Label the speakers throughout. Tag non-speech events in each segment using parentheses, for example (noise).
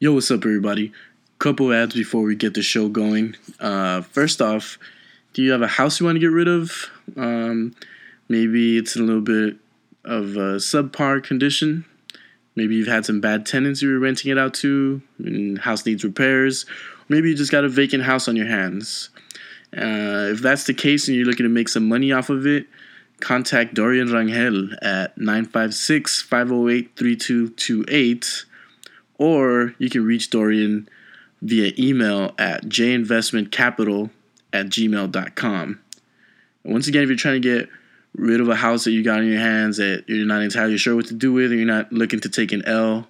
Speaker 1: Yo, what's up, everybody? Couple ads before we get the show going. Uh, first off, do you have a house you want to get rid of? Um, maybe it's in a little bit of a subpar condition. Maybe you've had some bad tenants you were renting it out to, and house needs repairs. Maybe you just got a vacant house on your hands. Uh, if that's the case and you're looking to make some money off of it, contact Dorian Rangel at 956 508 3228, or you can reach Dorian via email at jinvestmentcapital at gmail.com. And once again, if you're trying to get rid of a house that you got in your hands that you're not entirely sure what to do with, and you're not looking to take an L,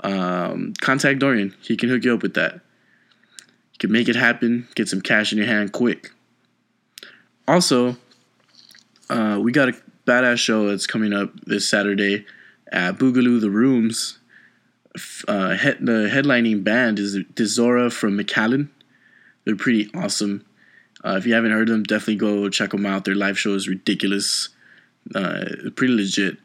Speaker 1: um, contact Dorian. He can hook you up with that. You can make it happen, get some cash in your hand quick. Also, uh, we got a badass show that's coming up this Saturday at Boogaloo The Rooms. F- Uh, head, the headlining band is Desora from McAllen. They're pretty awesome. Uh, if you haven't heard them, definitely go check them out. Their live show is ridiculous, uh, pretty legit.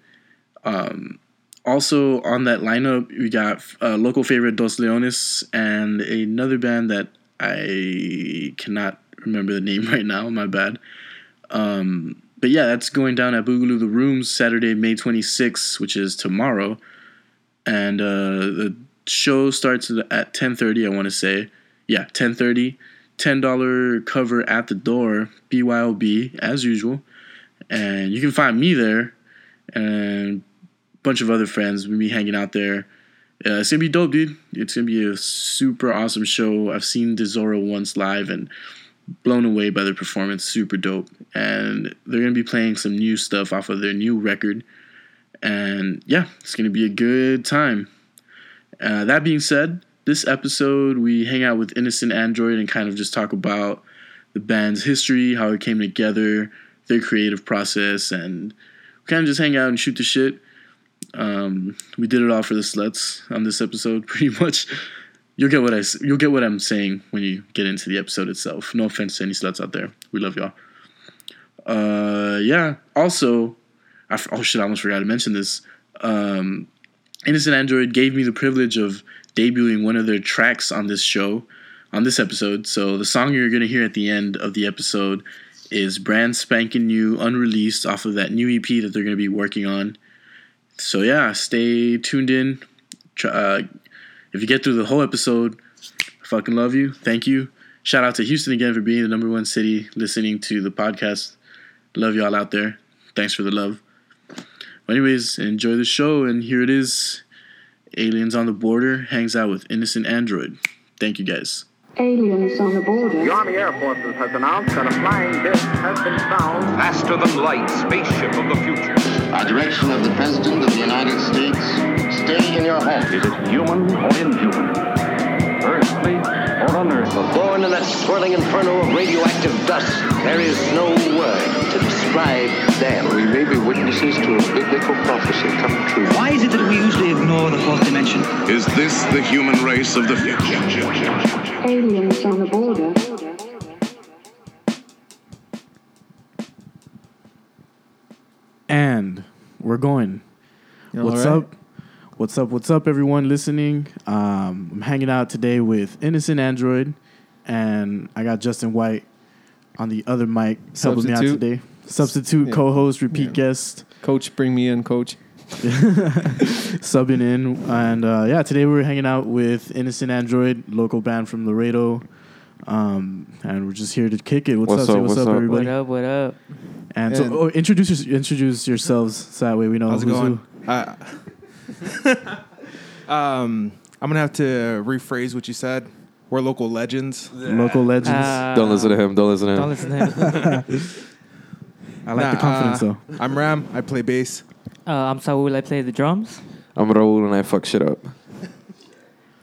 Speaker 1: Um, also on that lineup, we got uh, local favorite Dos Leones and another band that I cannot remember the name (laughs) right now. My bad. Um, but yeah, that's going down at Boogaloo the Rooms Saturday, May 26th, which is tomorrow, and uh, the show starts at 10:30. I want to say, yeah, 10:30. $10 cover at the door, BYOB, as usual. And you can find me there and a bunch of other friends. We'll be hanging out there. Uh, it's going to be dope, dude. It's going to be a super awesome show. I've seen Desora once live and blown away by their performance. Super dope. And they're going to be playing some new stuff off of their new record. And yeah, it's going to be a good time. Uh, that being said, this episode we hang out with Innocent Android and kind of just talk about the band's history, how it came together, their creative process, and kind of just hang out and shoot the shit. Um, we did it all for the sluts on this episode, (laughs) pretty much. You'll get what I s- you'll get what I'm saying when you get into the episode itself. No offense to any sluts out there. We love y'all. Uh, yeah. Also, I f- oh shit, I almost forgot to mention this. Um, Innocent Android gave me the privilege of debuting one of their tracks on this show, on this episode. So the song you're gonna hear at the end of the episode is brand spanking new, unreleased off of that new EP that they're gonna be working on. So yeah, stay tuned in. Tr- Uh, if you get through the whole episode, I fucking love you. Thank you. Shout out to Houston again for being the number one city listening to the podcast. Love y'all out there. Thanks for the love. But anyways, enjoy the show, and here it is. Aliens on the Border hangs out with Innocent Android. Thank you guys.
Speaker 2: Aliens on the border.
Speaker 3: The Army Air Forces has announced that a flying disc has been found
Speaker 4: Faster than light spaceship of the future.
Speaker 5: By direction of the President of the United States, stay in your home.
Speaker 6: Is it human or inhuman? Earthly or unearthly?
Speaker 7: Born in that swirling inferno of radioactive dust, there is no word to describe them.
Speaker 5: We may be witnesses to a biblical prophecy come true.
Speaker 8: Why is it that we usually ignore the fourth dimension?
Speaker 9: Is this the human race of the future?
Speaker 2: Aliens on the border.
Speaker 1: And we're going. What's
Speaker 10: all right?
Speaker 1: up? What's up? What's up, everyone listening? Um, I'm hanging out today with Innocent Android, and I got Justin White on the other mic helping me out
Speaker 10: Substitute.
Speaker 1: today. Substitute
Speaker 10: Yeah.
Speaker 1: co-host, repeat
Speaker 10: Yeah.
Speaker 1: guest,
Speaker 10: Coach, bring me in, coach.
Speaker 1: subbing in, and uh, yeah, today we're hanging out with Innocent Android, local band from Laredo, um, and we're just here to kick it. What's, up? Say What's, up, everybody?
Speaker 11: What up? What up?
Speaker 1: And so,
Speaker 10: And-
Speaker 1: oh, introduce your- introduce yourselves so that way we know
Speaker 10: How's it
Speaker 1: who's
Speaker 10: going?
Speaker 1: who.
Speaker 6: Uh, um, I'm gonna have to rephrase what you said. We're local legends.
Speaker 1: Local legends.
Speaker 11: don't listen to him. Uh, Don't listen to him. Don't (laughs) listen to him.
Speaker 1: I like the
Speaker 6: Nah,
Speaker 1: confidence
Speaker 6: uh, I'm Ram. I play bass.
Speaker 11: uh, I'm Saul. I play the drums.
Speaker 12: I'm Raul and I fuck shit up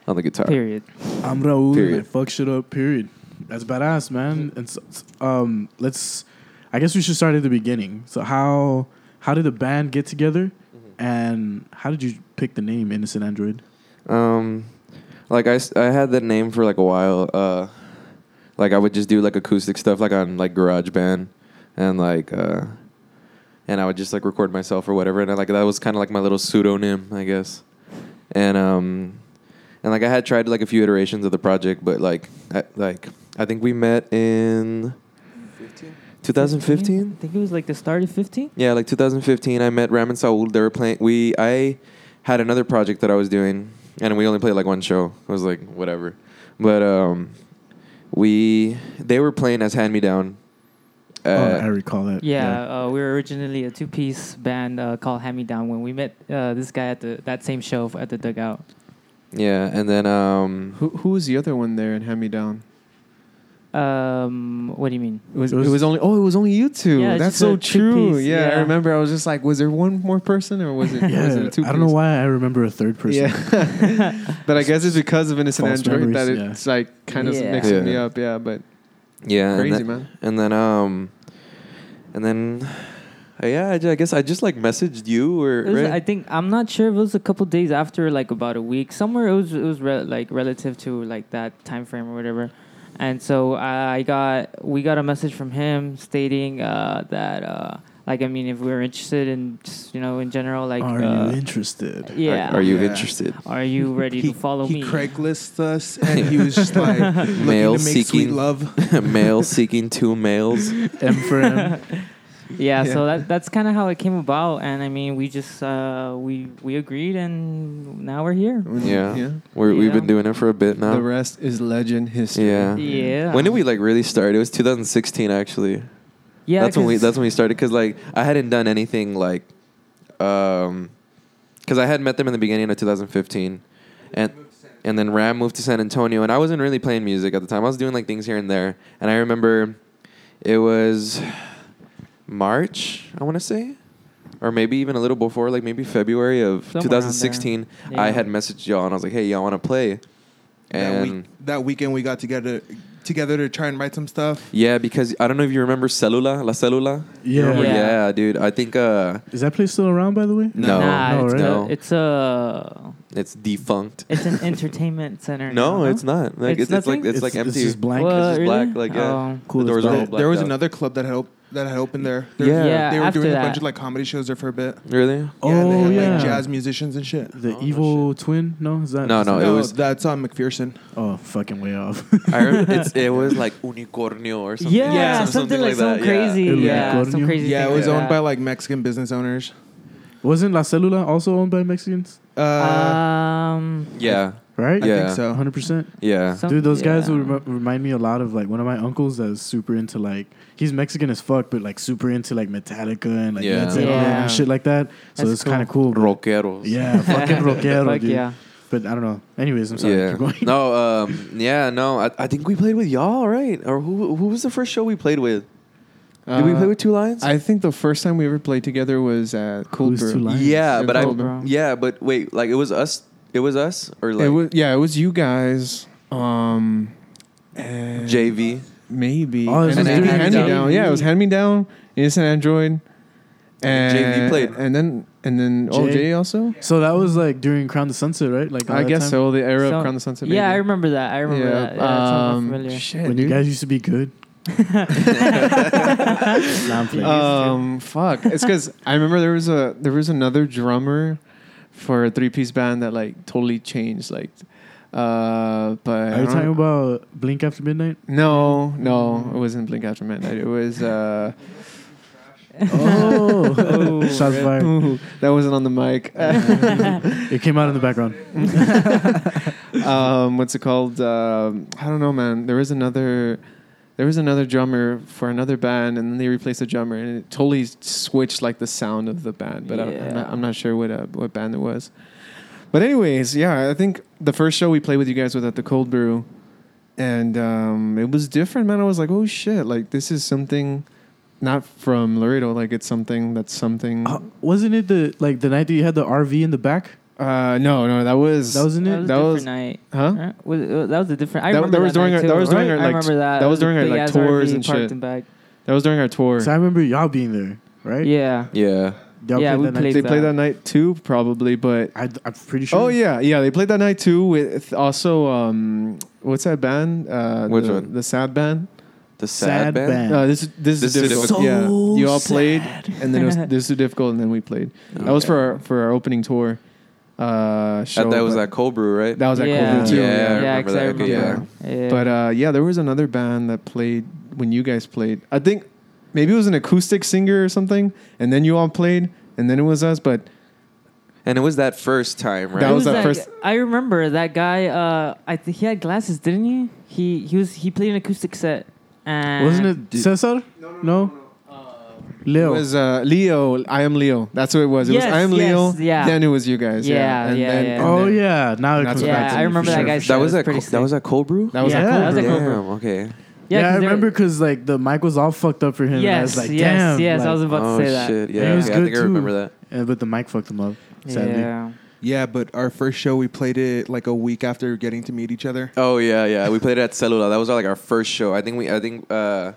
Speaker 12: on the guitar.
Speaker 11: Period.
Speaker 1: though. I'm Raul. Period.
Speaker 12: period.
Speaker 1: And I fuck shit up. Period. That's badass, man. And so, so, um, let's. I guess we should start at the beginning. So how how did the band get together,
Speaker 11: Mm-hmm.
Speaker 1: and how did you pick the name Innocent Android?
Speaker 12: Um, like I, s- I had that name for like a while. Uh, like I would just do like acoustic stuff, like on like Garage Band, and like uh, and I would just like record myself or whatever. And I, like that was kind of like my little pseudonym, I guess. And um, and like I had tried like a few iterations of the project, but like I, like I think we met in 2015.
Speaker 11: I think it was like the start of 15.
Speaker 12: Yeah, like 2015, I met Ram and Saul. They were playing. We I had another project that I was doing, and we only played like one show. I was like, whatever. But um, we they were playing as Hand Me Down. Uh,
Speaker 1: Oh, I recall that.
Speaker 11: Yeah, Uh, we were originally a two-piece band uh, called Hand Me Down. When we met uh, this guy at the that same show f- at the dugout,
Speaker 12: Yeah, and then um,
Speaker 8: who who was the other one there in hand me down?
Speaker 11: Um, what do you mean?
Speaker 8: It was, it was only oh it was only you two.
Speaker 11: Yeah, it's
Speaker 8: That's
Speaker 11: just
Speaker 8: so
Speaker 11: a
Speaker 8: true.
Speaker 11: two-piece,
Speaker 8: Yeah, I
Speaker 11: yeah.
Speaker 8: remember. I was just like, was there one more person or was
Speaker 1: (laughs)
Speaker 8: it? was it a two
Speaker 1: uh, I don't know why I remember a third person. (laughs)
Speaker 8: Yeah, (laughs) but I guess it's because of Innocent
Speaker 1: False
Speaker 8: Android that
Speaker 1: memories,
Speaker 8: it's like kind of
Speaker 1: Yeah.
Speaker 8: mixing
Speaker 12: Yeah.
Speaker 8: me up. Yeah, but
Speaker 12: Yeah,
Speaker 8: crazy
Speaker 12: and then,
Speaker 8: man.
Speaker 12: And then um, and then uh, yeah, I, ju- I guess I just like messaged you or
Speaker 11: It was,
Speaker 12: right?
Speaker 11: I think I'm not sure if it was a couple days after, like about a week somewhere. It was it was re- like relative to like that time frame or whatever. And so I got we got a message from him stating uh, that uh, like I mean if we were interested in just you know in general like
Speaker 1: Are
Speaker 11: uh,
Speaker 1: you
Speaker 11: (laughs)
Speaker 1: interested?
Speaker 11: yeah
Speaker 12: Are you interested?
Speaker 11: are you ready
Speaker 6: He-
Speaker 11: to follow
Speaker 6: he
Speaker 11: me
Speaker 6: Craigslist us, and he was just like looking
Speaker 12: male
Speaker 6: to make sweet
Speaker 12: seeking
Speaker 6: love.
Speaker 12: (laughs) male seeking two males.
Speaker 1: M for
Speaker 11: (laughs)
Speaker 1: M.
Speaker 11: yeah,
Speaker 12: Yeah.
Speaker 11: so that that's kind of how it came about, and I mean, we just uh, we we agreed, and now we're here.
Speaker 12: Yeah, We're, we've been doing it for a bit now.
Speaker 8: The rest is legend history.
Speaker 12: yeah.
Speaker 11: Yeah.
Speaker 12: When did we like really start? It was 2016 actually.
Speaker 11: Yeah,
Speaker 12: That's when we
Speaker 11: 'cause-
Speaker 12: that's when we started cuz like I hadn't done anything like um cuz I had met them in the beginning of 2015 and and then Ram moved to San Antonio and I wasn't really playing music at the time. I was doing like things here and there. And I remember it was March, I want to say, or maybe even a little before, like maybe February of
Speaker 6: Somewhere around there.
Speaker 12: 2016. I
Speaker 6: Yeah.
Speaker 12: had messaged y'all and I was like, "Hey, y'all want to play?"
Speaker 6: That,
Speaker 12: And
Speaker 6: week, that weekend we got together together to try and write some stuff.
Speaker 12: yeah, because I don't know if you remember Celula, La Celula.
Speaker 1: Yeah.
Speaker 12: You remember?
Speaker 1: Yeah.
Speaker 12: yeah, dude. I think uh,
Speaker 1: Is that place still around, by the way?
Speaker 12: No. Nah,
Speaker 1: no,
Speaker 12: it's
Speaker 1: right?
Speaker 12: No.
Speaker 11: It's a
Speaker 12: it's defunct.
Speaker 11: it's an entertainment center.
Speaker 12: No,
Speaker 11: now,
Speaker 12: it's
Speaker 11: huh?
Speaker 12: not. Like it's, it's, like
Speaker 11: nothing?
Speaker 12: it's, like empty.
Speaker 11: Well,
Speaker 12: It's just
Speaker 11: really?
Speaker 12: black. Like yeah.
Speaker 11: Oh.
Speaker 12: The doors are all blacked
Speaker 6: there was
Speaker 12: out.
Speaker 6: another club that had op- that had opened there. There
Speaker 12: Yeah. Yeah,
Speaker 6: they were
Speaker 12: after
Speaker 6: doing a
Speaker 12: that.
Speaker 6: bunch of like comedy shows there for a bit.
Speaker 12: Really?
Speaker 6: yeah, they
Speaker 1: Oh,
Speaker 6: had,
Speaker 1: yeah.
Speaker 6: like jazz musicians and shit.
Speaker 1: The evil twin? No, is that
Speaker 12: No, no, it was-
Speaker 6: that's on McPherson.
Speaker 1: Oh, fucking way off.
Speaker 12: I
Speaker 1: (laughs)
Speaker 12: remember it's, it was like unicornio or something.
Speaker 11: Yeah,
Speaker 12: some-
Speaker 11: something like
Speaker 12: that,
Speaker 11: some
Speaker 12: yeah.
Speaker 11: crazy-
Speaker 1: El yeah, some Unicornio? crazy
Speaker 6: Yeah,
Speaker 1: thing
Speaker 6: it was
Speaker 1: like
Speaker 6: owned
Speaker 1: that.
Speaker 6: by like Mexican business owners. Uh,
Speaker 1: Wasn't La Celula also owned by Mexicans?
Speaker 8: uh,
Speaker 11: um,
Speaker 12: Yeah.
Speaker 1: Right?
Speaker 12: I think Yeah. so.
Speaker 1: Hundred percent.
Speaker 12: Yeah. Some-
Speaker 1: Dude, those guys
Speaker 12: yeah.
Speaker 1: would rem- remind me a lot of like one of my uncles that was super into like he's Mexican as fuck, but like super into like Metallica and like
Speaker 12: Yeah.
Speaker 1: Led Zeppelin
Speaker 12: Yeah.
Speaker 1: and shit like that. So
Speaker 12: That's
Speaker 1: it's kind of cool. but-
Speaker 12: Rockeros.
Speaker 1: Yeah,
Speaker 11: (laughs)
Speaker 1: fucking rockero,
Speaker 12: Fuck
Speaker 1: dude.
Speaker 12: yeah.
Speaker 1: But I don't know. Anyways, I'm sorry.
Speaker 12: Yeah.
Speaker 1: Keep going.
Speaker 12: No. Um. Yeah. No. I, I think we played with y'all, right? Or who? Who was the first show we played with? Did
Speaker 6: Uh,
Speaker 12: we play with Two Lions?
Speaker 8: Uh, I think the first time we ever played together was at Cool Brew.
Speaker 12: Yeah,
Speaker 8: At
Speaker 12: but I.
Speaker 8: Cold Brew.
Speaker 12: Yeah, but wait. Like it was us. It was us or like
Speaker 8: it was yeah, it was you guys. Um,
Speaker 12: JV.
Speaker 8: maybe.
Speaker 12: Oh, this
Speaker 8: and
Speaker 12: was
Speaker 8: then
Speaker 12: during
Speaker 8: hand me
Speaker 12: JV.
Speaker 8: down. Yeah, it was hand me down. Innocent Android. And
Speaker 12: JV played.
Speaker 8: and then and then oh Jay also.
Speaker 1: So that was like during Crown the Sunset, right? Like
Speaker 8: I
Speaker 1: all that
Speaker 8: guess
Speaker 1: time?
Speaker 8: so. The era of Crown the Sunset.
Speaker 11: yeah, I
Speaker 8: maybe.
Speaker 11: remember that. I remember
Speaker 8: Yeah,
Speaker 11: that. Yeah, it sounds
Speaker 8: um,
Speaker 11: familiar.
Speaker 8: shit,
Speaker 1: when you
Speaker 8: dude.
Speaker 1: guys used to be good. Nah, I'm playing.
Speaker 8: Um, fuck. It's because I remember there was a there was another drummer for a three piece band that like totally changed. Like, uh, but I
Speaker 1: Are you
Speaker 8: don't-
Speaker 1: talking about Blink After Midnight?
Speaker 8: No, no, it wasn't Blink After Midnight. It was. Uh,
Speaker 1: Oh, shots
Speaker 8: rip.
Speaker 1: fired.
Speaker 8: Ooh, that wasn't on the mic.
Speaker 1: (laughs) it came out in the background.
Speaker 8: (laughs) um, what's it called? Um, I don't know, man. There was another, there was another drummer for another band, and then they replaced the drummer, and it totally switched like the sound of the band. But I, don't- I'm, not, I'm not sure what uh, what band it was. But anyways, yeah, I think the first show we played with you guys was at the Cold Brew, and um, it was different, man. I was like, oh shit, like this is something. Not from Laredo, like it's something that's something.
Speaker 1: Uh, Oh. Wasn't it the like the night that you had the RV in the back?
Speaker 8: Uh, no, no, that was
Speaker 1: that wasn't it.
Speaker 11: That was a different
Speaker 8: night.
Speaker 11: Huh? Was, uh, that was a different. I
Speaker 8: That-
Speaker 11: remember
Speaker 8: that was during
Speaker 11: night
Speaker 8: our-
Speaker 11: too.
Speaker 8: that was during our,
Speaker 11: I
Speaker 8: like,
Speaker 11: remember that.
Speaker 8: that was during our,
Speaker 11: Big
Speaker 8: like,
Speaker 11: ass
Speaker 8: tours
Speaker 11: RV
Speaker 8: and
Speaker 11: parked
Speaker 8: shit.
Speaker 11: in back.
Speaker 8: that was during our tour.
Speaker 1: So I remember y'all being there, right?
Speaker 11: Yeah.
Speaker 12: Yeah.
Speaker 1: Y'all
Speaker 8: yeah,
Speaker 1: played
Speaker 8: we
Speaker 1: that night
Speaker 8: played.
Speaker 1: too?
Speaker 8: They played that night too, probably. But
Speaker 1: I, am pretty
Speaker 8: Oh yeah, yeah. They played that night too with also um, what's that band? Uh,
Speaker 12: Which
Speaker 8: the,
Speaker 12: one?
Speaker 8: The sad band.
Speaker 12: The Sad Sad Band? Band.
Speaker 8: No, this is this, is
Speaker 12: This is
Speaker 8: difficult.
Speaker 12: difficult.
Speaker 8: yeah,
Speaker 12: So
Speaker 8: you all played, (laughs)
Speaker 12: sad.
Speaker 8: and then it was, this is difficult, and then we played. That was for our for our opening tour. uh, show.
Speaker 12: that was
Speaker 8: but-
Speaker 12: at Cold Brew, right?
Speaker 8: That was at
Speaker 11: Yeah.
Speaker 8: Cold Brew too.
Speaker 12: Yeah, I Yeah, remember
Speaker 11: 'cause I that. Okay, remember.
Speaker 8: Yeah.
Speaker 11: Yeah.
Speaker 8: But uh, yeah, there was another band that played when you guys played. I think maybe it was an acoustic singer or something, and then you all played, and then it was us. But
Speaker 12: and it was that first time, right?
Speaker 8: That
Speaker 11: Who
Speaker 8: was that
Speaker 11: that
Speaker 8: first.
Speaker 11: guy? I remember that guy. Uh, I th- he had glasses, didn't he? He he was he played an acoustic set. And
Speaker 1: Wasn't it Cesar? No. Uh,
Speaker 8: It
Speaker 1: Leo.
Speaker 8: was uh, Leo. I am Leo. That's what it was. It
Speaker 11: Yes,
Speaker 8: was I am
Speaker 11: yes,
Speaker 8: Leo.
Speaker 11: yeah.
Speaker 8: Then it was you guys. Yeah.
Speaker 11: Yeah,
Speaker 8: And
Speaker 11: yeah,
Speaker 8: then,
Speaker 11: yeah.
Speaker 8: and
Speaker 1: oh
Speaker 8: then-
Speaker 1: yeah, now it
Speaker 8: That's
Speaker 1: comes
Speaker 8: what
Speaker 1: back. to
Speaker 11: Yeah, I
Speaker 1: me for
Speaker 11: remember that
Speaker 1: sure.
Speaker 11: guy's
Speaker 12: That
Speaker 11: show.
Speaker 12: was
Speaker 11: It was
Speaker 12: at
Speaker 11: pretty
Speaker 12: Co- that was at Cold Brew.
Speaker 8: That was
Speaker 11: Yeah,
Speaker 8: at Cold
Speaker 11: that was
Speaker 8: Brew.
Speaker 11: at Cold
Speaker 12: Damn.
Speaker 11: Brew.
Speaker 12: Okay.
Speaker 1: Yeah,
Speaker 11: Yeah, 'cause
Speaker 1: I
Speaker 11: they were-
Speaker 1: remember because like the mic was all fucked up for him. and I was
Speaker 11: Yes,
Speaker 1: like,
Speaker 11: yes,
Speaker 1: damn.
Speaker 11: yes. I
Speaker 1: like-
Speaker 11: was about
Speaker 12: oh
Speaker 11: to say that.
Speaker 12: shit!
Speaker 1: And
Speaker 12: Yeah,
Speaker 1: he was
Speaker 12: yeah,
Speaker 1: good
Speaker 12: I think
Speaker 1: too.
Speaker 12: I remember that.
Speaker 1: Yeah, but the mic fucked him up. Sadly.
Speaker 11: Yeah.
Speaker 6: Yeah, but our first show we played it like a week after getting to meet each other.
Speaker 12: Oh yeah, yeah. We played it at Cellular. That was like our first show. I think we, I think, uh,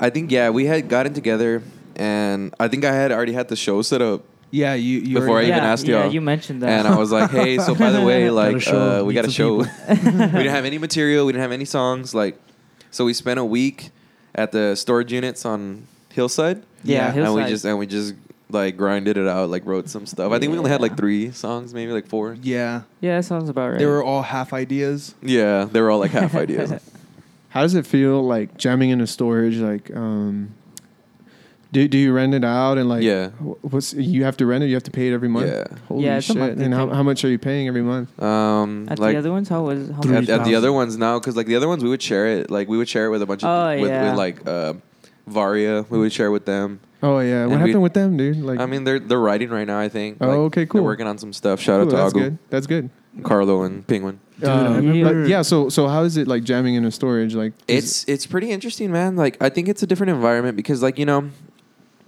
Speaker 12: I think yeah, we had gotten together, and I think I had already had the show set up
Speaker 6: Yeah, you, you
Speaker 12: before I
Speaker 6: already-
Speaker 12: even
Speaker 11: Yeah,
Speaker 12: asked
Speaker 11: yeah,
Speaker 12: y'all.
Speaker 11: you mentioned that.
Speaker 12: And I was like, hey, so by the way,
Speaker 1: Got a
Speaker 12: like
Speaker 1: show,
Speaker 12: uh,
Speaker 1: meet
Speaker 12: we got a
Speaker 1: some
Speaker 12: show. (laughs) we
Speaker 1: people.
Speaker 12: didn't have any material. We didn't have any songs. Like, so we spent a week at the storage units on Hillside.
Speaker 11: Yeah,
Speaker 12: and we
Speaker 11: Hillside.
Speaker 12: just and we just like grinded it out. Like wrote some stuff. I think we only had
Speaker 11: Yeah.
Speaker 12: like three songs, maybe like four.
Speaker 6: yeah,
Speaker 11: yeah, that sounds about right.
Speaker 6: they
Speaker 11: (laughs)
Speaker 6: were all half ideas.
Speaker 12: Yeah, they were all like
Speaker 8: (laughs)
Speaker 12: half ideas.
Speaker 8: How does it feel like jamming in a storage? Like, um, do do you rent it out and like?
Speaker 12: Yeah.
Speaker 8: wh- What's you have to rent it? You have to pay it every month.
Speaker 12: Yeah.
Speaker 8: Holy
Speaker 11: Yeah, it's a
Speaker 8: shit!
Speaker 11: monthly
Speaker 8: And how,
Speaker 11: thing.
Speaker 8: how much are you paying every month?
Speaker 12: Um,
Speaker 11: at
Speaker 12: like
Speaker 11: the other ones, how was how
Speaker 12: at,
Speaker 11: much?
Speaker 1: 3,000.
Speaker 12: at the other ones now because like the other ones we would share it like we would share it with a bunch of
Speaker 11: Oh,
Speaker 12: with,
Speaker 11: yeah.
Speaker 12: with like uh, Varia we would share with them.
Speaker 8: Oh yeah,
Speaker 12: And
Speaker 8: what
Speaker 12: we-
Speaker 8: happened with them, dude? Like,
Speaker 12: I mean they're they're writing right now I think.
Speaker 8: Oh,
Speaker 12: Like,
Speaker 8: okay, cool.
Speaker 12: They're working on some stuff. Shout
Speaker 8: cool,
Speaker 12: out
Speaker 8: that's
Speaker 12: to
Speaker 8: good.
Speaker 12: Agu,
Speaker 8: That's good.
Speaker 12: Carlo, and Penguin.
Speaker 1: Dude, I
Speaker 8: Um,
Speaker 1: remember-
Speaker 8: but yeah. So so how is it like jamming in a storage? Like, is-
Speaker 12: It's it's pretty interesting, man. Like I think it's a different environment because like you know,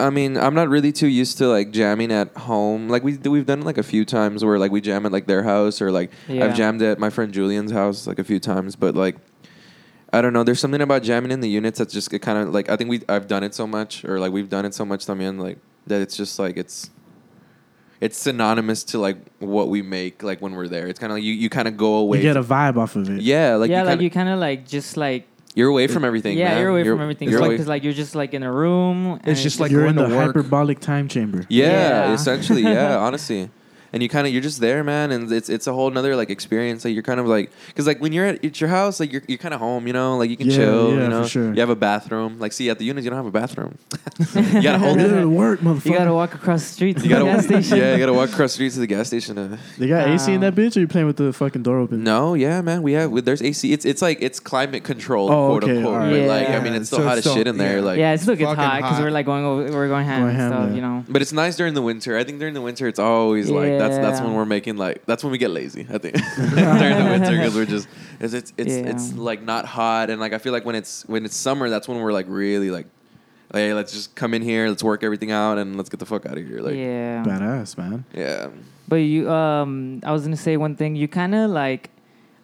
Speaker 12: I mean I'm not really too used to like jamming at home. Like we we've done it like a few times where like we jam at like their house or like
Speaker 11: Yeah.
Speaker 12: I've jammed at my friend Julian's house like a few times, but like. I don't know. There's something about jamming in the units that's just kind of like I think we I've done it so much or like we've done it so much. I mean, like that it's just like it's it's synonymous to like what we make like when we're there. It's kind of like you you kind of go away.
Speaker 1: You get a vibe off of it.
Speaker 12: yeah, like
Speaker 11: yeah,
Speaker 12: you
Speaker 11: like
Speaker 12: kinda,
Speaker 11: you kind of like just like
Speaker 12: you're away from everything.
Speaker 11: yeah,
Speaker 12: man.
Speaker 11: you're away from everything. It's
Speaker 12: you're
Speaker 11: like
Speaker 12: away-
Speaker 11: because like you're just like in a room. and
Speaker 6: It's
Speaker 11: (laughs)
Speaker 6: just like
Speaker 1: You're
Speaker 6: going
Speaker 1: in the
Speaker 6: to work.
Speaker 1: hyperbolic time chamber.
Speaker 12: yeah,
Speaker 11: Yeah.
Speaker 12: essentially,
Speaker 11: (laughs)
Speaker 12: yeah, honestly. And you kind of you're just there, man, and it's it's a whole nother like experience. Like you're kind of like because like when you're at it's your house, like you're you're kind of home, you know, like you can
Speaker 1: Yeah,
Speaker 12: chill,
Speaker 1: yeah,
Speaker 12: you
Speaker 1: for
Speaker 12: know,
Speaker 1: sure.
Speaker 12: you have a bathroom. Like see at the units, you don't have a bathroom. (laughs) you gotta hold
Speaker 1: Get
Speaker 12: it.
Speaker 1: it to work, motherfucker.
Speaker 11: you gotta walk across the street to
Speaker 12: You
Speaker 11: the
Speaker 12: gotta
Speaker 11: (laughs) gas station.
Speaker 12: (laughs) yeah, you gotta walk across the street to the gas station. To,
Speaker 1: they got AC in that
Speaker 11: Um,
Speaker 1: bitch, or you playing with the fucking door open?
Speaker 12: no, yeah, man, we have we, there's AC. It's it's like it's climate controlled,
Speaker 1: Oh,
Speaker 12: quote
Speaker 1: okay,
Speaker 12: unquote.
Speaker 1: alright.
Speaker 12: But like I
Speaker 6: Yeah,
Speaker 12: mean, it's still
Speaker 6: so-
Speaker 12: hot as
Speaker 6: so-
Speaker 12: shit in there.
Speaker 6: yeah.
Speaker 12: Like
Speaker 11: yeah, it still gets
Speaker 6: Fucking
Speaker 11: hot because
Speaker 6: hot.
Speaker 11: we're like going over, we're going ham
Speaker 1: Going
Speaker 11: and
Speaker 1: ham,
Speaker 11: stuff,
Speaker 1: yeah.
Speaker 11: you know.
Speaker 12: But it's nice during the winter. I think during the winter, it's always like that's that's when
Speaker 11: Yeah.
Speaker 12: we're making like that's when we get lazy. I
Speaker 11: (laughs)
Speaker 12: think (laughs) during the winter because we're just it's it's it's,
Speaker 11: Yeah.
Speaker 12: it's like not hot and like I feel like when it's when it's summer, that's when we're like really like, hey, let's just come in here, let's work everything out, and let's get the fuck out of here. Like, yeah,
Speaker 11: yeah,
Speaker 1: Badass, man.
Speaker 12: yeah,
Speaker 11: But you, um, I was gonna say one thing. You kind of like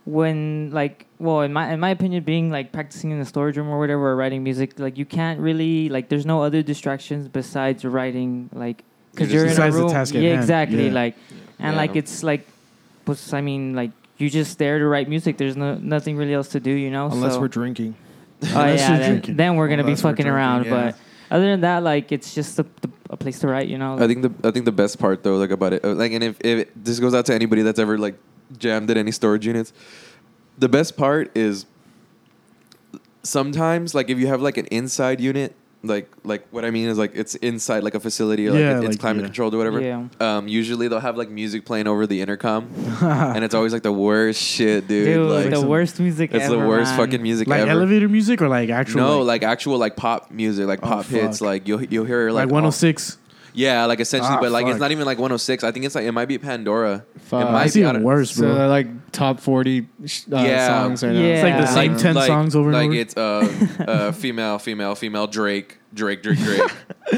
Speaker 11: when like well in my in my opinion being like practicing in the storage room or whatever or writing music like you can't really like there's no other distractions besides writing like because
Speaker 12: You're
Speaker 11: you're
Speaker 12: just-
Speaker 11: in a
Speaker 1: Besides the
Speaker 11: room
Speaker 1: task at
Speaker 11: yeah
Speaker 1: hand,
Speaker 11: exactly
Speaker 1: yeah.
Speaker 11: like and
Speaker 12: Yeah.
Speaker 11: like it's like pues, I mean like you just there to write music there's no nothing really else to do you know
Speaker 6: Unless
Speaker 11: so,
Speaker 6: we're drinking.
Speaker 11: (laughs) oh,
Speaker 1: unless
Speaker 11: yeah,
Speaker 1: you're
Speaker 11: then,
Speaker 1: drinking.
Speaker 11: then we're gonna
Speaker 6: Unless
Speaker 11: be
Speaker 6: we're
Speaker 11: fucking
Speaker 6: drinking,
Speaker 11: around
Speaker 6: yeah.
Speaker 11: but other than that like it's just the, the, a place to write you know
Speaker 12: I think the I think the best part though, like about it, uh, like and if, if this goes out to anybody that's ever like jammed at any storage units, the best part is sometimes like if you have like an inside unit, like like what I mean is like it's inside like a facility, or, like
Speaker 1: Yeah,
Speaker 12: it- it's
Speaker 1: like,
Speaker 12: climate
Speaker 1: yeah.
Speaker 12: controlled or whatever.
Speaker 11: Yeah.
Speaker 12: Um, usually they'll have like music playing over the
Speaker 1: (laughs)
Speaker 12: intercom, and it's always like the worst shit, dude.
Speaker 11: Dude,
Speaker 12: like
Speaker 11: the
Speaker 1: some-
Speaker 11: worst music
Speaker 12: it's
Speaker 11: ever,
Speaker 12: the worst
Speaker 11: man.
Speaker 12: fucking music
Speaker 1: Like
Speaker 12: ever.
Speaker 1: elevator music or like actual?
Speaker 12: no,
Speaker 1: like,
Speaker 12: like, actual like pop music, like
Speaker 1: Oh,
Speaker 12: pop hits,
Speaker 1: fuck.
Speaker 12: like you'll you'll
Speaker 1: like,
Speaker 12: hear like oh, all-
Speaker 1: 106.
Speaker 12: yeah, like essentially,
Speaker 1: Ah,
Speaker 12: but like it's
Speaker 1: fuck.
Speaker 12: not even like 106. I think it's like it might be Pandora.
Speaker 8: Fuck.
Speaker 12: It might
Speaker 1: That's
Speaker 12: be I
Speaker 1: even
Speaker 12: don't-
Speaker 1: worse,
Speaker 8: so
Speaker 1: bro.
Speaker 8: they're, like top forty sh- uh,
Speaker 12: Yeah.
Speaker 8: songs right now.
Speaker 11: Yeah.
Speaker 1: it's like the same
Speaker 12: Like-
Speaker 1: ten
Speaker 12: like-
Speaker 1: songs over
Speaker 12: Like
Speaker 1: and over.
Speaker 12: it's uh,
Speaker 1: (laughs)
Speaker 12: uh, female, female, female. Drake, Drake, Drake, Drake.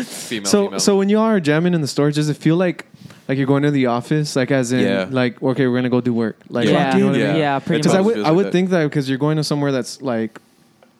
Speaker 12: female,
Speaker 8: So
Speaker 12: female.
Speaker 8: so when you are jamming in the storage, does it feel like like you're going to the office? Like as in
Speaker 12: Yeah.
Speaker 8: like okay, we're gonna go do work. Like
Speaker 11: yeah,
Speaker 8: you know
Speaker 11: yeah,
Speaker 8: what I mean?
Speaker 12: mean?
Speaker 11: pretty
Speaker 12: It's
Speaker 8: Because
Speaker 11: much
Speaker 8: I
Speaker 12: Always
Speaker 11: (laughs)
Speaker 8: would,
Speaker 12: feels
Speaker 8: I
Speaker 12: like
Speaker 8: would
Speaker 12: that.
Speaker 8: think that because you're going to somewhere that's like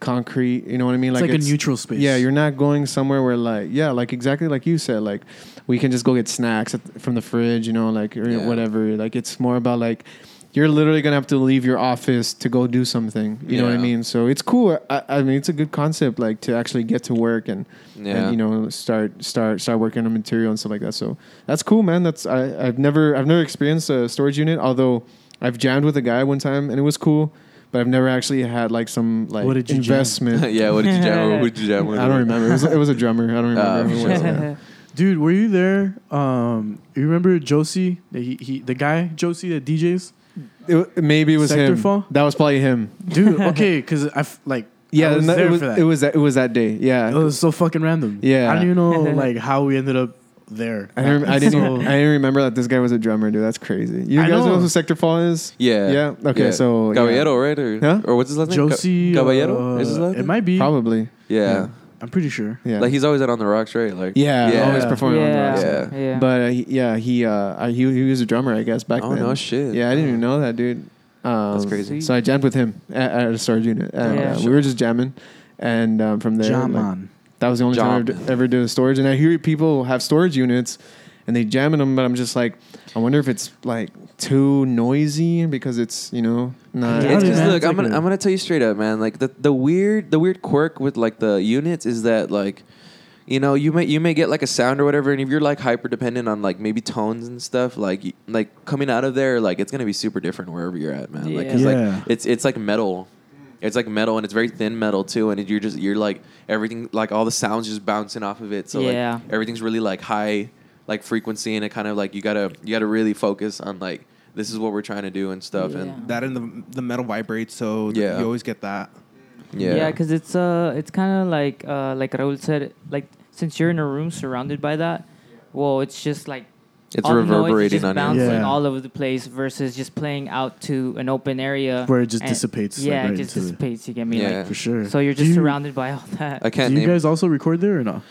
Speaker 8: concrete, you know what I mean?
Speaker 1: It's like a neutral space.
Speaker 8: Yeah, you're not going somewhere where like yeah, like exactly like you said, like we can just go get snacks at, from the fridge, you know, like or
Speaker 12: Yeah.
Speaker 8: whatever. Like it's more about like you're literally gonna have to leave your office to go do something. You know what I
Speaker 12: Yeah.
Speaker 8: mean? So it's cool. I, I mean, it's a good concept, like to actually get to work and,
Speaker 12: Yeah.
Speaker 8: and you know start start start working on material and stuff like that. So that's cool, man. That's I, I've never I've never experienced a storage unit, although I've jammed with a guy one time and it was cool. But I've never actually had like some like
Speaker 1: What did you jam?
Speaker 8: investment.
Speaker 12: (laughs) (laughs) yeah, what did you jam? with? Who did you jam
Speaker 8: (laughs)
Speaker 12: with?
Speaker 8: I don't remember. It was, it was a drummer. I don't
Speaker 12: Ah,
Speaker 8: remember. who it was,
Speaker 12: sure.
Speaker 1: (laughs)
Speaker 8: yeah.
Speaker 1: Dude, were you there? Um, you remember Josie? The, he, he, the guy Josie that DJs.
Speaker 8: It wa- maybe it was
Speaker 1: Sector
Speaker 8: him.
Speaker 1: fall?
Speaker 8: That was probably him.
Speaker 1: Dude, okay, because I f- like
Speaker 8: Yeah,
Speaker 1: I was
Speaker 8: and that-
Speaker 1: there
Speaker 8: it was
Speaker 1: for that. Oh.
Speaker 8: it was that it was that day. Yeah,
Speaker 1: It was so fucking random.
Speaker 8: Yeah.
Speaker 1: I don't even know like how we ended up there.
Speaker 8: I didn't, I, didn't
Speaker 1: (laughs) So-
Speaker 8: I didn't remember that this guy was a drummer, dude. That's crazy. You
Speaker 1: I
Speaker 8: guys know.
Speaker 1: know.
Speaker 8: who Sector Fall is?
Speaker 12: Yeah.
Speaker 8: Yeah. Okay.
Speaker 12: Yeah.
Speaker 8: So yeah.
Speaker 12: Caballero, right? Or,
Speaker 8: Huh?
Speaker 12: or what's his last name? Ca-
Speaker 1: Josie
Speaker 12: Caballero.
Speaker 1: uh,
Speaker 12: is his last
Speaker 1: it
Speaker 12: name?
Speaker 1: might be.
Speaker 8: Probably.
Speaker 12: Yeah.
Speaker 1: I'm pretty sure.
Speaker 8: Yeah.
Speaker 12: Like he's always at on the rocks, right? Like
Speaker 8: yeah, Always performing on the
Speaker 11: Yeah.
Speaker 8: rocks.
Speaker 12: Yeah.
Speaker 11: Yeah.
Speaker 8: But uh, he- yeah, he uh, I- he he was a drummer, I guess, back
Speaker 12: Oh,
Speaker 8: then.
Speaker 12: no shit.
Speaker 8: Yeah, I didn't even know that, dude. Um,
Speaker 12: That's crazy.
Speaker 8: So I jammed with him at, at a storage unit, and
Speaker 11: Yeah.
Speaker 8: uh, we were just jamming, and um, from there,
Speaker 1: Jam
Speaker 8: like,
Speaker 1: on.
Speaker 8: that was the only time I
Speaker 12: Jam.
Speaker 8: ever, ever did a storage. And I hear people have storage units, and they jam in them, but I'm just like, I wonder if it's like too noisy because it's you know not.
Speaker 1: Yeah,
Speaker 12: It's
Speaker 1: dude,
Speaker 12: because
Speaker 1: man,
Speaker 12: look,
Speaker 1: it's like
Speaker 12: I'm gonna
Speaker 1: a-
Speaker 12: i I'm gonna tell you straight up, man. Like the the weird the weird quirk with like the units is that like. You know, you may you may get like a sound or whatever, and if you're like hyper dependent on like maybe tones and stuff, like y- like coming out of there, like it's gonna be super different wherever you're at, man. Like, 'cause,
Speaker 1: Yeah.
Speaker 12: like it's it's like metal, it's like metal, and it's very thin metal too, and you're just you're like everything, like all the sounds just bouncing off of it, so
Speaker 11: Yeah.
Speaker 12: like everything's really like high, like frequency, and it kind of like you gotta you gotta really focus on like this is what we're trying to do and stuff, and
Speaker 6: That and the the metal vibrates, so th-
Speaker 12: Yeah.
Speaker 6: you always get that.
Speaker 11: Yeah, because it's uh, it's kind of like uh, like Raul said, like since you're in a room surrounded by that, well, it's just like
Speaker 12: It's
Speaker 11: all the noise is
Speaker 12: reverberating
Speaker 11: just
Speaker 12: on you.
Speaker 11: bouncing
Speaker 1: Yeah.
Speaker 11: all over the place versus just playing out to an open area
Speaker 1: Where it just
Speaker 11: and-
Speaker 1: dissipates, like,
Speaker 11: Yeah,
Speaker 1: right
Speaker 11: it just
Speaker 1: into the-
Speaker 11: dissipates. You get me?
Speaker 12: Yeah.
Speaker 11: Like,
Speaker 1: for sure.
Speaker 11: so you're just
Speaker 1: Do you-
Speaker 11: surrounded by all that.
Speaker 12: I can't
Speaker 1: Do you
Speaker 12: name.
Speaker 1: guys also record there or no?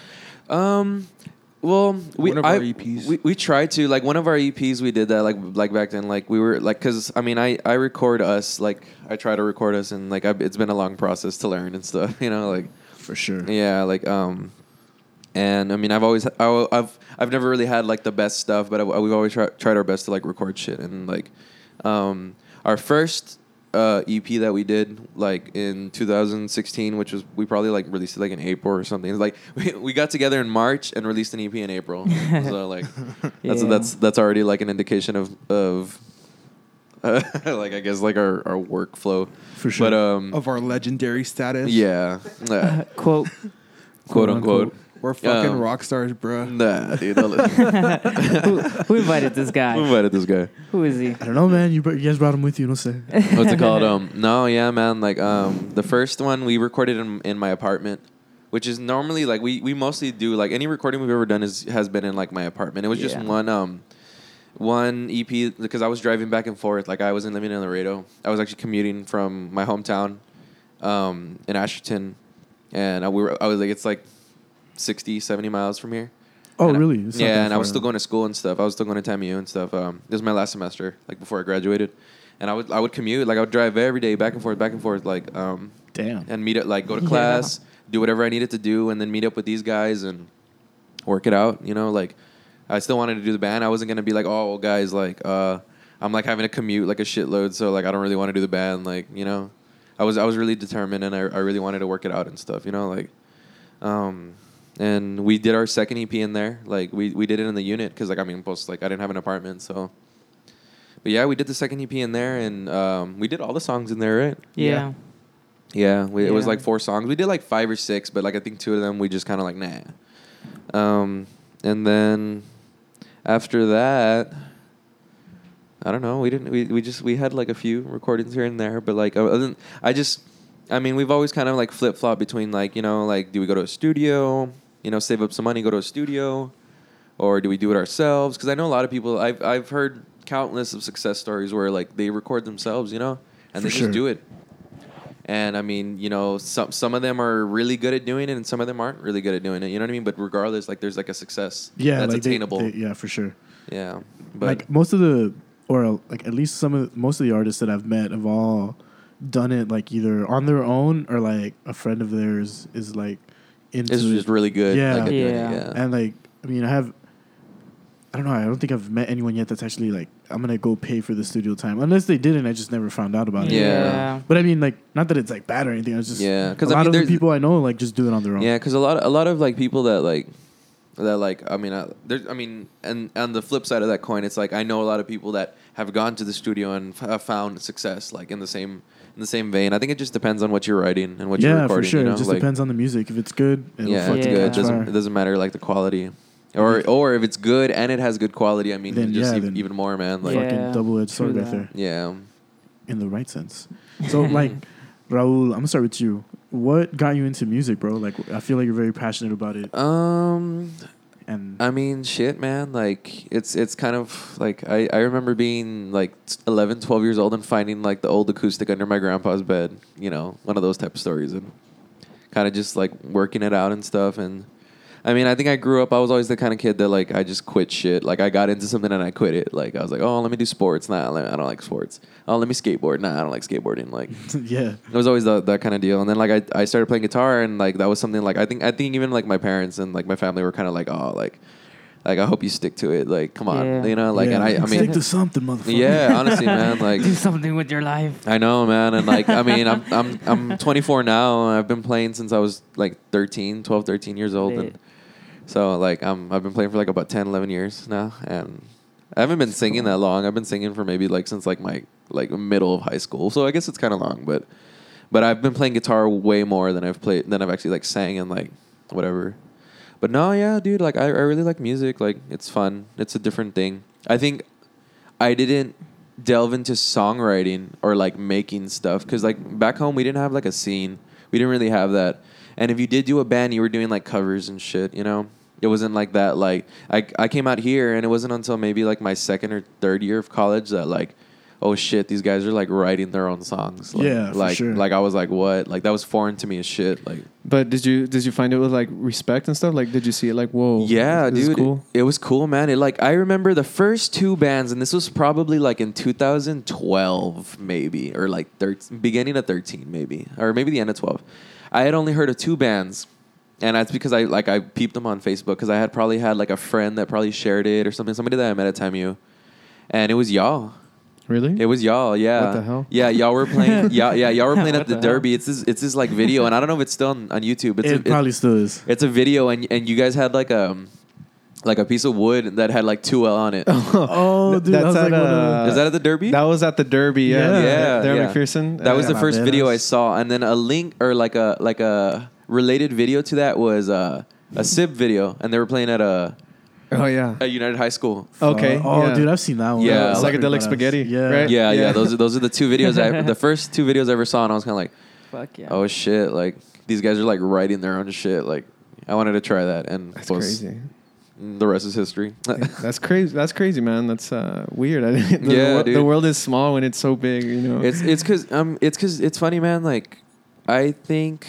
Speaker 12: um, well, we
Speaker 6: One of
Speaker 12: I,
Speaker 6: our E EPs.
Speaker 12: We, we tried to like one of our EPs. We did that like like back then. Like we were like because I mean I I record us like I try to record us and like I, it's been a long process to learn and stuff. (laughs) You know like
Speaker 1: For sure.
Speaker 12: yeah like um. And I mean, I've always, I, have I've never really had like the best stuff, but I, we've always try, tried our best to like record shit. And like, um, our first uh, EP that we did like in 2016, which was we probably like released it like in April or something. Like (laughs) we, we got together in March and released an EP in April. so like, that's
Speaker 11: Yeah.
Speaker 12: that's that's already like an indication of of. (laughs) Uh, like I guess like our, our workflow
Speaker 1: For sure.
Speaker 12: but um
Speaker 6: Of our legendary status.
Speaker 12: yeah Uh,
Speaker 11: (laughs) Quote.
Speaker 12: quote unquote
Speaker 6: We're fucking
Speaker 12: Um,
Speaker 6: rock stars, bruh.
Speaker 12: nah dude don't listen.
Speaker 11: who, who invited this
Speaker 12: Who
Speaker 11: guy?
Speaker 12: invited this guy
Speaker 11: Who is he?
Speaker 1: I don't know, man. You, br- you guys brought him with you. Don't
Speaker 12: (laughs)
Speaker 1: say.
Speaker 12: what's it called? Um, no, yeah, man. Like, um, the first one we recorded in, in my apartment, which is normally like we, we mostly do like any recording we've ever done is has been in like my apartment. It was just
Speaker 11: Yeah.
Speaker 12: one um, one EP because I was driving back and forth. Like I wasn't living in Laredo. I was actually commuting from my hometown, um, in Asherton, and I, we were I was like it's like 60, 70 miles from here.
Speaker 1: Oh,
Speaker 12: And I-
Speaker 1: really? It's not that
Speaker 12: yeah, and I
Speaker 1: far,
Speaker 12: was still
Speaker 1: huh?
Speaker 12: going to school and stuff. I was still going to TAMU and stuff. Um, this was my last semester, like before I graduated, and I would I would commute, like I would drive every day back and forth, back and forth, like um,
Speaker 1: Damn.
Speaker 12: and meet up, like go to
Speaker 11: Yeah.
Speaker 12: class, do whatever I needed to do, and then meet up with these guys and work it out. You know, like I still wanted to do the band. I wasn't gonna be like, oh, well, guys, like uh, I'm like having to commute like a shitload, so like I don't really want to do the band. Like you know, I was I was really determined, and I I really wanted to work it out and stuff. You know, like um, and we did our second EP in there. Like we we did it in the unit because like I mean, post like I didn't have an apartment, so. But yeah, we did the second EP in there, and um, we did all the songs in there, right?
Speaker 11: Yeah.
Speaker 12: Yeah, we, it was
Speaker 11: Yeah.
Speaker 12: like four songs. We did like five or six, but like I think two of them we just kind of like nah. Um, and then after that, I don't know. We didn't. We, we just we had like a few recordings here and there, but like other than, I just, I mean, we've always kind of like flip flop between like you know like do we go to a studio, you know, save up some money, go to a studio, or do we do it ourselves? Because I know a lot of people. I've I've heard countless of success stories where like they record themselves, you know,
Speaker 1: For
Speaker 12: and they
Speaker 1: sure.
Speaker 12: just do it. And I mean, you know, some some of them are really good at doing it, and some of them aren't really good at doing it. You know what I mean? But regardless, like there's like a success
Speaker 1: Yeah,
Speaker 12: that's
Speaker 1: like they-
Speaker 12: attainable.
Speaker 1: they- yeah, for sure.
Speaker 12: yeah, but
Speaker 1: like most of the, or like at least some of most of the artists that I've met have all done it like either on their own or like a friend of theirs is like into
Speaker 12: it's
Speaker 1: it.
Speaker 12: just really good.
Speaker 1: Yeah.
Speaker 12: like, at doing it,
Speaker 11: Yeah.
Speaker 12: yeah.
Speaker 1: and like I mean I have I don't know. I don't think I've met anyone yet that's actually like, I'm gonna go pay for the studio time. Unless they didn't, I just never found out about it.
Speaker 12: Yeah. Yeah.
Speaker 1: But I mean, like, not that it's like bad or anything. I was just
Speaker 12: Yeah,
Speaker 1: because
Speaker 12: 'cause
Speaker 1: a
Speaker 12: I
Speaker 1: lot
Speaker 12: mean,
Speaker 1: of
Speaker 12: there's-
Speaker 1: the people I know like just do it on their own.
Speaker 12: Yeah, because a lot, a lot of like people that like, that like, I mean, I, there's, I mean, and on the flip side of that coin, it's like I know a lot of people that have gone to the studio and f- have found success, like in the same, in the same vein. I think it just depends on what you're writing and what you're
Speaker 1: yeah,
Speaker 12: recording.
Speaker 1: for sure.
Speaker 12: You know?
Speaker 1: It just
Speaker 12: like,
Speaker 1: depends on the music. If it's good, it'll
Speaker 12: yeah, Mm.
Speaker 1: fucking
Speaker 12: it's good. It
Speaker 1: catch
Speaker 12: doesn't,
Speaker 1: fire.
Speaker 12: it doesn't matter like the quality, or or if it's good and it has good quality. I mean,
Speaker 1: Then,
Speaker 12: just
Speaker 1: yeah,
Speaker 12: ev-
Speaker 1: then
Speaker 12: even more, man. Like,
Speaker 1: fucking
Speaker 11: Yeah,
Speaker 1: double-edged sword
Speaker 11: true
Speaker 1: right
Speaker 11: that.
Speaker 1: there.
Speaker 12: yeah.
Speaker 1: in the right sense. So
Speaker 8: (laughs)
Speaker 1: like, Raul, I'm gonna start with you. What got you into music, bro? Like, I feel like you're very passionate about it.
Speaker 12: Um,
Speaker 1: And
Speaker 12: I mean, shit, man. Like, it's it's kind of like I, I remember being like 11, 12 years old and finding like the old acoustic under my grandpa's bed. You know, one of those type of stories, and kind of just like working it out and stuff. And I mean, I think I grew up. I was always the kind of kid that like I just quit shit. Like I got into something and I quit it. Like I was like, oh, let me do sports. Nah, let- I don't like sports. Oh, let me skateboard. Nah, I don't like skateboarding. Like
Speaker 1: (laughs) yeah,
Speaker 12: it was always the, that kind of deal. And then like I, I started playing guitar and like that was something like I think I think even like my parents and like my family were kind of like oh like like I hope you stick to it like come on
Speaker 11: Yeah.
Speaker 12: you know uh, like and I I
Speaker 1: stick
Speaker 12: mean
Speaker 1: to something, motherfucker. (laughs)
Speaker 12: (laughs) yeah honestly man like
Speaker 11: (laughs) do something with your life.
Speaker 12: (laughs) I know man and like I mean I'm I'm I'm 24 now and I've been playing since I was like 13 12 13 years old
Speaker 11: Lit.
Speaker 12: and so like I'm I've been playing for like about 10 11 years now and I haven't been singing that long I've been singing for maybe like since like my like middle of high school so I guess it's kind of long but but I've been playing guitar way more than I've played than I've actually like sang and like whatever. But no, yeah, dude, like I, I really like music. Like it's fun. It's a different thing. I think I didn't delve into songwriting or like making stuff because like back home we didn't have like a scene. We didn't really have that. And if you did do a band, you were doing like covers and shit. You know, it wasn't like that. Like I I came out here and it wasn't until maybe like my second or third year of college that like. Oh shit! These guys are like writing their own songs. Like,
Speaker 1: Yeah, for
Speaker 12: like
Speaker 1: sure.
Speaker 12: like I was like, what? Like that was foreign to me as shit. Like
Speaker 8: But did you did you find it with like respect and stuff? Like, did you see it like whoa?
Speaker 12: yeah,
Speaker 8: this is
Speaker 12: dude, it-
Speaker 8: cool.
Speaker 12: It, was cool, man. It like I remember the first two bands, and this was probably like in 2012, maybe or like 13, beginning of 13, maybe or maybe the end of 12. I had only heard of two bands, and that's because I like I peeped them on Facebook because I had probably had like a friend that probably shared it or something. Somebody that I met at TMU, and it was y'all.
Speaker 8: Really? (laughs)
Speaker 12: It was y'all, yeah.
Speaker 8: What the hell?
Speaker 12: Yeah, y'all
Speaker 8: (laughs)
Speaker 12: were playing. yeah, yeah, y'all were playing at
Speaker 8: What
Speaker 12: the,
Speaker 8: the hell?
Speaker 12: Derby. It's this, it's this like video, and I don't know if it's still on, on YouTube. It's
Speaker 1: it
Speaker 12: a,
Speaker 1: probably still is.
Speaker 12: it's a video, and and you guys had like a like a piece of wood that had like two L on it. Is
Speaker 1: Oh, dude, I was like, what a-
Speaker 12: that at the Derby?
Speaker 8: uh, that was at the Derby. Yeah,
Speaker 12: yeah,
Speaker 8: Darren
Speaker 12: yeah.
Speaker 8: McPherson.
Speaker 12: That was
Speaker 8: Uh,
Speaker 12: the first video I saw, and then a link or like a like a related video to that was uh, a SIB video, and they were playing at a
Speaker 8: Oh yeah.
Speaker 12: at United High School.
Speaker 8: Okay.
Speaker 1: Oh,
Speaker 8: yeah.
Speaker 1: dude, I've seen that one.
Speaker 12: Yeah,
Speaker 1: That's
Speaker 12: Psychedelic
Speaker 1: pretty badass.
Speaker 8: spaghetti,
Speaker 1: Yeah,
Speaker 8: right?
Speaker 12: Yeah, yeah.
Speaker 8: Yeah.
Speaker 12: Those are those are the two videos.
Speaker 8: (laughs)
Speaker 12: I, the first two videos I ever saw, and I was kind of like,
Speaker 11: Fuck yeah.
Speaker 12: oh shit, like these guys are like writing their own shit. Like I wanted to try that, and
Speaker 8: That's
Speaker 12: was-
Speaker 8: crazy. (laughs)
Speaker 12: The rest is history. (laughs)
Speaker 8: That's crazy. That's crazy, man. That's uh, weird. (laughs) I didn't- the,
Speaker 12: Yeah,
Speaker 8: wor-
Speaker 12: dude.
Speaker 8: the world is small when it's so big. You know.
Speaker 12: It's it's cause um it's cause it's funny, man. Like I think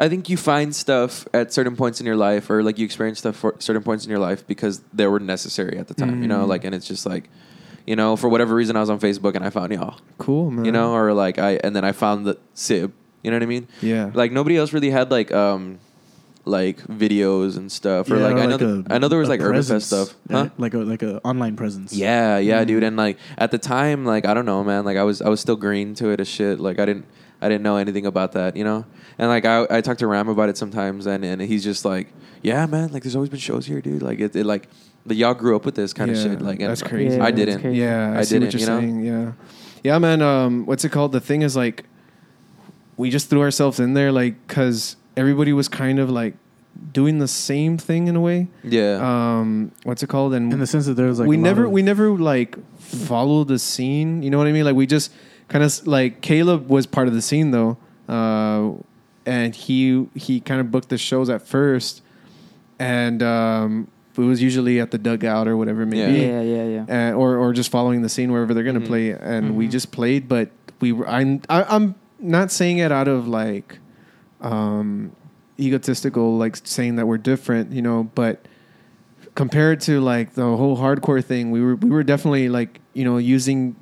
Speaker 12: I think you find stuff at certain points in your life, or like you experience stuff for certain points in your life because they were necessary at the time. You know,
Speaker 8: Mm.
Speaker 12: like and it's just like. You know, for whatever reason, I was on Facebook and I found y'all.
Speaker 8: cool, man.
Speaker 12: You know, or like I, and then I found the Sib. You know what I mean?
Speaker 8: Yeah.
Speaker 12: Like nobody else really had like, um, like videos and stuff, or
Speaker 1: Yeah,
Speaker 12: like, I know,
Speaker 1: a-
Speaker 12: th- I know there was
Speaker 1: a
Speaker 12: like Urban Fest
Speaker 1: presence,
Speaker 12: stuff,
Speaker 1: uh,
Speaker 12: huh?
Speaker 1: Like a like a online presence.
Speaker 12: Yeah, yeah, dude.
Speaker 8: mm-hmm.
Speaker 12: And like at the time, like I don't know, man. Like I was I was still green to it as shit. Like I didn't I didn't know anything about that, you know. And like I I talk to Ram about it sometimes, and and he's just like, yeah, man. Like there's always been shows here, dude. Like it, it like. But y'all grew up with this kind
Speaker 8: Yeah,
Speaker 12: of shit, like and
Speaker 8: that's crazy.
Speaker 12: I
Speaker 8: man.
Speaker 12: didn't.
Speaker 8: Yeah, I,
Speaker 12: I,
Speaker 8: see
Speaker 12: didn't.
Speaker 8: what you're
Speaker 12: you know,
Speaker 8: saying. Yeah, yeah, man. Um, what's it called? The thing is like, we just threw ourselves in there, like, cause everybody was kind of like doing the same thing in a way.
Speaker 12: yeah,
Speaker 8: Um, what's it called? And
Speaker 1: In the sense that there's like
Speaker 8: we
Speaker 1: a lot
Speaker 8: never
Speaker 1: of-
Speaker 8: we never like followed the scene. You know what I mean? Like we just kind of like Caleb was part of the scene though, uh, and he he kind of booked the shows at first, and um, it was usually at the dugout or whatever it may
Speaker 12: Yeah.
Speaker 8: be,
Speaker 11: Yeah, yeah, yeah. Mm-hmm.
Speaker 8: and- or or just following the scene wherever they're gonna play. And we just played, but we were I'm I, I'm not saying it out of like um, egotistical, like saying that we're different, you know, but compared to like the whole hardcore thing, we were we were definitely like you know using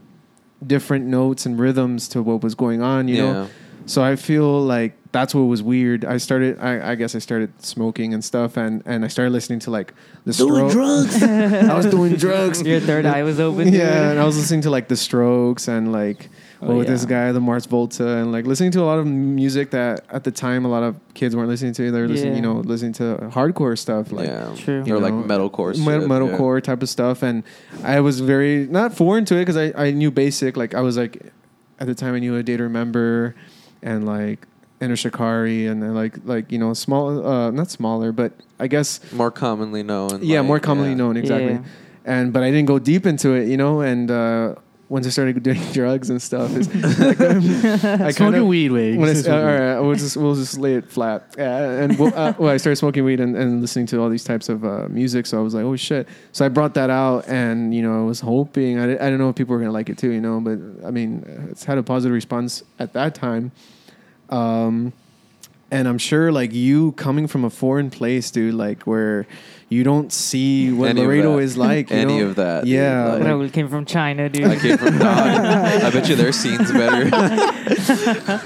Speaker 8: different notes and rhythms to what was going on, you
Speaker 12: Yeah.
Speaker 8: know. So I feel like that's what was weird. I started, I, I guess I started smoking and stuff, and, and I started listening to like the
Speaker 11: Doing
Speaker 8: Strokes. (laughs)
Speaker 11: drugs.
Speaker 8: I was
Speaker 11: (laughs)
Speaker 8: doing drugs.
Speaker 11: Your third eye was open.
Speaker 8: Yeah,
Speaker 11: dude.
Speaker 8: and I was listening to like the Strokes and like
Speaker 11: Oh,
Speaker 8: well, with this
Speaker 11: yeah.
Speaker 8: guy, the Mars Volta, and like listening to a lot of music that at the time a lot of kids weren't listening to. They were listening,
Speaker 12: Yeah.
Speaker 8: you know, listening to hardcore stuff like
Speaker 12: yeah,
Speaker 11: True.
Speaker 8: you
Speaker 12: or like
Speaker 8: know,
Speaker 12: metalcore,
Speaker 8: me-
Speaker 12: shit, yeah.
Speaker 8: metalcore type of stuff. And I was very not foreign to it because I, I knew basic. Like I was like at the time I knew a day to remember and like Inner Shikari and then, like like you know small uh, not smaller but I guess
Speaker 12: more commonly known.
Speaker 8: yeah
Speaker 12: like,
Speaker 8: more commonly
Speaker 12: yeah.
Speaker 8: known exactly.
Speaker 11: Yeah.
Speaker 8: And but I didn't go deep into it, you know. And uh, once I started (laughs) doing drugs and stuff, it's, (laughs) I
Speaker 1: Smoking
Speaker 8: kinda-
Speaker 1: weed, Wig.
Speaker 8: when uh, I, s- all right, we'll just we'll just lay it flat. Uh, and we'll, uh, well, I started smoking weed and, and listening to all these types of uh, music, so I was like, oh shit. So I brought that out, and you know, I was hoping I, di- I don't know if people were gonna like it too, you know, but I mean, it's had a positive response at that time. Um, and I'm sure like you coming from a foreign place, dude, like where you don't see what
Speaker 12: Any of
Speaker 8: Laredo
Speaker 12: that.
Speaker 8: is like. you
Speaker 12: Any
Speaker 8: know?
Speaker 12: of that, dude,
Speaker 8: Yeah.
Speaker 12: like-
Speaker 8: like-
Speaker 11: Bro, we came from China, dude.
Speaker 12: I came from. Nah, I bet you their scenes
Speaker 8: (laughs)
Speaker 12: better.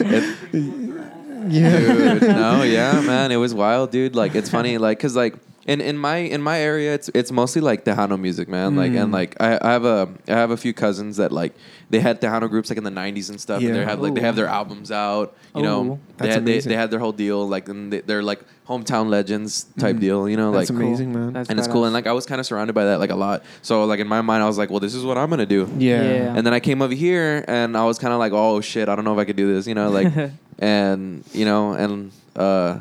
Speaker 12: It- dude. No, yeah, man, it was wild, dude. Like, it's funny, like, cause like in, in my in my area, it's it's mostly like Tejano music, man. Like,
Speaker 8: Mm.
Speaker 12: and like I, I have a I have a few cousins that like they had Tejano groups like in the '90s and stuff, and they
Speaker 8: Yeah.
Speaker 12: have like they
Speaker 8: Oh.
Speaker 12: have their albums out. You
Speaker 8: Oh.
Speaker 12: know, they
Speaker 8: That's
Speaker 12: had, they,
Speaker 8: amazing.
Speaker 12: they had their whole deal, like, and they, they're like hometown legends type deal. You know,
Speaker 8: Mm. That's
Speaker 12: like
Speaker 8: amazing, man.
Speaker 11: That's
Speaker 12: and it's
Speaker 11: badass.
Speaker 12: cool. And like I was kind of surrounded by that like a lot. So like in my mind, I was like, well, this is what I'm gonna do.
Speaker 8: yeah.
Speaker 11: Yeah.
Speaker 12: And then I came over here and I was kind of like, oh shit, I don't know if I could do this, you
Speaker 8: (laughs)
Speaker 12: know, like, and you know, and uh,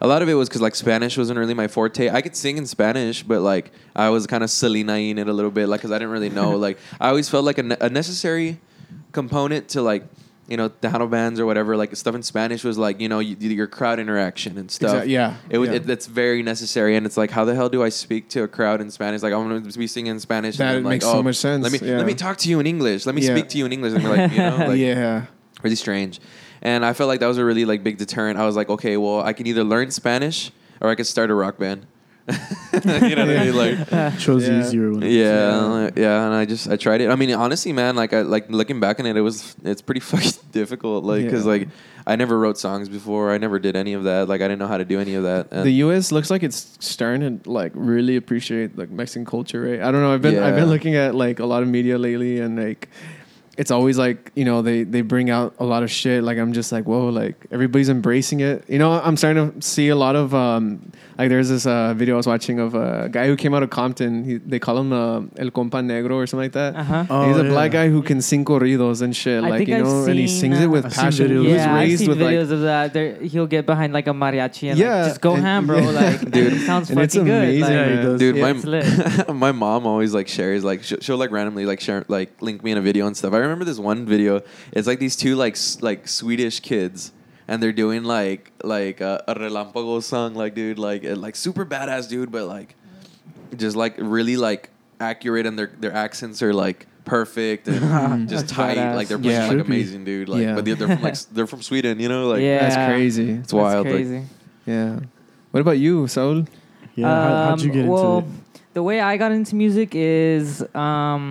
Speaker 12: a lot of it was because like Spanish wasn't really my forte. I could sing in Spanish, but like I was kind of Selena-ing it a little bit, like because I didn't really
Speaker 8: (laughs)
Speaker 12: know. like I always felt like a, ne- a necessary component to like. You know, Tejano bands or whatever, like stuff in Spanish was like, you know, you, your crowd interaction and stuff.
Speaker 8: Exact- yeah,
Speaker 12: It, was
Speaker 8: yeah.
Speaker 12: It, that's very necessary. And it's like, how the hell do I speak to a crowd in Spanish? Like, I'm going to be singing in Spanish.
Speaker 8: That
Speaker 12: and then, like,
Speaker 8: makes so
Speaker 12: oh,
Speaker 8: much sense,
Speaker 12: Let me,
Speaker 8: yeah.
Speaker 12: let me talk to you in English. Let me
Speaker 8: Yeah.
Speaker 12: speak to you in English. And we're like, you know,
Speaker 8: (laughs)
Speaker 12: like,
Speaker 8: yeah.
Speaker 12: really strange. And I felt like that was a really like big deterrent. I was like, okay, well, I can either learn Spanish or I could start a rock band. (laughs) you know what I
Speaker 8: (laughs)
Speaker 12: mean? Like,
Speaker 1: Chose
Speaker 8: Yeah.
Speaker 1: the easier one.
Speaker 12: yeah, yeah. And I just I tried it. I mean, honestly, man, like I like looking back on it, it was it's pretty (laughs) fucking difficult. Like, cause
Speaker 8: Yeah.
Speaker 12: like I never wrote songs before. I never did any of that. Like, I didn't know how to do any of that. And
Speaker 8: the U.S. looks like it's starting to like really appreciate like Mexican culture, right? I don't know. I've been I've been
Speaker 12: Yeah.
Speaker 8: looking at like a lot of media lately, and like it's always like you know they they bring out a lot of shit. Like I'm just like whoa, like everybody's embracing it. You know, I'm starting to see a lot of um like there's this uh, video I was watching of a guy who came out of Compton. He, they call him uh, El Compa Negro or something like that.
Speaker 11: Uh-huh.
Speaker 1: Oh,
Speaker 8: He's a
Speaker 1: yeah.
Speaker 8: black guy who can sing corridos and shit,
Speaker 11: I
Speaker 8: like
Speaker 11: think
Speaker 8: you
Speaker 11: I've
Speaker 8: know, and he
Speaker 11: seen,
Speaker 8: sings
Speaker 11: uh,
Speaker 8: it with
Speaker 1: I've seen
Speaker 8: passion.
Speaker 1: videos.
Speaker 8: He was
Speaker 11: Yeah, I've
Speaker 8: raised
Speaker 11: seen
Speaker 8: with like
Speaker 11: videos of that. There, he'll get behind like a mariachi and
Speaker 8: Yeah,
Speaker 11: like, just go
Speaker 8: and-
Speaker 11: ham, bro.
Speaker 8: yeah.
Speaker 11: Like
Speaker 12: (laughs)
Speaker 8: (laughs)
Speaker 12: Dude,
Speaker 11: dude, sounds
Speaker 8: and
Speaker 11: fucking
Speaker 8: it's
Speaker 11: good. Like,
Speaker 8: amazing,
Speaker 1: Yeah, he
Speaker 8: man.
Speaker 1: does.
Speaker 12: Dude,
Speaker 11: Yeah, it's
Speaker 12: my,
Speaker 11: lit.
Speaker 12: (laughs) my mom always like shares like she'll, she'll like randomly like share like link me in a video and stuff. I remember this one video. It's like these two like s- like Swedish kids and they're doing like like uh, a relampago song like dude like uh, like super badass dude but like just like really like accurate and their their accents are like
Speaker 6: (laughs)
Speaker 12: perfect and just
Speaker 11: That's
Speaker 12: tight
Speaker 11: badass.
Speaker 12: like they're playing
Speaker 8: Yeah.
Speaker 12: like
Speaker 1: Should be.
Speaker 12: amazing dude like
Speaker 8: Yeah.
Speaker 12: but they're they're from like s- they're from Sweden you know like
Speaker 11: Yeah.
Speaker 8: that's crazy.
Speaker 12: it's wild like-
Speaker 11: crazy.
Speaker 8: Yeah. What about you, Saul?
Speaker 1: Yeah. how, how'd you
Speaker 11: Um,
Speaker 1: get
Speaker 11: well,
Speaker 1: into it?
Speaker 11: The way I got into music is um,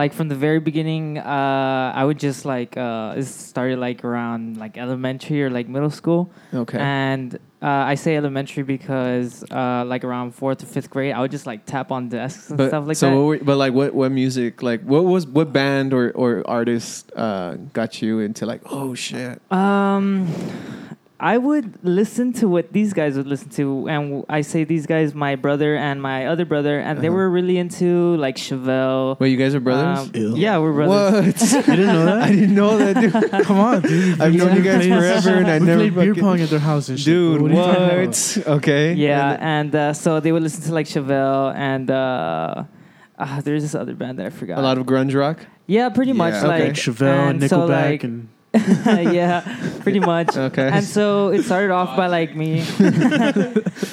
Speaker 11: like from the very beginning. Uh, I would just like uh, it started like around like elementary or like middle school.
Speaker 8: Okay.
Speaker 11: And uh, I say elementary because uh, like around fourth or fifth grade, I would just like tap on desks and
Speaker 8: but,
Speaker 11: stuff like
Speaker 8: so
Speaker 11: that.
Speaker 8: What were, but like, what what music? Like, what was what band or or artist uh, got you into like? Oh shit!
Speaker 11: Um, I would listen to what these guys would listen to, and w- I say these guys, my brother and my other brother, and they
Speaker 8: Uh-huh.
Speaker 11: were really into like Chevelle.
Speaker 8: Wait, you guys are brothers?
Speaker 11: um,
Speaker 1: Ew.
Speaker 11: yeah, we're brothers. (laughs)
Speaker 8: what?
Speaker 1: You didn't
Speaker 8: (laughs)
Speaker 1: know that?
Speaker 8: I didn't know that, dude.
Speaker 1: Come on, dude.
Speaker 8: I've
Speaker 1: We
Speaker 8: known you guys
Speaker 1: played-
Speaker 8: forever, and I
Speaker 1: we
Speaker 8: never
Speaker 1: played beer
Speaker 8: fucking-
Speaker 1: pong at their house and shit.
Speaker 8: Dude,
Speaker 1: What are you talking about?
Speaker 8: what? Okay.
Speaker 11: Yeah, and uh, so they would listen to like Chevelle and uh, uh, there's this other band that I forgot.
Speaker 8: A lot of grunge
Speaker 11: (laughs)
Speaker 8: rock.
Speaker 11: yeah, pretty much
Speaker 12: Yeah.
Speaker 11: like
Speaker 8: Okay.
Speaker 1: Chevelle and Nickelback
Speaker 11: so, like,
Speaker 1: and
Speaker 11: (laughs) yeah, pretty much.
Speaker 8: Okay.
Speaker 11: And so it started off by like
Speaker 8: (laughs)
Speaker 11: me,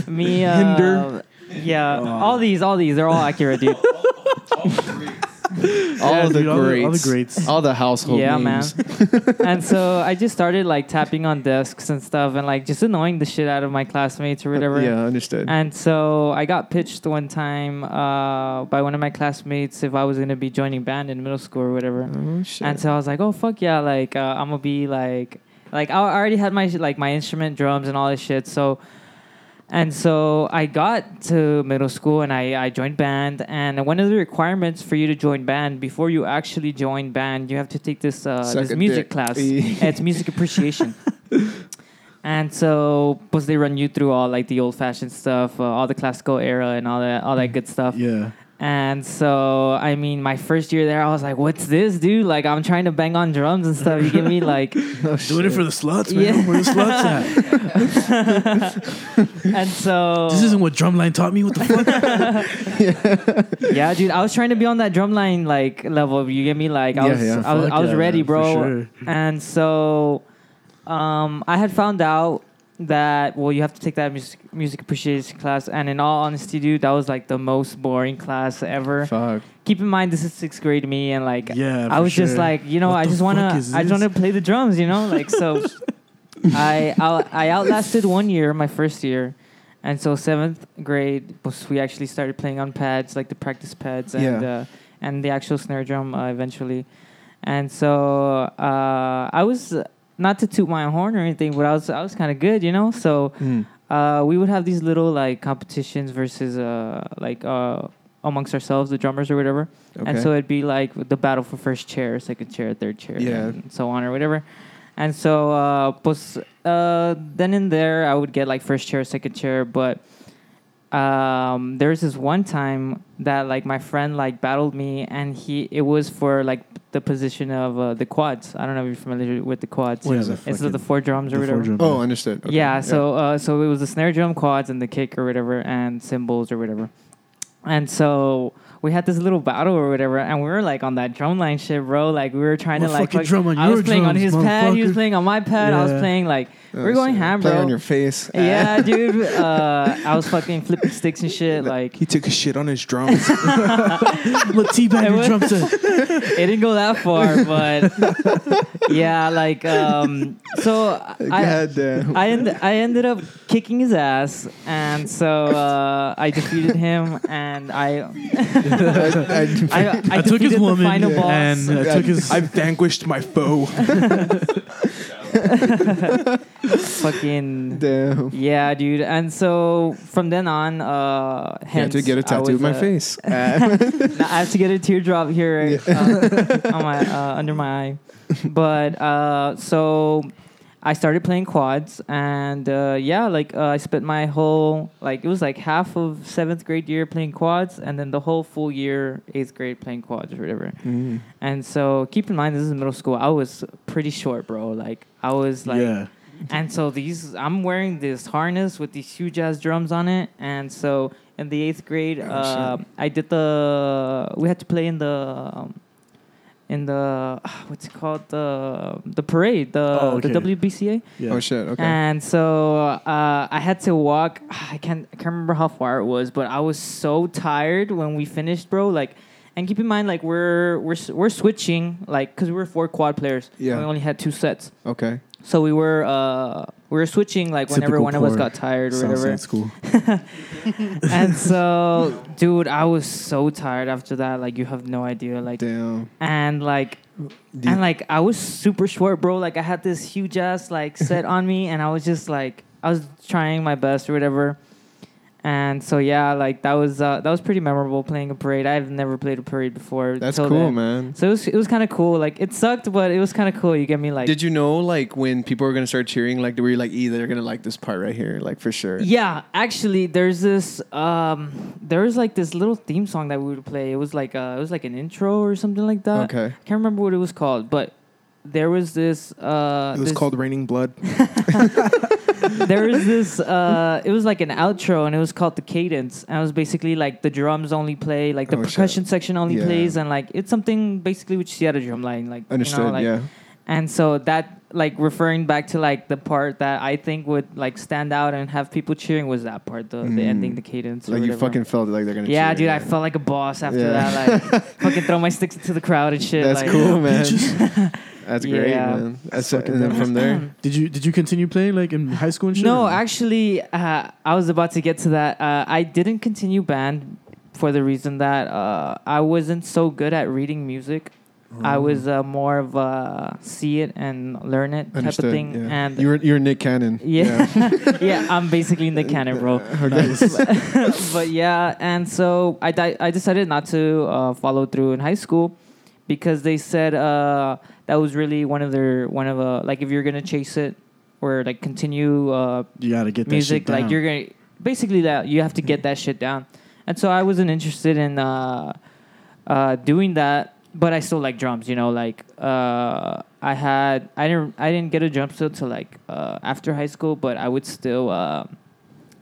Speaker 11: me, uh,
Speaker 8: Hinder.
Speaker 11: Yeah,
Speaker 8: Oh.
Speaker 11: all these, all these, they're all
Speaker 8: (laughs)
Speaker 11: accurate, dude.
Speaker 8: all
Speaker 1: Yeah,
Speaker 8: the
Speaker 1: dude, all the-
Speaker 8: greats,
Speaker 1: all the greats.
Speaker 8: all the household
Speaker 11: yeah,
Speaker 8: names.
Speaker 11: man. (laughs) and so I just started like tapping on desks and stuff, and like just annoying the shit out of my classmates or whatever.
Speaker 8: Yeah, understood.
Speaker 11: And so I got pitched one time uh, by one of my classmates if I was gonna be joining band in middle school or whatever.
Speaker 8: oh shit!
Speaker 11: And so I was like, oh fuck yeah, like uh, I'm gonna be like Like I already had my like my instrument, drums, and all this shit. So, and so I got to middle school and I I joined band. And one of the requirements for you to join band before you actually join band, you have to take this uh,
Speaker 8: Suck
Speaker 11: this
Speaker 8: a
Speaker 11: music
Speaker 8: dick. (laughs)
Speaker 11: class. it's music appreciation. And so, plus they run you through all like the old fashioned stuff, uh, all the classical era, and all that, all that good stuff.
Speaker 1: Yeah.
Speaker 11: And so, I mean, my first year there, I was like, "What's this, dude? Like, I'm trying to bang on drums and stuff. You give me
Speaker 1: (laughs)
Speaker 11: like,
Speaker 1: Doing it for the sluts, man. Where the sluts at? (laughs)
Speaker 11: and so
Speaker 1: This isn't what drumline taught me. What (laughs) the fuck?
Speaker 11: (laughs) yeah, dude, I was trying to be on that drumline like level. You get me? Like I
Speaker 1: Yeah,
Speaker 11: was,
Speaker 1: yeah,
Speaker 11: I was,
Speaker 1: fuck
Speaker 11: I was
Speaker 1: yeah,
Speaker 11: ready,
Speaker 1: man, for
Speaker 11: bro.
Speaker 1: sure.
Speaker 11: And so, um, I had found out that well, you have to take that music music appreciation class. And in all honesty, dude, that was like the most boring class ever.
Speaker 8: Fuck.
Speaker 11: Keep in mind, this is sixth grade me, and like
Speaker 1: Yeah,
Speaker 11: I
Speaker 1: for
Speaker 11: was just
Speaker 1: sure.
Speaker 11: like, you know,
Speaker 1: What
Speaker 11: I
Speaker 1: the
Speaker 11: just wanna,
Speaker 1: fuck is
Speaker 11: I just
Speaker 1: this?
Speaker 11: wanna play the drums, you know,
Speaker 1: (laughs)
Speaker 11: like so. I out, I outlasted one year, my first year, and so seventh grade, pues, we actually started playing on pads, like the practice pads, and
Speaker 8: Yeah.
Speaker 11: uh, and the actual snare drum uh, eventually, and so uh, I was uh, not to toot my horn or anything, but I was I was kind of good, you know. So
Speaker 8: Mm.
Speaker 11: uh, we would have these little like competitions versus uh, like uh, amongst ourselves, the drummers or whatever, and
Speaker 8: Okay.
Speaker 11: so it'd be like the battle for first chair, second chair, third chair,
Speaker 8: Yeah.
Speaker 11: and so on or whatever. And so, uh, pues, uh, then in there, I would get like first chair, second chair. But um, there was this one time that like my friend like battled me, and he it was for like the position of uh, the quads. I don't know if you're familiar with the quads.
Speaker 1: What is it?
Speaker 11: it's
Speaker 1: Fucking-
Speaker 11: the four drums or
Speaker 1: the four
Speaker 11: whatever.
Speaker 1: drum-
Speaker 8: Oh, understood. Okay.
Speaker 11: Yeah, so Uh, so it was the snare drum quads and the kick or whatever and cymbals or whatever. And so we had this little battle or whatever, and we were like on that drum line shit, bro. Like we were trying to
Speaker 1: Well,
Speaker 11: like
Speaker 1: fucking
Speaker 11: fuck-
Speaker 1: drum on
Speaker 11: I
Speaker 1: your
Speaker 11: was playing on his
Speaker 1: drums,
Speaker 11: pad, he was
Speaker 1: motherfucker.
Speaker 11: playing on my pad, I was
Speaker 1: Yeah.
Speaker 11: playing like
Speaker 8: Oh,
Speaker 11: we're going
Speaker 8: shit.
Speaker 11: ham,
Speaker 8: Play
Speaker 11: bro.
Speaker 8: on your face.
Speaker 11: yeah,
Speaker 8: (laughs)
Speaker 11: dude. Uh, I was fucking flipping sticks and shit. Like
Speaker 6: He took a shit on his drums.
Speaker 1: Look, (laughs) teabag your drum set.
Speaker 11: it didn't go that far, but yeah, like um. So I,
Speaker 8: God damn.
Speaker 11: I, end, I ended up kicking his ass, and so uh, I defeated him, and I (laughs)
Speaker 8: I,
Speaker 11: I, I,
Speaker 1: I took
Speaker 11: defeated
Speaker 1: his
Speaker 11: the
Speaker 1: woman
Speaker 11: final boss.
Speaker 1: and I took his.
Speaker 6: I vanquished my foe.
Speaker 8: (laughs)
Speaker 11: fucking
Speaker 8: damn.
Speaker 11: yeah, dude. And so from then on, uh,
Speaker 8: You have
Speaker 11: hence,
Speaker 8: to get a
Speaker 11: I
Speaker 8: tattoo
Speaker 11: was,
Speaker 8: of my
Speaker 6: (laughs)
Speaker 11: uh,
Speaker 8: face. Uh,
Speaker 11: (laughs) Now I have to get a teardrop here uh, on my uh, under my eye. But uh, so I started playing quads, and uh, yeah, like uh, I spent my whole like it was like half of seventh grade year playing quads, and then the whole full year eighth grade playing quads or whatever. And so keep in mind, this is middle school. I was pretty short, bro. Like I was like.
Speaker 1: yeah.
Speaker 11: And so these, I'm wearing this harness with these huge ass drums on it. And so in the eighth grade,
Speaker 1: Oh,
Speaker 11: uh, I did the. We had to play in the, um, in the ah, what's it called the the parade the
Speaker 1: Oh,
Speaker 11: the
Speaker 1: okay.
Speaker 11: WBCA.
Speaker 1: Yeah.
Speaker 8: Oh shit. Okay.
Speaker 11: And so uh, I had to walk. ah, I can't I can't remember how far it was, but I was so tired when we finished, bro. Like, and keep in mind, like we're we're s- we're switching, like because we were four quad players.
Speaker 8: Yeah.
Speaker 11: We only had two sets.
Speaker 8: okay.
Speaker 11: So we were uh, we were switching like whenever
Speaker 1: Typical
Speaker 11: one of us
Speaker 1: poor.
Speaker 11: got tired or
Speaker 1: Sounds
Speaker 11: whatever.
Speaker 1: like (laughs) school.
Speaker 11: and so, dude, I was so tired after that. Like you have no idea. Like
Speaker 8: Damn.
Speaker 11: and like
Speaker 8: Do you-
Speaker 11: and like I was super short, bro. Like I had this huge
Speaker 8: (laughs)
Speaker 11: ass like set on me, and I was just like I was trying my best or whatever. And so yeah, like that was uh, that was pretty memorable playing a parade. I've never played a parade before.
Speaker 8: That's
Speaker 11: till
Speaker 8: cool,
Speaker 11: then.
Speaker 8: man.
Speaker 11: So it was it was kind of cool. Like it sucked, but it was kind of cool. You get me? Like
Speaker 8: Did you know like when people were gonna start cheering? Like, were you like, "E, they're gonna like this part right here, like for sure."
Speaker 11: Yeah, actually, there's this. Um, there was like this little theme song that we would play. It was like uh, it was like an intro or something like that.
Speaker 8: Okay.
Speaker 11: can't remember what it was called, but there was this. Uh,
Speaker 6: It was
Speaker 11: this-
Speaker 6: called Raining Blood.
Speaker 11: (laughs) there was this. Uh, it was like an outro, and it was called the cadence, and it was basically like the drums only play, like the
Speaker 8: Oh, shit.
Speaker 11: percussion section only
Speaker 8: Yeah.
Speaker 11: plays, and like it's something basically what you see at a drum line, like
Speaker 8: Understood.
Speaker 11: You know, like,
Speaker 8: yeah.
Speaker 11: and so that like referring back to like the part that I think would like stand out and have people cheering was that part, the the ending, the cadence. or
Speaker 8: Mm. Like you
Speaker 11: whatever.
Speaker 8: fucking felt like they're gonna.
Speaker 11: Yeah,
Speaker 8: cheer,
Speaker 11: dude, I
Speaker 8: yeah.
Speaker 11: felt like a boss after
Speaker 8: Yeah.
Speaker 11: that.
Speaker 8: (laughs)
Speaker 11: Like fucking throw my sticks into the crowd and shit.
Speaker 8: That's
Speaker 11: like,
Speaker 1: Oh,
Speaker 8: cool, (laughs) man. That's great,
Speaker 11: Yeah.
Speaker 8: man. That's and then from
Speaker 11: (clears throat)
Speaker 8: there,
Speaker 1: Did you did you continue playing like in high school and shit?
Speaker 11: No,
Speaker 1: or-
Speaker 11: actually, uh, I was about to get to that. Uh, I didn't continue band for the reason that uh, I wasn't so good at reading music. I was uh, more of a see it and learn it type
Speaker 8: Understood,
Speaker 11: of thing.
Speaker 8: yeah.
Speaker 11: And
Speaker 8: you're you're Nick Cannon.
Speaker 11: yeah, (laughs) yeah. I'm basically in the canon, bro. (laughs) but yeah, and so I di- I decided not to uh, follow through in high school because they said uh, that was really one of their one of uh, like if you're gonna chase it or like continue uh,
Speaker 1: You gotta get that
Speaker 11: music
Speaker 1: shit down.
Speaker 11: like you're gonna basically that you have to get that shit down and so i wasn't interested in uh uh doing that but i still like drums you know like uh i had i didn't i didn't get a drum set till like uh after high school but i would still uh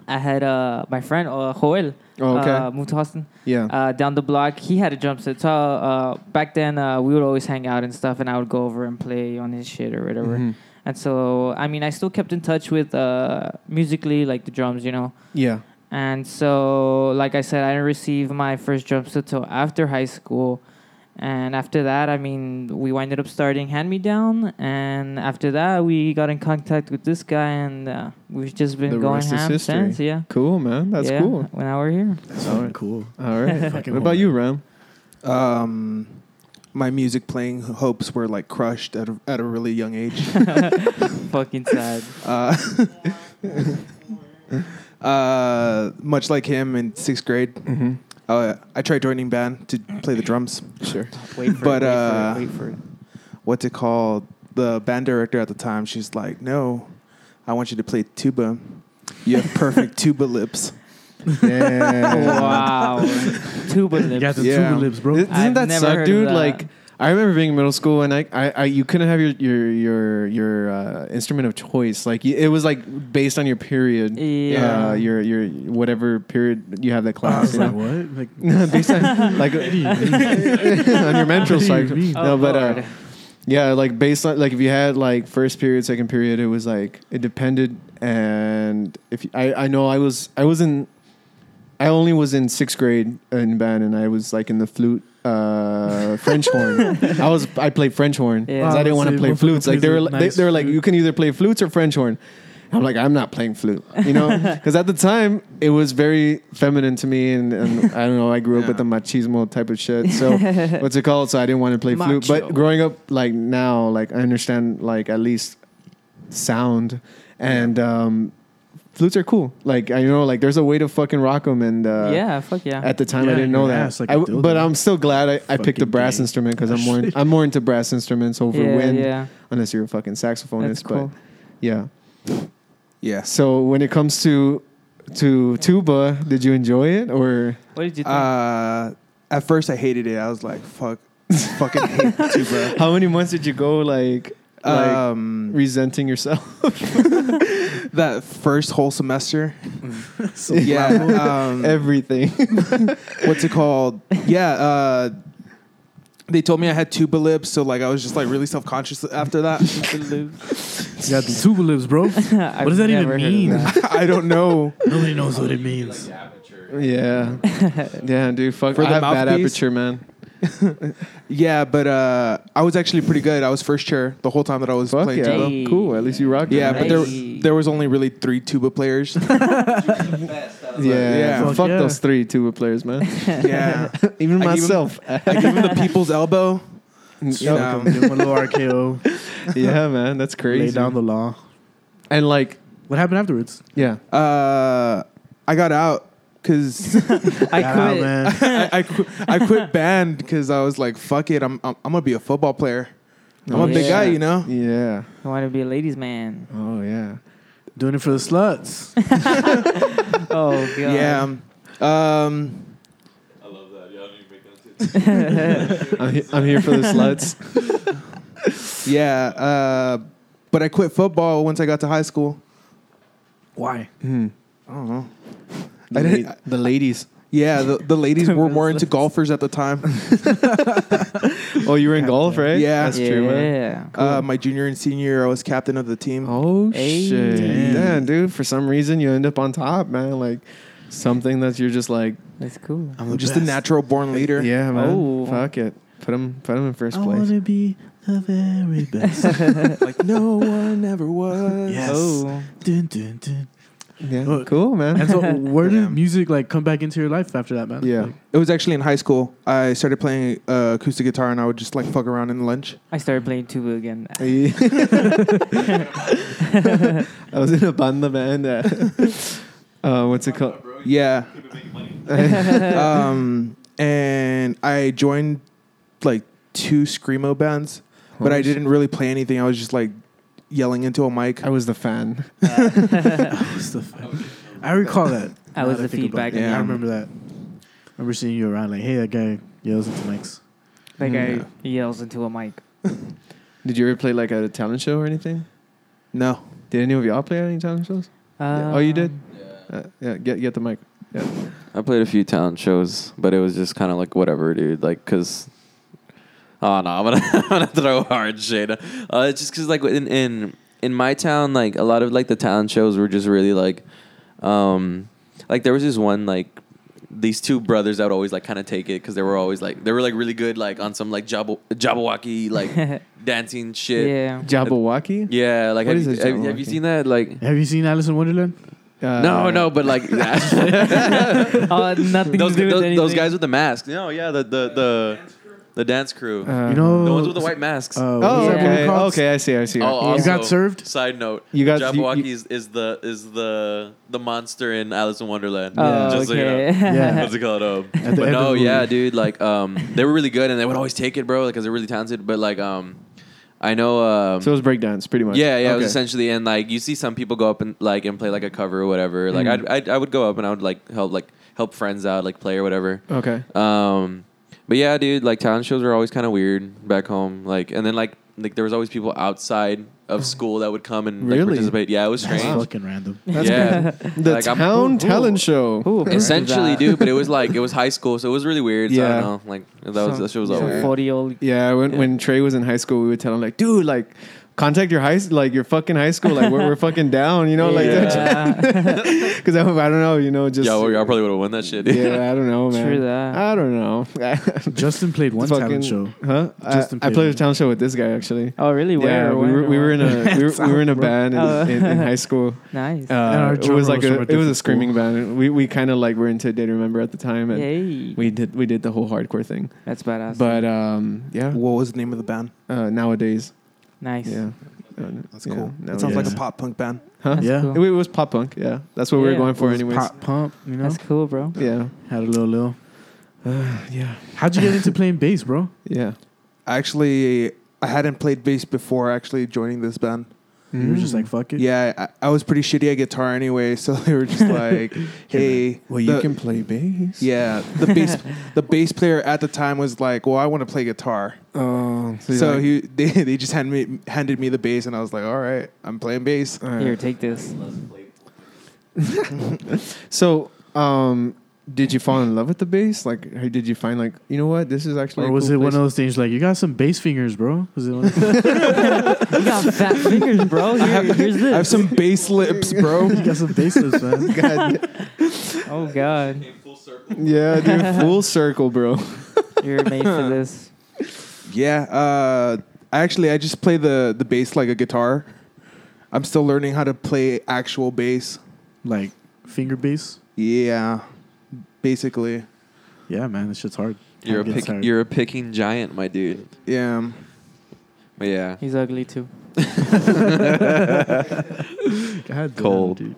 Speaker 11: i had uh my friend uh joel
Speaker 8: Oh, okay.
Speaker 11: uh, moved to Austin.
Speaker 8: Yeah.
Speaker 11: Uh, down the block, he had a drum set. So uh, back then, uh, we would always hang out and stuff, and I would go over and play on his shit or whatever.
Speaker 8: Mhm.
Speaker 11: And so, I mean, I still kept in touch with uh, musically, like the drums, you know. (laughs)
Speaker 8: Yeah.
Speaker 11: And so, like I said, I didn't receive my first drum set till after high school. And after that, I mean, we winded up starting Hand Me Down. And after that, we got in contact with this guy, and uh, we've just been
Speaker 8: The
Speaker 11: going
Speaker 8: rest is
Speaker 11: ham
Speaker 8: history.
Speaker 11: since. Yeah.
Speaker 8: Cool, man. That's
Speaker 11: Yeah,
Speaker 8: cool.
Speaker 11: Well, now we're
Speaker 8: (laughs)
Speaker 11: here.
Speaker 1: That's
Speaker 8: All
Speaker 1: fucking
Speaker 8: right.
Speaker 1: (laughs) cool.
Speaker 8: All right.
Speaker 1: Fucking
Speaker 8: what about
Speaker 1: whore.
Speaker 8: you, Ram?
Speaker 6: Um, my music playing hopes were like crushed at a, at a really young
Speaker 8: (laughs)
Speaker 6: age. (laughs)
Speaker 11: Fucking sad.
Speaker 6: Uh, uh, much like him in sixth grade,
Speaker 8: Mm-hmm.
Speaker 6: uh, I tried joining band to play the drums.
Speaker 8: Sure.
Speaker 11: Wait for
Speaker 6: but
Speaker 11: it. Wait
Speaker 6: uh,
Speaker 11: for it. Wait for it.
Speaker 6: what's it called? The band director at the time, she's like, "No, I want you to play tuba. You have
Speaker 8: (laughs)
Speaker 6: perfect tuba lips." (laughs)
Speaker 8: Yeah.
Speaker 11: (laughs) Wow. Tuba
Speaker 1: You
Speaker 11: lips.
Speaker 1: got
Speaker 11: (laughs)
Speaker 1: the
Speaker 6: Yeah.
Speaker 1: tuba lips, bro.
Speaker 8: Doesn't
Speaker 11: I've
Speaker 8: that
Speaker 11: never
Speaker 8: suck,
Speaker 11: heard of
Speaker 8: dude?
Speaker 11: that.
Speaker 8: Like, I remember being in middle school, and I, I, I you couldn't have your your your your uh, instrument of choice. Like, y- it was like based on your period.
Speaker 11: Yeah.
Speaker 8: Uh, your your whatever period you have that
Speaker 1: It's (laughs)
Speaker 8: class. you
Speaker 1: like
Speaker 8: know?
Speaker 1: what? Like
Speaker 8: based on (laughs) like (laughs) on your menstrual
Speaker 1: What do you
Speaker 8: cycle.
Speaker 1: mean?
Speaker 8: No,
Speaker 11: Oh,
Speaker 8: but uh,
Speaker 11: Lord.
Speaker 8: yeah, like based on like if you had like first period, second period, it was like it depended. And if you- I I know I was I was in I only was in sixth grade in band, and I was like in the flute. Uh, French
Speaker 11: (laughs)
Speaker 8: horn. I was I played French horn
Speaker 11: Yeah.
Speaker 8: 'cause I didn't want to
Speaker 1: Wow,
Speaker 8: play
Speaker 1: so
Speaker 8: flutes. Like they were
Speaker 1: nice
Speaker 8: they, they were like
Speaker 1: flute.
Speaker 8: you can either play flutes or French horn. I'm like, I'm not playing flute, you know,
Speaker 11: (laughs)
Speaker 8: because at the time it was very feminine to me, and, and I don't know, I grew up with the machismo type of shit.
Speaker 11: (laughs)
Speaker 8: So what's it called? So I didn't want to play flute. But
Speaker 11: Macho.
Speaker 8: growing up, like now, like I understand, like at least sound and um, flutes are cool. Like I know, like there's a way to fucking rock them, and uh,
Speaker 11: yeah, fuck yeah.
Speaker 8: At the time, I
Speaker 1: Yeah,
Speaker 8: didn't know
Speaker 1: your
Speaker 8: that,
Speaker 1: ass like a
Speaker 8: I w-
Speaker 1: dildo.
Speaker 8: but I'm still glad I, I
Speaker 1: Fucking
Speaker 8: picked a brass
Speaker 1: dang.
Speaker 8: instrument because
Speaker 1: (laughs)
Speaker 8: I'm more I'm more into brass instruments over
Speaker 11: yeah,
Speaker 8: wind,
Speaker 11: yeah.
Speaker 8: unless you're a fucking saxophonist.
Speaker 11: That's cool.
Speaker 8: But yeah.
Speaker 6: Yes.
Speaker 8: So when it comes to to tuba, did you enjoy it or
Speaker 11: What did you think?
Speaker 6: Uh, at first, I hated it. I was like, "Fuck, fucking hate tuba."
Speaker 8: how many months did you go like like
Speaker 6: Um,
Speaker 8: resenting yourself?
Speaker 6: that first whole
Speaker 8: (laughs)
Speaker 6: semester.
Speaker 1: So
Speaker 6: yeah. (laughs) Um, (laughs)
Speaker 8: Everything.
Speaker 6: what's it called? Yeah. Uh, they told me I had tuba lips, so like I was just like really self conscious after that.
Speaker 11: The lips.
Speaker 1: You got the tuba lips, bro. what
Speaker 11: (laughs) I've
Speaker 1: does that
Speaker 11: never
Speaker 1: even
Speaker 11: heard of
Speaker 1: mean?
Speaker 11: that.
Speaker 6: I don't know.
Speaker 1: (laughs) Nobody knows what it
Speaker 6: (laughs)
Speaker 1: means.
Speaker 8: yeah. Yeah, dude, fuck
Speaker 6: For
Speaker 8: I
Speaker 6: the
Speaker 8: have bad
Speaker 6: mouthpiece?
Speaker 8: aperture, man.
Speaker 6: (laughs) Yeah, but uh, I was actually pretty good. I was first chair the whole time that I was
Speaker 8: Fuck
Speaker 6: playing
Speaker 8: yeah.
Speaker 6: tuba.
Speaker 11: Hey.
Speaker 8: Cool. At least you rock it.
Speaker 6: Yeah, but
Speaker 11: Hey.
Speaker 6: there there was only really three tuba players.
Speaker 8: yeah,
Speaker 6: yeah.
Speaker 8: Fuck,
Speaker 1: Fuck yeah.
Speaker 8: those three tuba players, man.
Speaker 6: (laughs) yeah,
Speaker 8: (laughs) Even
Speaker 6: I give 'em- (laughs)
Speaker 8: myself.
Speaker 6: I gave him the people's elbow.
Speaker 8: Mm, Yeah.
Speaker 1: Fuck 'em, give 'em a little RKO.
Speaker 8: (laughs) yeah, man. That's crazy.
Speaker 1: Lay down the law.
Speaker 8: and like,
Speaker 1: What happened afterwards?
Speaker 8: yeah.
Speaker 6: Uh, I got out because
Speaker 11: I
Speaker 1: Got out,
Speaker 11: quit. (laughs)
Speaker 1: man.
Speaker 6: I, I, qu- I quit band because I was like, fuck it, I'm I'm, I'm gonna be a football player. I'm a big
Speaker 11: Yeah.
Speaker 6: guy, you know.
Speaker 8: Yeah.
Speaker 11: I want to be a ladies' man.
Speaker 8: Oh yeah.
Speaker 1: Doing it for the sluts.
Speaker 11: Oh god.
Speaker 6: Yeah. Um, um,
Speaker 8: I'm, he- I'm here for
Speaker 11: (laughs)
Speaker 8: the sluts.
Speaker 6: yeah. Uh, but I quit football once I got to high school.
Speaker 1: Why?
Speaker 6: I don't know.
Speaker 8: The,
Speaker 6: didn't-
Speaker 8: la- the ladies.
Speaker 6: Yeah, the, the ladies were more
Speaker 8: (laughs)
Speaker 6: into golfers at the time.
Speaker 8: Oh, you were in golf, right?
Speaker 6: Yeah.
Speaker 8: that's true. Man.
Speaker 11: Yeah.
Speaker 6: Uh, my junior and senior year, I was captain of the team.
Speaker 8: Oh
Speaker 11: Hey.
Speaker 8: shit,
Speaker 1: Damn.
Speaker 8: Damn, dude! For some reason, you end up on top, man. Like something that you're just like,
Speaker 11: That's cool.
Speaker 6: I'm
Speaker 1: the
Speaker 6: just a
Speaker 1: best.
Speaker 6: natural born leader.
Speaker 8: yeah, man.
Speaker 11: Oh.
Speaker 8: Fuck it. Put him, put him in first
Speaker 1: I want
Speaker 8: place.
Speaker 1: to be the very best.
Speaker 8: (laughs)
Speaker 6: like no one ever was.
Speaker 1: yes.
Speaker 11: Oh.
Speaker 1: Dun, dun, dun.
Speaker 8: Yeah, well, cool, man. (laughs)
Speaker 1: And so, where did music like come back into your life after that, man?
Speaker 6: Yeah,
Speaker 1: Like,
Speaker 6: it was actually in high school. I started playing uh, acoustic guitar, and I would just like fuck around in lunch.
Speaker 11: I started playing tuba again.
Speaker 8: I was in a banda band. Uh, (laughs) uh, what's it called?
Speaker 6: Yeah. (laughs) um, and I joined like two screamo bands, but I
Speaker 8: Holy shit.
Speaker 6: didn't really play anything. I was just like yelling into a mic.
Speaker 8: I was
Speaker 6: (laughs)
Speaker 8: the fan.
Speaker 1: I was oh, the fan. I recall that.
Speaker 11: I
Speaker 1: now
Speaker 11: was
Speaker 1: that
Speaker 11: the
Speaker 1: think about
Speaker 11: feedback
Speaker 1: it.
Speaker 11: in
Speaker 1: Yeah,
Speaker 11: the
Speaker 1: I remember that. I remember seeing you around, like, hey, that guy yells into mics.
Speaker 11: That guy
Speaker 8: Yeah.
Speaker 11: yells into a mic.
Speaker 8: Did you ever play like at a talent show or anything?
Speaker 6: No.
Speaker 8: Did any of y'all play at any talent shows? oh, you did.
Speaker 11: Um, (laughs)
Speaker 8: Yeah. Uh, yeah. Get get the mic. Yeah.
Speaker 12: I played a few talent shows, but it was just kind of like whatever, dude. Like, cause oh no, I'm gonna, (laughs) I'm gonna throw hard shade. Uh, it's just cause like in, in in my town, like a lot of like the talent shows were just really like, um, like there was this one like these two brothers that would always like kind of take it because they were always like they were like really good like on some like Jabba,
Speaker 8: (laughs)
Speaker 12: Jabberwocky like dancing shit.
Speaker 11: Yeah.
Speaker 8: Jabberwocky.
Speaker 12: Yeah, like
Speaker 8: What
Speaker 12: have
Speaker 8: is
Speaker 12: you,
Speaker 8: a
Speaker 12: have, have you
Speaker 8: Jabberwocky?
Speaker 12: seen that? Like
Speaker 1: Have you seen Alice in Wonderland?
Speaker 8: Uh,
Speaker 12: no, no, but like (laughs)
Speaker 8: Oh,
Speaker 11: Uh, nothing
Speaker 12: those,
Speaker 11: to do with
Speaker 12: those, those
Speaker 11: anything.
Speaker 12: guys with the masks. No, yeah, the the the the dance crew.
Speaker 1: You know-
Speaker 12: the ones with the white masks.
Speaker 1: Uh, what
Speaker 8: Oh,
Speaker 1: is that movie
Speaker 8: okay.
Speaker 1: called?
Speaker 8: Okay, I see. I see.
Speaker 12: Oh, also,
Speaker 1: You got served?
Speaker 12: Side note:
Speaker 8: You
Speaker 12: You
Speaker 8: got-
Speaker 12: got
Speaker 8: you-
Speaker 12: Jabberwocky
Speaker 8: you-
Speaker 12: is, is the is the the monster in Alice in Wonderland.
Speaker 11: Oh, okay.
Speaker 12: (laughs)
Speaker 11: Yeah.
Speaker 12: What's it called? Um,
Speaker 1: At the
Speaker 12: but
Speaker 1: end of
Speaker 12: no,
Speaker 1: the
Speaker 12: yeah,
Speaker 1: movie.
Speaker 12: dude. Like, um, they were really good, and they would always take it, bro, because they're really talented. But like, um, I know. Um,
Speaker 8: So it was breakdance, pretty much.
Speaker 12: yeah, yeah, it
Speaker 8: Okay.
Speaker 12: was essentially, and like you see some people go up and like and play like a cover or whatever. Like
Speaker 8: Mhm.
Speaker 12: I'd, I'd I would go up and I would like help like help friends out, like play or whatever.
Speaker 8: Okay.
Speaker 12: Um, but yeah, dude, like talent shows were always kind of weird back home. Like, and then like like there was always people outside of school that would come and
Speaker 8: Really?
Speaker 12: like, participate. Yeah, it was
Speaker 1: That's
Speaker 12: strange.
Speaker 1: fucking random.
Speaker 8: That's
Speaker 12: yeah,
Speaker 8: good. The
Speaker 12: Like, I'm-
Speaker 8: town
Speaker 12: Ooh,
Speaker 8: talent show.
Speaker 11: (laughs) Ooh,
Speaker 12: essentially, dude. But it was like it was high school, so it was really weird. So I
Speaker 8: Yeah.
Speaker 12: don't know. Like that was that shit was all
Speaker 11: Some
Speaker 12: weird.
Speaker 11: forty old.
Speaker 8: Yeah, when when Trey was in high school, we would tell him like, dude, like. Contact your high, s- like your fucking high school, like we're, we're fucking down, you know, (laughs)
Speaker 11: (laughs)
Speaker 8: like because I, I don't know, you know, just
Speaker 12: Yeah, well, y'all probably would have won that shit.
Speaker 8: yeah, I don't
Speaker 11: (laughs)
Speaker 8: know, man.
Speaker 11: True that.
Speaker 8: I don't know. (laughs)
Speaker 1: Justin played one
Speaker 8: Fucking-
Speaker 1: talent show.
Speaker 8: huh? I,
Speaker 1: Justin
Speaker 8: I
Speaker 1: played
Speaker 8: played a
Speaker 1: one.
Speaker 8: talent show with this guy actually.
Speaker 11: Oh really?
Speaker 8: yeah,
Speaker 11: Where?
Speaker 8: we
Speaker 11: when,
Speaker 8: were, we were in
Speaker 11: (laughs)
Speaker 8: a we were, we were in a band in,
Speaker 11: Oh.
Speaker 8: in, in high school.
Speaker 11: nice.
Speaker 8: Uh,
Speaker 1: our
Speaker 8: it was
Speaker 1: drummer
Speaker 8: like
Speaker 1: was from a
Speaker 8: a, it was a
Speaker 1: different
Speaker 8: screaming band. We we kind of like were into did remember at the time, and
Speaker 11: Yay.
Speaker 8: we did we did the whole hardcore thing.
Speaker 11: That's badass.
Speaker 8: But um, yeah,
Speaker 6: What was the name of the band?
Speaker 8: uh, nowadays,
Speaker 11: nice.
Speaker 8: yeah,
Speaker 6: That's cool.
Speaker 8: That
Speaker 6: That sounds like a
Speaker 1: yeah.
Speaker 6: pop punk band.
Speaker 8: Huh?
Speaker 11: That's
Speaker 1: Yeah.
Speaker 8: It,
Speaker 11: cool.
Speaker 8: it was pop punk. Yeah, that's what we were
Speaker 11: Yeah.
Speaker 8: going for,
Speaker 1: It was
Speaker 8: anyways.
Speaker 1: Pop pump, you know?
Speaker 11: That's cool, bro.
Speaker 8: Yeah,
Speaker 1: Had a little, little.
Speaker 8: yeah,
Speaker 1: How'd you get into playing bass, bro?
Speaker 8: yeah.
Speaker 6: I actually I hadn't played bass before actually joining this band.
Speaker 1: You were just like, fuck it.
Speaker 6: Yeah, I, I was pretty shitty at guitar anyway, (laughs) so they
Speaker 11: (laughs)
Speaker 6: were just like, "Hey,
Speaker 8: Well, you
Speaker 6: the-
Speaker 8: can play bass.
Speaker 6: (laughs) Yeah, the bass the bass player at the time was like, "Well, I want to play guitar."
Speaker 8: Oh,
Speaker 6: So, he (laughs) they, they just handed me handed me the bass, and I was like, "All right, I'm playing bass."
Speaker 11: Here, take this.
Speaker 8: So, um, did you fall in love with the bass? Like, or did you find like, you know what, this is actually.
Speaker 1: Or
Speaker 8: a
Speaker 1: was
Speaker 8: cool
Speaker 1: it one of
Speaker 8: place-
Speaker 1: those things like, you got some bass fingers, bro? Was it one of those-
Speaker 11: You got (laughs) fat fingers, bro. Oh, Here,
Speaker 6: (laughs)
Speaker 11: here's
Speaker 6: I have
Speaker 11: this.
Speaker 6: some bass lips, bro. (laughs)
Speaker 1: you got some bass lips, man.
Speaker 8: God,
Speaker 11: Oh god,
Speaker 8: (laughs) yeah,
Speaker 1: (laughs)
Speaker 8: dude, full circle, bro.
Speaker 11: you're made for this.
Speaker 6: yeah, uh, I actually I just play the the bass like a guitar. I'm still learning how to play actual bass.
Speaker 1: Like, finger bass?
Speaker 6: Yeah, basically.
Speaker 1: Yeah, man, this shit's hard.
Speaker 12: (laughs) You're a
Speaker 1: Hard gets
Speaker 12: pick,
Speaker 1: hard.
Speaker 12: you're a picking giant, my dude.
Speaker 6: Yeah.
Speaker 12: But yeah,
Speaker 11: He's ugly too.
Speaker 1: God damn,
Speaker 12: Cold.
Speaker 1: dude.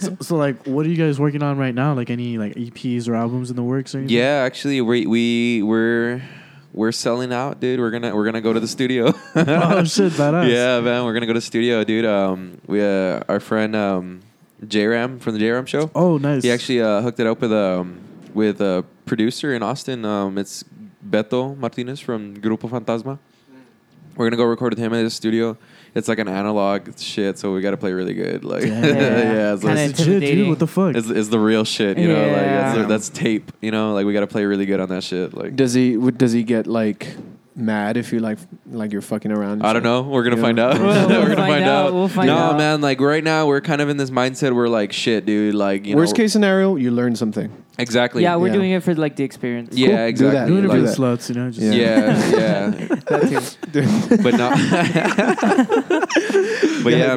Speaker 1: so, so, like, what are you guys working on right now? Like, any like EPs or albums in the works? Or anything?
Speaker 12: Yeah, actually, we we we're we're selling out, dude. We're gonna we're gonna go to the studio. (laughs)
Speaker 1: Oh shit, badass.
Speaker 12: yeah, man, we're gonna go to the studio, dude. Um, we uh, our friend um, J Ram from the J Ram show.
Speaker 1: Oh, nice.
Speaker 12: He actually uh, hooked it up with um with a producer in Austin. Um, it's Beto Martinez from Grupo Fantasma. We're gonna go record with him at his studio. It's like an analog shit, so we gotta play really good. Like,
Speaker 1: Damn.
Speaker 12: (laughs) yeah, it's
Speaker 11: Kinda
Speaker 12: like-
Speaker 1: That's legit, dude.
Speaker 11: intimidating.
Speaker 1: What the fuck?
Speaker 12: it's, it's the real shit, you know. Like
Speaker 11: Yeah.
Speaker 12: that's, that's tape, you know. Like we got to play really good on that shit. Like
Speaker 8: Does he? would- Does he get like mad if you like like you're fucking around? and
Speaker 12: I don't
Speaker 8: shit?
Speaker 12: know. We're gonna
Speaker 8: Yeah.
Speaker 12: find out.
Speaker 11: We'll-
Speaker 12: (laughs) we're
Speaker 11: we'll
Speaker 12: gonna
Speaker 11: find
Speaker 12: find,
Speaker 11: out.
Speaker 12: out.
Speaker 11: We'll find
Speaker 12: no,
Speaker 11: out.
Speaker 12: man. Like right now, we're kind of in this mindset. We're like, shit, dude. Like you
Speaker 8: Worst
Speaker 12: know,
Speaker 8: case scenario, you learn something.
Speaker 12: Exactly.
Speaker 11: Yeah, we're doing it for like the experience.
Speaker 12: Yeah,
Speaker 11: Cool. Do
Speaker 12: exactly.
Speaker 1: that. Doing it for
Speaker 12: Like
Speaker 1: the
Speaker 12: that.
Speaker 1: sluts, you know, just-
Speaker 12: yeah, yeah.
Speaker 8: (laughs)
Speaker 12: but not. (laughs) but yeah,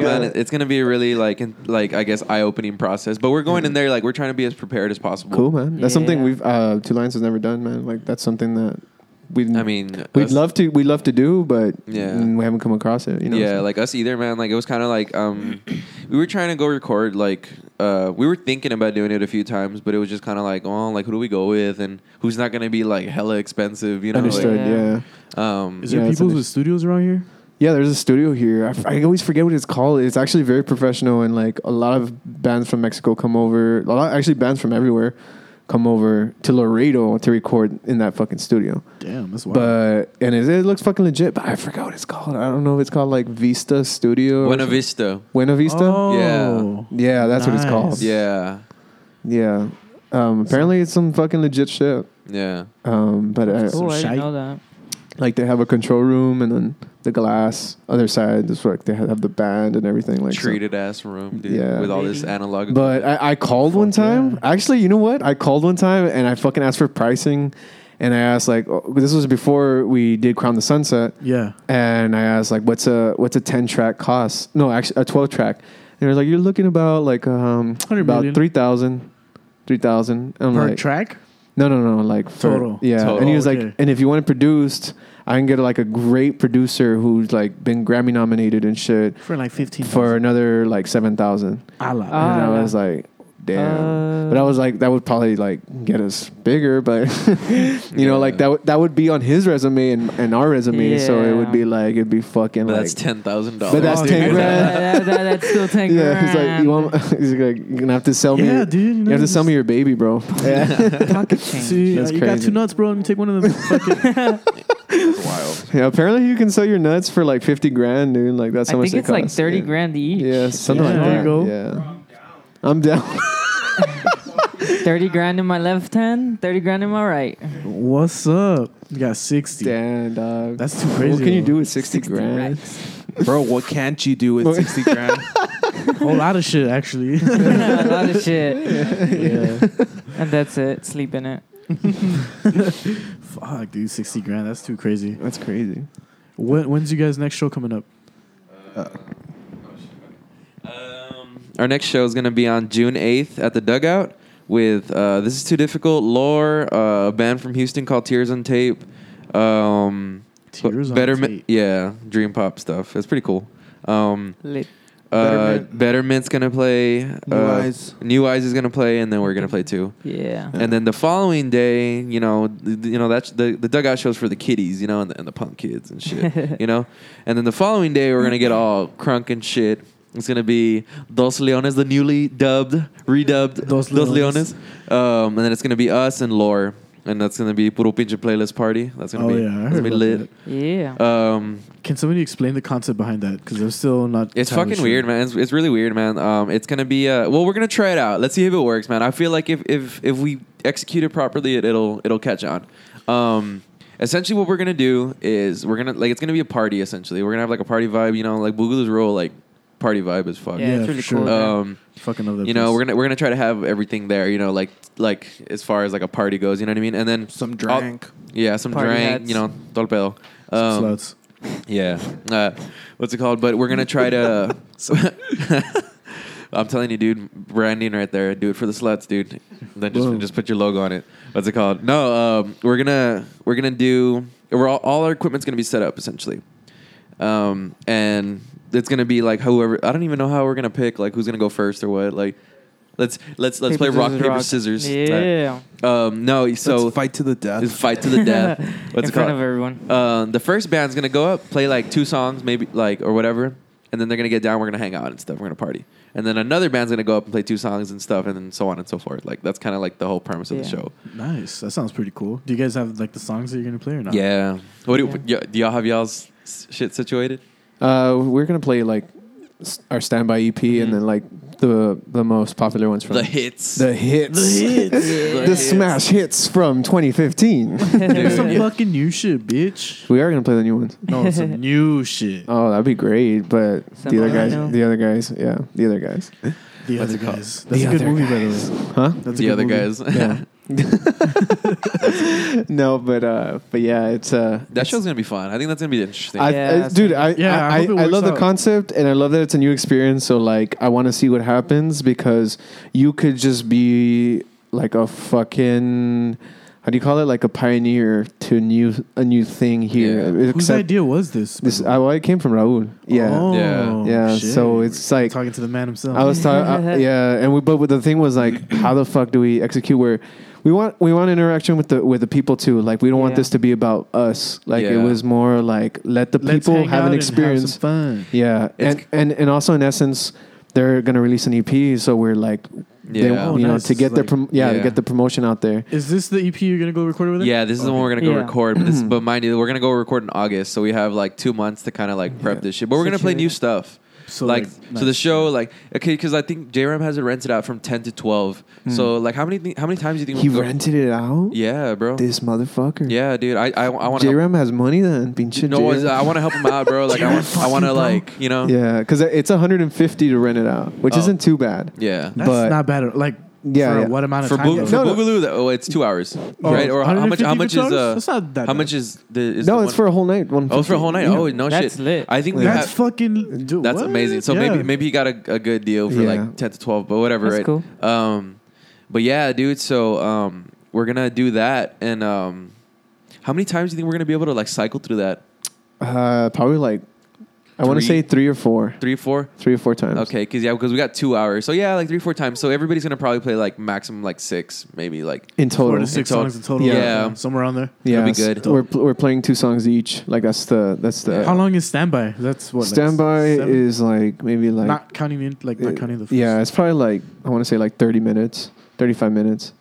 Speaker 1: Yeah,
Speaker 12: man,
Speaker 1: yeah.
Speaker 12: it- it's gonna be a really like, in, like I guess, eye-opening process. But we're going in there like we're trying to be as prepared as possible.
Speaker 8: Cool, man. That's something
Speaker 12: Yeah.
Speaker 8: we've uh, Two Lions has never done, man. Like that's something that we. I
Speaker 12: mean,
Speaker 8: we'd
Speaker 12: us-
Speaker 8: love to. We'd love to do, but
Speaker 12: Yeah.
Speaker 8: mm, we haven't come across it. You know.
Speaker 12: yeah,
Speaker 8: so-
Speaker 12: like us either, man. Like it was kind of like um, (clears throat) we were trying to go record. Like uh, we were thinking about doing it a few times, but it was just kind of like, oh, like who do we go with, and who's not gonna be like hella expensive, you know? like-
Speaker 8: Understood, Yeah.
Speaker 1: (laughs)
Speaker 12: Um,
Speaker 1: Is there people with studios around here?
Speaker 8: Yeah, there's a studio here. I, f- I always forget what it's called. It's actually very professional, and like a lot of bands from Mexico come over. A lot, actually, bands from everywhere come over to Laredo to record in that fucking studio.
Speaker 1: Damn, that's wild.
Speaker 8: But and it, it looks fucking legit. But I forgot what it's called. I don't know if it's called like Vista Studio. or
Speaker 12: Buena
Speaker 8: something.
Speaker 12: Vista.
Speaker 8: Buena Vista.
Speaker 12: Oh,
Speaker 8: yeah, yeah, that's what it's called.
Speaker 12: nice. Yeah.
Speaker 8: yeah. Um, apparently, it's some fucking legit shit.
Speaker 12: Yeah.
Speaker 8: Um, but I,
Speaker 11: Cool, Oh, I didn't know (laughs) that.
Speaker 8: like they have a control room and then the glass other side is like they have the band and everything like so.
Speaker 12: treated ass room, dude,
Speaker 8: Yeah.
Speaker 12: with all this analog.
Speaker 8: But I, I called one time. Actually, you know what? I called one time and I fucking asked for pricing, and I asked like oh, this was before we did Crown the Sunset.
Speaker 1: Yeah.
Speaker 8: And I asked like what's a what's a ten track cost? No, actually a twelve track. And it was like you're looking about like um about
Speaker 1: million.
Speaker 8: three thousand. Three thousand
Speaker 1: Per track?
Speaker 8: No, no, no. Like for-
Speaker 1: Total.
Speaker 8: Yeah.
Speaker 1: Total.
Speaker 8: And he was
Speaker 1: Oh,
Speaker 8: like,
Speaker 1: okay.
Speaker 8: and if you want it produced, I can get like a great producer who's like been Grammy nominated and shit
Speaker 1: For like 15
Speaker 8: for another like seven thousand.
Speaker 1: Allah.
Speaker 11: Uh,
Speaker 8: And
Speaker 1: Ah.
Speaker 8: I was like, damn.
Speaker 1: Uh.
Speaker 8: but I was like, that would probably like get us bigger, but (laughs) you know, like that would that would be on his resume and, and our resume, so it would
Speaker 12: Yeah.
Speaker 8: be like it'd be fucking
Speaker 12: But
Speaker 8: like
Speaker 12: that's ten thousand dollars.
Speaker 8: But that's ten grand.
Speaker 11: that, that, that's still
Speaker 8: (laughs)
Speaker 11: ten
Speaker 8: Yeah, he's like,
Speaker 11: grand.
Speaker 8: you want? He's like, you're gonna have to sell me.
Speaker 1: Yeah,
Speaker 8: your-
Speaker 1: dude, you
Speaker 8: You
Speaker 1: know,
Speaker 8: have to
Speaker 1: just-
Speaker 8: sell me your baby,
Speaker 1: (laughs)
Speaker 8: bro. Yeah.
Speaker 1: See,
Speaker 8: That's
Speaker 1: uh, you got
Speaker 8: crazy.
Speaker 1: two nuts, bro, and you take one of them.
Speaker 8: Yeah, apparently you can sell your nuts for like fifty grand, dude. Like that's
Speaker 11: I
Speaker 8: how much
Speaker 11: think
Speaker 8: they
Speaker 11: it's like
Speaker 8: cost.
Speaker 11: thirty
Speaker 8: Yeah.
Speaker 11: grand each.
Speaker 8: Yeah, something like that. Yeah, I'm down. (laughs)
Speaker 11: thirty grand in my left hand, thirty grand in my right. (laughs)
Speaker 1: What's up? You got 60.
Speaker 8: Damn, dog.
Speaker 1: That's too crazy.
Speaker 8: What can you
Speaker 1: though.
Speaker 8: do with sixty, grand?
Speaker 6: Bro, what can't you do with 60
Speaker 11: (laughs)
Speaker 6: grand?
Speaker 1: whole lot of shit, actually. (laughs)
Speaker 11: a lot of (laughs) shit.
Speaker 1: Yeah.
Speaker 11: And that's it. Sleep in it.
Speaker 1: Fuck, dude, 60 grand. That's too crazy.
Speaker 8: That's crazy.
Speaker 1: When, when's you guys' next show coming up?
Speaker 12: Our next show is going to be on June 8th at the Dugout with uh, This Is Too Difficult, Lore, uh, a band from Houston called Tears on Tape. Um,
Speaker 1: Tears
Speaker 12: but
Speaker 1: on
Speaker 12: Better Ma-
Speaker 1: Tape.
Speaker 12: yeah, dream pop stuff. It's pretty cool. Um,
Speaker 11: Lit.
Speaker 12: uh, Betterment's going to play. New
Speaker 6: Eyes.
Speaker 12: New Eyes is going to play, and then we're going to play too.
Speaker 11: Yeah.
Speaker 12: And then the following day, you know, th- you know that's the, the dugout shows for the kiddies, you know, and the, and the punk kids
Speaker 1: (laughs)
Speaker 12: and shit, you know. And then the following day, we're gonna get all crunk and shit. It's gonna be Dos Leones, the newly dubbed, redubbed Dos, Leones,
Speaker 1: Leones.
Speaker 12: Um, and then it's gonna be us and Lore, and that's gonna be Puro Pinche Playlist Party. That's gonna
Speaker 1: Oh,
Speaker 12: be
Speaker 1: yeah, I
Speaker 12: that's
Speaker 1: heard
Speaker 12: gonna be
Speaker 1: about
Speaker 12: lit.
Speaker 11: Yeah.
Speaker 8: Uh,
Speaker 12: Um,
Speaker 1: Can somebody explain the concept behind that? Because I'm still not.
Speaker 12: it's
Speaker 1: entirely
Speaker 12: fucking
Speaker 1: sure.
Speaker 12: weird, man. It's, it's really weird, man. Um, it's gonna be uh, well, we're gonna try it out. Let's see if it works, man. I feel like if if if we execute it properly, it, it'll it'll catch on. Um, essentially, what we're gonna do is we're gonna like it's gonna be a party. Essentially, we're gonna have like a party vibe. You know, like Boogaloo's roll like party vibe as fuck.
Speaker 11: Yeah, it's Yeah, really for sure. cool there.
Speaker 12: Um,
Speaker 1: Fucking love that.
Speaker 12: you know,
Speaker 1: place.
Speaker 12: we're gonna we're gonna try to have everything there. You know, like like as far as like a party goes. You know what I mean? And then some
Speaker 6: drank.
Speaker 12: yeah, some
Speaker 6: Party
Speaker 12: drink.
Speaker 6: hats.
Speaker 12: You know, torpedo.
Speaker 1: Some
Speaker 12: Um,
Speaker 1: sluts.
Speaker 12: yeah. Uh, what's it called? But we're gonna try
Speaker 11: (laughs)
Speaker 12: to. (laughs) I'm telling you, dude, branding right there. Do it for the sluts, dude. Then just
Speaker 1: Boom.
Speaker 12: just put your logo on it. What's it called? No, um, we're gonna we're gonna do. We're all, all our equipment's gonna be set up essentially, um, and it's gonna be like whoever. I don't even know how we're gonna pick like who's gonna go first or what. Like, let's let's let's
Speaker 11: Paper,
Speaker 12: play rock
Speaker 11: scissors,
Speaker 12: paper
Speaker 11: rock.
Speaker 12: scissors.
Speaker 11: Yeah.
Speaker 12: Um, no, so
Speaker 6: Let's fight to the death.
Speaker 12: Just fight to the death. What's
Speaker 11: (laughs) In
Speaker 12: it
Speaker 11: front
Speaker 12: called?
Speaker 11: of everyone.
Speaker 12: Um, the first band's gonna go up, play like two songs, maybe like or whatever, and then they're gonna get down. We're gonna hang out and stuff. We're gonna party, and then another band's gonna go up and play two songs and stuff, and then so on and so forth. Like that's kind of like the whole premise of the
Speaker 11: Yeah.
Speaker 12: show.
Speaker 1: Nice. That sounds pretty cool. Do you guys have like the songs that you're gonna play or not?
Speaker 12: Yeah. What do, y do y'all have y'all's s- shit situated?
Speaker 8: Uh, we're gonna play like s- our standby EP and
Speaker 11: Mm-hmm.
Speaker 8: then like the the most popular ones from
Speaker 12: The hits.
Speaker 8: the hits,
Speaker 1: The hits.
Speaker 8: (laughs) the,
Speaker 1: The
Speaker 8: smash hits from
Speaker 11: (laughs)
Speaker 8: 2015.
Speaker 1: There's some fucking new shit, bitch.
Speaker 8: we are gonna play the new ones.
Speaker 1: No,
Speaker 11: (laughs)
Speaker 1: some new shit.
Speaker 8: Oh, that'd be great, but
Speaker 11: Some
Speaker 8: the other
Speaker 11: I
Speaker 8: guys,
Speaker 11: know.
Speaker 8: the other guys, yeah, the other guys,
Speaker 1: The other guys. That's
Speaker 8: The
Speaker 1: a good
Speaker 8: other
Speaker 1: movie, by the way.
Speaker 8: huh?
Speaker 1: That's a
Speaker 12: The
Speaker 1: good
Speaker 12: other
Speaker 1: movie.
Speaker 12: guys.
Speaker 8: Yeah. no, but uh, but yeah, it's uh,
Speaker 12: That
Speaker 8: it's-
Speaker 12: show's gonna be fun. I think that's gonna be interesting.
Speaker 8: I, I- dude, I,
Speaker 1: Yeah, I
Speaker 8: I, I,
Speaker 1: hope it
Speaker 8: I
Speaker 1: works
Speaker 8: love the
Speaker 1: out.
Speaker 8: concept and I love that it's a new experience. So like, I want to see what happens because you could just be like a fucking how do you call it? Like a pioneer to a new a new thing here.
Speaker 1: Whose
Speaker 8: Except
Speaker 1: idea was this?
Speaker 8: this, I, well, it came from Raul. Yeah,
Speaker 1: Oh,
Speaker 8: yeah, yeah.
Speaker 1: shit.
Speaker 8: So it's like
Speaker 1: Talking to the man himself.
Speaker 8: I was
Speaker 1: (laughs)
Speaker 8: talking, yeah, and we, but the thing was like, how the fuck do we execute where we want we want interaction with the with the people too. Like we don't want
Speaker 1: Yeah.
Speaker 8: this to be about us. Like it
Speaker 1: Yeah.
Speaker 8: was more like let the
Speaker 1: Let's
Speaker 8: people
Speaker 1: hang
Speaker 8: have
Speaker 1: out
Speaker 8: an
Speaker 1: and have some
Speaker 8: experience.
Speaker 1: fun.
Speaker 8: Yeah, and, and and also in essence, they're gonna release an EP, so we're like, they,
Speaker 12: Yeah. Oh,
Speaker 8: you know,
Speaker 12: nice.
Speaker 8: to get
Speaker 12: It's
Speaker 8: the
Speaker 12: like-
Speaker 8: prom- yeah, to
Speaker 12: Yeah.
Speaker 8: get the promotion out there.
Speaker 1: Is this the EP you're gonna go record over there?
Speaker 12: Yeah, this is the one we're gonna go
Speaker 1: Yeah.
Speaker 12: record. But,
Speaker 8: (clears throat)
Speaker 12: this, but mind you, we're gonna go record in August, so we have like two months to kind of like prep this shit. But we're gonna play new stuff.
Speaker 1: So,
Speaker 12: So like,
Speaker 1: like,
Speaker 12: so the show like okay because I think JRAM has it rented out from ten to twelve.
Speaker 1: Hmm.
Speaker 12: So like how many thi- how many times do you think
Speaker 8: He
Speaker 12: we'll go-
Speaker 8: rented it out.
Speaker 12: Yeah, bro.
Speaker 8: This motherfucker.
Speaker 12: Yeah, dude. I I, I want
Speaker 8: JRAM has money then. Pinche
Speaker 12: No,
Speaker 8: JRAM.
Speaker 12: I want to help him out, bro. Like I want I want to like you know.
Speaker 8: Yeah, because it's 150 to rent it out, which
Speaker 12: Oh.
Speaker 8: isn't too bad.
Speaker 12: Yeah.
Speaker 1: That's
Speaker 8: but
Speaker 1: not bad. Like,
Speaker 8: Yeah,
Speaker 1: for
Speaker 8: yeah.
Speaker 1: what amount of
Speaker 12: for
Speaker 1: time?
Speaker 12: Boog-
Speaker 1: though? Oh,
Speaker 12: for Boogaloo, though, oh, it's two hours, right? Or how much? How
Speaker 1: 150
Speaker 12: much is
Speaker 1: dollars?
Speaker 12: uh?
Speaker 1: That's not that
Speaker 12: how
Speaker 1: bad.
Speaker 12: much is the? Is
Speaker 8: no,
Speaker 12: the
Speaker 8: it's
Speaker 12: one-
Speaker 8: for a whole night. 150.
Speaker 12: Oh, it's for a whole night.
Speaker 8: Yeah.
Speaker 12: Oh no, shit. I think we
Speaker 1: that's
Speaker 12: have,
Speaker 1: fucking. Dude,
Speaker 12: That's
Speaker 1: what?
Speaker 12: amazing. So
Speaker 1: Yeah.
Speaker 12: maybe maybe he got a, a good deal for
Speaker 1: Yeah.
Speaker 12: like ten to twelve, but whatever.
Speaker 1: That's
Speaker 12: right?
Speaker 1: cool.
Speaker 12: Um, but yeah, dude. So um, we're gonna do that, and um, how many times do you think we're gonna be able to like cycle through that?
Speaker 8: Uh, probably like, I want to
Speaker 12: Oh.
Speaker 8: say
Speaker 12: Three.
Speaker 8: three or four.
Speaker 12: Three, four.
Speaker 8: Three or four times.
Speaker 12: Okay, because yeah, because we got two hours. So yeah, like three, four times. So everybody's gonna probably play like maximum like six, maybe like
Speaker 8: In total.
Speaker 1: Four to six songs in total.
Speaker 12: Yeah,
Speaker 1: Yeah, somewhere on there.
Speaker 8: Yeah,
Speaker 12: It'll be
Speaker 8: s-
Speaker 12: good.
Speaker 8: We're pl- we're playing two songs each. Like that's the that's the
Speaker 1: How long is standby? That's what. like,
Speaker 8: standby
Speaker 1: seven?
Speaker 8: is like maybe like
Speaker 1: not counting the in- like not counting the.
Speaker 8: yeah, it's probably like I want to say like 30 minutes, 35 minutes.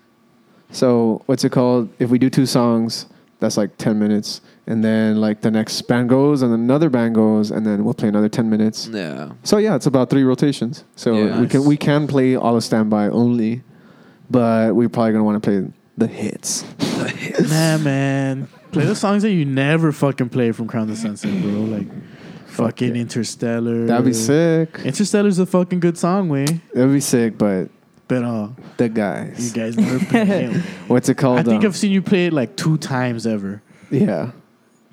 Speaker 8: So what's it called? If we do two songs, that's like 10 minutes, and then like the next band goes, and another band goes, and then we'll play another 10 minutes.
Speaker 12: Yeah.
Speaker 8: So yeah, it's about three rotations. So
Speaker 12: Yeah.
Speaker 8: we can
Speaker 12: Nice.
Speaker 8: we can play all of standby only, but we're probably gonna want to play the hits. (laughs)
Speaker 1: Nah, man. Play the songs that you never fucking play from Crown the Sunset, bro. Like fucking Interstellar.
Speaker 8: That'd be sick.
Speaker 1: Interstellar's a fucking good song, way.
Speaker 8: That'd be sick, but
Speaker 1: But uh,
Speaker 8: the
Speaker 1: you
Speaker 8: guys,
Speaker 1: guys never played
Speaker 8: (laughs)
Speaker 1: it.
Speaker 8: what's it called?
Speaker 1: I think
Speaker 8: um,
Speaker 1: I've seen you play it like two times ever.
Speaker 8: yeah.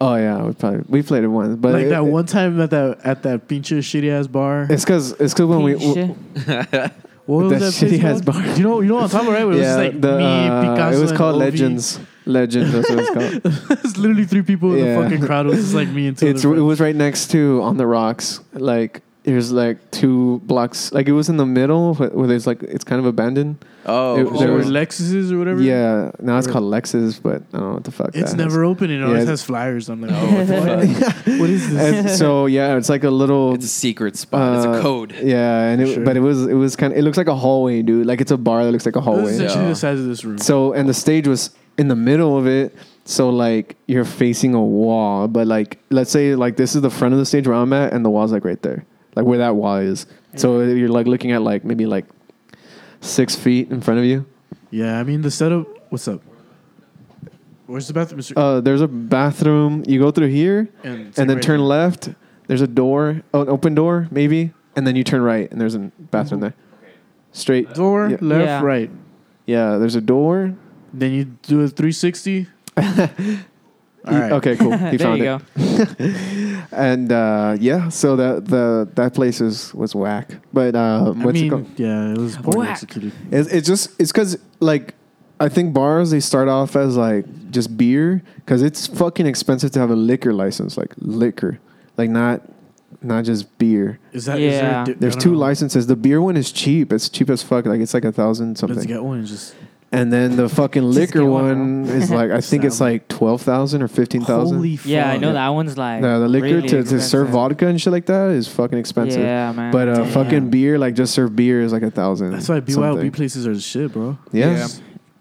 Speaker 8: Oh yeah, we probably we played it once, but
Speaker 1: like
Speaker 8: it-
Speaker 1: that one time at that at that pinche shitty ass bar.
Speaker 8: It's because it's because when we
Speaker 1: Pinche. What was
Speaker 8: With that
Speaker 1: that
Speaker 8: shitty
Speaker 1: place
Speaker 8: ass
Speaker 1: called?
Speaker 8: bar.
Speaker 1: You know, you know what I'm talking about, right? Where It was just like me,
Speaker 8: uh,
Speaker 1: Picasso,
Speaker 8: It was
Speaker 1: and
Speaker 8: called
Speaker 1: Ovi. (laughs)
Speaker 8: Legends. Legends. That's what it was called.
Speaker 1: There's literally three people in
Speaker 8: Yeah.
Speaker 1: the fucking crowd. It was just like me and two.
Speaker 8: it's
Speaker 1: other
Speaker 8: it was right next to on the rocks. Like it was like two blocks. Like it was in the middle wh- where there's like it's kind of abandoned.
Speaker 12: Oh,
Speaker 8: It-
Speaker 1: friends.
Speaker 8: there
Speaker 1: Or
Speaker 8: was-
Speaker 1: Lexuses or whatever.
Speaker 8: Yeah, now it's
Speaker 1: Or-
Speaker 8: called Lexus, but I don't know what the fuck.
Speaker 1: It's
Speaker 8: that
Speaker 1: never
Speaker 8: is.
Speaker 1: open. It always
Speaker 8: Yeah,
Speaker 1: has flyers. I'm like,
Speaker 12: Oh,
Speaker 1: what,
Speaker 12: what the
Speaker 8: (laughs)
Speaker 1: what is
Speaker 8: and
Speaker 1: this? (laughs)
Speaker 8: so yeah, it's like a little.
Speaker 12: It's a secret spot. it's
Speaker 8: uh,
Speaker 12: a code.
Speaker 8: Yeah, and it,
Speaker 1: Sure.
Speaker 8: but it was it was kind of it looks like a hallway, dude. Like it's a bar that looks like a
Speaker 1: this
Speaker 8: hallway.
Speaker 1: is essentially the size of this room.
Speaker 8: So and the stage was in the middle of it. So like you're facing a wall, but like let's say like this is the front of the stage where I'm at, and the wall's like right there, like where that wall is. So uh, you're like looking at like maybe like six feet in front of you.
Speaker 1: yeah, I mean the setup. What's up? Where's the bathroom? Mr.
Speaker 8: Uh, there's a bathroom. You go through here,
Speaker 1: And
Speaker 8: and,
Speaker 1: it's like
Speaker 8: then
Speaker 1: right
Speaker 8: turn
Speaker 1: here.
Speaker 8: left. There's a door, oh, an open door maybe, and then you turn right, and there's a bathroom there. Straight
Speaker 1: Door
Speaker 8: Yeah.
Speaker 1: left,
Speaker 11: Yeah.
Speaker 1: right.
Speaker 8: Yeah, there's a door.
Speaker 1: Then you do a
Speaker 8: (laughs)
Speaker 1: 360. All
Speaker 8: You-
Speaker 1: right. (laughs)
Speaker 8: Okay, cool.
Speaker 11: (laughs) There
Speaker 8: He found
Speaker 11: you
Speaker 8: it. (laughs) and uh, yeah, so that the that place is was whack. But uh,
Speaker 1: I
Speaker 8: what's it
Speaker 1: mean,
Speaker 8: called?
Speaker 1: yeah, it was poorly
Speaker 11: Whack.
Speaker 1: executed.
Speaker 8: It's, it's just it's because like I think bars they start off as like just beer because it's fucking expensive to have a liquor license, like liquor, like not not just beer.
Speaker 1: Is that? is there a
Speaker 11: Yeah.
Speaker 1: di-
Speaker 8: There's
Speaker 1: I don't
Speaker 8: two
Speaker 1: know.
Speaker 8: licenses. The beer one is cheap. It's cheap as fuck. Like it's like a thousand
Speaker 1: Let's
Speaker 8: something.
Speaker 1: get one. and Just
Speaker 8: And then the fucking liquor
Speaker 11: get
Speaker 8: one,
Speaker 11: one,
Speaker 8: is like I think it's
Speaker 1: Sound.
Speaker 8: like twelve thousand or fifteen thousand.
Speaker 1: holy.
Speaker 11: Yeah, I
Speaker 1: fuck.
Speaker 11: know that one's like
Speaker 8: No, the liquor
Speaker 11: really
Speaker 8: to, to serve
Speaker 11: expensive.
Speaker 8: vodka and shit like that is fucking expensive.
Speaker 11: Yeah, man.
Speaker 8: But uh,
Speaker 11: Damn.
Speaker 8: fucking beer, like just serve beer, is like a thousand.
Speaker 1: That's why
Speaker 8: something.
Speaker 1: BYOB places are the shit, bro.
Speaker 8: Yeah,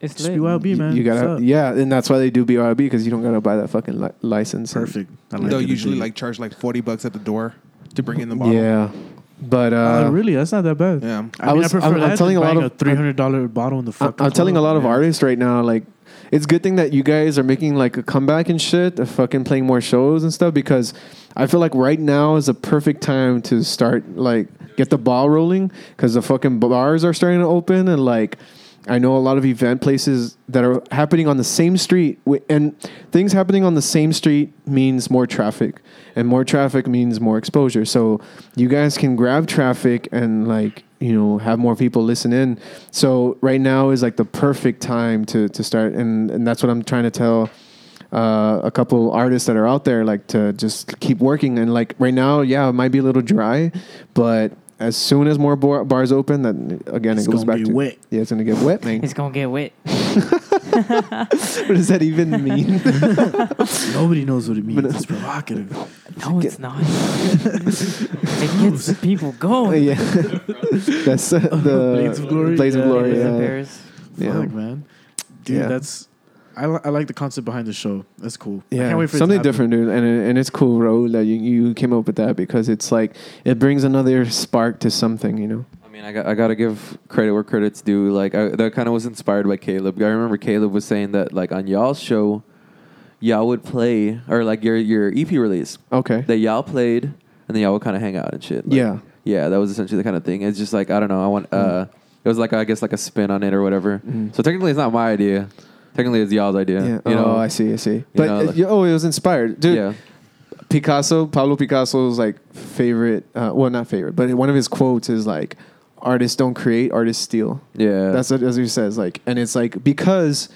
Speaker 11: It's
Speaker 1: Just
Speaker 11: lit.
Speaker 1: BYOB, man.
Speaker 8: you
Speaker 1: What's
Speaker 8: gotta.
Speaker 1: up?
Speaker 8: Yeah, and that's why they do BYOB because you don't gotta buy that fucking li- license. and-
Speaker 1: Perfect. I
Speaker 4: They'll
Speaker 1: it.
Speaker 4: usually like charge like forty bucks at the door to bring in the bottle.
Speaker 8: Yeah, but uh,
Speaker 1: Oh, really, that's not that bad.
Speaker 4: Yeah.
Speaker 1: I,
Speaker 8: I
Speaker 1: mean,
Speaker 8: was-
Speaker 1: I prefer
Speaker 8: I'm- I'm
Speaker 1: that than
Speaker 8: telling a lot
Speaker 1: buying
Speaker 8: of-
Speaker 1: a three hundred dollar bottle in the
Speaker 8: I-
Speaker 1: fucking.
Speaker 8: I'm telling a
Speaker 1: club,
Speaker 8: lot of
Speaker 1: man.
Speaker 8: artists right now, like, it's good thing that you guys are making like a comeback and shit, of fucking playing more shows and stuff because I feel like right now is a perfect time to start like get the ball rolling because the fucking bars are starting to open and like I know a lot of event places that are happening on the same street, wi- and things happening on the same street means more traffic, and more traffic means more exposure. So you guys can grab traffic and like you know have more people listen in. So right now is like the perfect time to to start, and and that's what I'm trying to tell uh, a couple artists that are out there like to just keep working and like right now yeah it might be a little dry but as soon as more bar- bars open then again
Speaker 11: It's
Speaker 8: it goes
Speaker 11: gonna
Speaker 8: back
Speaker 11: be
Speaker 8: to
Speaker 11: wet.
Speaker 8: yeah it's gonna get wet man
Speaker 11: (laughs) It's gonna get wet.
Speaker 8: what does that even mean (laughs)
Speaker 1: Nobody knows what it means. It's provocative.
Speaker 11: No, it's not. it gets the people going.
Speaker 8: Yeah. that's uh, the
Speaker 1: Blades of Glory?
Speaker 8: Blades of
Speaker 1: Yeah.
Speaker 8: Glory,
Speaker 1: Blades of
Speaker 8: yeah.
Speaker 1: Paris.
Speaker 8: yeah
Speaker 1: Fuck, man. Dude,
Speaker 8: Yeah.
Speaker 1: that's. I, li- I like the concept behind the show. That's cool. I
Speaker 8: Yeah,
Speaker 1: can't wait for it to
Speaker 8: something
Speaker 1: happen.
Speaker 8: different, dude, and and it's cool, Raul, that you, you came up with that because it's like it brings another spark to something, you know.
Speaker 12: I mean, I got I gotta give credit where credit's due. Like I, that kind of was inspired by Caleb. I remember Caleb was saying that like on y'all's show, y'all would play or like your your EP release.
Speaker 8: Okay.
Speaker 12: That y'all played, and then y'all would kind of hang out and shit. Like,
Speaker 8: Yeah.
Speaker 12: Yeah, that was essentially the kind of thing. It's just like I don't know. I want uh, it was like I guess like a spin on it or whatever.
Speaker 8: Mm.
Speaker 12: So technically, it's not my idea. Technically, it's y'all's idea.
Speaker 8: Yeah.
Speaker 12: You know,
Speaker 8: oh, I see, I see. But
Speaker 12: know,
Speaker 8: uh,
Speaker 12: like-
Speaker 8: yo- oh, it was inspired, dude.
Speaker 12: Yeah.
Speaker 8: Picasso, Pablo Picasso's like favorite, uh, well, not favorite, but one of his quotes is like, "Artists don't create, artists steal."
Speaker 12: Yeah.
Speaker 8: that's what, that's what he says. Like, and it's like because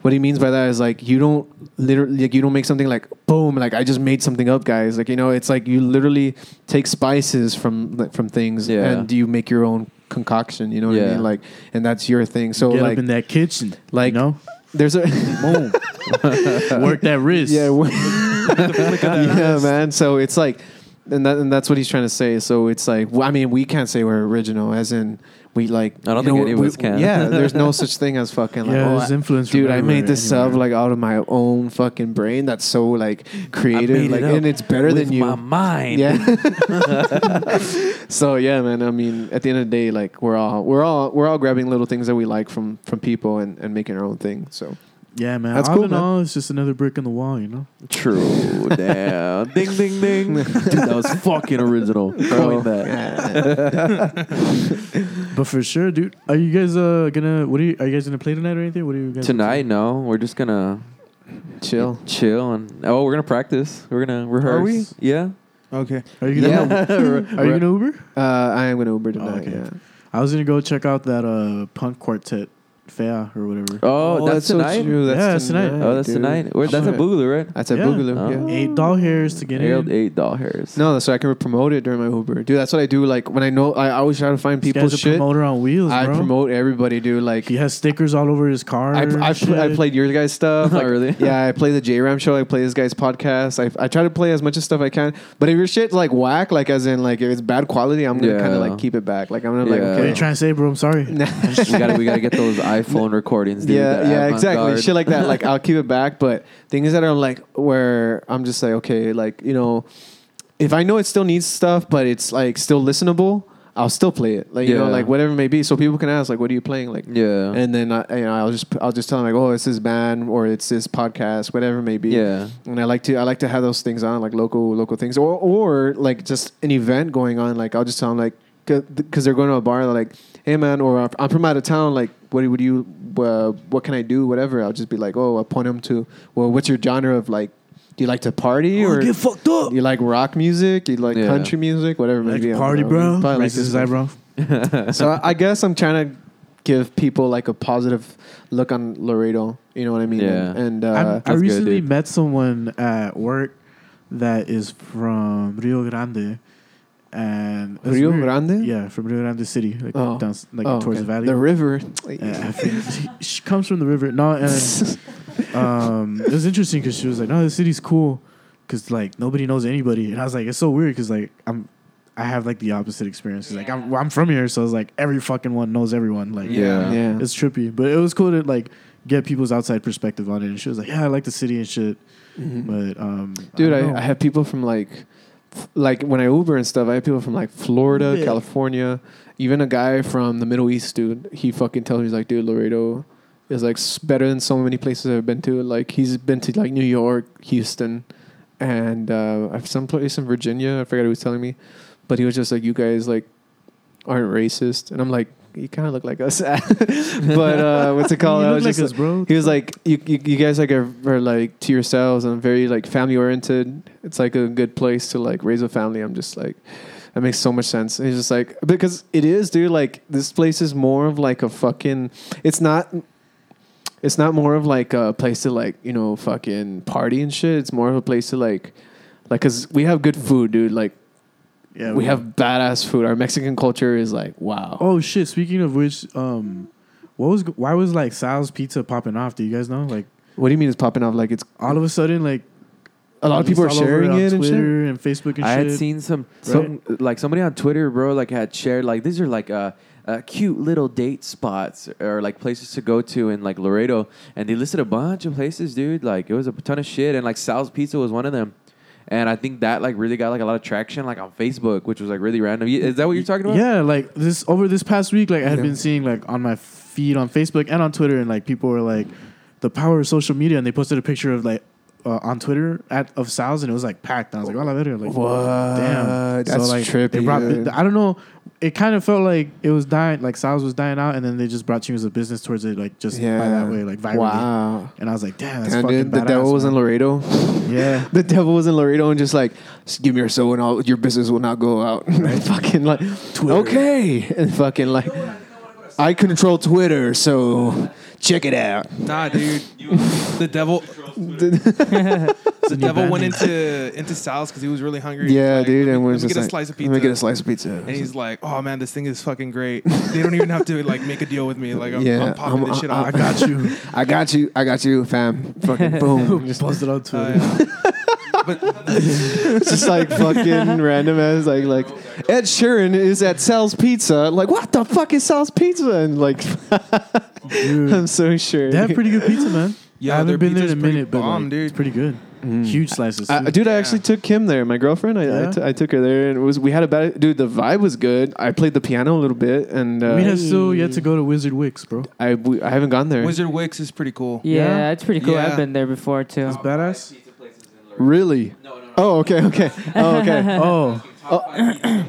Speaker 8: what he means by that is like you don't literally like you don't make something like boom like I just made something up, guys. Like you know, it's like you literally take spices from like, from things
Speaker 12: Yeah.
Speaker 8: and you make your own concoction. You know what I
Speaker 12: Yeah.
Speaker 8: mean? Like, and that's your thing. So
Speaker 1: Get
Speaker 8: like
Speaker 1: up in that kitchen.
Speaker 8: like no, there's a (laughs)
Speaker 1: Work that wrist.
Speaker 8: Yeah, wo- (laughs) yeah, man. So it's like, and that, and that's what he's trying to say. So it's like, well, I mean, we can't say we're original, as in we like.
Speaker 12: I don't
Speaker 8: you
Speaker 12: think
Speaker 8: know,
Speaker 12: any of
Speaker 8: we-
Speaker 12: us can. (laughs)
Speaker 8: Yeah, there's no such thing as fucking like.
Speaker 1: Yeah,
Speaker 8: oh,
Speaker 1: there's
Speaker 8: I-
Speaker 1: influence from
Speaker 8: dude. I made this
Speaker 1: everywhere,
Speaker 8: up like out of my own fucking brain. That's so like
Speaker 12: I made
Speaker 8: creative,
Speaker 12: it
Speaker 8: like,
Speaker 12: up
Speaker 8: and it's better
Speaker 12: with
Speaker 8: than you.
Speaker 12: my mind. (laughs)
Speaker 8: Yeah. so yeah, man. I mean, at the end of the day, like we're all we're all we're all grabbing little things that we like from from people and and making our own thing. So.
Speaker 1: Yeah, man.
Speaker 8: That's
Speaker 1: all
Speaker 8: cool,
Speaker 1: in
Speaker 8: man.
Speaker 1: all, it's just another brick in the wall, you know?
Speaker 12: True. (laughs) Damn. ding, ding, ding. Dude, that was
Speaker 8: (laughs)
Speaker 12: fucking original. Coin that.
Speaker 1: But for sure, dude. Are you guys uh gonna what are you are you guys gonna play tonight or anything? What are you guys
Speaker 12: Tonight, no. We're just gonna
Speaker 8: Chill.
Speaker 12: chill, and oh, we're gonna practice. We're gonna rehearse.
Speaker 8: we?
Speaker 12: Yeah.
Speaker 8: Okay.
Speaker 1: Are you gonna
Speaker 8: (laughs) Yeah.
Speaker 1: Are you gonna Uber?
Speaker 8: Uh, I am gonna Uber tonight.
Speaker 1: Oh, okay.
Speaker 8: Yeah.
Speaker 1: I was gonna go check out that uh punk quartet Fea or whatever.
Speaker 12: Oh,
Speaker 8: Oh,
Speaker 12: that's,
Speaker 8: that's so
Speaker 12: tonight.
Speaker 8: true. That's
Speaker 1: yeah, that's tonight.
Speaker 8: tonight.
Speaker 12: Oh, that's
Speaker 8: Dude.
Speaker 12: tonight. Where, that's a
Speaker 8: Shit.
Speaker 12: boogaloo, right?
Speaker 8: That's at
Speaker 1: Yeah.
Speaker 8: Boogaloo. Yeah.
Speaker 1: Eight doll hairs to get
Speaker 12: Eight,
Speaker 1: in.
Speaker 12: eight doll hairs.
Speaker 8: No, so I can promote it during my Uber, dude. That's what I do. Like when I know, I always try to find
Speaker 1: This
Speaker 8: people's
Speaker 1: guy's a
Speaker 8: shit.
Speaker 1: promoter on wheels,
Speaker 8: I
Speaker 1: bro.
Speaker 8: promote everybody, dude. Like
Speaker 1: He has stickers all over his car.
Speaker 8: I,
Speaker 1: and
Speaker 8: I, pl- I
Speaker 1: shit.
Speaker 8: played your guys' stuff.
Speaker 12: (laughs) Oh,
Speaker 8: Like,
Speaker 12: really?
Speaker 8: Yeah, I play the J Ram show. I play this guy's podcast. I, I try to play as much of stuff I can. But if your shit's like whack, like as in like if it's bad quality, I'm gonna
Speaker 12: Yeah.
Speaker 8: kind of like keep it back. Like I'm gonna like
Speaker 12: Yeah.
Speaker 1: What are you
Speaker 8: okay.
Speaker 1: trying to say, bro? I'm sorry.
Speaker 12: (laughs) we gotta we gotta
Speaker 8: (laughs)
Speaker 12: get those iPhone recordings, dude.
Speaker 8: yeah,
Speaker 12: that
Speaker 8: yeah, exactly.
Speaker 12: avant-garde.
Speaker 8: Shit like that. Like I'll keep
Speaker 12: (laughs)
Speaker 8: it back, but things that are like where I'm just like, okay, like you know, if I know it still needs stuff, but it's like still listenable, I'll still play it. Like you know,
Speaker 12: Yeah.
Speaker 8: like whatever it may be. So people can ask, like, what are you playing? Like,
Speaker 12: yeah.
Speaker 8: and then I, you know, I'll just I'll just tell them like, oh, it's this band or it's this podcast, whatever it may be.
Speaker 12: Yeah.
Speaker 8: And I like to I like to have those things on like local local things or or like just an event going on. Like I'll just tell them like because they're going to a bar they're like, hey man, or I'm- I'm from out of town. Like what would you uh, what can I do? Whatever. I'll just be like, oh, I'll point them to well, what's your genre of like. Do you like to party or
Speaker 1: get fucked up.
Speaker 8: You like rock music? You like
Speaker 12: Yeah.
Speaker 8: country music? Whatever. it may
Speaker 1: Like
Speaker 8: be, I
Speaker 1: a
Speaker 8: don't
Speaker 1: party,
Speaker 8: know.
Speaker 1: bro.
Speaker 8: Probably like
Speaker 1: Raises
Speaker 8: this
Speaker 1: his eyebrow.
Speaker 8: (laughs) so I- I guess I'm trying to give people like a positive look on Laredo. You know what I mean?
Speaker 12: Yeah.
Speaker 8: And, and
Speaker 1: I'm-
Speaker 8: uh,
Speaker 1: I
Speaker 12: good,
Speaker 1: recently
Speaker 12: dude.
Speaker 1: met someone at work that is from Rio Grande, and it was
Speaker 8: Rio
Speaker 1: weird.
Speaker 8: Grande?
Speaker 1: yeah, from Rio Grande City, like
Speaker 8: Oh.
Speaker 1: down, s- like
Speaker 8: Oh,
Speaker 1: towards
Speaker 8: okay.
Speaker 1: the valley.
Speaker 8: the river. (laughs)
Speaker 1: Yeah, I think (laughs) she, she comes from the river. No, and um, it was interesting because she was like, "No, the city's cool," because like nobody knows anybody, and I was like, "It's so weird," because like I'm, I have like the opposite experience. 'Cause, Like I'm, well, I'm from here, so it's like every fucking one knows everyone. Like
Speaker 12: Yeah.
Speaker 8: Yeah.
Speaker 1: it's trippy, but it was cool to like get people's outside perspective on it. And she was like, "Yeah, I like the city and shit," but um,
Speaker 8: Mm-hmm. Dude,
Speaker 1: don't
Speaker 8: I,
Speaker 1: know.
Speaker 8: I have people from like, f- like when I Uber and stuff, I have people from like Florida,
Speaker 1: Yeah.
Speaker 8: California, even a guy from the Middle East, dude. He fucking tells me, he's like, dude, Laredo is like s- better than so many places I've been to. Like, he's been to like New York, Houston, and uh, I've some place in Virginia. I forgot who was telling me, but he was just like, you guys like aren't racist. And I'm like, you kind of look like us. (laughs) but uh, what's it called?
Speaker 1: You
Speaker 8: I
Speaker 1: look
Speaker 8: was
Speaker 1: like
Speaker 8: just
Speaker 1: us, bro.
Speaker 8: He was like, you, you, you guys like are, are like to yourselves and very like family oriented. It's like a good place to like raise a family. I'm just like, that makes so much sense. And he's just like, because it is, dude. Like this place is more of like a fucking. It's not. It's not more of like a place to like you know fucking party and shit. It's more of a place to like, like because we have good food, dude. Like.
Speaker 1: Yeah,
Speaker 8: we
Speaker 1: we-
Speaker 8: have badass food. Our Mexican culture is like wow.
Speaker 1: Oh shit! Speaking of which, um, what was why was like Sal's Pizza popping off? Do you guys know? Like,
Speaker 8: What do you mean it's popping off? Like it's
Speaker 1: all of a sudden, like
Speaker 8: A lot
Speaker 1: it's
Speaker 8: of people are
Speaker 1: all over
Speaker 8: sharing
Speaker 1: on
Speaker 8: it and shit?
Speaker 1: Twitter and Facebook and
Speaker 12: I
Speaker 1: shit.
Speaker 12: had seen some,
Speaker 1: Right?
Speaker 12: some like somebody on Twitter, bro, like had shared like these are like uh, uh, cute little date spots or like places to go to in like Laredo, and they listed a bunch of places, dude. Like it was a ton of shit, and like Sal's Pizza was one of them. And I think that like really got like a lot of traction like on Facebook, which was like really random. You- Is that what you're talking about?
Speaker 1: Yeah, like this over this past week, like I had
Speaker 12: Yeah.
Speaker 1: been seeing like on my feed on Facebook and on Twitter, and like people were like, the power of social media, and they posted a picture of like. Uh, on Twitter at of Sal's and it was like packed. And I was like, "Oh, la verga!" Like,
Speaker 8: What?
Speaker 1: damn,
Speaker 8: That's
Speaker 1: like, They
Speaker 8: trippy,
Speaker 1: brought,
Speaker 8: dude.
Speaker 1: I don't know. It kind of felt like it was dying, like Sal's was dying out, and then they just brought you as a business towards it, like just by
Speaker 8: Yeah.
Speaker 1: that way, like virally.
Speaker 8: Wow.
Speaker 1: And I was like, "Damn, that's
Speaker 8: Damn,
Speaker 1: fucking
Speaker 8: dude, the
Speaker 1: badass,
Speaker 8: devil was in
Speaker 1: man.
Speaker 8: Laredo.
Speaker 1: Yeah,
Speaker 8: (laughs) the devil was in Laredo and just like, "Just give me your soul and all your business will not go out. (laughs) And fucking like, okay, (laughs) and fucking like, I control Twitter, so check it out.
Speaker 4: Nah, dude. (laughs) the devil. (laughs) The, devil went into into Sal's because he was really hungry. He's
Speaker 8: Yeah,
Speaker 4: like,
Speaker 8: dude,
Speaker 4: Let
Speaker 8: and
Speaker 4: me,
Speaker 8: was
Speaker 4: let me
Speaker 8: just
Speaker 4: get a
Speaker 8: like,
Speaker 4: slice of
Speaker 8: let
Speaker 4: pizza.
Speaker 8: me get a slice of pizza.
Speaker 4: And he's like, "Oh man, this thing is fucking great. They don't even have to like make a deal with me. Like, I'm,
Speaker 8: yeah,
Speaker 4: I'm popping this shit off.
Speaker 1: you.
Speaker 8: I got you. I got you, fam. Fucking boom.
Speaker 1: Just posted on Twitter.
Speaker 4: (laughs) Uh,
Speaker 8: It's just like fucking random ass like like Ed Sheeran is at Sal's Pizza. Like what the fuck is Sal's Pizza? And like (laughs) I'm so sure
Speaker 1: They have pretty good pizza, man.
Speaker 8: Yeah,
Speaker 1: I
Speaker 8: their
Speaker 1: haven't been there in a
Speaker 8: pizza's pretty
Speaker 1: minute, but
Speaker 8: bomb,
Speaker 1: like, it's pretty good. Huge slices.
Speaker 8: Mm. I,
Speaker 1: too.
Speaker 8: dude, I actually took Kim there. My girlfriend, I, I,
Speaker 1: Yeah?
Speaker 8: t- I took her there, and it was we had a bad dude. The vibe was good. I played the piano a little bit, and uh,
Speaker 1: we have still yet to go to Wizard Wicks, bro.
Speaker 8: I we, I haven't gone there.
Speaker 4: Wizard Wicks is pretty cool.
Speaker 11: Yeah, it's pretty cool.
Speaker 4: Yeah.
Speaker 11: I've been there before too. It's
Speaker 1: badass.
Speaker 8: Really? Oh, okay, okay, oh, okay.
Speaker 1: (laughs) (laughs) oh.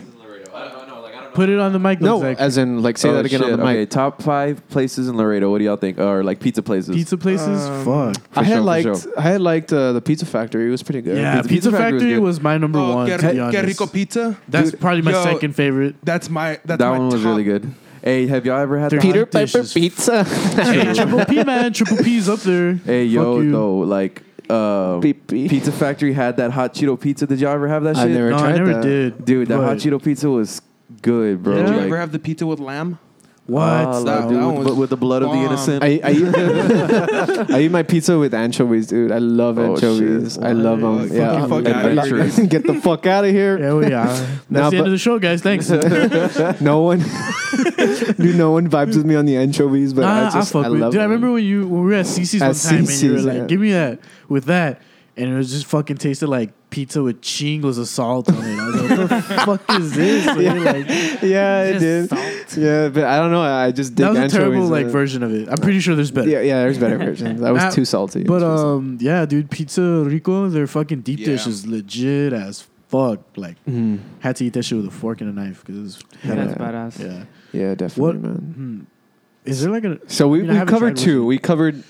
Speaker 1: Put it on the mic.
Speaker 8: No, as in like say
Speaker 12: Oh,
Speaker 8: that again on
Speaker 12: shit.
Speaker 8: the mic.
Speaker 12: Okay, top five places in Laredo. What do y'all think? Or like pizza places?
Speaker 1: Pizza places? Fuck.
Speaker 12: For
Speaker 8: I had
Speaker 12: sure, for
Speaker 8: liked
Speaker 12: sure.
Speaker 8: I had liked uh, the Pizza Factory. It was pretty good.
Speaker 1: Yeah, Pizza, Factory, was, my number
Speaker 4: Oh,
Speaker 1: one.
Speaker 4: que-
Speaker 1: to be
Speaker 4: que
Speaker 1: honest.
Speaker 4: rico pizza.
Speaker 1: That's
Speaker 4: Dude,
Speaker 1: probably my
Speaker 4: yo,
Speaker 1: second favorite.
Speaker 4: That's my that's
Speaker 12: that
Speaker 4: my
Speaker 12: one was
Speaker 4: top
Speaker 12: really good. Hey, have y'all ever had
Speaker 1: They're
Speaker 12: the
Speaker 1: hot dishes.
Speaker 8: Pizza.
Speaker 1: Hey, Triple P man, Triple P's up there.
Speaker 12: Hey, yo,
Speaker 1: Fuck you.
Speaker 12: though, like uh, Pizza Factory had that hot Cheeto pizza. Did y'all ever have that
Speaker 8: I
Speaker 12: shit?
Speaker 8: never
Speaker 1: No, I tried never that. did,
Speaker 12: Dude, that
Speaker 1: but-
Speaker 12: hot Cheeto pizza was good, bro.
Speaker 4: Did you
Speaker 12: Like,
Speaker 4: ever have the pizza with lamb?
Speaker 1: What?
Speaker 8: Ah,
Speaker 12: oh, like,
Speaker 4: That-
Speaker 12: dude,
Speaker 4: that
Speaker 12: with,
Speaker 4: was
Speaker 12: with the blood of the
Speaker 4: bomb.
Speaker 12: innocent.
Speaker 8: I, I, eat, (laughs) I eat my pizza with anchovies, dude. I love
Speaker 12: Oh, shit.
Speaker 8: anchovies. I love them.
Speaker 4: Fucking
Speaker 8: Yeah,
Speaker 4: fuck
Speaker 8: I- I
Speaker 4: outta
Speaker 8: love-
Speaker 4: here.
Speaker 8: (laughs) get the fuck out of here.
Speaker 1: Yeah, we are. That's
Speaker 8: Nah,
Speaker 1: the
Speaker 8: but-
Speaker 1: end of the show, guys.
Speaker 8: (laughs)
Speaker 1: Thanks.
Speaker 8: no one, (laughs) dude. No one vibes with me on the anchovies, but
Speaker 1: nah,
Speaker 8: I just
Speaker 1: I
Speaker 8: I,
Speaker 1: fuck with.
Speaker 8: love.
Speaker 1: Dude, I
Speaker 8: them.
Speaker 1: remember when you when we were at CC's
Speaker 8: At
Speaker 1: one time and you were
Speaker 8: CC's,
Speaker 1: like,
Speaker 8: yeah.
Speaker 1: "Give me that with that," and it was just fucking tasted like pizza with chingles of salt on it. I was like, "What
Speaker 8: (laughs)
Speaker 1: the fuck is this?" dude?" Like,
Speaker 8: Yeah, I did. (laughs) Yeah, but I don't know. I just dig
Speaker 1: that was a
Speaker 8: anchovies
Speaker 1: terrible like
Speaker 8: uh,
Speaker 1: version of it. I'm pretty sure there's better.
Speaker 8: Yeah, yeah. There's better
Speaker 1: (laughs)
Speaker 8: versions. That was
Speaker 1: Uh,
Speaker 8: too salty.
Speaker 1: But um, yeah, dude, Pizza Rico, their fucking deep dish
Speaker 8: Yeah.
Speaker 1: is legit as fuck. Like,
Speaker 8: Mm. Hmm.
Speaker 1: had to eat that shit with a fork and a knife because it was
Speaker 11: Yeah, that's
Speaker 1: yeah.
Speaker 11: badass.
Speaker 1: Yeah.
Speaker 8: yeah,
Speaker 1: What?
Speaker 8: definitely, man.
Speaker 1: Hmm. Is there like a
Speaker 8: So
Speaker 1: I
Speaker 8: we,
Speaker 1: mean, I
Speaker 8: we
Speaker 1: haven't
Speaker 8: covered
Speaker 1: tried Wizard
Speaker 8: two. We covered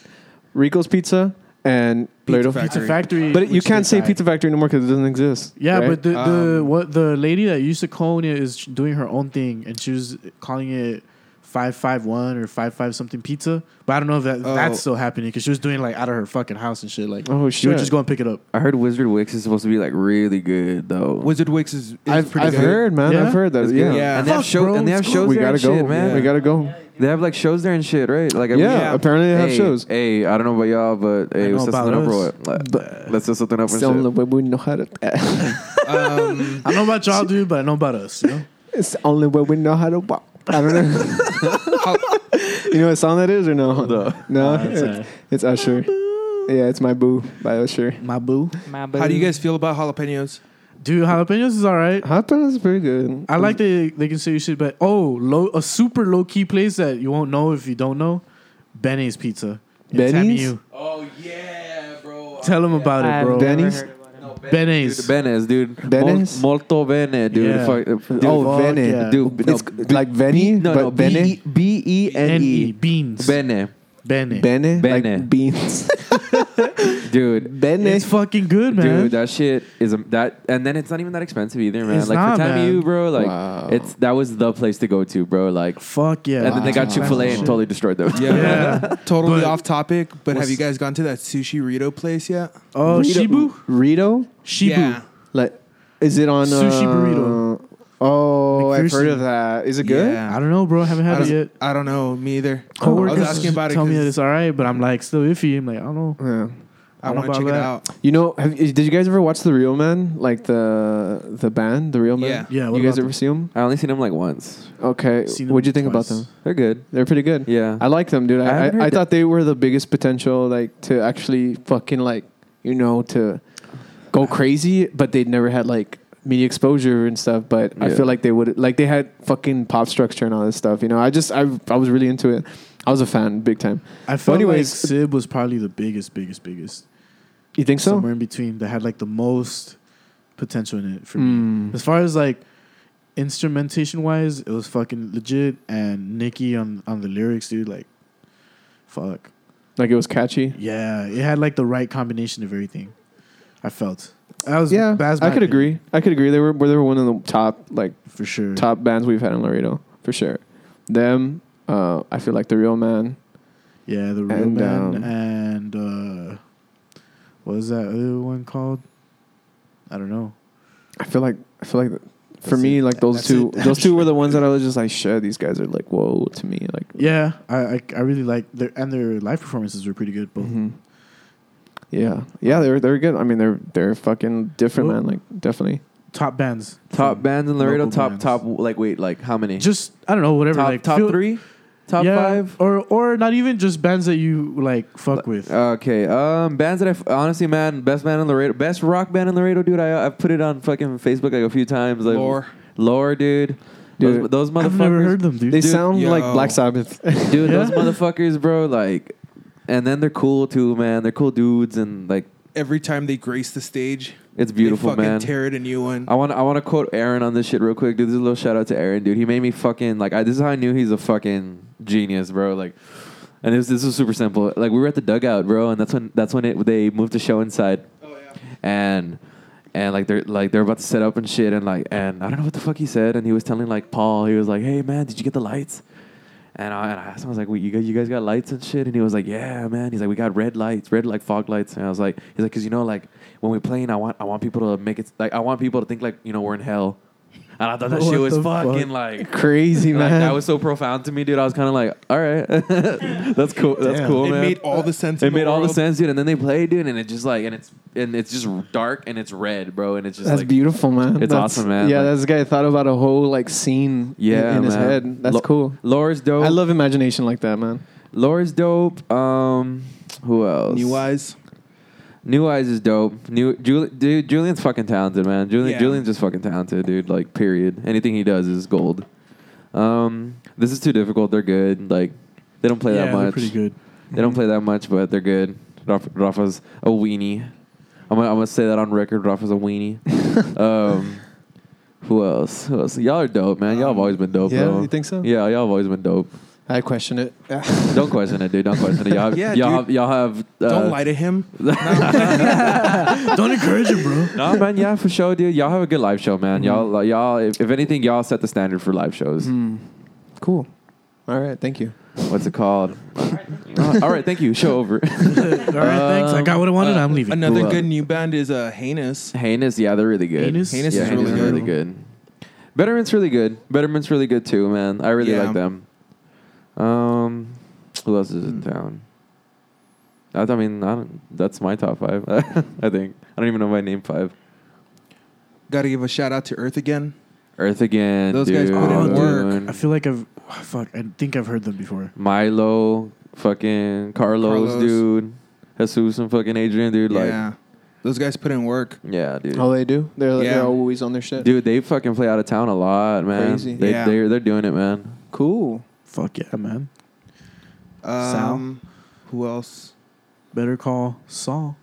Speaker 8: Rico's Pizza and Laredo
Speaker 1: Pizza Factory,
Speaker 8: But you
Speaker 1: which
Speaker 8: can't
Speaker 1: they
Speaker 8: say
Speaker 1: died.
Speaker 8: Pizza Factory no more because it doesn't exist.
Speaker 1: Yeah,
Speaker 8: right? Um,
Speaker 1: but the, the what the lady that used to clone it is doing her own thing, and she was calling it five five one or five five something pizza. But I don't know if that that's still happening because she was doing it, like out of her fucking house and shit. Like,
Speaker 8: Oh,
Speaker 1: you would
Speaker 8: shit.
Speaker 1: just go and pick it up.
Speaker 12: I heard Wizard Wicks is supposed to be like really good though.
Speaker 4: Wizard Wicks is, is
Speaker 8: I've,
Speaker 4: pretty
Speaker 8: I've
Speaker 4: good.
Speaker 8: heard, man.
Speaker 12: Yeah?
Speaker 8: I've heard that.
Speaker 12: It's good.
Speaker 8: Yeah.
Speaker 4: Yeah.
Speaker 12: and they have
Speaker 4: Fuck,
Speaker 12: shows.
Speaker 4: bro,
Speaker 12: And they have
Speaker 4: it's
Speaker 12: shows
Speaker 8: We
Speaker 12: there
Speaker 8: gotta
Speaker 12: and
Speaker 8: go.
Speaker 12: shit, man.
Speaker 8: We gotta go.
Speaker 12: They have like shows there and shit, right? Like I mean-
Speaker 8: Yeah, Yeah. apparently they have
Speaker 12: Hey,
Speaker 8: shows.
Speaker 12: Hey, I don't know about y'all, but
Speaker 1: I
Speaker 12: hey,
Speaker 1: know
Speaker 12: let's set
Speaker 1: about
Speaker 12: something up,
Speaker 1: us.
Speaker 12: bro. Let- Let's set something up and
Speaker 8: Still
Speaker 12: shit.
Speaker 8: the way we know how to. Um,
Speaker 1: (laughs) I don't know about y'all, dude, but I know about us. You know?
Speaker 8: It's the only way we know how to walk. I don't know. you know what song that is or no? No,
Speaker 1: Uh, it's,
Speaker 8: it's, it's Usher. Yeah, it's my boo by Usher.
Speaker 1: My boo.
Speaker 11: My
Speaker 4: How do you guys feel about jalapenos?
Speaker 1: Dude, jalapenos is all right.
Speaker 8: Jalapenos is pretty good.
Speaker 1: I like they they can say you shit, but oh, low a super low key place that you won't know if you don't know, Benny's Pizza. in
Speaker 8: Benny's?
Speaker 1: Tamiu.
Speaker 4: Oh yeah, bro.
Speaker 1: Tell them about it, bro.
Speaker 8: Benny's.
Speaker 1: Benes.
Speaker 12: Benes, dude.
Speaker 8: Benes?
Speaker 12: Mol- molto bene, dude.
Speaker 8: Yeah.
Speaker 12: Fuck, uh, dude.
Speaker 8: Oh, Fuck, bene. yeah.
Speaker 12: Dude,
Speaker 8: It's like Veni,
Speaker 12: no,
Speaker 8: but
Speaker 12: no,
Speaker 8: bene?
Speaker 12: B E N E.
Speaker 1: Beans.
Speaker 12: Bene.
Speaker 1: Bene.
Speaker 8: Bene?
Speaker 12: Bene.
Speaker 8: Like beans.
Speaker 12: Dude.
Speaker 8: Bene.
Speaker 1: It's fucking good, man.
Speaker 12: Dude, that shit is a, that, and then it's not even that expensive either, man.
Speaker 1: It's
Speaker 12: like
Speaker 1: not,
Speaker 12: for time
Speaker 1: man.
Speaker 12: you, bro, like
Speaker 8: Wow.
Speaker 12: it's that was the place to go to, bro. Like,
Speaker 1: Fuck yeah.
Speaker 12: and then they got
Speaker 1: Wow.
Speaker 12: Chick Fil A and totally destroyed them.
Speaker 4: Yeah.
Speaker 1: Yeah.
Speaker 4: Totally
Speaker 1: But-
Speaker 4: off topic, but have
Speaker 1: What's-
Speaker 4: you guys gone to that sushi Rito place yet?
Speaker 1: Oh, Shibu?
Speaker 8: Rito?
Speaker 1: Shibu.
Speaker 4: Yeah.
Speaker 8: Like, is it on
Speaker 1: Sushi
Speaker 8: uh,
Speaker 1: burrito.
Speaker 8: Oh, I've
Speaker 1: McPherson.
Speaker 8: heard of that. Is it good?
Speaker 4: Yeah.
Speaker 1: I don't know, bro. I haven't
Speaker 4: I
Speaker 1: had it
Speaker 4: don't,
Speaker 1: yet.
Speaker 4: I don't know. Me either.
Speaker 1: Coworkers
Speaker 4: I was asking about it.
Speaker 1: tell me that
Speaker 4: 'cause
Speaker 1: it's all right, but I'm like still iffy. I'm like, I don't know.
Speaker 8: Yeah.
Speaker 4: I
Speaker 1: don't know
Speaker 4: want to
Speaker 1: about
Speaker 4: check it
Speaker 1: that.
Speaker 4: out.
Speaker 8: You know, have, did you guys ever watch The Real Man? Like the the band, The Real Man?
Speaker 4: Yeah.
Speaker 1: Yeah, what
Speaker 8: You guys
Speaker 1: about
Speaker 8: ever see them?
Speaker 12: (laughs) I only seen them like once.
Speaker 8: Okay.
Speaker 1: Seen them
Speaker 8: What'd you think
Speaker 1: twice.
Speaker 8: about them?
Speaker 12: They're good.
Speaker 8: They're pretty good.
Speaker 12: Yeah.
Speaker 8: I like them, dude. I,
Speaker 12: I
Speaker 8: I,
Speaker 12: haven't
Speaker 8: I
Speaker 12: heard
Speaker 8: thought they were the biggest potential, like to actually fucking like you know to go crazy, but they never had like media exposure and stuff. But I
Speaker 12: Yeah.
Speaker 8: feel like they would like they had fucking pop structure and all this stuff. You know, I just I I was really into it. I was a fan, big time.
Speaker 1: I felt
Speaker 8: anyways-
Speaker 1: like Sib was probably the biggest, biggest, biggest.
Speaker 8: You think so?
Speaker 1: Somewhere in between that had like the most potential in it for me.
Speaker 8: Mm.
Speaker 1: As far as like instrumentation wise, it was fucking legit. And Nicki on on the lyrics, dude, like, fuck,
Speaker 8: Like it was catchy.
Speaker 1: yeah, it had like the right combination of everything. I felt. I was
Speaker 8: Yeah,
Speaker 1: that's
Speaker 8: I
Speaker 1: my
Speaker 8: could
Speaker 1: opinion,
Speaker 8: agree. I could agree. They were they were one of the top like
Speaker 1: for sure.
Speaker 8: top bands we've had in Laredo for sure. Them, uh, I feel like the real man.
Speaker 1: Yeah, the real
Speaker 8: And,
Speaker 1: man
Speaker 8: um,
Speaker 1: and uh, what is that other one called? I don't know.
Speaker 8: I feel like I feel like for
Speaker 1: That's
Speaker 8: me
Speaker 1: it.
Speaker 8: like those
Speaker 1: That's
Speaker 8: two
Speaker 12: (laughs)
Speaker 1: it.
Speaker 8: those two were the ones that I was just like shit these guys are like whoa to me like
Speaker 1: Yeah, I I, I really like their and their live performances were pretty good. Both.
Speaker 12: Mm-hmm.
Speaker 8: mhm. yeah yeah they were they were good I mean they're they're fucking different
Speaker 1: Well-
Speaker 8: man like definitely
Speaker 1: top bands.
Speaker 12: Top
Speaker 1: from
Speaker 12: bands in Laredo.
Speaker 1: local
Speaker 12: Top
Speaker 1: bands.
Speaker 12: top. Like wait, like how many?
Speaker 1: Just I don't know whatever.
Speaker 12: top
Speaker 1: like
Speaker 12: top
Speaker 1: feel-
Speaker 12: three, top
Speaker 1: yeah,
Speaker 12: five. uh,
Speaker 1: or or not even just bands that you like fuck with.
Speaker 12: Okay, um, bands that I f- honestly, man, best band in Laredo, best rock band in Laredo, dude. I I put it on fucking Facebook like a few times. Like,
Speaker 4: Lore.
Speaker 12: lore, dude.
Speaker 8: Dude,
Speaker 12: those, those motherfuckers.
Speaker 1: I've never heard them, dude.
Speaker 8: they
Speaker 12: Dude,
Speaker 8: sound
Speaker 4: yo.
Speaker 8: like Black (laughs) Sabbath
Speaker 12: dude.
Speaker 1: Yeah. (laughs)
Speaker 12: Those motherfuckers, bro. Like, and then they're cool too, man. They're cool dudes, and like,
Speaker 4: Every time they grace the stage,
Speaker 12: it's beautiful,
Speaker 4: they fucking
Speaker 12: man.
Speaker 4: tear it a new one.
Speaker 12: I want I want to quote Aaron on this shit real quick, dude. This is a little shout out to Aaron, dude. He made me fucking like I, this is how I knew he's a fucking genius, bro. Like, and this this was super simple. Like we were at the dugout, bro, and that's when that's when it they moved the show inside,
Speaker 4: oh, yeah.
Speaker 12: and and like they're like they're about to set up and shit, and like and I don't know what the fuck he said, and he was telling like Paul, he was like, hey man, did you get the lights? And I, and I asked him, I was like, Wait, you, guys, you guys got lights and shit? And he was like, yeah, man. He's like, we got red lights, red like fog lights. And I was like, he's like, because you know, like when we're playing, I want I want people to make it, like I want people to think like, you know, we're in hell. And I thought that
Speaker 1: What
Speaker 12: shit was
Speaker 1: the fuck?
Speaker 12: fucking like,
Speaker 8: crazy
Speaker 12: like,
Speaker 8: man
Speaker 12: that was so profound to me, dude. I was kind of like, all right, (laughs) that's cool. That's
Speaker 1: Damn.
Speaker 12: cool,
Speaker 4: it
Speaker 12: man.
Speaker 4: made all the sense.
Speaker 12: It
Speaker 4: in the
Speaker 12: made all the
Speaker 4: world.
Speaker 12: sense, dude. And then they played, dude, and it just like, and it's and it's just dark and it's red, bro, and it's just
Speaker 8: that's
Speaker 12: like,
Speaker 8: beautiful man
Speaker 12: it's
Speaker 8: That's-
Speaker 12: awesome, man.
Speaker 8: yeah
Speaker 12: Like-
Speaker 8: this guy thought about a whole like scene
Speaker 12: Yeah,
Speaker 8: in, in his
Speaker 12: man.
Speaker 8: head that's
Speaker 12: Lo-
Speaker 8: cool
Speaker 12: Laura's dope.
Speaker 8: I love imagination like that man
Speaker 12: Laura's dope. Um, who else?
Speaker 4: New eyes.
Speaker 12: New Eyes is dope. New Juli- dude, Julian's fucking talented, man. Julian,
Speaker 4: Yeah.
Speaker 12: Julian's just fucking talented, dude. Like, period. Anything he does is gold. Um, this is too difficult. They're good. Like, they don't play
Speaker 1: yeah,
Speaker 12: that
Speaker 1: they're
Speaker 12: much.
Speaker 1: pretty good.
Speaker 12: They don't play that much, but they're good. Rafa, Rafa's a weenie. I'm gonna, I'm gonna say that on record. Rafa's a weenie. um, who else? Who else? Y'all are dope, man. Y'all have always been dope.
Speaker 8: yeah,
Speaker 12: though.
Speaker 8: you think so?
Speaker 12: Yeah, y'all have always been dope.
Speaker 8: I question it
Speaker 12: (laughs) Don't question it, dude. Don't question it. Y'all, have-
Speaker 4: Yeah,
Speaker 12: y'all,
Speaker 4: dude.
Speaker 12: have, y'all have. Uh,
Speaker 4: Don't lie to him.
Speaker 1: Don't encourage him, bro.
Speaker 12: No Oh, man, yeah, for sure, dude. Y'all have a good live show, man.
Speaker 4: Mm-hmm.
Speaker 12: Y'all, like, y'all. If, if anything, y'all set the standard for live shows.
Speaker 8: Hmm. cool all right thank you
Speaker 4: Mm-hmm.
Speaker 12: What's
Speaker 4: (laughs)
Speaker 12: it called? Uh, all right, thank you. Show over.
Speaker 1: (laughs) All right, thanks. I got what I wanted. I'm leaving.
Speaker 4: Another
Speaker 12: Who, uh,
Speaker 4: good new band is uh, (laughs) Heinous.
Speaker 12: Heinous, yeah, they're really good.
Speaker 1: Heinous?
Speaker 4: Heinous
Speaker 12: yeah,
Speaker 4: is really good.
Speaker 12: Betterment's really good. Betterment's really good too, man. I really
Speaker 4: Yeah.
Speaker 12: like them. Um, who else is in
Speaker 4: Hmm.
Speaker 12: town? I, I mean, I don't, that's my top five. (laughs) I think I don't even know my name five.
Speaker 4: Got to give a shout out to Earth again.
Speaker 12: Earth again.
Speaker 4: Those guys
Speaker 12: dude.
Speaker 4: put in
Speaker 1: I feel like I've (sighs) oh, fuck. I think I've heard them before.
Speaker 12: Milo, fucking Carlos,
Speaker 4: Carlos.
Speaker 12: dude. Jesus and fucking Adrian, dude. Like,
Speaker 4: yeah, those guys put in work.
Speaker 12: yeah, dude.
Speaker 8: oh they do they're,
Speaker 4: Yeah.
Speaker 8: they're always on their shit
Speaker 12: Dude, they fucking play out of town a lot, man.
Speaker 8: Crazy.
Speaker 12: They,
Speaker 4: Yeah.
Speaker 12: they're, they're doing it, man.
Speaker 8: cool
Speaker 1: Fuck yeah, man.
Speaker 4: Um, Who else?
Speaker 1: Better call Saul.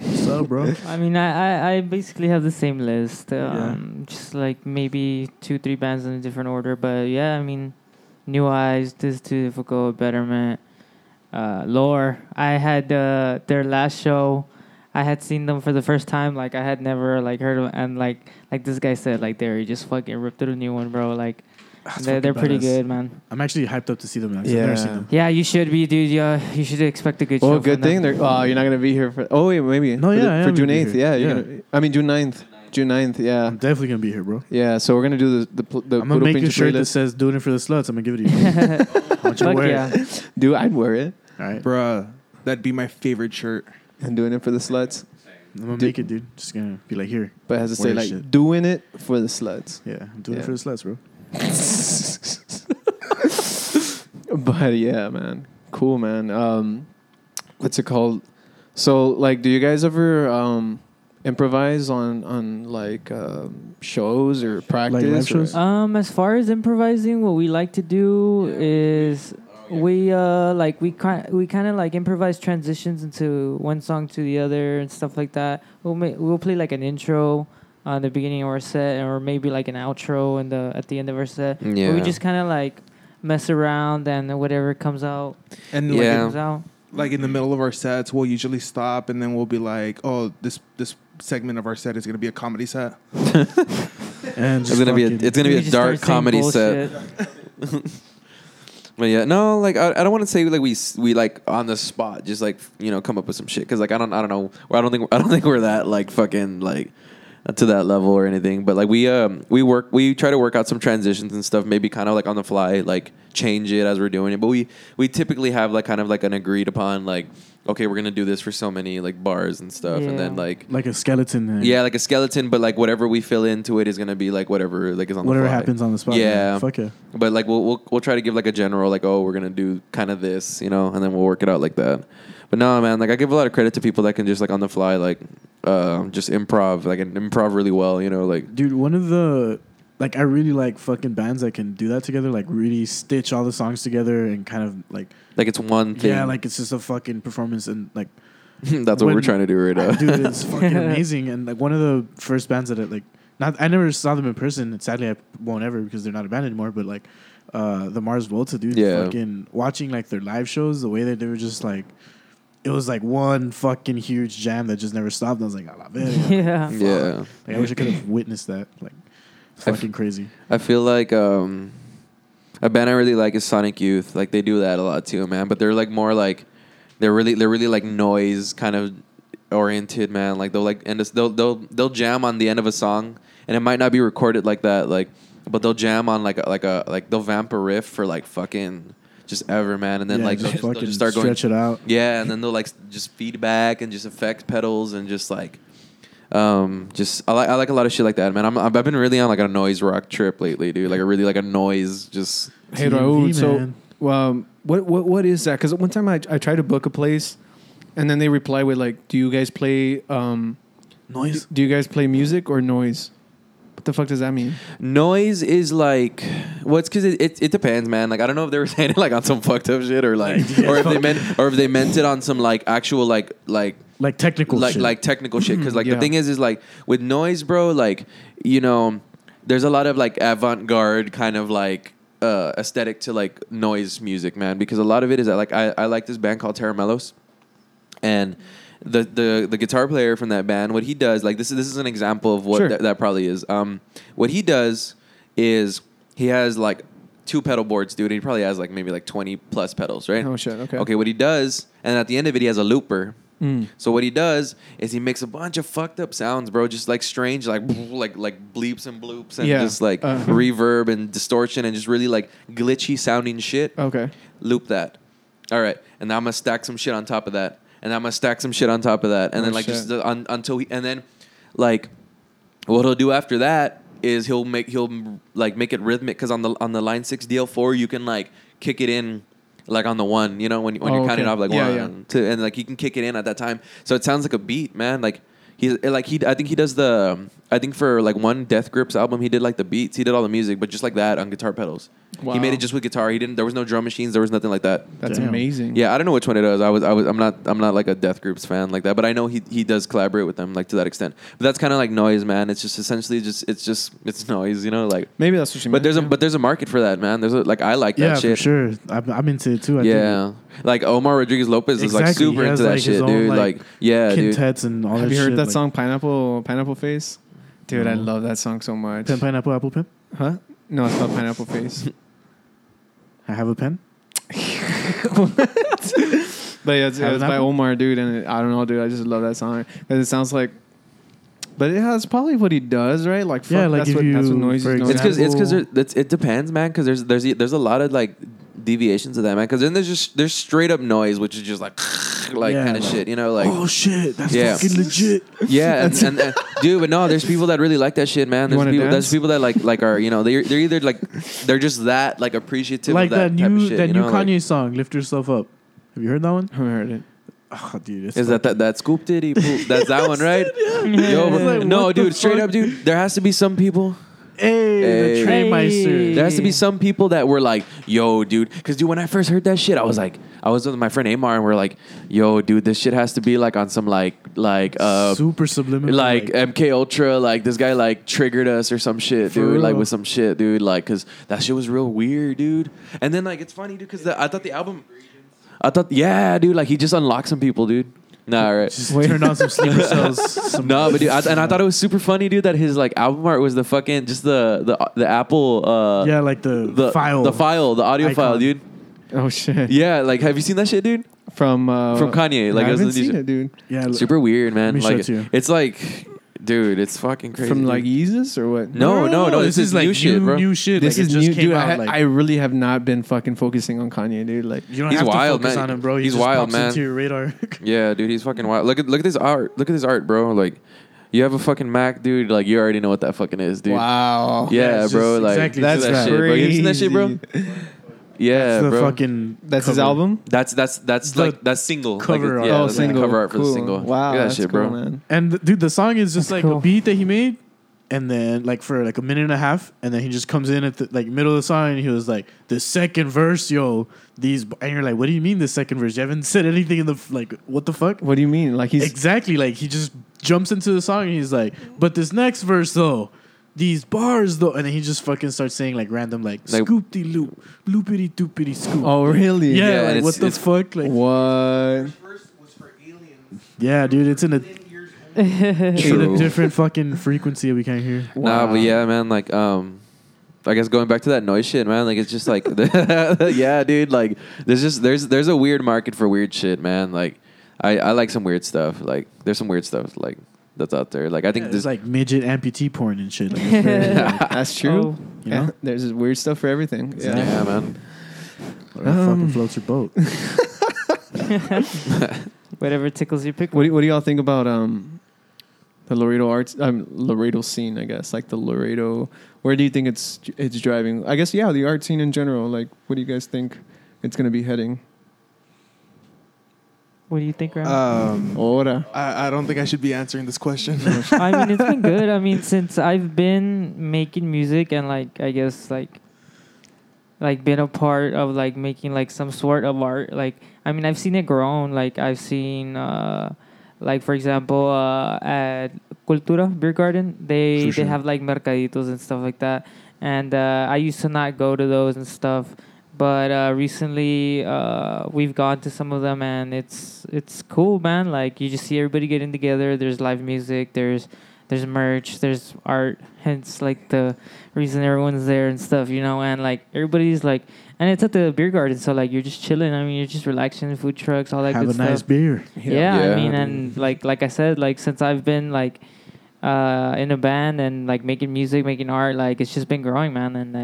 Speaker 1: What's up,
Speaker 12: (laughs)
Speaker 1: bro?
Speaker 11: I mean, I, I, I basically have the same list. Um, Just like maybe two, three bands in a different order. But yeah, I mean, New Eyes, This is Too Difficult, Betterment, uh, Lore. I had uh, their last show. I had seen them for the first time. Like I had never like heard of, and like like this guy said, like they just fucking ripped through a new one, bro. Like
Speaker 1: That's
Speaker 11: they're,
Speaker 1: fucking
Speaker 11: they're pretty
Speaker 1: badass.
Speaker 11: good, man.
Speaker 1: I'm actually hyped up to see them. Next. Yeah. I've never seen them.
Speaker 11: yeah, you should be, dude. Yeah, you should expect a good show.
Speaker 8: Oh, good
Speaker 11: from them.
Speaker 8: thing they're. Oh, you're not gonna be here for. Oh wait, maybe.
Speaker 1: No,
Speaker 8: for
Speaker 1: yeah, I
Speaker 8: for
Speaker 1: am gonna
Speaker 8: June
Speaker 1: be
Speaker 8: eighth.
Speaker 1: here.
Speaker 8: Yeah, you're
Speaker 1: Yeah.
Speaker 8: Gonna, I mean June 9th. June 9th, Yeah.
Speaker 1: I'm definitely gonna be here, bro.
Speaker 8: Yeah. So we're gonna do the the pl- the.
Speaker 1: I'm gonna make
Speaker 8: Grupincha
Speaker 1: a shirt that
Speaker 8: playlist.
Speaker 1: says "Doing it for the sluts." I'm gonna give it to
Speaker 11: (laughs)
Speaker 1: you. I want you to
Speaker 11: Fuck
Speaker 1: wear
Speaker 11: yeah.
Speaker 1: it.
Speaker 8: Dude, I'd wear it.
Speaker 1: All right,
Speaker 4: Bruh, that'd be my favorite shirt.
Speaker 8: I'm doing it for the sluts,
Speaker 1: I'm gonna
Speaker 8: Dude.
Speaker 1: make it, dude. Just gonna be like here.
Speaker 8: but it has to
Speaker 1: Wear
Speaker 8: say like
Speaker 1: shit.
Speaker 8: doing it for the sluts.
Speaker 1: yeah, I'm doing
Speaker 8: Yeah.
Speaker 1: it for the sluts, bro.
Speaker 8: but yeah, man, cool, man. Um, what's it called? So, like, do you guys ever um, improvise on on like um, shows or practice? or-
Speaker 11: Um, as far as improvising, what we like to do is
Speaker 12: Oh,
Speaker 11: we uh like we kind we kind of like improvise transitions into one song to the other and stuff like that. We'll ma- we'll play like an intro on the beginning of our set, or maybe like an outro and the at the end of our set. But
Speaker 12: Yeah.
Speaker 11: we just kind of like mess around and whatever comes out
Speaker 4: And
Speaker 12: Yeah.
Speaker 4: like,
Speaker 11: comes out.
Speaker 4: like in the middle of our sets, we'll usually stop and then we'll be like, "Oh, this this segment of our set is gonna be a comedy set."
Speaker 1: And
Speaker 12: It's gonna be a, it's gonna
Speaker 11: We
Speaker 12: be a
Speaker 11: just
Speaker 12: dark
Speaker 11: start saying
Speaker 12: comedy
Speaker 11: bullshit. (laughs)
Speaker 12: set. But yeah, no, like I, I don't want to say like we s- we like on the spot just like you know come up with some shit because like I don't I don't know I don't think I don't (laughs) think we're that like fucking like to that level or anything. But like we um we work we try to work out some transitions and stuff maybe kind of like on the fly like change it as we're doing it. But we we typically have like kind of like an agreed upon like okay we're gonna do this for so many like bars and stuff and then
Speaker 11: Yeah.
Speaker 12: like.
Speaker 1: Like a skeleton. uh,
Speaker 12: Yeah, like a skeleton, but like whatever we fill into it is gonna be like whatever like is on
Speaker 1: Whatever
Speaker 12: the fly.
Speaker 1: happens on the spot.
Speaker 12: Yeah,
Speaker 1: man. Fuck yeah.
Speaker 12: but like we'll, we'll we'll try to give like a general like oh we're gonna do kind of this you know and then we'll work it out like that. But no man, like I give a lot of credit to people that can just like on the fly like um just improv like and improv really well you know like
Speaker 1: Dude, one of the like I really like fucking bands that can do that together, like really stitch all the songs together and kind of like
Speaker 12: like it's one thing.
Speaker 1: yeah, like it's just a fucking performance and like
Speaker 12: (laughs) that's what
Speaker 1: when-
Speaker 12: we're trying to do right now.
Speaker 1: dude, it's
Speaker 12: (laughs)
Speaker 1: fucking amazing. And like one of the first bands that I like, not I never saw them in person. And sadly, I won't ever because they're not a band anymore. But like, uh, the Mars Volta, dude,
Speaker 12: Yeah.
Speaker 1: fucking watching like their live shows, the way that they were just like, it was like one fucking huge jam that just never stopped. I was like, I love it.
Speaker 11: yeah.
Speaker 12: (laughs)
Speaker 11: (laughs)
Speaker 12: yeah,
Speaker 1: Like, I wish I could
Speaker 12: (laughs)
Speaker 1: have witnessed that. Like, it's
Speaker 12: I f-
Speaker 1: fucking crazy.
Speaker 12: I feel like um a band I really like is Sonic Youth. Like they do that a lot too, man. But they're like more like they're really they're really like noise kind of oriented, man. Like they'll like and it's, they'll they'll they'll jam on the end of a song, and it might not be recorded like that, like but they'll jam on like a, like a like they'll vamp a riff for like fucking just ever, man. And then
Speaker 1: Yeah,
Speaker 12: like
Speaker 1: just
Speaker 12: (laughs) they'll, just, they'll
Speaker 1: fucking
Speaker 12: just start going
Speaker 1: stretch it out.
Speaker 12: Yeah, and then they'll like s- just feedback and just effect pedals and just like um, just I like I like a lot of shit like that, man. I'm I've been really on like a noise rock trip lately, dude. Like a really like a noise just.
Speaker 8: Hey
Speaker 1: TV,
Speaker 8: Raul, so
Speaker 1: man.
Speaker 8: um, what what what is that? Because one time I I tried to book a place, and then they reply with like, "Do you guys play um,
Speaker 1: Noise.
Speaker 8: Do you guys play music or noise? What the fuck does that mean?
Speaker 12: Noise is like well, it's because it, it it depends, man. Like I don't know if they were (laughs) saying it like on some fucked up shit or (laughs) like or if they meant or if they meant it on some like actual like like
Speaker 1: Like technical
Speaker 12: like
Speaker 1: shit.
Speaker 12: like technical shit because like
Speaker 8: Yeah.
Speaker 12: the thing is is like with noise bro like you know there's a lot of like avant-garde kind of like uh aesthetic to like noise music man because a lot of it is that like i, I like this band called Terramellos and the, the the guitar player from that band what he does like this is this is an example of what
Speaker 8: Sure.
Speaker 12: that that probably is um what he does is he has like two pedal boards dude he probably has like maybe like 20 plus pedals right
Speaker 8: Oh, shit, okay. Hmm.
Speaker 12: okay what he does and at the end of it he has a looper so what he does is he makes a bunch of fucked up sounds, bro. Just like strange, like (laughs) like like bleeps and bloops and
Speaker 8: Yeah.
Speaker 12: just like
Speaker 8: Uh.
Speaker 12: reverb and distortion and just really like glitchy sounding shit.
Speaker 8: Okay,
Speaker 12: Loop that. All right, and I'm gonna stack some shit on top of that, and I'm gonna stack some shit on top of that, and
Speaker 8: Oh,
Speaker 12: then like
Speaker 8: shit.
Speaker 12: just on, until he, and then like what he'll do after that is he'll make he'll like make it rhythmic because on the on the line six DL four you can like kick it in like on the one you know when when
Speaker 8: Oh,
Speaker 12: you're counting
Speaker 8: okay.
Speaker 12: off like
Speaker 8: Yeah,
Speaker 12: one
Speaker 8: yeah.
Speaker 12: two and like he can kick it in at that time so it sounds like a beat man like he's like he I think he does the I think for like one Death Grips album, he did like the beats, he did all the music, but just like that on guitar pedals. He
Speaker 8: Wow.
Speaker 12: made it just with guitar. He didn't. There was no drum machines. There was nothing like that.
Speaker 8: That's Damn. amazing.
Speaker 12: Yeah, I don't know which one it is. I was. I was. I'm not. I'm not like a Death Grips fan like that. But I know he he does collaborate with them like to that extent. But that's kind of like noise, man. It's just essentially just. It's just. It's noise. You know, like.
Speaker 8: Maybe that's what she
Speaker 12: But there's a but there's a market for that, man. There's a, like I like
Speaker 1: yeah,
Speaker 12: that shit.
Speaker 1: for sure. I'm, I'm into it too. I
Speaker 12: Yeah, like Omar Rodriguez Lopez is
Speaker 1: Exactly,
Speaker 12: like super
Speaker 1: he
Speaker 12: into
Speaker 1: has,
Speaker 12: that
Speaker 1: like, his
Speaker 12: shit,
Speaker 1: own,
Speaker 12: dude.
Speaker 1: like,
Speaker 12: Like, yeah, dude.
Speaker 1: quintets and all
Speaker 8: Have
Speaker 1: that
Speaker 8: you heard
Speaker 1: shit,
Speaker 8: that
Speaker 1: like-
Speaker 8: song Pineapple Pineapple Face? Dude, I
Speaker 1: No.
Speaker 8: love that song so much.
Speaker 1: think. Pen, pineapple, apple, pen.
Speaker 8: huh? No, it's called Pineapple
Speaker 1: (laughs)
Speaker 8: Face.
Speaker 1: I have a pen.
Speaker 8: But yeah, it's, it was by
Speaker 1: Pineapple?
Speaker 8: Omar, dude, and it, I don't know, dude. I just love that song because it sounds like. But yeah, that's probably what he does, right? Like, fuck,
Speaker 1: Yeah, like
Speaker 8: that's,
Speaker 1: if
Speaker 8: what, that's what
Speaker 1: you-
Speaker 8: noise
Speaker 1: for
Speaker 8: is.
Speaker 12: It's because it's because it's, it depends, man. Because there's there's there's a lot of like deviations of that, man. Because then there's just there's straight up noise, which is just like (laughs) like
Speaker 1: Yeah,
Speaker 12: kind of
Speaker 1: like,
Speaker 12: shit, you know, like
Speaker 1: oh shit, that's
Speaker 12: Yeah.
Speaker 1: fucking legit.
Speaker 12: yeah, and, and, and- dude, but no, there's people that really like that shit,
Speaker 8: You
Speaker 12: man. There's
Speaker 8: wanna
Speaker 12: people,
Speaker 8: dance?
Speaker 12: there's people that like like are you know they're they're either like they're just that like appreciative
Speaker 1: like
Speaker 12: of that,
Speaker 1: that,
Speaker 12: type
Speaker 1: new
Speaker 12: of shit,
Speaker 1: that
Speaker 12: you
Speaker 1: new
Speaker 12: know? like,
Speaker 1: Kanye song, "Lift Yourself Up." Have you heard that one?
Speaker 8: I haven't (laughs) heard it.
Speaker 1: Oh, dude, it's
Speaker 12: Is that that that scoop diddy
Speaker 1: (laughs)
Speaker 12: poop? That's that one, right? Yo,
Speaker 1: It's like,
Speaker 12: no,
Speaker 1: what the
Speaker 12: dude, straight
Speaker 1: fuck?
Speaker 12: up, dude. There has to be some people.
Speaker 1: Hey,
Speaker 12: Hey.
Speaker 1: the train meister.
Speaker 12: There has to be some people that were like, "Yo, dude," because dude, when I first heard that shit, I was like, I was with my friend Amar, and we're like, "Yo, dude, this shit has to be like on some like like uh
Speaker 1: super subliminal.
Speaker 12: like uh, MK Ultra, like this guy like triggered us or some shit,
Speaker 1: For
Speaker 12: dude, like
Speaker 1: real.
Speaker 12: with some shit, dude, like because that shit was real weird, dude. And then like it's funny, dude, because I thought the album, I thought yeah, dude, like he just unlocked some people, dude. Nah, all right.
Speaker 1: just turned on some
Speaker 12: (laughs)
Speaker 1: sleeper cells. Some
Speaker 12: No, but dude, I, and I thought it was super funny, dude, that his like album art was the fucking just the the the Apple uh
Speaker 1: yeah, like the,
Speaker 12: the
Speaker 1: file,
Speaker 12: the file, the audio
Speaker 1: Icon.
Speaker 12: file, dude.
Speaker 8: Oh shit!
Speaker 12: Yeah, like have you seen that shit, dude?
Speaker 8: From uh,
Speaker 12: From Kanye, like,
Speaker 8: I
Speaker 12: it was
Speaker 8: haven't
Speaker 12: a
Speaker 8: seen
Speaker 12: DJ.
Speaker 8: it, dude.
Speaker 1: Yeah, l-
Speaker 12: Super weird, man.
Speaker 1: me show
Speaker 12: like
Speaker 1: it to you.
Speaker 12: it's like, dude, it's fucking crazy.
Speaker 8: From
Speaker 12: dude.
Speaker 8: like Yeezus or what?
Speaker 12: no, no, no, this, is, new shit, bro.
Speaker 1: new shit.
Speaker 8: This
Speaker 1: like,
Speaker 8: is
Speaker 1: it just
Speaker 8: new,
Speaker 1: came
Speaker 8: dude.
Speaker 1: out.
Speaker 8: I,
Speaker 1: like,
Speaker 8: I really have not been fucking focusing on Kanye, dude. Like,
Speaker 1: you don't
Speaker 12: He's
Speaker 1: have
Speaker 12: wild,
Speaker 1: to focus
Speaker 12: man.
Speaker 1: on him, bro. He
Speaker 12: He's
Speaker 1: just
Speaker 12: wild,
Speaker 1: pops
Speaker 12: man.
Speaker 1: Into your radar.
Speaker 12: Yeah, dude, he's fucking wild. Look at look at this art. Look at this art, bro. Like, you have a fucking Mac, dude. Like, you already know what that fucking is, dude.
Speaker 8: wow,
Speaker 12: Yeah,
Speaker 1: Yeah, it's
Speaker 12: bro.
Speaker 1: just
Speaker 12: Like,
Speaker 1: exactly
Speaker 12: look at
Speaker 1: just
Speaker 12: that
Speaker 1: that.
Speaker 12: shit, bro. You seen that shit, bro? Yeah,
Speaker 1: It's (laughs) the
Speaker 12: bro.
Speaker 1: fucking.
Speaker 8: That's his
Speaker 1: cover.
Speaker 8: album.
Speaker 12: that's that's that's
Speaker 1: The
Speaker 12: like that's single Like,
Speaker 1: cover art.
Speaker 12: yeah,
Speaker 1: Oh,
Speaker 12: that's like the
Speaker 1: single.
Speaker 12: cover art for the
Speaker 8: Cool.
Speaker 12: single.
Speaker 8: Wow,
Speaker 12: Look at that
Speaker 8: that's
Speaker 12: shit,
Speaker 8: cool,
Speaker 12: bro.
Speaker 8: man.
Speaker 1: And th- dude, the song is just
Speaker 8: That's
Speaker 1: like
Speaker 8: cool.
Speaker 1: a beat that he made, and then like for like a minute and a half, and then he just comes in at the like middle of the song, and he was like, "The second verse, yo, these," b-" and you're like, "What do you mean the second verse? You haven't said anything in the f- like, what the fuck?"
Speaker 8: What do you mean? Like, he's
Speaker 1: exactly like he just jumps into the song, and he's like, "But this next verse though." These bars though, and then he just fucking starts saying like random like,
Speaker 12: Like-
Speaker 1: scoop de loop, loopity doopity scoop.
Speaker 8: oh
Speaker 1: yeah,
Speaker 8: really?
Speaker 12: yeah,
Speaker 1: like,
Speaker 12: it's- (laughs)
Speaker 1: what the
Speaker 12: it's-
Speaker 1: fuck? Like,
Speaker 8: What?
Speaker 1: yeah, dude, it's in a, it's in
Speaker 12: True.
Speaker 1: a different fucking frequency that we can't hear.
Speaker 12: Nah, but yeah, man, like um I guess going back to that noise shit, man, like it's just like (laughs) yeah, dude, like there's just there's there's a weird market for weird shit, man. Like I I like some weird stuff. Like there's some weird stuff like that's out there. Like I think
Speaker 1: Yeah,
Speaker 12: this
Speaker 1: there's like midget amputee porn and shit. Like,
Speaker 8: (laughs)
Speaker 1: it's very, like,
Speaker 8: That's true.
Speaker 1: you know,
Speaker 8: Yeah, there's this weird stuff for everything. Yeah.
Speaker 12: Oh. yeah, man.
Speaker 1: whatever fucking
Speaker 8: Um,
Speaker 1: floats your
Speaker 8: (laughs)
Speaker 1: boat.
Speaker 11: Whatever tickles your pickle.
Speaker 8: What do, what do y'all think about um the Laredo arts um Laredo scene, I guess. Like the Laredo where do you think it's it's driving? I guess yeah, the art scene in general. Like what do you guys think it's gonna be heading?
Speaker 11: What do you think, Ryan?
Speaker 6: Um,
Speaker 8: Ora.
Speaker 6: I, I don't think I should be answering this question.
Speaker 11: I mean, it's been good. I mean, since I've been making music and like I guess like like been a part of like making like some sort of art. Like I mean, I've seen it grown. Like I've seen uh like for example uh at Cultura Beer Garden, they
Speaker 1: For sure.
Speaker 11: they have like mercaditos and stuff like that. And uh, I used to not go to those and stuff. But uh, recently, uh, we've gone to some of them, and it's it's cool, man. Like you just see everybody getting together. There's live music. There's there's merch. There's art. Hence, like the reason everyone's there and stuff, you know. And like everybody's like, and it's at the beer garden, so like you're just chilling. I mean, you're just relaxing. Food trucks, all that
Speaker 1: Have
Speaker 11: good
Speaker 1: a
Speaker 11: stuff
Speaker 1: nice beer.
Speaker 11: yeah,
Speaker 12: Yeah.
Speaker 11: i mean and like like i said like since i've been like uh in a band and like making music making art like it's just been growing man and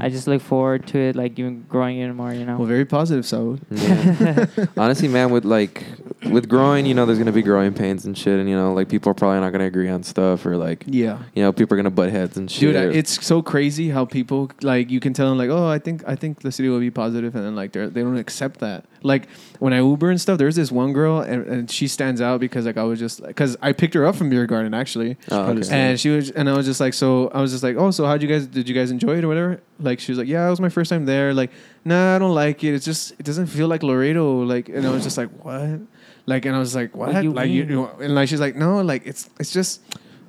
Speaker 11: uh, i just look forward to it like even growing even more you know
Speaker 8: Well very positive Saul.
Speaker 12: Yeah. Honestly, man, with like with growing, you know, there's gonna be growing pains and shit, and you know, like people are probably not gonna agree on stuff or like
Speaker 8: Yeah.
Speaker 12: you know, people are gonna butt heads and shit.
Speaker 8: Dude, I, it's so crazy how people like you can tell them like, oh, I think I think the city will be positive, and then like they are they don't accept that. Like when I Uber and stuff, there's this one girl and, and she stands out because like I was just because I picked her up from Beer Garden actually,
Speaker 12: Oh, okay.
Speaker 8: and she was and I was just like so I was just like oh so how'd you guys did you guys enjoy it or whatever? Like she was like yeah it was my first time there like nah I don't like it it's just it doesn't feel like Laredo like and I was just like what like and I was like what
Speaker 4: What you
Speaker 8: like you,
Speaker 4: mean?
Speaker 8: you and like she's like no like it's it's just.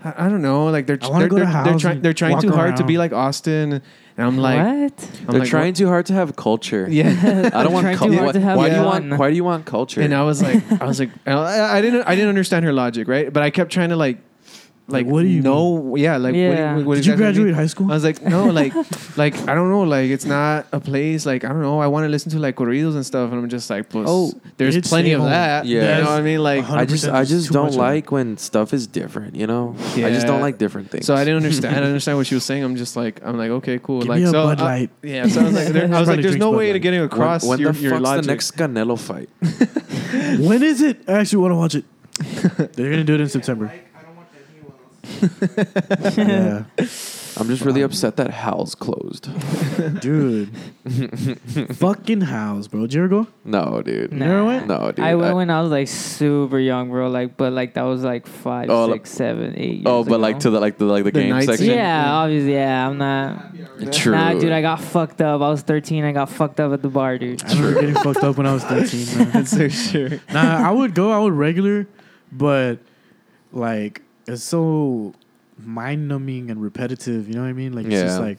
Speaker 8: I I don't know. Like they're
Speaker 4: wanna
Speaker 8: they're,
Speaker 4: go to
Speaker 8: they're, they're
Speaker 4: house
Speaker 8: trying
Speaker 4: and
Speaker 8: they're trying
Speaker 4: walk
Speaker 8: too hard to
Speaker 4: around.
Speaker 8: be like Austin, and I'm like,
Speaker 11: What?
Speaker 8: I'm
Speaker 12: They're
Speaker 8: like,
Speaker 12: trying too hard to have culture.
Speaker 8: (laughs) Yeah.
Speaker 12: I don't want
Speaker 8: Trying too
Speaker 12: culture.
Speaker 8: hard to have
Speaker 12: Why, do you
Speaker 8: fun.
Speaker 12: want? Why do you want culture?
Speaker 8: (laughs) And I was like, I was like, I, I didn't, I didn't understand her logic, right? But I kept trying to like, like, what do you know? Yeah, like,
Speaker 1: Yeah.
Speaker 8: What, do you- what
Speaker 1: Did you
Speaker 8: exactly
Speaker 1: graduate
Speaker 8: mean?
Speaker 1: high school?
Speaker 8: I was like, no, like, like I don't know, like it's not a place. Like I don't know. I want to listen to like corridos and stuff, and I'm just like, pues,
Speaker 12: Oh,
Speaker 8: there's
Speaker 12: it's
Speaker 8: plenty of
Speaker 12: stable.
Speaker 8: that.
Speaker 12: Yeah.
Speaker 8: you know what I mean? Like,
Speaker 12: I just, I just don't like when stuff is different. You know, I just don't
Speaker 8: Yeah.
Speaker 12: like different things.
Speaker 8: So I didn't understand. I didn't understand what she was saying. I'm just like, I'm like, okay, cool.
Speaker 12: Give
Speaker 8: like,
Speaker 12: me a
Speaker 8: so
Speaker 12: Bud
Speaker 8: I-
Speaker 12: Light.
Speaker 8: yeah. So I was like,
Speaker 12: (laughs)
Speaker 8: there, I was like,
Speaker 12: Probably
Speaker 8: there's
Speaker 12: drinks
Speaker 8: no
Speaker 12: Bud
Speaker 8: way to
Speaker 12: Light.
Speaker 8: getting
Speaker 12: When-
Speaker 8: across
Speaker 12: when
Speaker 8: your,
Speaker 12: the
Speaker 8: your
Speaker 12: fuck's
Speaker 8: logic.
Speaker 12: the next Canelo fight?
Speaker 1: (laughs) when is it? I actually want to
Speaker 8: (laughs)
Speaker 1: watch it. They're gonna do it in (laughs) September. yeah.
Speaker 12: I'm just really upset that Hal's closed.
Speaker 8: (laughs)
Speaker 1: Dude. Fucking house, bro. Did you ever go?
Speaker 12: No, dude.
Speaker 1: You never went?
Speaker 12: No, dude.
Speaker 11: I went
Speaker 12: I-
Speaker 11: when I was like super young, bro. Like, but like that was like five, six, seven,
Speaker 12: Oh,
Speaker 11: eight.
Speaker 12: like-
Speaker 11: years
Speaker 12: Oh, but like
Speaker 11: ago.
Speaker 12: to the like the like the,
Speaker 11: The
Speaker 12: game
Speaker 11: night
Speaker 12: section.
Speaker 11: scene? Yeah, obviously. Yeah, I'm not.
Speaker 12: True.
Speaker 11: Nah, dude, I got fucked up. I was 13. I got fucked up at the bar, dude.
Speaker 1: I remember getting fucked up when
Speaker 8: (laughs)
Speaker 1: I was 13. Man.
Speaker 8: so sure.
Speaker 1: Nah, I would go. I would regular, but like it's so mind numbing and repetitive. You know what I mean? Like it's just
Speaker 8: Yeah.
Speaker 1: like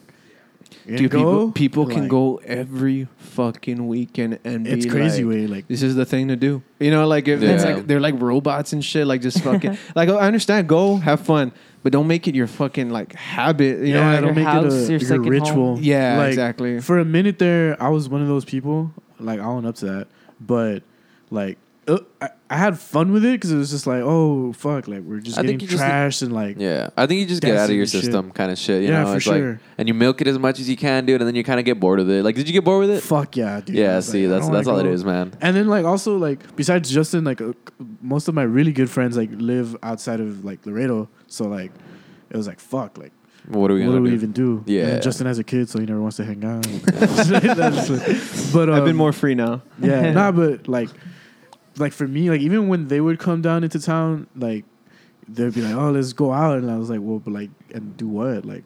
Speaker 1: you
Speaker 8: Dude,
Speaker 1: go,
Speaker 8: people, people can
Speaker 1: like,
Speaker 8: go every fucking weekend and
Speaker 1: It's
Speaker 8: be
Speaker 1: crazy
Speaker 8: like,
Speaker 1: way, like-
Speaker 8: this is the thing to do. You know, like if it's
Speaker 1: Yeah.
Speaker 8: like they're like robots and shit, like just fucking like oh, I understand, go have fun, but don't make it your fucking like habit. You know,
Speaker 1: yeah,
Speaker 8: like,
Speaker 1: don't make it a, like a ritual.
Speaker 8: Yeah,
Speaker 1: Like,
Speaker 8: exactly.
Speaker 1: For a minute there, I was one of those people. Like I own up to that, but like uh, I, I had fun with it because it was just like, oh fuck, like we're just
Speaker 12: I
Speaker 1: getting
Speaker 12: think you just need-
Speaker 1: trashed and like
Speaker 12: Yeah, I think you just get out of
Speaker 1: dancing
Speaker 12: your
Speaker 1: and shit.
Speaker 12: system, kind of shit. You
Speaker 1: Yeah,
Speaker 12: know,
Speaker 1: for
Speaker 12: it's like,
Speaker 1: sure.
Speaker 12: and you milk it as much as you can, dude, and then you kind of get bored of it. Like, did you get bored with it?
Speaker 1: Fuck yeah, dude. I
Speaker 12: Yeah,
Speaker 1: was
Speaker 12: see,
Speaker 1: like, I
Speaker 12: that's
Speaker 1: don't wanna
Speaker 12: that's all it
Speaker 1: go.
Speaker 12: is, man.
Speaker 1: And then like also like besides Justin, like uh, most of my really good friends like live outside of like Laredo, so like it was like fuck, like
Speaker 12: What are we
Speaker 1: what
Speaker 12: gonna
Speaker 1: do we
Speaker 12: do?
Speaker 1: even do?
Speaker 12: Yeah.
Speaker 1: And Justin has a kid, so he never wants to hang
Speaker 12: (laughs)
Speaker 1: out. (laughs) That's it. but
Speaker 8: I've been
Speaker 1: um,
Speaker 8: more free now.
Speaker 1: yeah, (laughs) nah, but like, like for me, like even when they would come down into town, like they'd be like, "Oh, let's go out," and I was like, "Well, but like, and do what?" Like,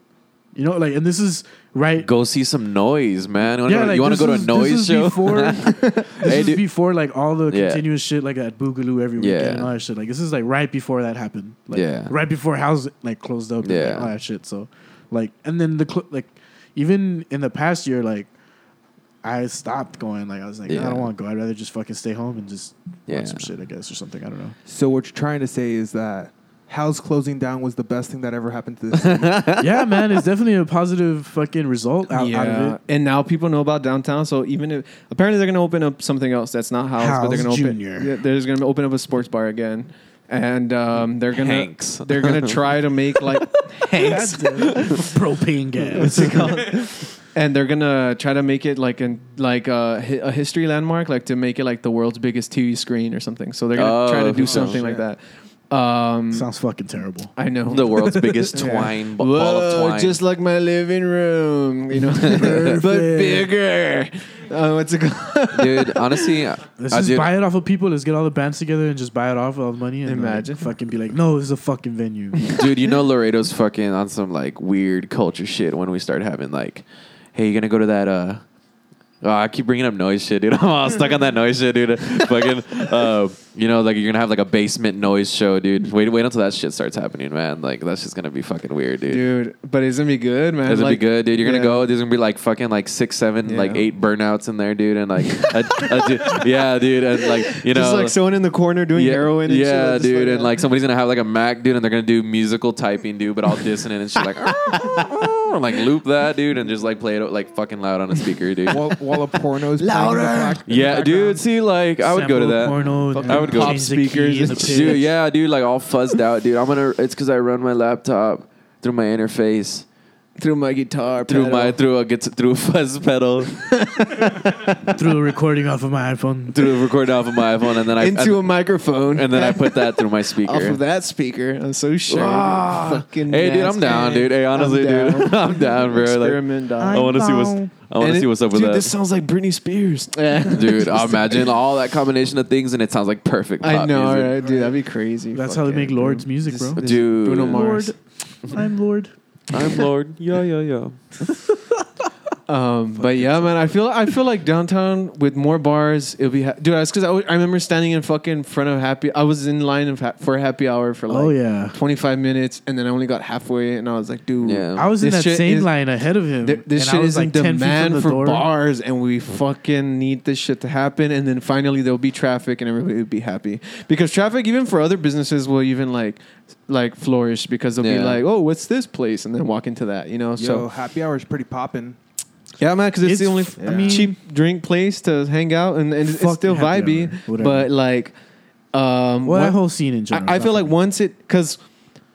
Speaker 1: you know, like, and this is right.
Speaker 12: Go see some noise, man. You wanna
Speaker 1: yeah,
Speaker 12: go,
Speaker 1: like,
Speaker 12: you wanna
Speaker 1: this
Speaker 12: go to a
Speaker 1: is-
Speaker 12: noise
Speaker 1: this is
Speaker 12: show? (laughs)
Speaker 1: Before, this
Speaker 12: Hey,
Speaker 1: is
Speaker 12: dude.
Speaker 1: before like all the
Speaker 12: Yeah.
Speaker 1: continuous shit like at Boogaloo every
Speaker 12: Yeah.
Speaker 1: weekend and all that shit. Like this is like right before that happened. Like,
Speaker 12: Yeah.
Speaker 1: right before house like closed up. and
Speaker 12: Yeah.
Speaker 1: like, all that shit. So like, and then the cl- like even in the past year like. I stopped going. Like I was like, I
Speaker 6: Yeah.
Speaker 1: don't want to go. I'd rather just fucking stay home and just
Speaker 6: Yeah.
Speaker 1: watch some shit, I guess, or something. I don't know.
Speaker 6: So what you're trying to say is that house closing down was the best thing that ever happened to this.
Speaker 12: (laughs)
Speaker 1: yeah, man, it's definitely a positive fucking result out, out of it.
Speaker 8: And now people know about downtown. So even if apparently they're gonna open up something else that's not house, but they're
Speaker 1: House
Speaker 8: gonna open
Speaker 1: Junior.
Speaker 8: yeah, they're just gonna open up a sports bar again. And um, they're gonna
Speaker 12: Hanks.
Speaker 8: they're gonna try to make like Hanks
Speaker 1: (laughs) propane
Speaker 8: What's it called? and they're gonna try to make it like an like a, hi- a history landmark, like to make it like the world's biggest TV screen or something. So they're gonna
Speaker 12: Oh,
Speaker 8: try to do
Speaker 12: okay.
Speaker 8: something like that. Um,
Speaker 1: Sounds fucking terrible.
Speaker 8: I know
Speaker 12: The world's
Speaker 1: (laughs)
Speaker 12: biggest twine, b- ball of
Speaker 8: Whoa,
Speaker 12: twine.
Speaker 8: just like my living room, you know, but bigger. Uh, what's it called?
Speaker 1: (laughs)
Speaker 12: dude, honestly, uh, I,
Speaker 1: Let's
Speaker 12: I
Speaker 1: just
Speaker 12: did-
Speaker 1: buy it off of people. Let's get all the bands together and just buy it off of all the money. And
Speaker 8: Imagine.
Speaker 1: Like, fucking be like, no, this is a fucking
Speaker 8: (laughs)
Speaker 1: venue.
Speaker 12: dude, you know Laredo's fucking on some like weird culture shit when we start having like, hey, you gonna go to that uh. Oh, I keep bringing up noise shit, dude. (laughs) I'm all stuck on that noise shit, dude. Fucking, uh, you know, like you're gonna have like a basement noise show, dude. Wait, wait until that shit starts happening, man. Like that's just gonna be fucking weird,
Speaker 8: (laughs)
Speaker 12: dude.
Speaker 8: dude. But it's gonna be good, man.
Speaker 12: It's gonna
Speaker 8: Like,
Speaker 12: be good, dude. You're
Speaker 8: yeah.
Speaker 12: gonna go. There's gonna be like fucking like six, seven, like
Speaker 8: Yeah.
Speaker 12: eight burnouts in there, dude. And like, a,
Speaker 8: (laughs)
Speaker 12: a du- yeah, dude. And like, you know,
Speaker 8: just like someone in the corner doing
Speaker 12: yeah,
Speaker 8: heroin. And
Speaker 12: yeah,
Speaker 8: shit,
Speaker 12: dude. And like somebody's gonna have like a Mac, dude, and they're gonna do musical typing, dude, but all dissonant and shit, like, (laughs) "Ah, and, like loop that, dude, and just like play it like fucking loud on a speaker, dude.
Speaker 6: while, while a porno's
Speaker 12: Louder. yeah, dude. See, like, I would go to
Speaker 1: Sample
Speaker 12: that.
Speaker 1: porno,
Speaker 12: Fuck,
Speaker 1: and
Speaker 12: I would go
Speaker 1: change the key and the pitch.
Speaker 12: dude. Yeah, dude. Like all fuzzed out, dude. I'm gonna. It's because I run my laptop through my interface
Speaker 8: through my guitar
Speaker 12: through
Speaker 8: pedal.
Speaker 12: my through a guitar, through a fuzz pedal
Speaker 1: through a recording off of my iPhone
Speaker 8: (laughs)
Speaker 12: through a recording off of my iPhone and then I
Speaker 8: into
Speaker 12: I,
Speaker 8: a microphone
Speaker 12: and then I put that through my
Speaker 8: (laughs)
Speaker 12: speaker
Speaker 8: off of that speaker. I'm so sure.
Speaker 12: Ah.
Speaker 8: Fucking
Speaker 12: Hey, dude,
Speaker 8: nasty.
Speaker 12: I'm down, dude. Hey, honestly,
Speaker 8: I'm
Speaker 12: (laughs) dude, I'm down, bro.
Speaker 8: Experiment,
Speaker 12: like,
Speaker 8: dog.
Speaker 12: I want to see what's
Speaker 11: Uh,
Speaker 12: I want
Speaker 8: And
Speaker 12: to
Speaker 8: it-
Speaker 12: see what's up with
Speaker 8: dude,
Speaker 12: that,
Speaker 8: This sounds like Britney Spears. Yeah.
Speaker 12: (laughs) dude. imagine all that combination of things, and it sounds like perfect.
Speaker 8: (laughs)
Speaker 12: Pop
Speaker 8: I know,
Speaker 12: music.
Speaker 8: right, dude? That'd be crazy.
Speaker 1: That's how they make Lord's music, bro.
Speaker 12: Dude.
Speaker 8: Bruno Mars.
Speaker 1: Lord, I'm Lord.
Speaker 12: I'm Lord. Yeah, yeah, yeah.
Speaker 8: Um, but yeah, man, I feel I feel like downtown with more bars, it'll be ha- dude. That's because I, wa- I remember standing in fucking front of happy. I was in line of ha- for happy hour for like
Speaker 1: Oh, yeah.
Speaker 8: twenty five minutes, and then I only got halfway, and I was like, dude,
Speaker 12: Yeah.
Speaker 1: I was in
Speaker 8: um, this
Speaker 1: that
Speaker 8: shit
Speaker 1: same
Speaker 8: is-
Speaker 1: line ahead of him.
Speaker 8: Th- this
Speaker 1: and I
Speaker 8: shit
Speaker 1: was
Speaker 8: is in
Speaker 1: like 10 feet from
Speaker 8: demand
Speaker 1: the
Speaker 8: for
Speaker 1: door.
Speaker 8: bars, and we fucking need this shit to happen. And then finally, there'll be traffic, and everybody will be happy because traffic, even for other businesses, will even like like flourish because they'll be
Speaker 12: Yeah.
Speaker 8: like, oh, what's this place, and then walk into that, you know.
Speaker 6: Yo,
Speaker 8: so
Speaker 6: happy hour is pretty popping.
Speaker 8: yeah, man, because it's,
Speaker 1: It's
Speaker 8: the only
Speaker 1: f- I mean-
Speaker 8: cheap drink place to hang out, and, and it's
Speaker 1: Fuck
Speaker 8: still
Speaker 1: happy
Speaker 8: vibey,
Speaker 1: hour, whatever.
Speaker 8: but like,
Speaker 1: Well,
Speaker 8: um, one-
Speaker 1: that whole scene in general.
Speaker 8: I, I
Speaker 1: is
Speaker 8: feel
Speaker 1: not
Speaker 8: like once it because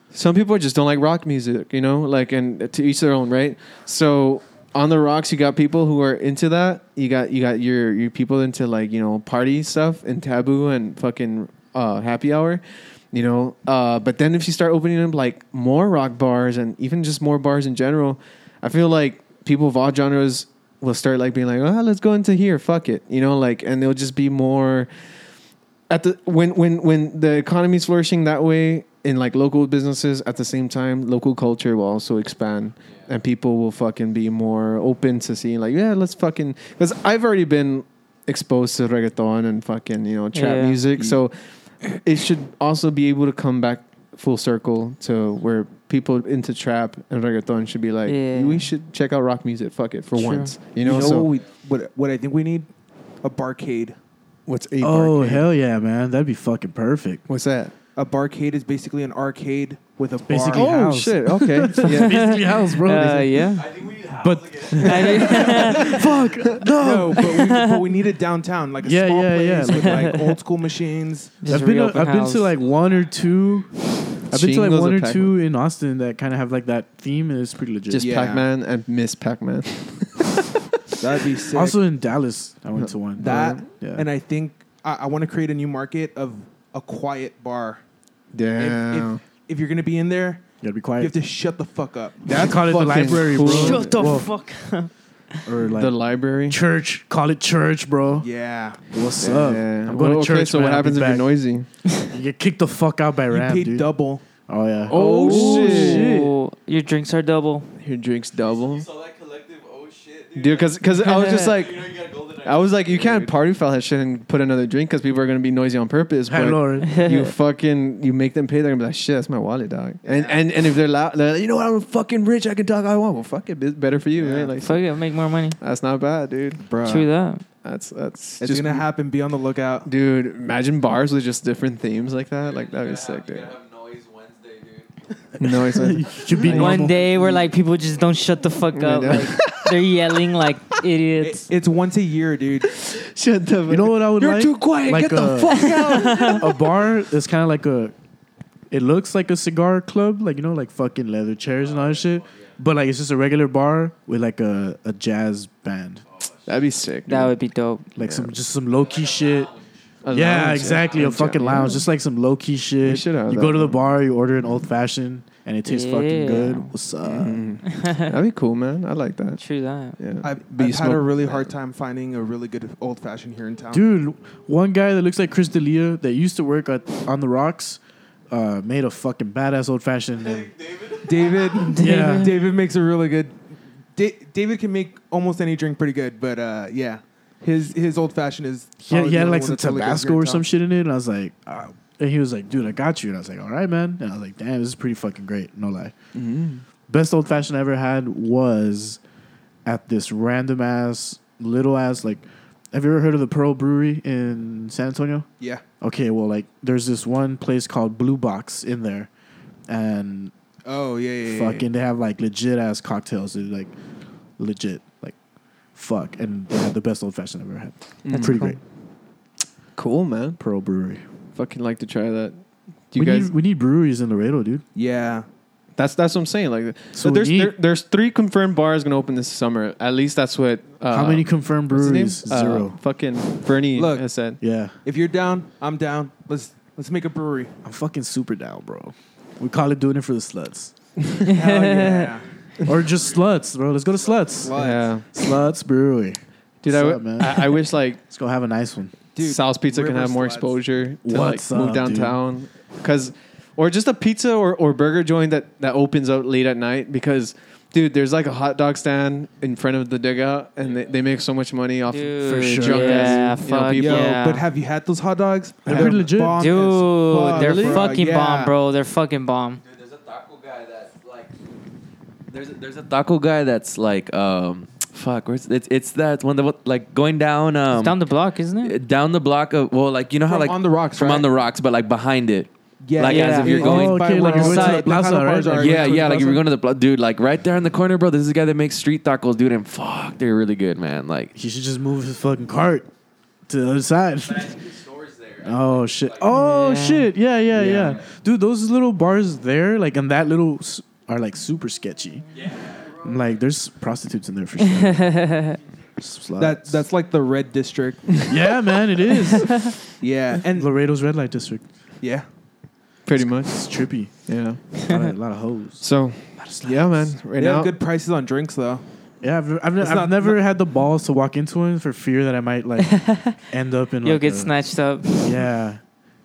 Speaker 8: some people just don't like rock music, you know, like and to each their own, right? So on the rocks, you got people who are into that. You got you got your your people into like you know party stuff and taboo and fucking uh, happy hour. You know, uh, but then if you start opening up like more rock bars and even just more bars in general, I feel like people of all genres will start like being like, oh, let's go into here, fuck it, you know, like, and they'll just be more at the when when when the economy is flourishing that way in like local businesses at the same time local culture will also expand and people will fucking be more open to seeing like yeah let's fucking because i've already been exposed to reggaeton and fucking you know trap
Speaker 11: Yeah.
Speaker 8: music so it should also be able to come back full circle to where people into trap and reggaeton should be like
Speaker 11: Yeah.
Speaker 8: we should check out rock music fuck it for
Speaker 11: Sure.
Speaker 8: once you know, so
Speaker 6: what, we, what, what I think we need? A barcade.
Speaker 8: what's a
Speaker 1: Oh
Speaker 8: barcade?
Speaker 1: hell yeah, man! That'd be fucking perfect.
Speaker 8: what's that
Speaker 6: A barcade is basically an arcade with a bar.
Speaker 1: basically-
Speaker 8: oh
Speaker 1: house.
Speaker 8: shit
Speaker 1: (laughs)
Speaker 8: okay yeah.
Speaker 1: Basically, house, bro.
Speaker 11: Uh, yeah.
Speaker 1: but fuck
Speaker 6: No, but, we, but we
Speaker 1: (laughs)
Speaker 6: need it downtown, like a
Speaker 1: Yeah,
Speaker 6: small
Speaker 1: yeah, yeah,
Speaker 6: place with
Speaker 1: (laughs)
Speaker 6: like old school machines.
Speaker 11: Just
Speaker 1: I've been
Speaker 11: real
Speaker 1: to,
Speaker 11: open
Speaker 1: I've been
Speaker 11: house.
Speaker 1: to like one or two. I've been to like
Speaker 8: Shingles
Speaker 1: one
Speaker 8: or
Speaker 1: or
Speaker 8: Pac-Man?
Speaker 1: two in Austin that kind of have like that theme, and it's pretty legit.
Speaker 8: Just
Speaker 6: Yeah.
Speaker 8: Pac-Man and Miss Pac-Man.
Speaker 6: That'd be sick.
Speaker 1: also in Dallas, I went to one.
Speaker 6: that,
Speaker 1: yeah.
Speaker 6: and I think I, I want to create a new market of a quiet bar. If- If,
Speaker 8: Damn.
Speaker 6: if, you're gonna be in there,
Speaker 1: you gotta be
Speaker 6: you
Speaker 1: quiet.
Speaker 6: have to shut the fuck up.
Speaker 1: That's call it the
Speaker 8: fucking
Speaker 1: library,
Speaker 8: cool.
Speaker 1: bro.
Speaker 11: Shut the
Speaker 1: Well,
Speaker 11: fuck.
Speaker 1: or like
Speaker 8: the library.
Speaker 1: church. Call it church, bro.
Speaker 6: Yeah,
Speaker 1: What's up?
Speaker 8: Yeah.
Speaker 1: I'm going
Speaker 8: Well,
Speaker 1: to church.
Speaker 8: Okay, so
Speaker 1: man.
Speaker 8: what
Speaker 1: I'll be
Speaker 8: happens if
Speaker 1: back.
Speaker 8: you're noisy?
Speaker 1: You get kicked the fuck out by Ram,
Speaker 6: you paid
Speaker 1: dude.
Speaker 6: double.
Speaker 1: Oh yeah.
Speaker 8: Oh,
Speaker 11: Your drinks are double.
Speaker 8: Your drinks double,
Speaker 12: saw that collective oh shit,
Speaker 1: (laughs)
Speaker 8: dude. Because I was (laughs) just like,
Speaker 12: you got golden
Speaker 8: I was like, you can't party foul that shit and put another drink because people are gonna be noisy on purpose.
Speaker 1: Hey,
Speaker 8: but
Speaker 1: Lord.
Speaker 8: (laughs) you fucking you make them pay. They're gonna be like, shit, that's my wallet, dog. And and and if they're loud, they're like, you know what? I'm fucking rich. I can talk all I want. Well, fuck it, it's better for you, right? Like
Speaker 11: Fuck it, make more money.
Speaker 8: that's not bad, dude.
Speaker 11: True that.
Speaker 8: That's that's
Speaker 6: It's
Speaker 8: just
Speaker 6: gonna happen. Be on the lookout.
Speaker 8: Dude, imagine bars with just different themes like that. Like that'd be sick, dude. (laughs) No,
Speaker 1: (laughs)
Speaker 8: it's
Speaker 1: You should be normal.
Speaker 11: One day where like people just don't shut the fuck up.
Speaker 8: know.
Speaker 11: Like, they're yelling like
Speaker 6: It's,
Speaker 11: idiots.
Speaker 6: it's once a year, dude.
Speaker 8: (laughs) shut the.
Speaker 1: You know what I would
Speaker 8: You're
Speaker 1: like?
Speaker 8: too quiet.
Speaker 1: Like
Speaker 8: Get the
Speaker 1: a-
Speaker 8: fuck
Speaker 1: (laughs)
Speaker 8: out.
Speaker 1: a bar that's kind of like a. It looks like a cigar club, like you know, like fucking leather chairs and all that shit. But like it's just a regular bar with like a, a jazz band,
Speaker 8: (laughs) That'd be sick.
Speaker 11: that would be dope.
Speaker 1: like some just some low key shit. yeah, exactly, a fucking lounge, just like some low key
Speaker 8: We
Speaker 1: shit.
Speaker 8: should have
Speaker 1: You
Speaker 8: that,
Speaker 1: go to the
Speaker 8: man.
Speaker 1: bar, you order an old fashioned, and it tastes fucking
Speaker 11: Yeah.
Speaker 1: good. What's up?
Speaker 8: (laughs) That'd be cool, man. I like that.
Speaker 11: True that.
Speaker 8: Yeah.
Speaker 6: I've,
Speaker 8: But you
Speaker 6: I've had a
Speaker 8: smoke-
Speaker 6: really hard time finding a really good old fashioned here in town.
Speaker 1: Dude, one guy that looks like Chris D'Elia that used to work at, on the rocks, uh, made a fucking badass old fashioned. (laughs)
Speaker 6: David,
Speaker 1: Yeah.
Speaker 6: David makes a really good. Da- David can make almost any drink pretty good, but uh, yeah, his his old fashioned is.
Speaker 1: he had,
Speaker 4: Oh,
Speaker 6: probably
Speaker 1: he had
Speaker 6: the
Speaker 1: like
Speaker 6: one
Speaker 1: some
Speaker 6: that's really good
Speaker 1: Tabasco
Speaker 6: here in
Speaker 1: or
Speaker 6: town.
Speaker 1: some shit in it, and I was like, uh, and he was like, dude, I got you, and I was like, all right, man, and I was like, damn, this is pretty fucking great, no lie. mm-hmm. Best old fashioned I ever had was at this random ass little ass like, have you ever heard of the Pearl Brewery in San Antonio?
Speaker 6: Yeah,
Speaker 1: Okay, well like there's this one place called Blue Box in there, and
Speaker 6: Oh yeah, yeah, yeah, yeah.
Speaker 1: fucking they have like legit ass cocktails, dude, like legit like. Fuck, and they had the best old fashioned I've ever had. Pretty great,
Speaker 8: Cool, man.
Speaker 1: Pearl Brewery.
Speaker 8: Fucking like to try that. Do you
Speaker 1: we
Speaker 8: guys?
Speaker 1: need, we need breweries in Laredo, dude.
Speaker 6: yeah.
Speaker 8: That's that's what I'm saying. Like,
Speaker 1: So
Speaker 8: so there's
Speaker 1: we need-
Speaker 8: there, there's three confirmed bars gonna open this summer. At least that's what. Uh,
Speaker 1: How many confirmed
Speaker 8: what's his name?
Speaker 1: breweries?
Speaker 8: Uh,
Speaker 1: Zero.
Speaker 8: fucking Bernie
Speaker 4: Look.
Speaker 8: has said.
Speaker 1: Yeah.
Speaker 4: If you're down, I'm down. Let's let's make
Speaker 1: (laughs)
Speaker 4: a brewery.
Speaker 1: I'm fucking super down, bro. We call it doing it for the sluts.
Speaker 4: Hell yeah.
Speaker 1: (laughs) or just sluts, bro. Let's go to sluts.
Speaker 8: Yeah,
Speaker 1: Sluts Brewery.
Speaker 8: dude. I,
Speaker 1: What's
Speaker 8: w-
Speaker 1: up, man?
Speaker 8: I, I wish like
Speaker 1: Let's go have a nice one.
Speaker 4: Dude,
Speaker 8: Sal's Pizza can
Speaker 4: River
Speaker 8: have more
Speaker 4: Sluts.
Speaker 8: exposure to
Speaker 1: What's
Speaker 8: like move
Speaker 1: up, dude?
Speaker 8: downtown, because or just a pizza or, or burger joint that that opens up late at night. Because dude, there's like a hot dog stand in front of the dugout, and they, they make so much money off
Speaker 11: Dude,
Speaker 8: for
Speaker 11: sure.
Speaker 8: drunk
Speaker 11: yeah,
Speaker 8: ass you know,
Speaker 11: fuck
Speaker 8: people.
Speaker 4: Yo,
Speaker 11: Yeah.
Speaker 4: but have you had those hot dogs?
Speaker 1: They're pretty legit.
Speaker 4: bomb as
Speaker 11: Dude,
Speaker 4: fuck,
Speaker 11: they're
Speaker 4: bro.
Speaker 11: fucking
Speaker 4: Yeah.
Speaker 11: bomb, bro. They're fucking bomb.
Speaker 12: Dude, there's a taco guy that's like. There's a, there's a taco guy that's like um fuck where's it's it's that one that like going down um
Speaker 11: it's down the block, isn't it?
Speaker 12: down the block of well like you know how
Speaker 4: From
Speaker 12: like
Speaker 4: On the Rocks,
Speaker 12: from
Speaker 4: right?
Speaker 12: on the rocks but like behind it
Speaker 4: Yeah,
Speaker 12: like
Speaker 4: yeah.
Speaker 12: as if you're
Speaker 4: Yeah,
Speaker 12: going
Speaker 1: Oh,
Speaker 4: by
Speaker 1: okay,
Speaker 4: where
Speaker 1: like
Speaker 4: our
Speaker 1: you went to
Speaker 4: side-
Speaker 1: the plaza,
Speaker 4: how the
Speaker 1: right?
Speaker 4: bars are,
Speaker 1: Like,
Speaker 4: you
Speaker 12: yeah
Speaker 4: went to
Speaker 12: yeah
Speaker 4: the
Speaker 12: like if
Speaker 4: plaza?
Speaker 12: you're going to the pla- dude like right there in the corner bro this is a guy that makes street tacos dude and fuck they're really good man like
Speaker 1: He should just move his fucking cart to the other side. Oh shit! Oh
Speaker 11: Yeah.
Speaker 1: shit! Yeah, yeah, yeah,
Speaker 12: Yeah.
Speaker 1: Dude, those little bars there, like, and that little s- are like super sketchy. Yeah. Like, there's prostitutes in there (laughs) for sure. Sluts.
Speaker 4: That that's like the red district.
Speaker 1: yeah, man. It is.
Speaker 4: yeah, and
Speaker 1: Laredo's red light district.
Speaker 4: yeah,
Speaker 8: Pretty much,
Speaker 1: It's trippy. A
Speaker 8: yeah.
Speaker 1: lot of, lot of hoes.
Speaker 8: So yeah, man.
Speaker 4: they
Speaker 8: Right now,
Speaker 4: have good prices on drinks though.
Speaker 1: Yeah, I've, I've, ne-
Speaker 4: It's
Speaker 1: I've
Speaker 4: not-
Speaker 1: never had the balls to walk into one for fear that I might like end up in.
Speaker 11: You'll
Speaker 1: like
Speaker 11: get
Speaker 1: a-
Speaker 11: snatched up. (laughs)
Speaker 1: Yeah,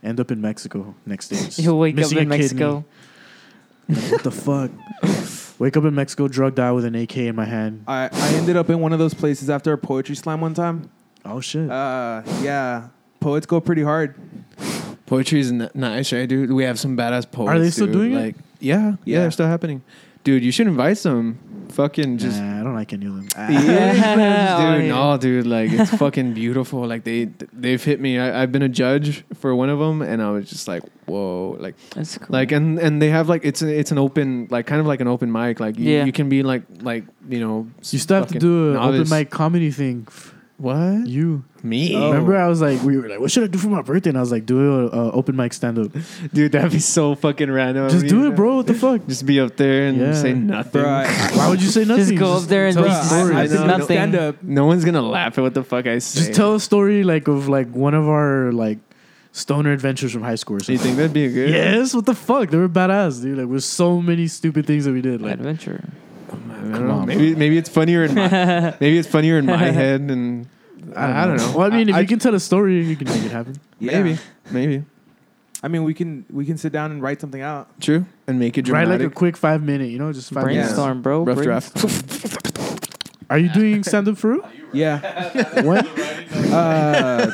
Speaker 1: end up in Mexico next day. Just
Speaker 11: You'll wake up
Speaker 1: missing
Speaker 11: in
Speaker 1: a kidney.
Speaker 11: Mexico.
Speaker 1: Like, what the fuck? Wake up in Mexico, drugged out with an AK in my hand.
Speaker 4: I I ended up in one of those places after a poetry slam one time.
Speaker 1: Oh shit!
Speaker 4: Uh, yeah, poets go pretty hard.
Speaker 8: Poetry is n- nice, right, dude? We have some badass poets.
Speaker 1: they still
Speaker 8: dude.
Speaker 1: doing it?
Speaker 8: like, Yeah, yeah,
Speaker 4: Yeah.
Speaker 8: they're still happening. Dude, you should invite some. Fucking just.
Speaker 1: nah, I don't like any of them. Ah.
Speaker 8: Yeah, dude,
Speaker 11: yeah.
Speaker 8: no, dude, like it's fucking beautiful. Like they, they've hit me. I, I've been a judge for one of them, and I was just like, whoa, like,
Speaker 11: That's cool.
Speaker 8: like, and and they have like it's a, it's an open, like, kind of like an open mic. Like, you,
Speaker 11: Yeah.
Speaker 8: you can be like, like, you know,
Speaker 1: (laughs) You still have to
Speaker 8: fucking
Speaker 1: do an open
Speaker 8: novice.
Speaker 1: mic Oh. comedy thing.
Speaker 8: What
Speaker 1: You
Speaker 8: me?
Speaker 1: remember? I was like, we were like, what should I do for my birthday? And I was like, do a uh, open mic stand up.
Speaker 8: dude, that'd be so fucking random.
Speaker 1: Just
Speaker 8: I
Speaker 1: do
Speaker 8: mean,
Speaker 1: it, bro. What the fuck?
Speaker 8: Just be up there and
Speaker 1: Yeah.
Speaker 8: say nothing.
Speaker 4: Bro, I-
Speaker 1: Why would you say nothing?
Speaker 11: Just go up there and
Speaker 1: tell
Speaker 11: be
Speaker 1: a
Speaker 11: just-
Speaker 1: story.
Speaker 11: I- I did nothing.
Speaker 4: Stand up.
Speaker 8: (laughs) No one's gonna laugh at what the fuck I say.
Speaker 1: Just tell a story like of like one of our like stoner adventures from high school or
Speaker 8: Do you
Speaker 1: something.
Speaker 8: think that'd be a good?
Speaker 1: Yes, what the fuck? They were badass, dude. Like, there's so many stupid things that we did. Like,
Speaker 11: Adventure. (laughs)
Speaker 8: I don't
Speaker 1: Come
Speaker 8: know.
Speaker 1: on,
Speaker 8: maybe maybe it's funnier
Speaker 1: (laughs)
Speaker 8: in my maybe it's funnier in my head and I I don't know.
Speaker 1: Well, I mean, if
Speaker 8: I-
Speaker 1: you can tell a story, you can make it happen.
Speaker 4: Yeah.
Speaker 8: maybe maybe
Speaker 4: I mean, we can we can sit down and write something out.
Speaker 8: true and make it
Speaker 1: Write
Speaker 8: dramatic.
Speaker 1: like a quick five minute, you know, just five minutes.
Speaker 4: Yeah.
Speaker 11: Brainstorm, bro.
Speaker 8: rough
Speaker 11: brainstorm.
Speaker 8: draft.
Speaker 1: Are you doing stand up for real?
Speaker 4: Yeah.
Speaker 1: What?
Speaker 4: uh,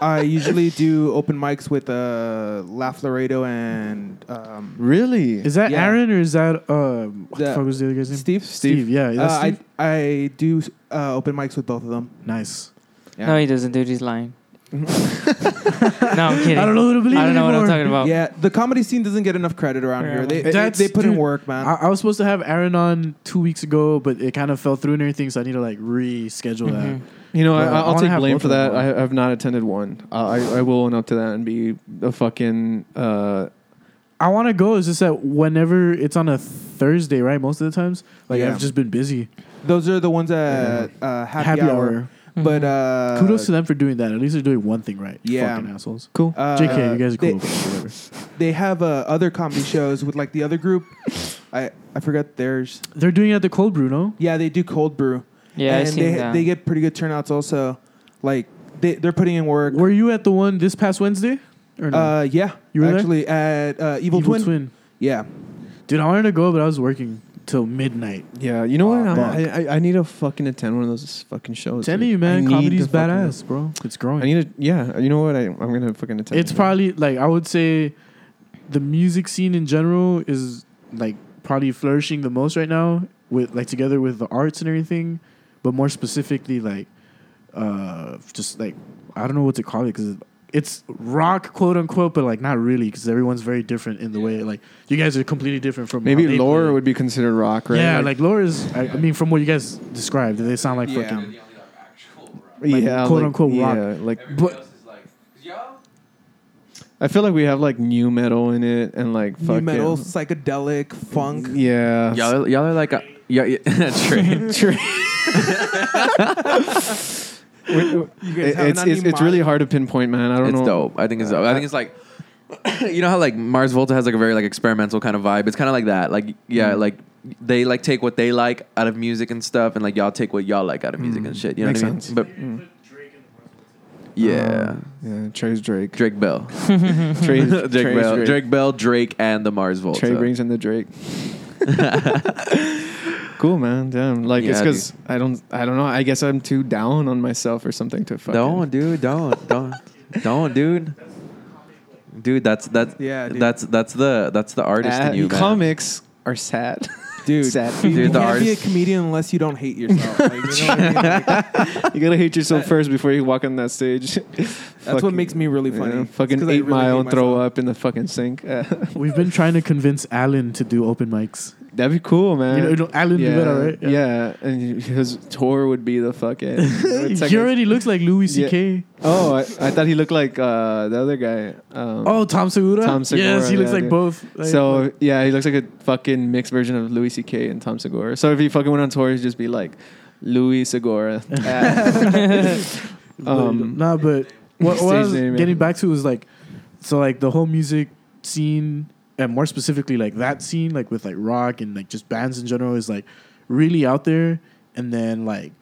Speaker 4: I usually do open mics with uh, Laugh Laredo and um,
Speaker 8: really?
Speaker 1: Is that
Speaker 4: Yeah.
Speaker 1: Aaron or is that um? What the,
Speaker 4: The-
Speaker 1: fuck was the other guy's name?
Speaker 4: Steve.
Speaker 1: Steve. Yeah, is
Speaker 4: Uh,
Speaker 1: that
Speaker 4: I
Speaker 1: Steve?
Speaker 4: I do uh, open mics with both of them.
Speaker 1: nice.
Speaker 4: Yeah.
Speaker 11: No, he doesn't, dude. He's lying. (laughs) no, I'm kidding.
Speaker 1: I don't know who to believe
Speaker 11: I don't know what I'm
Speaker 1: anymore.
Speaker 11: talking about.
Speaker 4: Yeah, the comedy scene doesn't get enough credit around
Speaker 11: Yeah.
Speaker 4: here. They they,
Speaker 1: That's-
Speaker 4: they put in
Speaker 1: dude,
Speaker 4: work, man.
Speaker 1: I, I was supposed to have Aaron on two weeks ago, but it kind of fell through and everything, so I need to like reschedule that.
Speaker 11: Mhm.
Speaker 8: You know, I,
Speaker 1: Bro, I
Speaker 8: I'll
Speaker 1: wanna
Speaker 8: take
Speaker 1: have
Speaker 8: blame
Speaker 1: both
Speaker 8: for
Speaker 1: of them
Speaker 8: that. I
Speaker 1: on.
Speaker 8: I have not attended one. I I I will own up to that and be a fucking uh,
Speaker 1: I want to go. It's just that whenever it's on a Thursday, right? Most of the times, like
Speaker 4: Yeah.
Speaker 1: I've just been busy.
Speaker 4: Those are the ones at uh, happy,
Speaker 1: Happy
Speaker 4: hour.
Speaker 1: hour.
Speaker 8: Mm-hmm.
Speaker 4: But uh,
Speaker 1: Kudos to them for doing that. At least they're doing one thing right. you
Speaker 4: Yeah.
Speaker 1: fucking assholes.
Speaker 8: cool.
Speaker 4: uh,
Speaker 1: JK, you guys are
Speaker 4: they-
Speaker 1: cool. but whatever.
Speaker 4: They have uh, other comedy shows with like the other group. I I forgot theirs.
Speaker 1: They're doing it at the Cold Brew, no?
Speaker 4: Yeah, they do cold brew.
Speaker 11: Yeah, I
Speaker 4: and
Speaker 11: seen
Speaker 4: they
Speaker 11: that.
Speaker 4: they get pretty good turnouts also. Like they they're putting in work.
Speaker 1: Were you at the one this past Wednesday? Or no?
Speaker 4: Uh, yeah,
Speaker 1: You were there?
Speaker 4: actually at uh, Evil, Twin. Yeah,
Speaker 1: Dude, I wanted to go, but I was working till midnight.
Speaker 8: Yeah, you know what? I'm-
Speaker 1: fuck.
Speaker 8: I, I I need to fucking attend one of those fucking
Speaker 1: I'm
Speaker 8: shows.
Speaker 1: telling
Speaker 8: dude.
Speaker 1: you,
Speaker 8: I
Speaker 1: man,
Speaker 8: need
Speaker 1: comedy's
Speaker 8: to fucking-
Speaker 1: badass, bro. It's growing.
Speaker 8: I need to. Yeah, you know what? I, I'm gonna fucking attend.
Speaker 1: it's
Speaker 8: one.
Speaker 1: probably like I would say the music scene in general is like probably flourishing the most right now with like together with the arts and everything, but more specifically like uh just like I don't know what to call it because it's rock quote unquote, but like not really because everyone's very different in the way like you guys are completely different from how
Speaker 8: maybe
Speaker 1: they
Speaker 8: lore
Speaker 1: play.
Speaker 8: would be considered rock, right?
Speaker 1: yeah like, lore is I, I mean from what you guys described they sound like
Speaker 4: Yeah.
Speaker 1: fucking
Speaker 8: yeah,
Speaker 1: quote unquote rock.
Speaker 8: Yeah, like
Speaker 1: but
Speaker 8: I feel like we have like new metal in it and like
Speaker 4: new fucking metal, psychedelic, funk.
Speaker 8: Yeah,
Speaker 12: y'all, y'all are like, a, yeah, (laughs) yeah. train, train.
Speaker 8: We're- we're- it's it's, it's really hard to pinpoint, man. I don't
Speaker 12: it's
Speaker 8: know.
Speaker 12: dope. I think it's dope. I think it's like (coughs) you know how like Mars Volta has like a very like experimental kind of vibe. It's kind of like that. Like yeah,
Speaker 8: Mm-hmm.
Speaker 12: like they like take what they like out of music and stuff, and like y'all take what y'all like out of music and shit. You know
Speaker 8: Mm-hmm. Makes
Speaker 12: what I mean?
Speaker 8: sense. Um.
Speaker 12: But yeah,
Speaker 8: yeah, Trey's Drake. (laughs)
Speaker 12: Drake Bell,
Speaker 8: Trey-
Speaker 12: Drake
Speaker 8: Trey's
Speaker 12: Bell,
Speaker 8: Drake.
Speaker 12: Drake. Bell, Drake, and the Mars Volta.
Speaker 8: Trey brings in the Drake. cool, man. Damn. Like it's
Speaker 12: Yeah,
Speaker 8: because I don't. I don't know. I guess I'm too down on myself or something to fucking.
Speaker 12: Don't, dude. Don't, don't, don't, dude. Dude, that's that's
Speaker 8: Yeah, dude.
Speaker 12: that's that's the that's the artist
Speaker 8: Uh,
Speaker 12: in you, man.
Speaker 8: comics are sad, (laughs)
Speaker 4: Dude,
Speaker 8: sad.
Speaker 4: You,
Speaker 12: Dude,
Speaker 4: you can't
Speaker 12: the
Speaker 4: be a
Speaker 12: artist-
Speaker 4: comedian unless you don't hate
Speaker 1: (laughs)
Speaker 4: yourself. Like, you know what I mean? Like,
Speaker 8: you gotta hate yourself first before you walk on that stage. That's
Speaker 4: that's what
Speaker 8: (laughs)
Speaker 4: makes me really funny. It's
Speaker 8: fucking
Speaker 4: 'cause
Speaker 8: eight
Speaker 4: I really
Speaker 8: mile
Speaker 4: hate
Speaker 8: and throw
Speaker 4: myself.
Speaker 8: up in the fucking sink. (laughs) Uh,
Speaker 1: We've been trying to convince Alan to do open mics.
Speaker 8: That'd be cool, man.
Speaker 1: You know- you know Alan
Speaker 8: yeah,
Speaker 1: Rivera, right?
Speaker 8: Yeah. and his tour would be the fucking. it's like
Speaker 1: he
Speaker 8: a-
Speaker 1: already looks like Louis
Speaker 8: Yeah.
Speaker 1: C.K.
Speaker 8: Oh, I, I thought he looked like uh, the other guy. Um,
Speaker 1: Oh, Tom Segura.
Speaker 8: Tom Segura.
Speaker 1: Yes, he looks
Speaker 8: yeah,
Speaker 1: like
Speaker 8: dude.
Speaker 1: both. Like,
Speaker 8: so
Speaker 1: like-
Speaker 8: yeah, he looks like a fucking mixed version of Louis C.K. and Tom Segura. So if he fucking went on tour, he'd just be like
Speaker 1: (laughs)
Speaker 8: Louis Segura. um,
Speaker 1: nah, but what,
Speaker 8: Stage
Speaker 1: what I was
Speaker 8: name, yeah.
Speaker 1: getting back to was like, so like the whole music scene, and more specifically like that scene, like with like rock and like just bands in general, is like really out there. And then like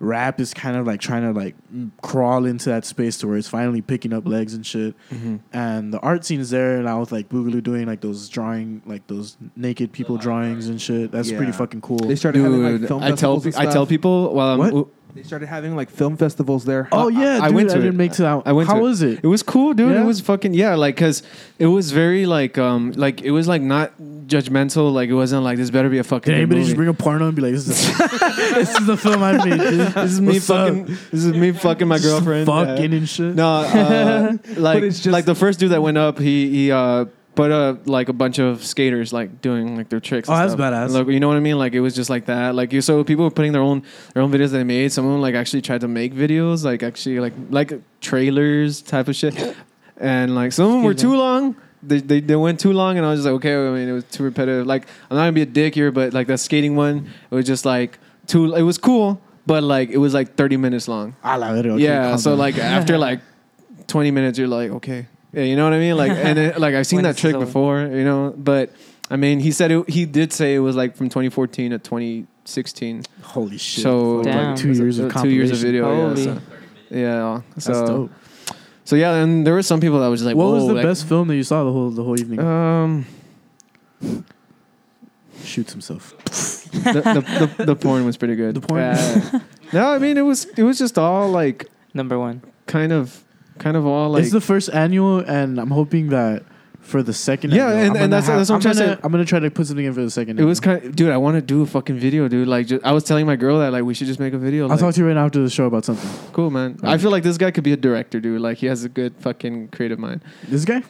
Speaker 1: rap is kind of like trying to like m- crawl into that space to where it's finally picking up legs and shit.
Speaker 8: Mm-hmm.
Speaker 1: And the art scene is there now with like Boogaloo doing like those drawing, like those naked
Speaker 8: Uh,
Speaker 1: people drawings and shit. That's pretty
Speaker 4: Yeah.
Speaker 1: fucking cool.
Speaker 4: They started having like
Speaker 8: dude,
Speaker 4: film
Speaker 8: I tell
Speaker 4: festivals. and
Speaker 8: I tell
Speaker 4: stuff.
Speaker 8: people while I'm.
Speaker 1: What?
Speaker 4: They started having like film festivals there.
Speaker 1: Oh yeah,
Speaker 8: I
Speaker 1: dude,
Speaker 8: went to
Speaker 1: I didn't
Speaker 8: it.
Speaker 1: make to that.
Speaker 8: I went.
Speaker 1: How
Speaker 8: to
Speaker 1: was it?
Speaker 8: It was cool, dude.
Speaker 1: Yeah?
Speaker 8: It was fucking yeah, like because it was very like um like it was like not judgmental. Like it wasn't like this better be a fucking.
Speaker 1: Did
Speaker 8: good
Speaker 1: anybody
Speaker 8: movie.
Speaker 1: just bring a porno and be like, "This
Speaker 8: (laughs)
Speaker 1: is (laughs) a, this is the film I made"? This,
Speaker 8: This is me fucking. This
Speaker 1: (laughs)
Speaker 8: is me fucking my girlfriend. yeah.
Speaker 1: fucking and shit.
Speaker 8: No,
Speaker 1: (laughs)
Speaker 8: uh, like
Speaker 4: it's just-
Speaker 8: like the first dude that went up, he he uh, put uh, like a bunch of skaters like doing like their tricks.
Speaker 1: Oh,
Speaker 8: and
Speaker 1: that's
Speaker 8: stuff.
Speaker 1: badass.
Speaker 8: Like you know what I mean? Like it was just like that. Like you, so people were putting their own their own videos that they made. Someone like actually tried to make videos, like actually like like trailers type of
Speaker 1: (laughs)
Speaker 8: shit, and like some of them were too long. They, they, they went too long and I was just like okay I mean it was too repetitive like I'm not gonna be a dick here but like that skating one it was just like too it was cool but like it was like 30 minutes long
Speaker 1: I love it. Ah, Okay,
Speaker 8: yeah.
Speaker 1: calm
Speaker 8: So
Speaker 1: down.
Speaker 8: like after
Speaker 1: (laughs)
Speaker 8: like twenty minutes, you're like, okay, yeah, you know what I mean. Like and it, like I've seen
Speaker 11: When
Speaker 8: that
Speaker 11: it's
Speaker 8: trick
Speaker 11: over.
Speaker 8: before, you know. But I mean, he said it, he did say it was like from 2014 to 2016.
Speaker 1: holy shit.
Speaker 8: So
Speaker 11: Damn.
Speaker 8: like,
Speaker 1: Two years of
Speaker 8: two years
Speaker 1: compilation.
Speaker 8: of video. Yeah.
Speaker 11: Holy.
Speaker 8: So, yeah. So
Speaker 1: that's dope.
Speaker 8: so yeah, and there were some people that was just like,
Speaker 1: what was
Speaker 8: whoa,
Speaker 1: the
Speaker 8: like-
Speaker 1: best film that you saw the whole the whole evening?
Speaker 8: Um,
Speaker 1: Shoots himself.
Speaker 8: the, the, the,
Speaker 1: (laughs)
Speaker 8: the porn was pretty good.
Speaker 1: The porn?
Speaker 4: (laughs)
Speaker 8: Yeah. no, I mean it was it was just all like
Speaker 11: Number one.
Speaker 8: kind of kind of all like
Speaker 1: it's the first annual, and I'm hoping that for the second.
Speaker 8: Yeah,
Speaker 1: annual,
Speaker 8: and-
Speaker 1: I'm
Speaker 8: and
Speaker 1: gonna
Speaker 8: that's-
Speaker 1: have-
Speaker 8: that's what I'm
Speaker 1: I'm
Speaker 8: trying to
Speaker 1: gonna,
Speaker 8: say.
Speaker 1: I'm gonna try to put something in for the second.
Speaker 8: It was
Speaker 1: annual.
Speaker 8: kind of, dude. I want to do a fucking video, dude. Like, just, I was telling my girl that like we should just make a video.
Speaker 1: I'll
Speaker 8: Like,
Speaker 1: talk to you right now after the show about something.
Speaker 8: cool, man. I feel like this guy could be a director, dude. Like, he has a good fucking creative mind.
Speaker 1: This guy?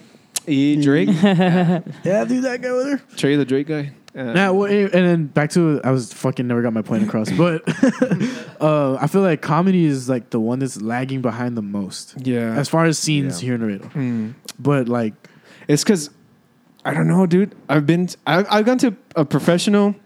Speaker 8: E
Speaker 1: (laughs)
Speaker 8: Drake,
Speaker 1: Yeah, dude, that guy with her.
Speaker 8: Trey the Drake guy. Uh,
Speaker 1: Nah, well, anyway, and then back to I was fucking never got my point
Speaker 8: (laughs)
Speaker 1: across, but (laughs) uh, I feel like comedy is like the one that's lagging behind the most
Speaker 8: yeah,
Speaker 1: as far as scenes
Speaker 8: Yeah.
Speaker 1: here in Laredo.
Speaker 8: Mm.
Speaker 1: But like,
Speaker 8: it's because I don't know, dude. I've been, t- I've, I've gone to a professional,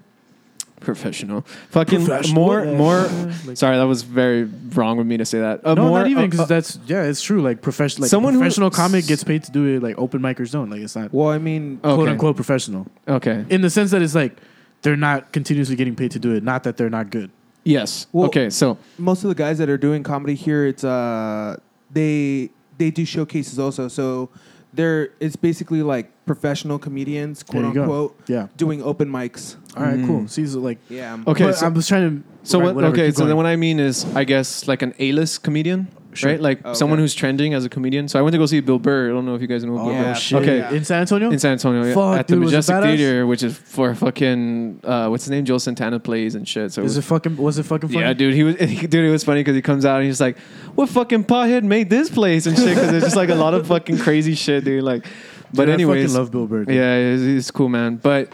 Speaker 8: professional, fucking
Speaker 1: Professional.
Speaker 8: more,
Speaker 1: Yeah.
Speaker 8: more.
Speaker 1: Like-
Speaker 8: sorry, that was very wrong of me to say that. A
Speaker 1: no,
Speaker 8: more,
Speaker 1: not even because
Speaker 8: a- a-
Speaker 1: that's yeah, it's true. Like professional, like
Speaker 8: Someone who-
Speaker 1: professional comic gets paid to do it. Like open micers don't. Like it's not
Speaker 4: Well, I mean,
Speaker 8: Okay.
Speaker 1: quote unquote professional
Speaker 8: okay.
Speaker 1: in the sense that it's like they're not continuously getting paid to do it. Not that they're not good.
Speaker 8: Yes.
Speaker 4: Well-
Speaker 8: okay. So
Speaker 4: most of the guys that are doing comedy here, it's uh, they they do showcases also. So they're it's basically like professional comedians, quote
Speaker 1: There you go.
Speaker 4: unquote,
Speaker 1: Yeah.
Speaker 4: doing open mics.
Speaker 1: All right.
Speaker 8: Mm.
Speaker 1: Cool. See, so like.
Speaker 4: Yeah.
Speaker 8: Okay,
Speaker 1: but
Speaker 8: so-
Speaker 1: I was trying to.
Speaker 8: So
Speaker 1: right,
Speaker 8: what,
Speaker 1: whatever,
Speaker 8: okay,
Speaker 1: keep
Speaker 8: so then
Speaker 1: going.
Speaker 8: what I mean is, I guess like an A-list comedian,
Speaker 1: Sure.
Speaker 8: right? Like
Speaker 4: Oh,
Speaker 8: someone
Speaker 4: okay.
Speaker 8: who's trending as a comedian. So I went to go see Bill Burr. I don't know if you guys know Bill
Speaker 1: Oh
Speaker 8: Burr.
Speaker 1: shit!
Speaker 8: Okay.
Speaker 1: In San Antonio.
Speaker 8: In San Antonio, yeah,
Speaker 1: Fuck,
Speaker 8: at
Speaker 1: dude,
Speaker 8: the
Speaker 1: was it
Speaker 8: Majestic
Speaker 1: badass?
Speaker 8: Theater, which is for fucking uh, what's his name, Joe Santana plays and shit. So it
Speaker 1: Is it
Speaker 8: was-
Speaker 1: fucking? Was it fucking? Funny?
Speaker 8: yeah, dude, he was (laughs) dude. It was funny because he comes out and he's like, "What fucking pothead made this place and shit?" Because it's just like a lot of fucking crazy shit, dude. Like, but
Speaker 1: Dude, I
Speaker 8: anyways,
Speaker 1: fucking love Bill Burr. dude.
Speaker 8: yeah, he's, he's cool, man. But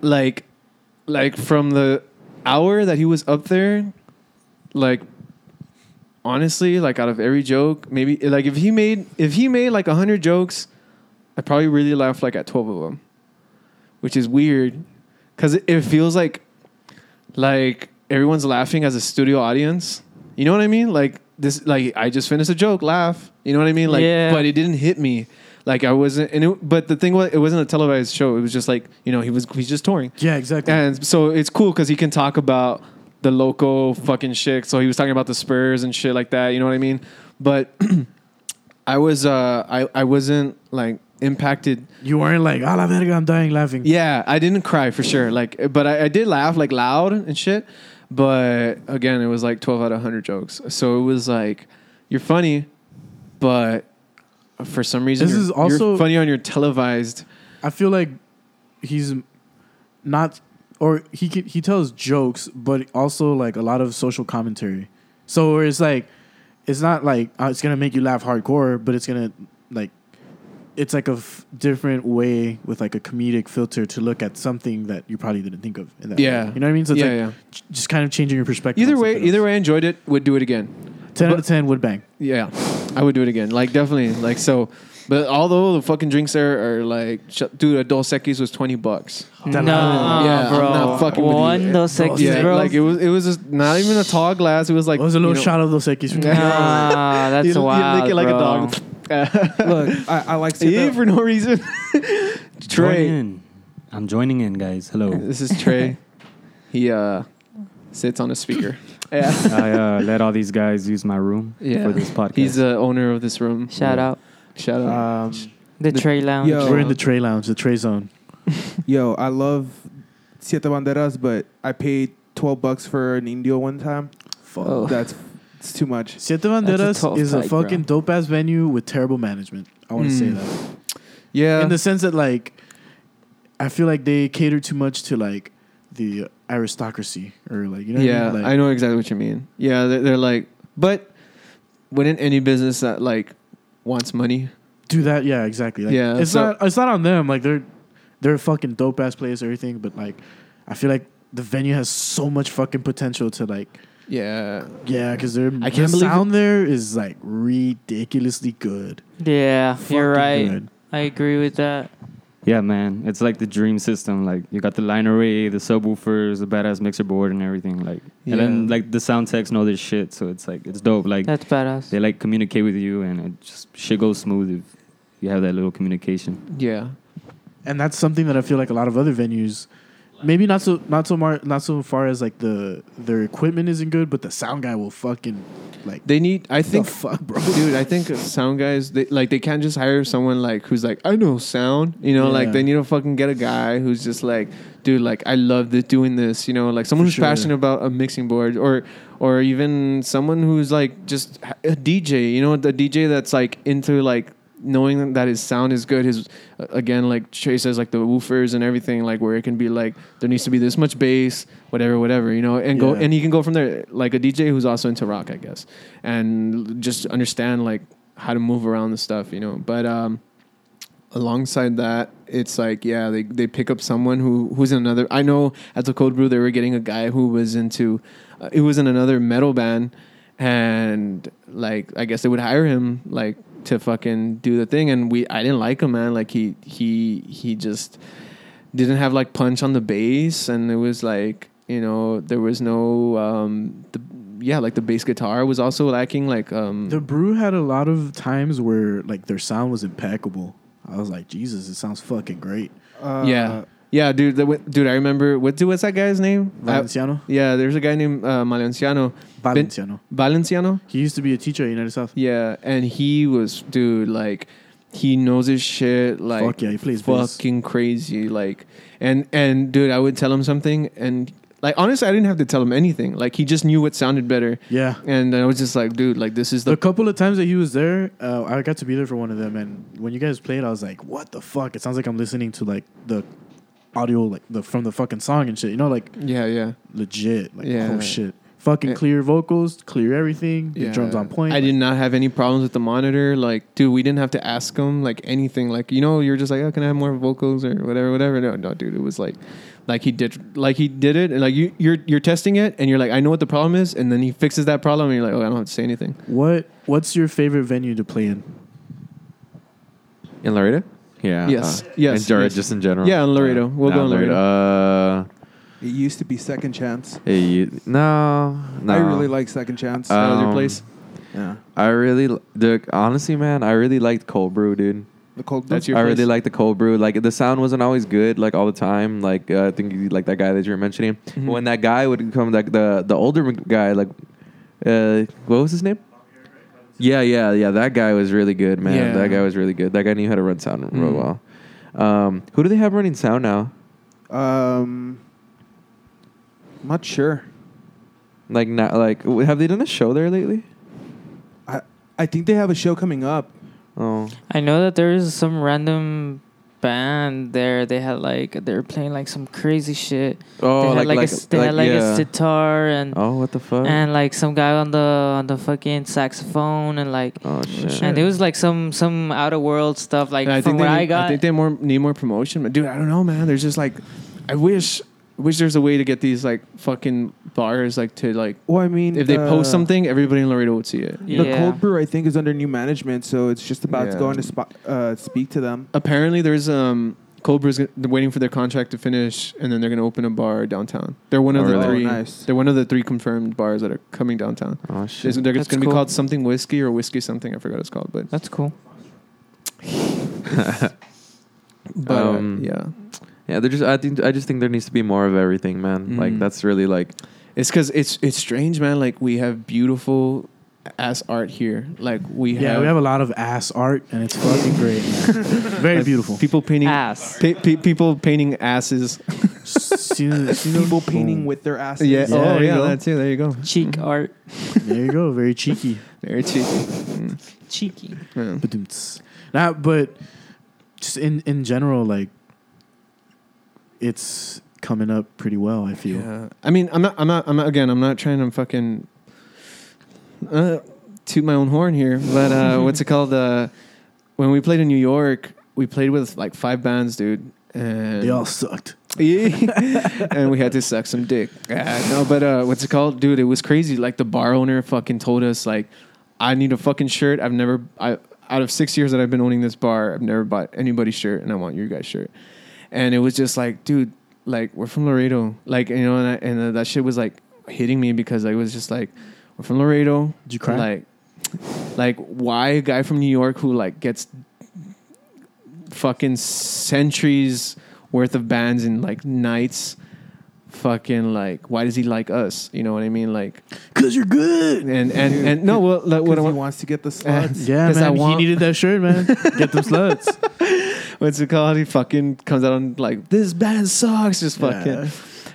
Speaker 8: like, like from the hour that he was up there, like honestly, like out of every joke, maybe like if he made if he made like hundred jokes, I probably really laughed like at 12 of them, which is weird because it, it feels like like everyone's laughing as a studio audience. You know what I mean? Like this, like I just finished a joke, laugh. You know what I mean? Like,
Speaker 11: Yeah.
Speaker 8: but it didn't hit me. Like I wasn't, and it, but the thing was, it wasn't a televised show. It was just like you know he was he's just touring.
Speaker 1: Yeah, exactly.
Speaker 8: And so it's cool because he can talk about the local fucking shit. So he was talking about the Spurs and shit like that. You know what I mean? But (clears throat) I was uh I, I wasn't like impacted.
Speaker 1: You weren't like "A la verga, I'm dying laughing.
Speaker 8: Yeah, I didn't cry for sure. Like, but I, I did laugh like loud and shit. But again, it was like twelve out of hundred jokes. So it was like you're funny, but for some reason
Speaker 1: This
Speaker 8: you're-
Speaker 1: is
Speaker 8: you're
Speaker 1: also-
Speaker 8: funny on your televised.
Speaker 1: I feel like he's not, or he can, he tells jokes, but also like a lot of social commentary. So where it's like, it's not like uh, it's gonna make you laugh hardcore, but it's gonna like, it's like a f- different way with like a comedic filter to look at something that you probably didn't think of. In that way.
Speaker 8: Yeah.
Speaker 1: you know what I mean. So it's
Speaker 8: Yeah,
Speaker 1: like
Speaker 8: yeah.
Speaker 1: j- just kind of changing your perspective.
Speaker 8: Either
Speaker 1: on
Speaker 8: way,
Speaker 1: something else.
Speaker 8: either way, I enjoyed it. Would do it again.
Speaker 1: ten out
Speaker 8: but-
Speaker 1: of ten would bang.
Speaker 8: Yeah, I would do it again. Like definitely. Like so. But although the fucking drinks there are like, sh- dude, a Dos Equis was twenty bucks.
Speaker 11: Nah, Nah,
Speaker 8: yeah,
Speaker 11: bro.
Speaker 8: I'm not fucking with you.
Speaker 11: One Dos Equis,
Speaker 8: yeah,
Speaker 11: bro.
Speaker 8: Like it was, it was just not even a tall glass. It was like
Speaker 1: Oh, It was a little
Speaker 8: you know,
Speaker 1: shot of Dos Equis.
Speaker 11: Nah,
Speaker 8: (laughs)
Speaker 11: that's
Speaker 8: you, You lick
Speaker 11: wild,
Speaker 8: it like
Speaker 11: bro.
Speaker 8: a dog.
Speaker 4: Look, I, I like to
Speaker 8: Yeah, for no reason.
Speaker 13: Join
Speaker 8: Trey,
Speaker 13: in. I'm joining in, guys. Hello.
Speaker 8: (laughs) this is Trey. he uh, sits on a speaker. Yeah.
Speaker 13: I uh, let all these guys use my room
Speaker 8: Yeah.
Speaker 13: for this podcast.
Speaker 8: He's the owner of this room.
Speaker 11: Shout out
Speaker 8: Shout out.
Speaker 4: Um,
Speaker 11: the, Trey Lounge.
Speaker 4: Yo.
Speaker 1: We're in the tray lounge, the tray zone.
Speaker 4: Yo, I love Siete Banderas, but I paid 12 bucks for an Indio one time.
Speaker 1: Fuck.
Speaker 11: Oh.
Speaker 4: That's it's too much.
Speaker 1: Siete
Speaker 11: That's a
Speaker 1: Banderas
Speaker 11: tough
Speaker 1: is a
Speaker 11: fight, bro.
Speaker 1: fucking dope ass venue with terrible management. I want to say
Speaker 8: Mm.
Speaker 1: that
Speaker 8: yeah.
Speaker 1: in the sense that like, I feel like they cater too much to like the aristocracy or like you know
Speaker 8: yeah,
Speaker 1: what I mean?
Speaker 8: I
Speaker 1: Like,
Speaker 8: know exactly what you mean. Yeah, they're, they're like, but wouldn't any business that like wants money?
Speaker 1: do that. Yeah, exactly. Like,
Speaker 8: Yeah,
Speaker 1: it's
Speaker 8: so-
Speaker 1: not it's not on them. Like they're they're a fucking dope ass place, everything. But like, I feel like the venue has so much fucking potential to like.
Speaker 8: Yeah,
Speaker 1: Yeah, because their
Speaker 8: I can't
Speaker 1: the
Speaker 8: believe
Speaker 1: sound there is like ridiculously good.
Speaker 11: yeah, you're
Speaker 1: Fucking
Speaker 11: right.
Speaker 1: good.
Speaker 11: I agree with that.
Speaker 13: yeah, man. It's like the dream system. Like you got the line array, the subwoofers, the badass mixer board, and everything. Like and then
Speaker 8: Yeah.
Speaker 13: like the sound techs know this shit, so it's like it's dope. Like
Speaker 11: That's badass.
Speaker 13: they like communicate with you, and it just shit goes smooth if you have that little communication.
Speaker 8: Yeah,
Speaker 1: and that's something that I feel like a lot of other venues, maybe not so not so mar- not so far as like the their equipment isn't good, but the sound guy will fucking like
Speaker 8: they need. I think,
Speaker 1: fuck, bro?
Speaker 8: dude. I
Speaker 1: (laughs)
Speaker 8: think sound guys, they, like, they can't just hire someone like who's like, I know sound. You know, like
Speaker 1: Yeah.
Speaker 8: they need to fucking get a guy who's just like, dude, like I love the, doing this. You know, like someone who's
Speaker 1: sure.
Speaker 8: passionate about a mixing board, or or even someone who's like just a DJ. You know, the DJ that's like into like knowing that his sound is good his again like Trey says like the woofers and everything like where it can be like there needs to be this much bass whatever whatever you know and go
Speaker 1: Yeah.
Speaker 8: and you can go from there like a DJ who's also into rock I guess and just understand like how to move around the stuff you know but um alongside that it's like yeah they, they pick up someone who who's in another i know at the cold brew they were getting a guy who was into uh, it was in another metal band and like i guess they would hire him like to fucking do the thing and we i didn't like him man like he he he just didn't have like punch on the bass and it was like you know there was no um the yeah like the bass guitar was also lacking like um
Speaker 1: the brew had a lot of times where like their sound was impeccable. I was like, Jesus, it sounds fucking great.
Speaker 4: Uh,
Speaker 8: yeah yeah dude the, dude i remember what dude, what's that guy's name I-
Speaker 1: Valenciano,
Speaker 8: Yeah, there's a guy named uh, Malenciano. Ben-
Speaker 1: Valenciano.
Speaker 8: Valenciano?
Speaker 1: He used to be a teacher at United South.
Speaker 8: Yeah, and he was, dude, like, he knows his shit, like,
Speaker 1: Fuck yeah, he plays bass.
Speaker 8: fucking crazy, like, and and dude, I would tell him something, and like, honestly, I didn't have to tell him anything, like, he just knew what sounded better,
Speaker 1: Yeah.
Speaker 8: and I was just like, dude, like, this is
Speaker 1: The
Speaker 8: the,
Speaker 1: couple of times that he was there, uh, I got to be there for one of them, and when you guys played, I was like, "What the fuck?" It sounds like I'm listening to like the audio, like the from the fucking song and shit. You know, like
Speaker 8: yeah, yeah,
Speaker 1: legit. Like,
Speaker 8: Yeah.
Speaker 1: oh shit. Fucking clear vocals, clear everything. The
Speaker 8: yeah.
Speaker 1: drums on point.
Speaker 8: I did not have any problems with the monitor, like, dude, we didn't have to ask him like anything, like, you know, you're just like, oh, can I have more vocals or whatever, whatever. No, no, dude, it was like. like he did like he did it and like you you're you're testing it and you're like I know what the problem is and then he fixes that problem and you're like oh I don't have to say anything
Speaker 1: What What's your favorite venue to play in?
Speaker 12: In Laredo? Yeah.
Speaker 8: Yes.
Speaker 12: uh,
Speaker 8: yes.
Speaker 12: And Jared,
Speaker 8: yes.
Speaker 12: just in general.
Speaker 8: Yeah, and Laredo. We'll go on Laredo.
Speaker 12: Uh,
Speaker 4: It used to be Second Chance.
Speaker 12: hey, you- no, no.
Speaker 4: I really like Second Chance.
Speaker 12: That was your Um, place?
Speaker 4: Yeah.
Speaker 12: I really, li- the, honestly, man, I really liked cold brew, dude.
Speaker 4: The cold.
Speaker 8: That's your
Speaker 12: I
Speaker 8: place?
Speaker 12: really liked the cold brew. Like the sound wasn't always good, like all the time. Like uh, I think you- like that guy that you were mentioning.
Speaker 8: Mhm.
Speaker 12: When that guy would come, like the the older guy, like uh, what was his name? Yeah, yeah, yeah. That guy was really good, man.
Speaker 8: Yeah.
Speaker 12: That guy was really good. That guy knew how to run sound real
Speaker 8: Mhm.
Speaker 12: well. Um, who do they have running sound now?
Speaker 4: Um, I'm not sure.
Speaker 12: Like not like w- have they done a show there lately?
Speaker 4: I I think they have a show coming up.
Speaker 12: Oh,
Speaker 11: I know that there is some random band there. They had like they were playing like some crazy shit.
Speaker 12: Oh,
Speaker 11: they had
Speaker 12: like-
Speaker 11: like,
Speaker 12: like-
Speaker 11: a, s- they had
Speaker 12: like,
Speaker 11: like
Speaker 12: yeah.
Speaker 11: a sitar and
Speaker 12: oh, what the fuck?
Speaker 11: and like some guy on the on the fucking saxophone and like
Speaker 12: oh shit.
Speaker 11: and it was like some some outer world stuff like
Speaker 8: And I
Speaker 11: from
Speaker 8: think they
Speaker 11: what
Speaker 8: need,
Speaker 11: I got.
Speaker 8: think they more need more promotion, but dude, I don't know, man. There's just like, I wish, wish there's a way to get these like fucking bars like to like.
Speaker 4: Well, I mean,
Speaker 8: If they post
Speaker 4: uh,
Speaker 8: something, everybody in Laredo would see it.
Speaker 11: Yeah.
Speaker 4: the cold brew I think is under new management, so it's just about
Speaker 12: Yeah.
Speaker 4: going to spo- uh, speak to them.
Speaker 8: Apparently, there's um. Cold Brew's gonna- they're waiting for their contract to finish, and then they're going to open a bar downtown. They're one of
Speaker 12: Oh,
Speaker 8: the
Speaker 12: really?
Speaker 8: three.
Speaker 4: Oh, nice.
Speaker 8: They're one of the three confirmed bars that are coming downtown.
Speaker 12: Oh
Speaker 8: It's,
Speaker 12: shit.
Speaker 8: they're- it's
Speaker 11: That's
Speaker 8: going to
Speaker 11: cool.
Speaker 8: be called something whiskey or whiskey something. I forgot what it's called, but
Speaker 11: That's cool.
Speaker 8: but uh,
Speaker 12: Um,
Speaker 8: yeah,
Speaker 12: (laughs) Yeah, they're just. I think. I just think there needs to be more of everything, man. Like
Speaker 8: Mhm.
Speaker 12: that's really like.
Speaker 8: It's because it's it's strange, man. Like we have beautiful ass art here. Like we
Speaker 1: Yeah,
Speaker 8: have,
Speaker 1: we have a lot of ass art, and it's fucking great.
Speaker 8: (laughs)
Speaker 1: Man. Very
Speaker 8: like,
Speaker 1: beautiful.
Speaker 8: people painting
Speaker 11: Ass.
Speaker 8: pa- pa- people painting asses.
Speaker 1: See- see those?
Speaker 4: People painting
Speaker 1: Boom.
Speaker 4: with their asses.
Speaker 1: Yeah, there you go.
Speaker 8: Oh, too. There you go.
Speaker 11: Cheek art.
Speaker 1: There you go. Very cheeky.
Speaker 8: Very cheap.
Speaker 11: Cheeky.
Speaker 8: Yeah.
Speaker 1: Ba-doom-ts. Not, but just in in general, like it's coming up pretty well. I feel.
Speaker 8: Yeah. I mean, I'm not. I'm not. I'm not. Again, I'm not trying to fucking uh, toot my own horn here. But
Speaker 1: (laughs)
Speaker 8: uh, what's it called? Uh, when we played in New York, we played with like five bands, dude. And
Speaker 1: They all sucked.
Speaker 8: (laughs)
Speaker 1: (laughs)
Speaker 8: and we had to suck some dick. Yeah, no, but uh, what's it called, dude? It was crazy. Like the bar owner fucking told us, like, I need a fucking shirt. I've never, I out of six years that I've been owning this bar, I've never bought anybody's shirt, and I want your guys' shirt. And it was just like, dude, like we're from Laredo, like you know, and, I, and uh, that shit was like hitting me because I was just like, we're from Laredo.
Speaker 1: Did you cry?
Speaker 8: Like, like why a guy from New York who like gets fucking centuries worth of bands and like nights fucking like why does he like us you know what i mean like
Speaker 1: Cause you're good.
Speaker 4: (laughs)
Speaker 8: and and and no well like, what
Speaker 4: What
Speaker 8: i
Speaker 4: he
Speaker 8: want
Speaker 4: wants to get
Speaker 8: (laughs)
Speaker 4: the slots.
Speaker 1: Yeah,
Speaker 8: 'Cause I
Speaker 1: man. He
Speaker 8: want-
Speaker 1: needed that shirt, (laughs) man. Get them sluts.
Speaker 8: (laughs) what's it called he fucking comes out on like this band sucks just fucking
Speaker 1: Yeah.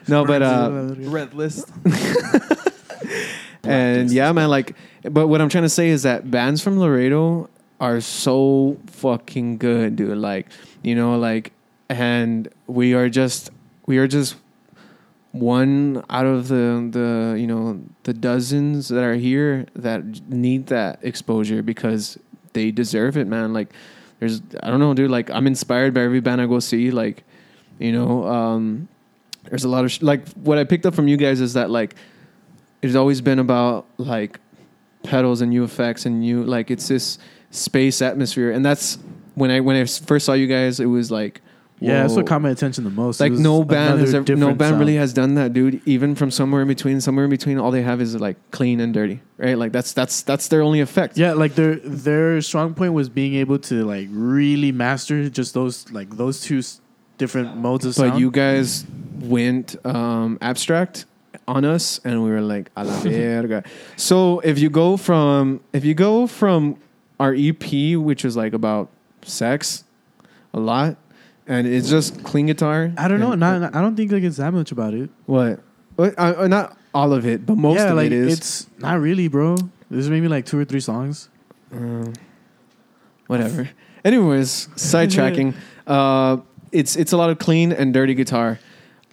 Speaker 8: no but uh
Speaker 12: Oh.
Speaker 4: Red list.
Speaker 8: and yeah man like but what i'm trying to say is that bands from laredo are so fucking good dude like you know like and we are just we are just one out of the the you know the dozens that are here that need that exposure because they deserve it man like there's i don't know dude like i'm inspired by every band i go see like you know um there's a lot of sh- like what i picked up from you guys is that like it's always been about like pedals and new effects and new like it's this space atmosphere and that's when i when i first saw you guys it was like
Speaker 1: yeah, that's what
Speaker 8: whoa.
Speaker 1: caught my attention the most. It
Speaker 8: Like
Speaker 1: was
Speaker 8: no band has
Speaker 1: another
Speaker 8: ever, no
Speaker 1: different
Speaker 8: band really
Speaker 1: sound.
Speaker 8: has done that, dude. Even from somewhere in between, somewhere in between, all they have is like clean and dirty, right? Like that's that's that's their only effect.
Speaker 1: Yeah, like their their strong point was being able to like really master just those like those two s- different modes of
Speaker 8: But
Speaker 1: sound.
Speaker 8: you guys went um, abstract on us, and we were like,
Speaker 1: (laughs)
Speaker 8: "A la verga." So if you go from if you go from our EP, which is like about sex, a lot, and it's just clean guitar.
Speaker 1: I don't know.
Speaker 8: and-
Speaker 1: Not, I don't think like it's that much about it.
Speaker 8: what. What- I- I- not all of it, but most
Speaker 1: yeah,
Speaker 8: of
Speaker 1: like
Speaker 8: it is.
Speaker 1: it's not really, bro. There's maybe like two or three songs.
Speaker 8: Mm. whatever. Anyways, sidetracking. Uh, it's it's a lot of clean and dirty guitar.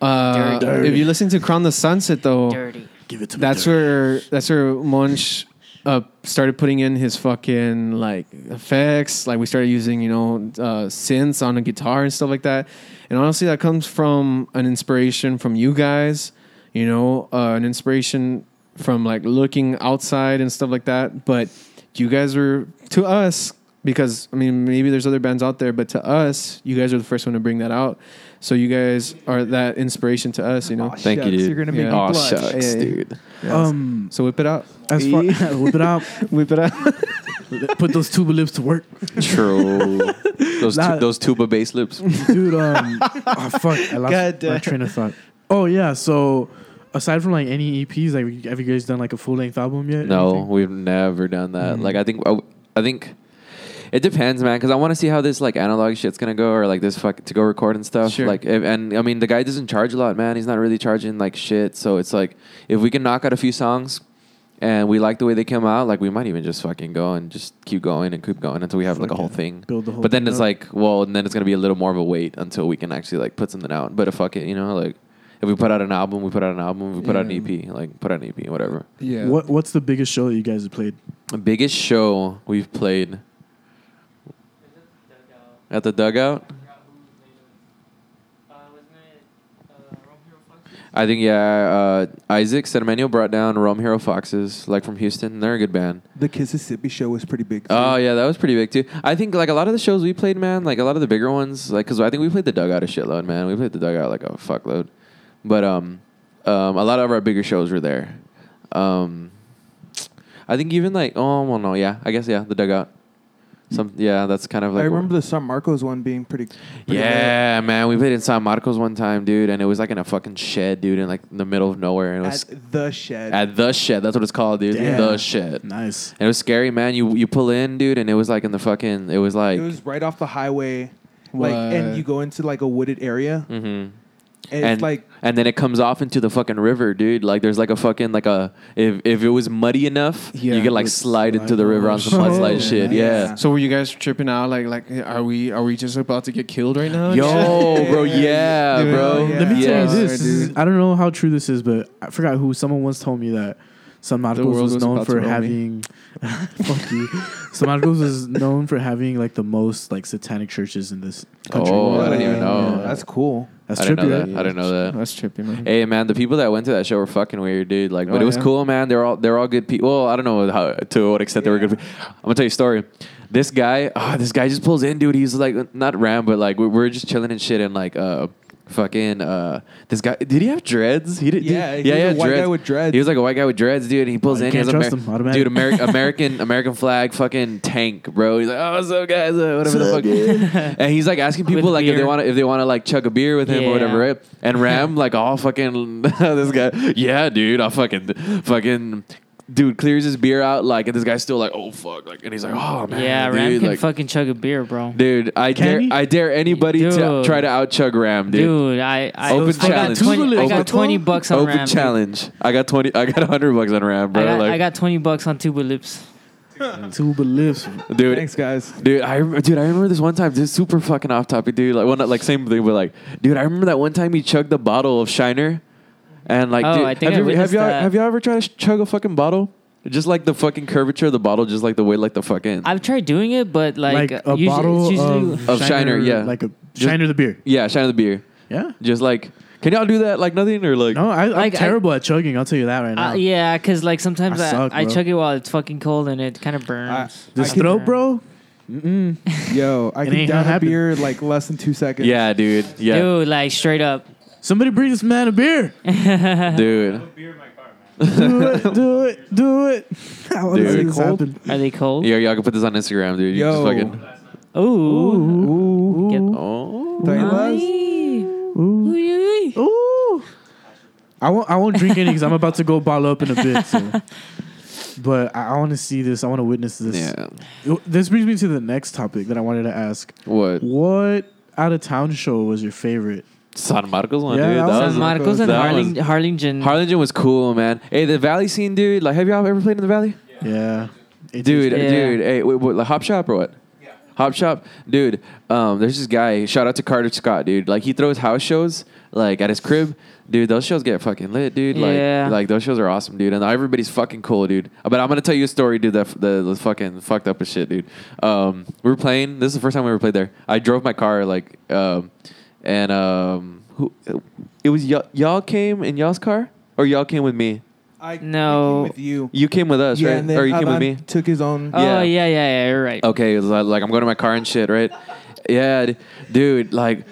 Speaker 8: Uh,
Speaker 1: Dirty.
Speaker 8: If you listen to Crown the Sunset, though,
Speaker 11: Dirty.
Speaker 1: Give it to me.
Speaker 8: that's
Speaker 1: dirty.
Speaker 8: where that's where Munch uh, started putting in his fucking like effects. Like we started using you know uh, synths on a guitar and stuff like that. And honestly, that comes from an inspiration from you guys. You know, uh, an inspiration from like looking outside and stuff like that. But you guys were to us because I mean maybe there's other bands out there, but to us, you guys are the first one to bring that out. So you guys are that inspiration to us, you know.
Speaker 12: Aw, Thank you, dude.
Speaker 8: You're gonna make
Speaker 12: Yeah.
Speaker 8: me
Speaker 12: Aw,
Speaker 8: blush.
Speaker 12: shucks, dude.
Speaker 8: Um, so whip it out.
Speaker 1: As far (laughs) whip it out,
Speaker 8: (laughs) whip it out.
Speaker 1: (laughs) Put those tuba lips to work,
Speaker 12: True. those
Speaker 1: Nah.
Speaker 12: tu- those tuba bass lips.
Speaker 1: dude.
Speaker 8: (laughs)
Speaker 1: Um, oh, fuck, I lost
Speaker 8: God
Speaker 1: my
Speaker 8: damn.
Speaker 1: train of thought. Oh yeah, so aside from like any EPs, like have you guys done like a full length album yet? Mm.
Speaker 12: No, we've never done that. Like I think I, w- I think it depends, man. Because I want to see how this like analog shit's gonna go, or like this fuck to go record and stuff.
Speaker 8: Sure.
Speaker 12: Like, if, and I mean, the guy doesn't charge a lot, man. He's not really charging like shit. So it's like if we can knock out a few songs. And we like the way they came out. Like we might even just fucking go and just keep going and keep going until we have like a whole thing.
Speaker 1: Build the whole
Speaker 12: but then
Speaker 1: thing
Speaker 12: it's
Speaker 1: up.
Speaker 12: like, well, and then it's gonna be a little more of a wait until we can actually like put something out. But if fuck it, you know, like if we put out an album, we put out an album. If we put out an EP, like put out an EP, whatever.
Speaker 8: Yeah.
Speaker 1: What What's the biggest show that you guys have played?
Speaker 12: The biggest show we've played at the dugout. I think yeah, uh, Isaac Sedemenyo brought down Rome Hero Foxes, like from Houston. They're a good band.
Speaker 4: The Mississippi show was pretty big. too.
Speaker 12: Oh yeah, that was pretty big too. I think like a lot of the shows we played, man, like a lot of the bigger ones, like because I think we played the dugout a shitload, man. We played the dugout like a fuckload, but um, um, a lot of our bigger shows were there. Um, I think even like oh well no yeah I guess yeah the dugout. Some yeah that's kind of like
Speaker 4: I remember the San Marcos one being pretty. pretty
Speaker 12: yeah man we played in San Marcos one time dude and it was like in a fucking shed dude in like the middle of nowhere and it
Speaker 4: big.
Speaker 12: was
Speaker 4: At the shed.
Speaker 12: at the shed. That's what it's called, dude.
Speaker 4: Damn.
Speaker 12: The shed.
Speaker 1: Nice.
Speaker 12: And it was scary, man. You you pull in, dude, and it was like in the fucking. It was like.
Speaker 4: it was right off the highway, like, and
Speaker 8: What?
Speaker 4: you go into like a wooded area.
Speaker 1: Mm-hmm.
Speaker 12: Mhm.
Speaker 4: And,
Speaker 12: and
Speaker 4: it's like
Speaker 12: and then it comes off into the fucking river, dude. Like there's like a fucking like a if if it was muddy enough, you could like slide into the river on some mudslide shit. Yeah.
Speaker 8: So were you guys tripping out? Like, like, are we are we just about to get killed right now?
Speaker 12: Yo, bro, yeah,
Speaker 8: Dude,
Speaker 12: bro.
Speaker 8: yeah.
Speaker 1: Let me tell you
Speaker 12: Yes.
Speaker 1: this. this is- I don't know how true this is, but I forgot who. Someone once told me that San Marcos
Speaker 8: world
Speaker 1: was
Speaker 8: was
Speaker 1: known
Speaker 8: about to
Speaker 1: for
Speaker 8: roll me.
Speaker 1: having. (laughs) fuck you. San Marcos was known for having like the most like satanic churches in this country.
Speaker 12: Oh, I didn't even know.
Speaker 4: that's cool.
Speaker 1: That's
Speaker 12: I didn't
Speaker 1: trippy,
Speaker 12: know
Speaker 1: right?
Speaker 12: that. I didn't know that.
Speaker 8: That's trippy, man.
Speaker 12: Hey man, the people that went to that show were fucking weird, dude. Like, but
Speaker 8: Mm-hmm. Oh,
Speaker 12: it was
Speaker 8: yeah?
Speaker 12: cool, man. They're all they're all good people. Well, I don't know how to what extent they were good. people. I'm gonna tell you a story. This guy, oh, this guy just pulls in, dude. He's like not ram, but like we we're just chilling and shit, and like uh, fucking uh, this guy. Did he have dreads? He did.
Speaker 4: Yeah,
Speaker 12: did,
Speaker 4: he was a white guy with dreads.
Speaker 12: He was like a white guy with dreads, dude. And he pulls
Speaker 1: Oh, you
Speaker 12: in, he
Speaker 1: can't
Speaker 12: has a
Speaker 1: trust him, automatic.
Speaker 12: dude. Ameri- American American flag, fucking tank, bro. He's like, oh, what's up, guys? Uh, whatever the fuck. and he's like asking people
Speaker 11: With
Speaker 12: like if they
Speaker 11: beer.
Speaker 12: want to if they want to like chug a beer with him or whatever,
Speaker 11: Yeah.
Speaker 12: right?
Speaker 11: (laughs)
Speaker 12: And Ram, like all fucking (laughs) this guy, yeah, dude, I fucking fucking dude clears his beer out, like, and this guy's still like, oh fuck, like, and he's like, oh man,
Speaker 11: yeah,
Speaker 12: dude,
Speaker 11: Ram can
Speaker 12: like,
Speaker 11: fucking chug a beer, bro.
Speaker 12: dude, I
Speaker 11: Can
Speaker 12: dare
Speaker 11: he?
Speaker 12: I dare anybody to
Speaker 11: Dude.
Speaker 12: try to out chug Ram, dude.
Speaker 11: Dude, I, I,
Speaker 12: Open
Speaker 11: I got
Speaker 12: challenge.
Speaker 11: 20, I
Speaker 12: Open-
Speaker 11: got 20 bucks on
Speaker 12: Open
Speaker 11: Ram. dude.
Speaker 12: challenge. I got twenty. I got hundred bucks on Ram, bro.
Speaker 11: I, got,
Speaker 12: like,
Speaker 11: I got 20 bucks on Tuba Lips.
Speaker 1: Tuba lips.
Speaker 12: dude.
Speaker 4: Thanks, guys.
Speaker 12: Dude, I rem- dude, I remember this one time. This is super fucking off topic, dude. Like one, like same thing, but like, dude, I remember that one time he chugged a bottle of Shiner, and like,
Speaker 11: Oh,
Speaker 12: dude,
Speaker 11: I think
Speaker 12: have,
Speaker 11: I
Speaker 12: you, have
Speaker 11: witnessed
Speaker 12: y'all
Speaker 11: that.
Speaker 12: have y'all ever tried to sh- chug a fucking bottle? Just like the fucking curvature of the bottle, just like the way, like the fucking
Speaker 11: I've tried doing it, but like,
Speaker 1: Like, a
Speaker 11: usually,
Speaker 1: bottle
Speaker 11: it's usually,
Speaker 1: of,
Speaker 12: Of Shiner, yeah.
Speaker 1: like a
Speaker 12: Just-
Speaker 1: Shiner the beer.
Speaker 12: yeah, Shiner the beer.
Speaker 1: Yeah.
Speaker 12: Just like, can y'all do that? Like nothing or like,
Speaker 1: No, I, I'm
Speaker 11: Like, I-
Speaker 1: terrible at chugging. I'll tell you that right now.
Speaker 11: Uh, yeah, because like sometimes
Speaker 1: I
Speaker 11: I,
Speaker 1: suck,
Speaker 11: I,
Speaker 1: bro.
Speaker 11: chug it while it's fucking cold and it kind of burns.
Speaker 1: This throat, bro. Mm-mm.
Speaker 4: Yo, I
Speaker 1: It
Speaker 4: can
Speaker 1: ain't gonna
Speaker 4: down a
Speaker 1: happen.
Speaker 4: beer like less than two seconds.
Speaker 12: yeah, dude, yeah,
Speaker 11: Dude, like straight up.
Speaker 1: Somebody bring this man a
Speaker 11: (laughs)
Speaker 1: beer.
Speaker 12: dude.
Speaker 1: do it, do it, do it. (laughs) I want
Speaker 12: Dude.
Speaker 1: to see this
Speaker 12: Cold?
Speaker 1: happen.
Speaker 11: Are they cold?
Speaker 12: Yeah, y'all can put this on Instagram, dude. You
Speaker 4: Yo.
Speaker 12: just fucking.
Speaker 11: Ooh.
Speaker 4: Ooh,
Speaker 11: Get-
Speaker 12: Oh,
Speaker 4: Thailand.
Speaker 1: Ooh.
Speaker 11: Ooh.
Speaker 1: Ooh. I won't. I won't drink any because I'm about to go ball up in a bit. So.
Speaker 11: (laughs)
Speaker 1: But I, I want to see this. I want to witness this.
Speaker 12: yeah.
Speaker 1: This brings me to the next topic that I wanted to ask.
Speaker 12: What?
Speaker 1: What out of town show was your favorite?
Speaker 12: San Marcos one,
Speaker 1: Yeah,
Speaker 12: dude.
Speaker 1: that was-
Speaker 12: That
Speaker 11: San
Speaker 12: was
Speaker 11: Marcos and
Speaker 12: that was-
Speaker 11: Harling, Harlingen.
Speaker 12: Harlingen was cool, man. Hey, the Valley scene, dude. Like, have y'all ever played in the Valley?
Speaker 1: Yeah, It
Speaker 12: Dude,
Speaker 1: is-
Speaker 11: Yeah.
Speaker 12: dude. Hey, wait, what, like Hop Shop or what? Hop Shop, dude. Um, there's this guy. Shout out to Carter Scott, dude. Like he throws house shows, like at his crib, dude. Those shows get fucking lit, dude. Like,
Speaker 11: Yeah.
Speaker 12: like those shows are awesome, dude. And everybody's fucking cool, dude. But I'm gonna tell you a story, dude. That f- the, the fucking fucked up as shit, dude. Um, we were playing. This is the first time we ever played there. I drove my car, like, um, and um, who? It was y'all. Y'all came in y'all's car, or y'all came with me.
Speaker 4: I
Speaker 11: no.
Speaker 4: I came with you.
Speaker 12: You came with us,
Speaker 4: Yeah,
Speaker 12: right?
Speaker 4: and then
Speaker 12: or you came with
Speaker 4: Avan
Speaker 12: me?
Speaker 4: Took his own.
Speaker 11: Oh yeah, yeah, yeah. You're right.
Speaker 12: Okay, it's like like, I'm going to my car and shit, right? Yeah, d- dude, like.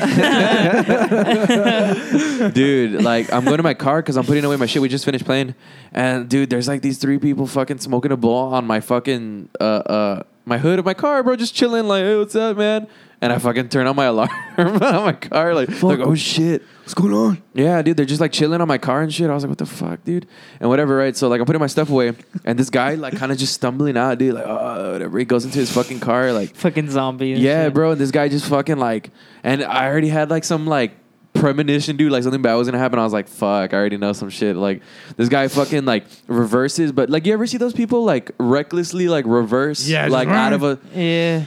Speaker 12: Yeah. (laughs) dude, like I'm going to my car because I'm putting away my shit. We just finished playing, and dude, there's like these three people fucking smoking a ball on my fucking uh uh my hood of my car, bro, just chilling. Like, hey, what's up, man? And I fucking turn on my (laughs) alarm on my car, like, like oh shit, what's going on? Yeah, dude, they're just like chilling on my car and shit. I was like, what the fuck, dude? And whatever, right? So like, I'm putting my stuff away, and this guy like kind of just stumbling out, dude, like, oh, whatever. He goes into his fucking car, like,
Speaker 11: Fucking zombie. and
Speaker 12: yeah,
Speaker 11: shit.
Speaker 12: bro. And this guy just fucking like, and I already had like some like premonition, dude. Like something bad was gonna happen. I was like, fuck, I already know some shit. Like this guy fucking like reverses, but like you ever see those people like recklessly like reverse,
Speaker 11: Yeah, just
Speaker 12: like out of a
Speaker 11: Yeah.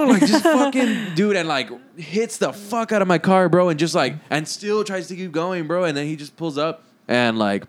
Speaker 12: like just fucking dude, and like hits the fuck out of my car, bro, and just like and still tries to keep going, bro, and then he just pulls up and like.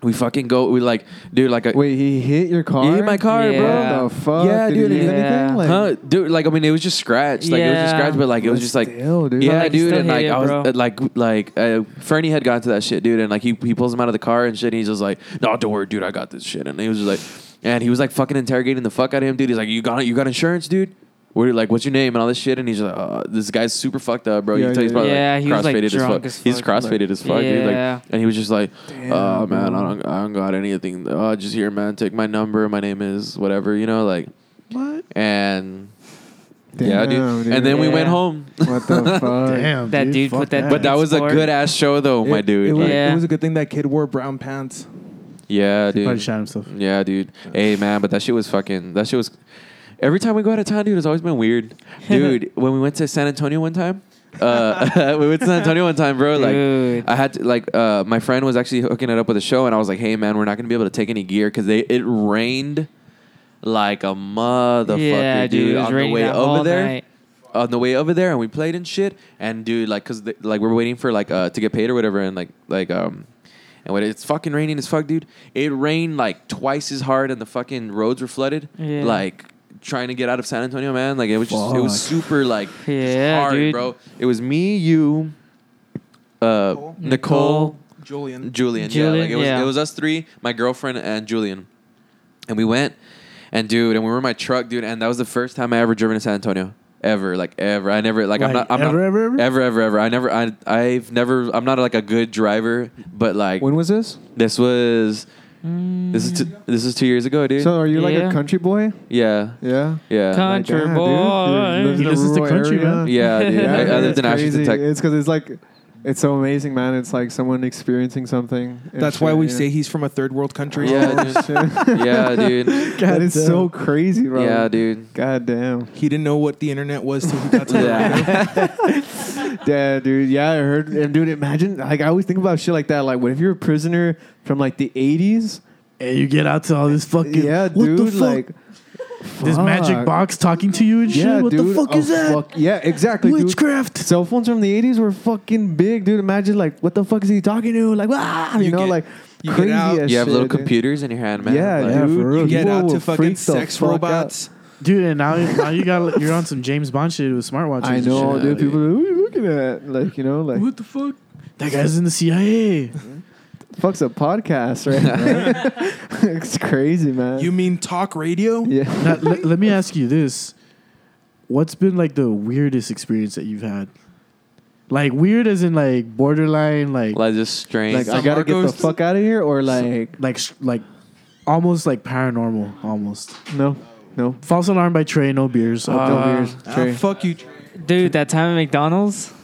Speaker 12: We fucking go. We like, dude. Like, a,
Speaker 8: Wait, he hit your car?
Speaker 12: He hit my car,
Speaker 8: Yeah.
Speaker 12: bro.
Speaker 8: The fuck?
Speaker 12: Yeah,
Speaker 8: Did
Speaker 12: dude.
Speaker 8: he hit
Speaker 12: and-
Speaker 8: anything? Like-
Speaker 12: huh? Dude, like I mean, it was just scratch. Like it was just
Speaker 8: Yeah.
Speaker 12: scratch, but like it was just like,
Speaker 8: Still, dude.
Speaker 12: yeah,
Speaker 8: Like,
Speaker 12: dude.
Speaker 8: still
Speaker 12: And
Speaker 8: hit
Speaker 12: like
Speaker 8: it,
Speaker 12: I was
Speaker 8: bro.
Speaker 12: uh, like, like uh, Fernie had gotten to that shit, dude. And like he he pulls him out of the car and shit. And he's just like, no, don't worry, dude. I got this shit. And he was just like, and he was like fucking interrogating the fuck out of him, dude. He's like, you got you got insurance, dude. We're like, what's your name and all this shit, and he's like, uh, this guy's super fucked up, bro. you
Speaker 11: Yeah,
Speaker 12: can tell he's
Speaker 11: yeah,
Speaker 12: probably
Speaker 11: yeah.
Speaker 12: like,
Speaker 11: Yeah, he was, like,
Speaker 12: crossfaded as,
Speaker 11: drunk
Speaker 12: fuck.
Speaker 11: as
Speaker 12: He's
Speaker 11: fuck,
Speaker 12: crossfaded
Speaker 11: like-
Speaker 12: as fuck, dude.
Speaker 11: Yeah.
Speaker 12: Like, and he was just like, oh
Speaker 11: Damn,
Speaker 12: man,
Speaker 11: bro.
Speaker 12: I don't, I don't got anything. Oh, just here, man. Take my number. My name is whatever, you know, like.
Speaker 11: What?
Speaker 12: And yeah,
Speaker 8: Damn,
Speaker 12: dude.
Speaker 8: dude.
Speaker 12: And then we
Speaker 11: Yeah.
Speaker 12: went home.
Speaker 8: What
Speaker 12: (laughs)
Speaker 8: the fuck?
Speaker 1: Damn,
Speaker 11: That dude
Speaker 1: fuck
Speaker 11: put that-
Speaker 12: But that was a
Speaker 11: Sport.
Speaker 12: good ass show, though, Oh, my
Speaker 4: It-
Speaker 12: dude.
Speaker 4: It was,
Speaker 12: Like,
Speaker 4: it
Speaker 11: Yeah.
Speaker 4: was a good thing that kid wore brown pants.
Speaker 12: yeah, dude.
Speaker 1: probably shot himself.
Speaker 12: Yeah, dude. Hey, man, but that shit was fucking. That shit was. Every time we go out of town, dude, it's always been weird. Dude, when we went to San Antonio one time, uh, (laughs) we went to San Antonio one time, bro. Like, I had to, like, uh, my friend was actually hooking it up with a show, and I was like, hey, man, we're not going to be able to take any gear because it rained like a motherfucker,
Speaker 11: Yeah, dude,
Speaker 12: dude,
Speaker 11: it was
Speaker 12: on the
Speaker 11: raining
Speaker 12: way
Speaker 11: that
Speaker 12: over
Speaker 11: whole
Speaker 12: there.
Speaker 11: night.
Speaker 12: On the way over there, and we played and shit, and dude, like, cause the, like we're waiting for like uh to get paid or whatever, and like like um, and when it's fucking raining as fuck, dude, it rained like twice as hard, and the fucking roads were flooded.
Speaker 11: Yeah.
Speaker 12: Like trying to get out of San Antonio, man, like it was just it was
Speaker 11: Fuck.
Speaker 12: super like just
Speaker 11: Yeah,
Speaker 12: hard,
Speaker 11: dude.
Speaker 12: bro. It was me, you, uh, Nicole,
Speaker 4: Julian.
Speaker 12: Julian, yeah, like it was it was us three, my girlfriend and Julian, and we went, and dude, and we were in my truck, dude, and that was the first time I ever driven to San Antonio. Ever, like ever, I never like, I'm
Speaker 1: Like,
Speaker 12: not I'm
Speaker 1: ever,
Speaker 12: not,
Speaker 1: ever, ever?
Speaker 12: ever ever ever I never I I've never I'm not like a good driver, but like
Speaker 8: When was this?
Speaker 12: this was this is two, this is two years ago, dude.
Speaker 8: So are you like a
Speaker 11: Yeah.
Speaker 8: country boy?
Speaker 12: yeah
Speaker 8: Yeah.
Speaker 12: yeah
Speaker 11: Country
Speaker 8: Like,
Speaker 11: boy.
Speaker 8: yeah, dude. You live in
Speaker 1: He
Speaker 8: a
Speaker 1: listens to
Speaker 8: rural
Speaker 1: country,
Speaker 8: area.
Speaker 1: man.
Speaker 12: yeah, dude.
Speaker 8: (laughs)
Speaker 12: I, I lived
Speaker 8: it's
Speaker 12: in Ashton,
Speaker 8: crazy.
Speaker 12: Texas.
Speaker 8: It's because it's like, it's so amazing, man. It's like someone experiencing something. and
Speaker 4: That's why
Speaker 8: shit,
Speaker 4: we
Speaker 8: you know?
Speaker 4: say he's from a third world country.
Speaker 12: Yeah, (laughs)
Speaker 8: (laughs)
Speaker 12: dude. yeah, dude.
Speaker 8: God, it's so crazy, bro. (laughs)
Speaker 12: Yeah, dude.
Speaker 8: God damn.
Speaker 4: He didn't know what the internet was till he
Speaker 12: (laughs)
Speaker 4: got to
Speaker 12: Yeah.
Speaker 8: Yeah, dude. Yeah, I heard. And dude, imagine. Like, I always think about shit like that. Like, what if you're a prisoner from like the 80s?
Speaker 1: And you get out to all this fucking
Speaker 8: Yeah,
Speaker 1: what
Speaker 8: dude.
Speaker 1: the fuck?
Speaker 8: Like,
Speaker 1: this magic
Speaker 8: fuck.
Speaker 1: box talking to you and shit.
Speaker 8: Yeah,
Speaker 1: what
Speaker 8: dude.
Speaker 1: the fuck
Speaker 8: Oh,
Speaker 1: is that?
Speaker 8: fuck. Yeah, exactly. dude.
Speaker 1: Witchcraft.
Speaker 8: Cell phones from the 80s were fucking big, dude. Imagine, like, what the fuck is he talking to? Like, ah, you,
Speaker 4: You
Speaker 8: know,
Speaker 4: get-
Speaker 8: like,
Speaker 4: you get
Speaker 8: crazy
Speaker 4: out.
Speaker 8: as
Speaker 12: You have
Speaker 8: shit,
Speaker 12: little
Speaker 8: dude.
Speaker 12: computers in your hand, man.
Speaker 8: Yeah,
Speaker 12: Like,
Speaker 1: Yeah,
Speaker 8: dude.
Speaker 1: for real,
Speaker 8: You
Speaker 1: dude.
Speaker 4: get
Speaker 8: people
Speaker 4: out
Speaker 8: will
Speaker 4: to fucking
Speaker 8: freak the
Speaker 4: sex
Speaker 8: fuck out.
Speaker 4: robots.
Speaker 1: Dude, and now, now you got you're on some James Bond shit with smartwatches.
Speaker 8: I
Speaker 1: and
Speaker 8: know,
Speaker 1: shit.
Speaker 8: dude. People, are, like, what are you looking at? Like, you know, like,
Speaker 1: What the fuck? That guy's in the CIA.
Speaker 8: fuck's a podcast, right? (laughs) it's crazy, man.
Speaker 4: You mean talk radio?
Speaker 8: yeah.
Speaker 1: now, let, let me ask you this: What's been like the weirdest experience that you've had? Like weird, as in like borderline, like
Speaker 12: Like just strange.
Speaker 8: Like, I gotta get the fuck out of here, or like,
Speaker 1: like sh- like almost like paranormal, almost
Speaker 8: no, no.
Speaker 1: false alarm by Trey, no beers.
Speaker 8: Fuck
Speaker 1: Uh,
Speaker 8: no beers,
Speaker 4: Ah,
Speaker 8: Trey.
Speaker 4: fuck you.
Speaker 11: Dude, that time at McDonald's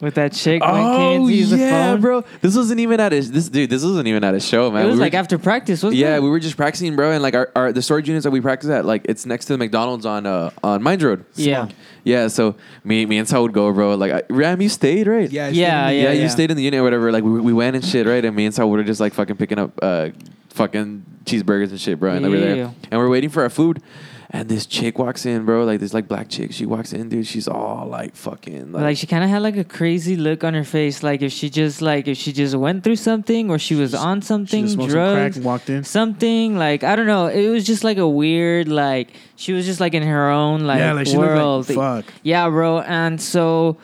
Speaker 11: with that chick when
Speaker 12: Oh
Speaker 11: Kenzie used the
Speaker 12: yeah,
Speaker 11: phone.
Speaker 12: bro. This wasn't even at a this dude. This wasn't even at a show, man.
Speaker 11: It was
Speaker 12: We were
Speaker 11: like
Speaker 12: ju-
Speaker 11: after practice, wasn't
Speaker 12: yeah,
Speaker 11: it?
Speaker 12: we were just practicing, bro. And like our, our the storage units that we practice at, like it's next to the McDonald's on uh on Mines Road.
Speaker 11: Yeah.
Speaker 12: Yeah, so me me and Saul would go, bro. Like I, Ram, you stayed, right?
Speaker 4: Yeah,
Speaker 11: Yeah,
Speaker 12: yeah,
Speaker 11: yeah,
Speaker 12: you stayed in the unit or whatever. Like we, we went and shit, right? And me and Saul were just like fucking picking up uh fucking cheeseburgers and shit, bro. And over
Speaker 11: Ew.
Speaker 12: there, and we're waiting for our food. And this chick walks in, bro. Like this, like black chick. She walks in, dude. She's all like fucking
Speaker 11: Like she kind of had like a crazy look on her face, like if she just like if she just went through something or she was on
Speaker 1: she
Speaker 11: something,
Speaker 1: just smoked some crack
Speaker 11: drugs,
Speaker 1: and walked in.
Speaker 11: something like I don't know. It was just like a weird like she was just like in her own like,
Speaker 1: yeah, like she
Speaker 11: world.
Speaker 1: looked like fuck.
Speaker 11: Yeah, bro. And so,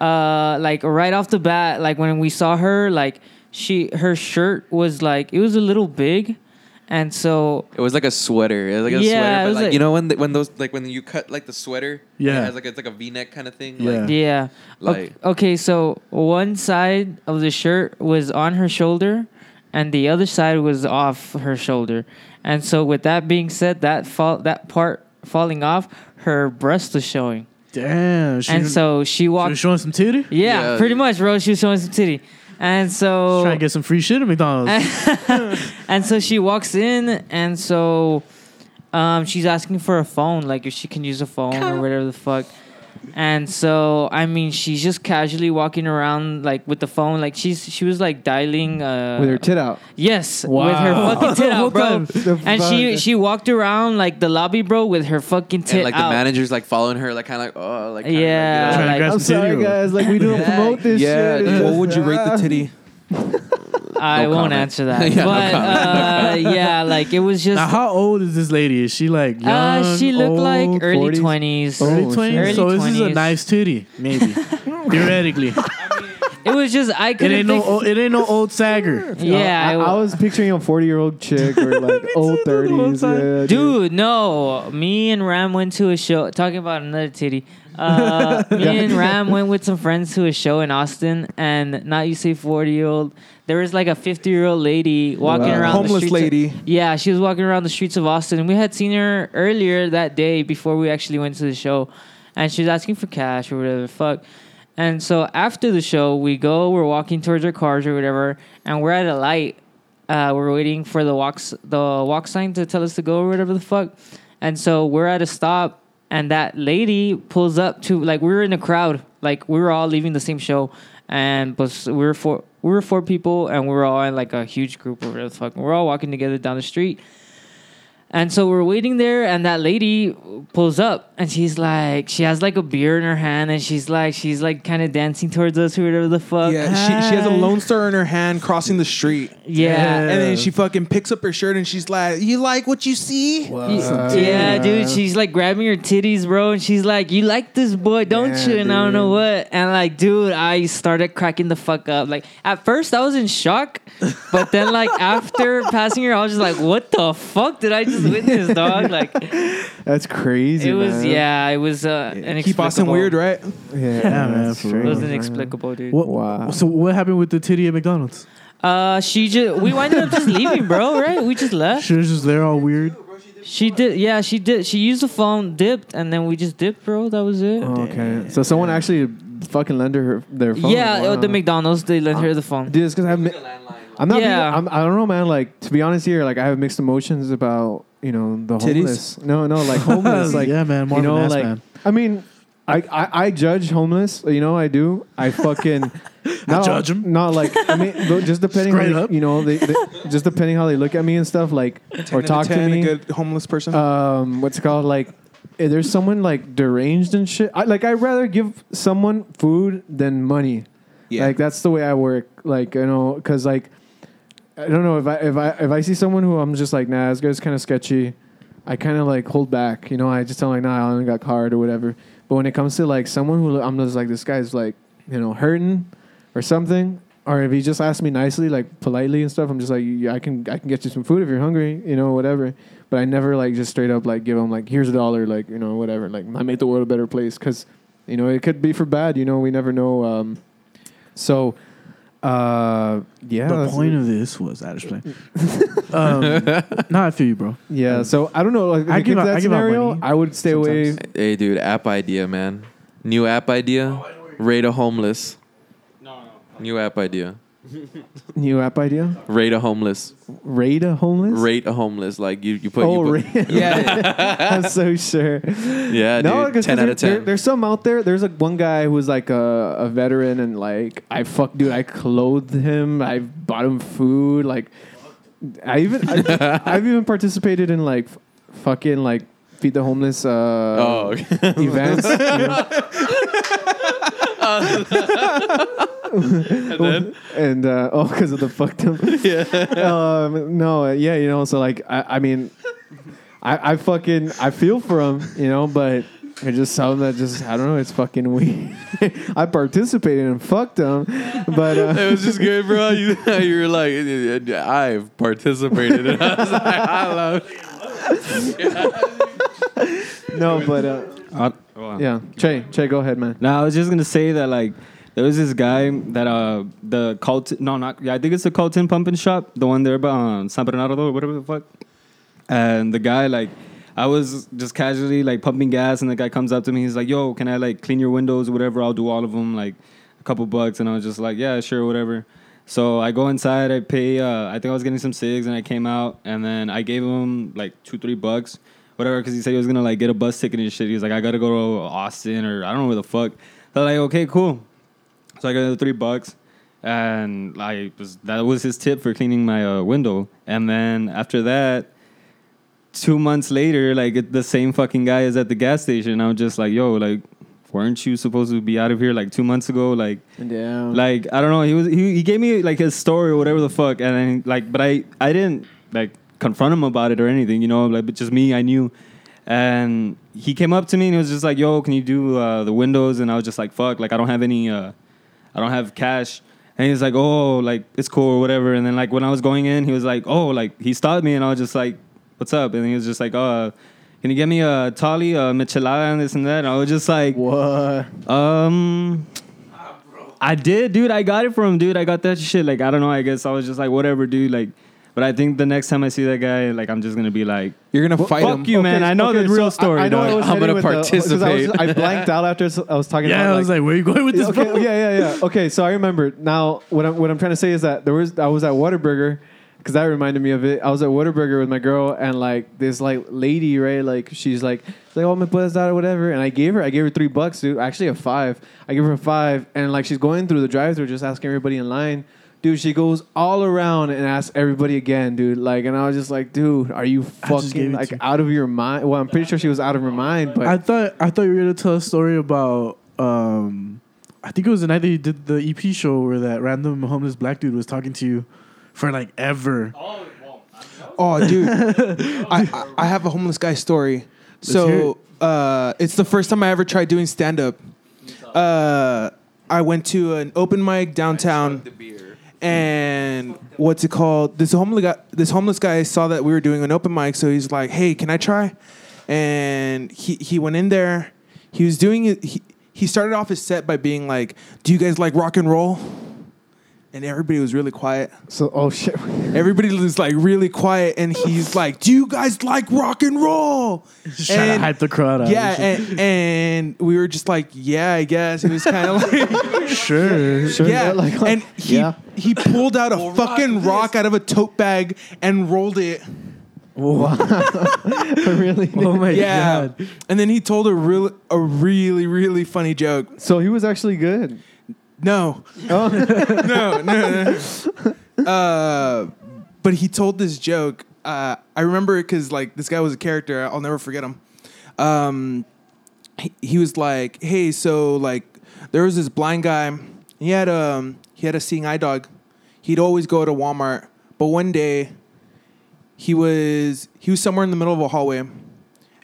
Speaker 11: uh, like right off the bat, like when we saw her, like she her shirt was like it was a little big, and so
Speaker 12: It was like a sweater. It was like a
Speaker 11: Yeah, it
Speaker 12: sweater, but
Speaker 11: was
Speaker 12: like,
Speaker 11: like-
Speaker 12: you know when the, when those like when you cut like the sweater,
Speaker 11: Yeah.
Speaker 12: and it has like it's like a V neck kind of thing. Like,
Speaker 11: yeah.
Speaker 12: like
Speaker 11: okay, okay, so one side of the shirt was on her shoulder and the other side was off her shoulder. And so with that being said, that fall that part falling off, her breast was showing.
Speaker 1: Damn.
Speaker 11: and so she walked
Speaker 1: was showing some titty?
Speaker 11: Yeah, pretty much, bro. She was showing some titty. And so
Speaker 1: Trying to get some free shit at McDonald's.
Speaker 11: (laughs) and so she walks in, and so um, she's asking for a phone, like if she can use a phone or whatever the fuck. And so I mean, she's just casually walking around like with the phone, like she's she was like dialing uh,
Speaker 8: with her tit out.
Speaker 11: Yes, with her
Speaker 8: Wow.
Speaker 11: fucking tit
Speaker 1: (laughs)
Speaker 8: The whole
Speaker 11: out, bro.
Speaker 8: time.
Speaker 11: And she she walked around like the lobby, bro, with her fucking tit
Speaker 12: and like the
Speaker 11: out.
Speaker 12: manager's like following her, like kind of like oh, like kinda,
Speaker 11: Yeah,
Speaker 12: like, you know,
Speaker 11: like-
Speaker 8: I'm sorry, guys. Like we don't promote this
Speaker 12: Yeah,
Speaker 8: shit.
Speaker 12: dude.
Speaker 8: It's
Speaker 12: What
Speaker 8: just-
Speaker 12: would you rate the
Speaker 8: ah.
Speaker 12: titty?
Speaker 11: I
Speaker 12: No
Speaker 11: won't
Speaker 12: comment.
Speaker 11: answer that,
Speaker 1: Yeah, no
Speaker 11: but
Speaker 1: comment.
Speaker 11: uh, yeah, like it was just.
Speaker 1: now, how old is this lady? Is she like young?
Speaker 11: Uh, she looked
Speaker 1: old,
Speaker 11: like early
Speaker 1: 40s?
Speaker 11: twenties.
Speaker 1: Early 20s? so this is a nice titty, maybe. Theoretically.
Speaker 11: It was just I
Speaker 1: It
Speaker 11: couldn't.
Speaker 1: ain't no
Speaker 11: think-
Speaker 1: o- it ain't no old sagger.
Speaker 11: (laughs) Yeah,
Speaker 8: I,
Speaker 11: I-
Speaker 8: I was picturing a 40 year old chick
Speaker 12: (laughs)
Speaker 8: or like old 30s. Yeah,
Speaker 11: dude, no. Me and Ram went to a show. Talking about another titty. Uh, me
Speaker 8: Yeah.
Speaker 4: (laughs)
Speaker 11: and Ram went with some friends to a show in Austin, and not you say forty year old. There was like a fifty year old lady walking
Speaker 4: Wow.
Speaker 11: around
Speaker 4: Homeless
Speaker 11: the streets
Speaker 4: lady.
Speaker 11: Of, yeah, she was walking around the streets of Austin. We had seen her earlier that day before we actually went to the show, and she was asking for cash or whatever the fuck. And so after the show, we go, we're walking towards our cars or whatever, and we're at a light. Uh, we're waiting for the walks, the walk sign to tell us to go or whatever the fuck. And so we're at a stop, and that lady pulls up to like we were in a crowd, like we were all leaving the same show, and but we were four, we were four people, and we were all in like a huge group or whatever the fuck. We're all walking together down the street, and so we're waiting there, and that lady pulls up, and she's like, she has like a beer in her hand, and she's like, she's like kind of dancing towards us or whatever the fuck.
Speaker 4: Yeah, she, she has a Lone Star in her hand crossing the street.
Speaker 11: Yeah.
Speaker 4: And then she fucking picks up her shirt and she's like, You like what you see?
Speaker 11: yeah, dude, she's like grabbing her titties, bro, and she's like, "You like this boy, don't
Speaker 4: Yeah,
Speaker 11: you?" And I don't know what. And like, dude, I started cracking the fuck up. Like at first, I was in shock, but then like after passing her, I was just like, "What the fuck did I just witness, dog?" Like
Speaker 8: That's crazy.
Speaker 11: it was,
Speaker 8: man.
Speaker 11: yeah, it was uh, inexplicable.
Speaker 4: Keep Austin weird, right?
Speaker 8: Yeah,
Speaker 1: man,
Speaker 8: that's
Speaker 1: for real.
Speaker 11: It was
Speaker 8: crazy.
Speaker 11: inexplicable, dude.
Speaker 1: What,
Speaker 8: Wow.
Speaker 1: So what happened with the titty at McDonald's?
Speaker 11: Uh, she just we winded up just leaving, bro. Right? We just
Speaker 1: (laughs)
Speaker 11: left.
Speaker 1: She was just there all weird.
Speaker 11: She did, yeah. She did. She used the phone, dipped, and then we just dipped, bro. That was it.
Speaker 8: Oh, okay. So someone actually fucking lent her their phone. Uh,
Speaker 11: Yeah,
Speaker 8: Wow.
Speaker 11: uh, the McDonald's they lent her the phone.
Speaker 8: Dude, it's because I'm, I'm not.
Speaker 11: Yeah.
Speaker 8: Yeah. I'm, I don't know, man. Like to be honest here, like I have mixed emotions about you know the
Speaker 4: Titties?
Speaker 8: homeless. No, no,
Speaker 1: (laughs)
Speaker 8: like homeless. Like
Speaker 1: Yeah, man,
Speaker 8: You
Speaker 1: Marvin
Speaker 8: know,
Speaker 1: Ass
Speaker 8: like
Speaker 1: Man.
Speaker 8: I mean, I, I I judge homeless. You know, I do.
Speaker 1: (laughs)
Speaker 8: I fucking not
Speaker 1: judge 'em.
Speaker 8: Not like I mean, though, just depending.
Speaker 1: Straight
Speaker 8: how
Speaker 1: up.
Speaker 8: they, you know, they, they just depending how they look at me and stuff. Like or
Speaker 4: out
Speaker 8: talk
Speaker 4: of
Speaker 8: to
Speaker 4: 10,
Speaker 8: me.
Speaker 4: A good homeless person.
Speaker 11: Uh,
Speaker 8: um, what's it called like if there's someone like deranged and shit. I, like I'd rather give someone food than money.
Speaker 4: Yeah.
Speaker 8: Like that's the way I work. Like you know, because like I don't know if I if I if I see someone who I'm just like nah, this guy's kind of sketchy. I kind of like hold back. You know, I just tell 'em, like nah, I only got card or whatever. But when it comes to like someone who I'm just like this guy's like you know hurting or something. Or if he just asks me nicely, like politely and stuff, I'm just like, yeah, I can, I can get you some food if you're hungry, you know, whatever. But I never like just straight up like give him like, here's a dollar, like you know, whatever. Like I made the world a better place because, you know, it could be for bad. You know, we never know. Um, so, uh, yeah,
Speaker 1: the
Speaker 8: that's-
Speaker 1: point of this was I just
Speaker 8: (laughs)
Speaker 1: playing. um, no, I feel you, bro.
Speaker 8: yeah. So I don't know. Like, if
Speaker 1: um, I
Speaker 8: I give
Speaker 1: give out-
Speaker 8: that
Speaker 1: I give out
Speaker 8: scenario,
Speaker 1: money
Speaker 8: I would stay away.
Speaker 12: Hey, dude, app idea, man. New app idea. Rate a homeless. No, no. New app idea.
Speaker 8: New app idea:
Speaker 12: Rate a homeless.
Speaker 8: raid a homeless.
Speaker 12: Rate a homeless. Like you, you put.
Speaker 8: oh,
Speaker 12: you put (laughs)
Speaker 8: raid. (laughs) yeah. (laughs) I'm so sure.
Speaker 12: Yeah,
Speaker 8: No,
Speaker 12: dude.
Speaker 8: because
Speaker 12: Ten out of ten.
Speaker 8: there's some out there. There's like one guy who's like a, a veteran, and like I fuck, dude. I clothed him. I bought him food. Like I even
Speaker 12: (laughs)
Speaker 8: I, have even participated in like f- fucking like feed the homeless uh,
Speaker 12: oh, (laughs) okay.
Speaker 8: (laughs) events. you know? (laughs) and uh, oh, because of the fucked up. (laughs) yeah. Um, no, yeah, you know. So like, I, I mean, I, I fucking I feel for him, you know, but I just saw that. Just I don't know. It's fucking weird. (laughs) I participated and fucked them, but uh, (laughs)
Speaker 12: it was just good, bro. (laughs) You, you were like, (laughs) I've participated. And I was like, I love.
Speaker 8: no, but uh,
Speaker 11: well,
Speaker 8: yeah, Che, Che, go ahead, man.
Speaker 11: No, I was just gonna say that like there was this guy that uh the cult no not yeah I think it's the Colton pumping shop the one there by um, San Bernardo or whatever the fuck, and the guy like. I was just casually like pumping gas, and the guy comes up to me. He's like, "Yo, can I like clean your windows, or whatever? I'll do all of them, like a couple bucks." And I was just like, "Yeah, sure, whatever." So I go inside, I pay. Uh, I think I was getting some cigs, and I came out, and then I gave him like two, three bucks, whatever, because he said he was gonna like get a bus ticket and shit. He was like, "I gotta go to Austin, or I don't know where the fuck." So I'm like, "Okay, cool." So I got the three bucks, and like that was his tip for cleaning my uh, window. And then after that two months later, like it, the same fucking guy is at the gas station. I'm just like, yo, like, weren't you supposed to be out of here like two months ago? Like,
Speaker 8: yeah,
Speaker 11: like I don't know. He was he, he gave me like his story or whatever the fuck, and then like, but I I didn't like confront him about it or anything, you know. Like, but just me, I knew. And he came up to me and he was just like, yo, can you do uh, the windows? And I was just like, fuck, like I don't have any, uh, I don't have cash. And he was like, oh, like it's cool or whatever. And then like when I was going in, he was like, oh, like he stopped me and I was just like, what's up? And he was just like, oh, can you get me a tali, a michelada, and this and that? And I was just like,
Speaker 8: what?
Speaker 11: Um,
Speaker 8: Ah,
Speaker 11: I did, dude. I got it from him, dude. I got that shit. Like, I don't know. I guess I was just like, whatever, dude. Like, but I think the next time I see that guy, like, I'm just gonna be like,
Speaker 12: you're gonna fight
Speaker 11: fuck
Speaker 12: him.
Speaker 11: you, man. I know the real story.
Speaker 8: I, I know
Speaker 11: dog.
Speaker 8: I was
Speaker 12: I'm
Speaker 8: heading
Speaker 12: gonna
Speaker 8: with the- 'cause I, was-
Speaker 12: participate.
Speaker 8: I blanked out after s- I was talking.
Speaker 14: Yeah,
Speaker 8: about,
Speaker 14: I was like, where are you going with this?
Speaker 8: (laughs) okay,
Speaker 14: bro?
Speaker 8: yeah, yeah, yeah. Okay, so I remember now. What I'm what I'm trying to say is that there was I was at Whataburger because that reminded me of it. I was at Whataburger with my girl and like this like lady, right? Like she's like like oh my butt's out or whatever, and I gave her I gave her three bucks, dude. Actually a five. I gave her a five, and like she's going through the drive-through, just asking everybody in line. Dude, she goes all around and asks everybody again, dude. Like, and I was just like, dude, are you
Speaker 14: just gave it
Speaker 8: fucking like
Speaker 14: to you.
Speaker 8: out of your mind? Well, I'm pretty sure she was out of her mind, but
Speaker 1: I thought I thought you were gonna tell a story about um I think it was the night that you did the EP show where that random homeless black dude was talking to you for like ever.
Speaker 4: Oh, dude, (laughs) I, I, I have a homeless guy story.
Speaker 1: hear
Speaker 4: So uh, it's the first time I ever tried doing stand up. Uh, I went to an open mic downtown, and what's it called? This homeless guy, this homeless guy saw that we were doing an open mic, so he's like, "Hey, can I try?" And he he went in there. He was doing it. He, he started off his set by being like, "Do you guys like rock and roll?" And everybody was really quiet.
Speaker 8: so oh (laughs) shit.
Speaker 4: Everybody was like really quiet, and he's like, "Do you guys like rock and roll?"
Speaker 1: Just trying to hype the crowd up.
Speaker 4: Yeah, and, and we were just like, "Yeah, I guess." It
Speaker 1: (laughs)
Speaker 4: was kind of like,
Speaker 1: sure. sure.
Speaker 4: "Yeah,"
Speaker 8: like-
Speaker 4: and he
Speaker 8: (laughs) Yeah.
Speaker 4: he pulled out a fucking rock out of a tote bag and rolled
Speaker 1: (laughs)
Speaker 4: it.
Speaker 8: (laughs) really?
Speaker 1: Oh my
Speaker 4: Yeah,
Speaker 1: god.
Speaker 4: and then he told a real a really really funny joke.
Speaker 8: So he was actually good.
Speaker 4: No, (laughs) no, no, no. Uh, but he told this joke. Uh, I remember it because like this guy was a character. I'll never forget him. Um, he, he was like, "Hey, so like there was this blind guy. He had um he had a seeing eye dog. He'd always go to Walmart, but one day he was he was somewhere in the middle of a hallway, and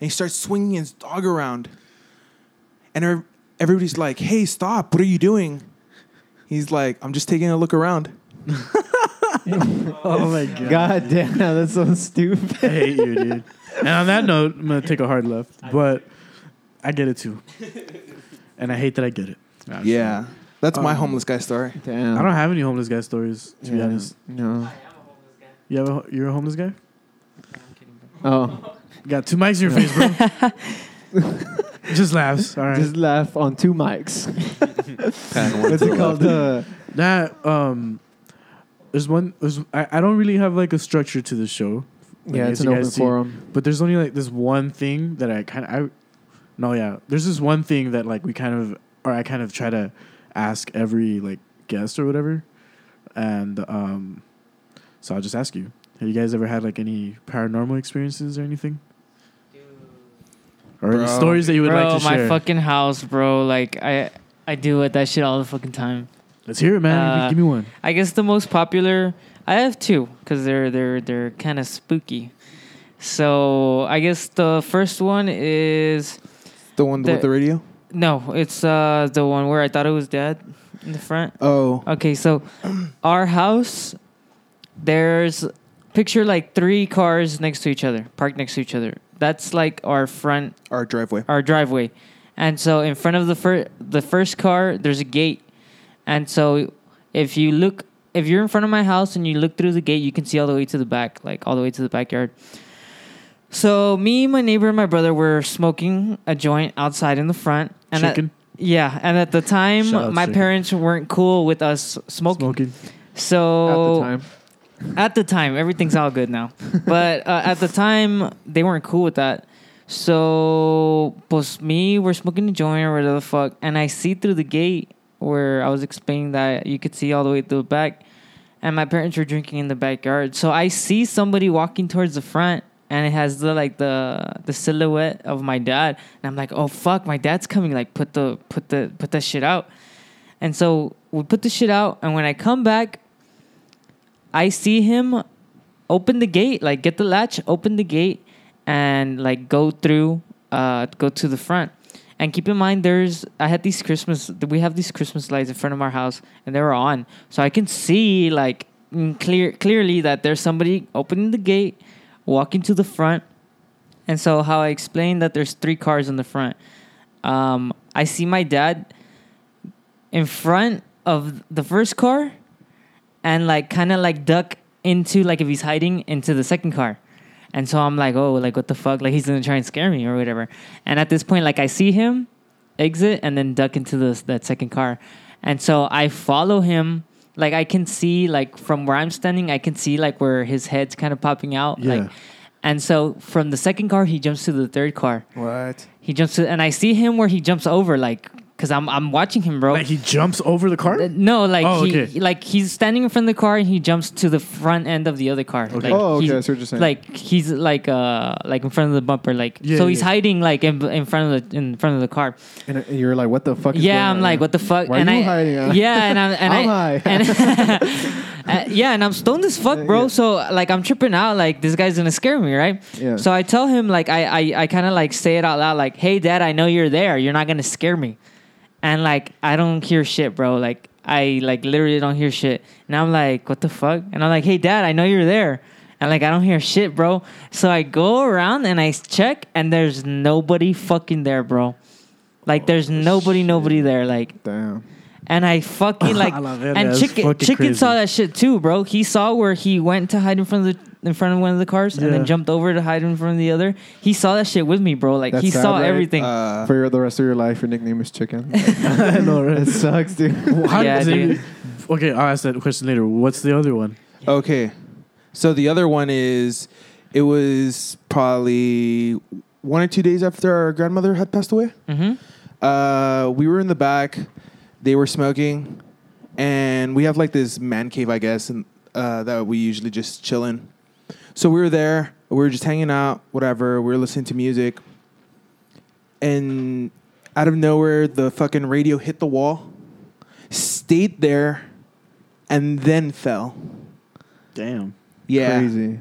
Speaker 4: he starts swinging his dog around, and ev- everybody's like, "Hey, stop! What are you doing?" He's like, "I'm just taking a look around."
Speaker 1: Oh
Speaker 4: (laughs)
Speaker 1: my god.
Speaker 8: God damn, that's so stupid.
Speaker 1: I hate you, dude. And on that note, I'm gonna take a hard left. But I get it
Speaker 4: (laughs)
Speaker 1: too. And I hate that I get it.
Speaker 4: Yeah, that's my homeless guy story.
Speaker 8: Damn.
Speaker 1: I don't have any homeless guy stories, to be
Speaker 8: Yeah,
Speaker 1: honest.
Speaker 8: No.
Speaker 1: You have a, you're a homeless guy?
Speaker 8: Oh,
Speaker 1: You got two mics in your face, bro.
Speaker 4: (laughs)
Speaker 1: Just laughs. All right.
Speaker 8: just laugh on two mics.
Speaker 1: (laughs)
Speaker 12: Pan one
Speaker 8: What's
Speaker 12: to
Speaker 8: it
Speaker 12: the
Speaker 8: called?
Speaker 12: left.
Speaker 8: The
Speaker 1: That um, there's one. There's I, I don't really have like a structure to the show. Like,
Speaker 8: yeah,
Speaker 1: I guess
Speaker 8: it's an
Speaker 1: you
Speaker 8: open
Speaker 1: guys see-
Speaker 8: forum.
Speaker 1: But there's only like this one thing that I kind of I, no yeah. There's this one thing that like we kind of or I kind of try to ask every like guest or whatever, and um, so I'll just ask you. Have you guys ever had like any paranormal experiences or anything? Or any
Speaker 4: Bro.
Speaker 1: stories that you would
Speaker 15: bro,
Speaker 1: like to
Speaker 16: my
Speaker 1: share?
Speaker 16: fucking house, bro. Like I, I deal with that shit all the fucking time.
Speaker 1: Let's hear it, man.
Speaker 16: Uh,
Speaker 1: Give me one.
Speaker 16: I guess the most popular. I have two because they're they're they're kind of spooky. So I guess the first one is
Speaker 4: The one with the radio?
Speaker 11: No, it's uh the one where I thought it was dead in the front.
Speaker 4: Oh.
Speaker 11: Okay, so our house, there's picture like three cars next to each other, parked next to each other. That's like our front,
Speaker 4: our driveway,
Speaker 11: our driveway. And so in front of the first the first car, there's a gate. And so if you look, if you're in front of my house and you look through the gate, you can see all the way to the back, like all the way to the backyard. So me, my neighbor, and my brother were smoking a joint outside in the front. And
Speaker 1: Chicken?
Speaker 11: At, yeah, and at the time,
Speaker 1: Shout out
Speaker 11: my
Speaker 1: chicken.
Speaker 11: parents weren't cool with us smoking.
Speaker 1: Smoking.
Speaker 11: So
Speaker 1: At the
Speaker 11: at the time, everything's all good now. But uh, at the time, they weren't cool with that. So, pues me, we're smoking a joint or whatever the fuck, and I see through the gate where I was explaining that you could see all the way through the back, and my parents were drinking in the backyard. So I see somebody walking towards the front, and it has the like the the silhouette of my dad, and I'm like, oh fuck, my dad's coming! Like put the put the put that shit out. And so we put the shit out, and when I come back, I see him open the gate, like get the latch, open the gate, and like go through, uh, go to the front. And keep in mind, there's I had these Christmas, we have these Christmas lights in front of our house, and they were on, so I can see like mm, clear clearly that there's somebody opening the gate, walking to the front. And so how I explained that there's three cars in the front. Um, I see my dad in front of the first car and like kind of like duck into like if he's hiding into the second car. And so I'm like, oh, like what the fuck? Like he's gonna try and scare me or whatever. And at this point, like I see him exit and then duck into this that second car. And so I follow him. Like I can see like from where I'm standing, I can see like where his head's kind of popping out.
Speaker 1: Yeah.
Speaker 11: Like and so from the second car, he jumps to the third car.
Speaker 4: What?
Speaker 11: He jumps to, and I see him where he jumps over, like, cause I'm I'm watching him, bro.
Speaker 1: Like he jumps over the car?
Speaker 11: (laughs) No, like
Speaker 1: Oh,
Speaker 11: he
Speaker 1: okay.
Speaker 11: like he's standing in front of the car and he jumps to the front end of the other car. Like,
Speaker 8: Oh, okay,
Speaker 11: he-
Speaker 8: I see what you're saying.
Speaker 11: Like he's like uh like in front of the bumper, like
Speaker 8: Yeah,
Speaker 11: so
Speaker 8: yeah,
Speaker 11: he's
Speaker 8: yeah.
Speaker 11: hiding like in, in front of the in front of the car.
Speaker 8: And, and you're like, what the fuck? is
Speaker 11: Yeah,
Speaker 8: going
Speaker 11: I'm
Speaker 8: on
Speaker 11: like,
Speaker 8: here?
Speaker 11: what the fuck?
Speaker 8: Why are
Speaker 11: and
Speaker 8: you
Speaker 11: I,
Speaker 8: hiding? huh?
Speaker 11: Yeah, and I'm and
Speaker 8: (laughs) I'm
Speaker 11: I,
Speaker 8: high. (laughs)
Speaker 11: and- (laughs) uh, yeah, and I'm stoned as fuck, bro. So like, I'm tripping out. Like this guy's gonna scare me, right?
Speaker 8: Yeah.
Speaker 11: So I tell him like, I I, I kind of like say it out loud, like, hey, dad, I know you're there. You're not gonna scare me. And like, I don't hear shit, bro. Like I like literally don't hear shit. And I'm like, what the fuck? And I'm like, hey, dad, I know you're there. And like I don't hear shit, bro. So I go around and I check, and there's nobody fucking there, bro. Like there's nobody, nobody there. Like
Speaker 8: damn.
Speaker 11: And
Speaker 1: (laughs)
Speaker 11: I fucking like
Speaker 1: I love it.
Speaker 11: and
Speaker 1: That's
Speaker 11: chicken
Speaker 1: fucking
Speaker 11: chicken
Speaker 1: crazy.
Speaker 11: saw that shit too, bro. He saw where he went to hide in front of the in front of one of the cars and
Speaker 8: Yeah.
Speaker 11: then jumped over to hide in front of the other. He saw that shit with me, bro. Like
Speaker 8: That's
Speaker 11: he
Speaker 8: sad,
Speaker 11: saw
Speaker 8: right?
Speaker 11: everything.
Speaker 4: Uh,
Speaker 8: For your- the rest of your life, your nickname is
Speaker 11: (laughs)
Speaker 8: Chicken.
Speaker 1: (laughs) I know, right?
Speaker 8: It sucks, dude.
Speaker 1: How
Speaker 11: Yeah,
Speaker 1: does it-
Speaker 11: dude.
Speaker 1: Okay, I'll ask that question later. What's the other one?
Speaker 4: Okay. So the other one is it was probably one or two days after our grandmother had passed away. Mm-hmm. Uh, we were in the back. They were smoking, and we have like this man cave, I guess, and uh, that we usually just chill in. So we were there. We were just hanging out, whatever. We were listening to music, and out of nowhere, the fucking radio hit the wall, stayed there, and then fell.
Speaker 1: Damn.
Speaker 4: Yeah.
Speaker 8: Crazy.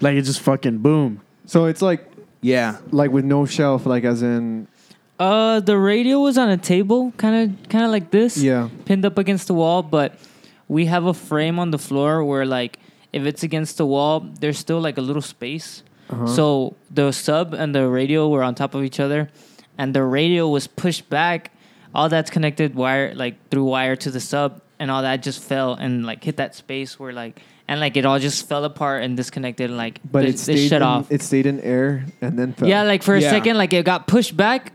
Speaker 1: Like it just fucking boom.
Speaker 8: So it's like,
Speaker 4: yeah,
Speaker 8: like with no shelf, like as in,
Speaker 11: Uh, the radio was on a table, kind of, kind of like this.
Speaker 8: Yeah.
Speaker 11: pinned up against the wall, but we have a frame on the floor where, like, if it's against the wall, there's still like a little space.
Speaker 8: Uh-huh.
Speaker 11: So the sub and the radio were on top of each other, and the radio was pushed back. All that's connected wire, like through wire to the sub, and all that just fell and like hit that space where like and like it all just fell apart and disconnected. And, like,
Speaker 8: but
Speaker 11: it,
Speaker 8: it stayed
Speaker 11: shut
Speaker 8: in,
Speaker 11: off.
Speaker 8: It stayed in air and then fell.
Speaker 11: Yeah, like for a
Speaker 8: Yeah.
Speaker 11: second, like it got pushed back,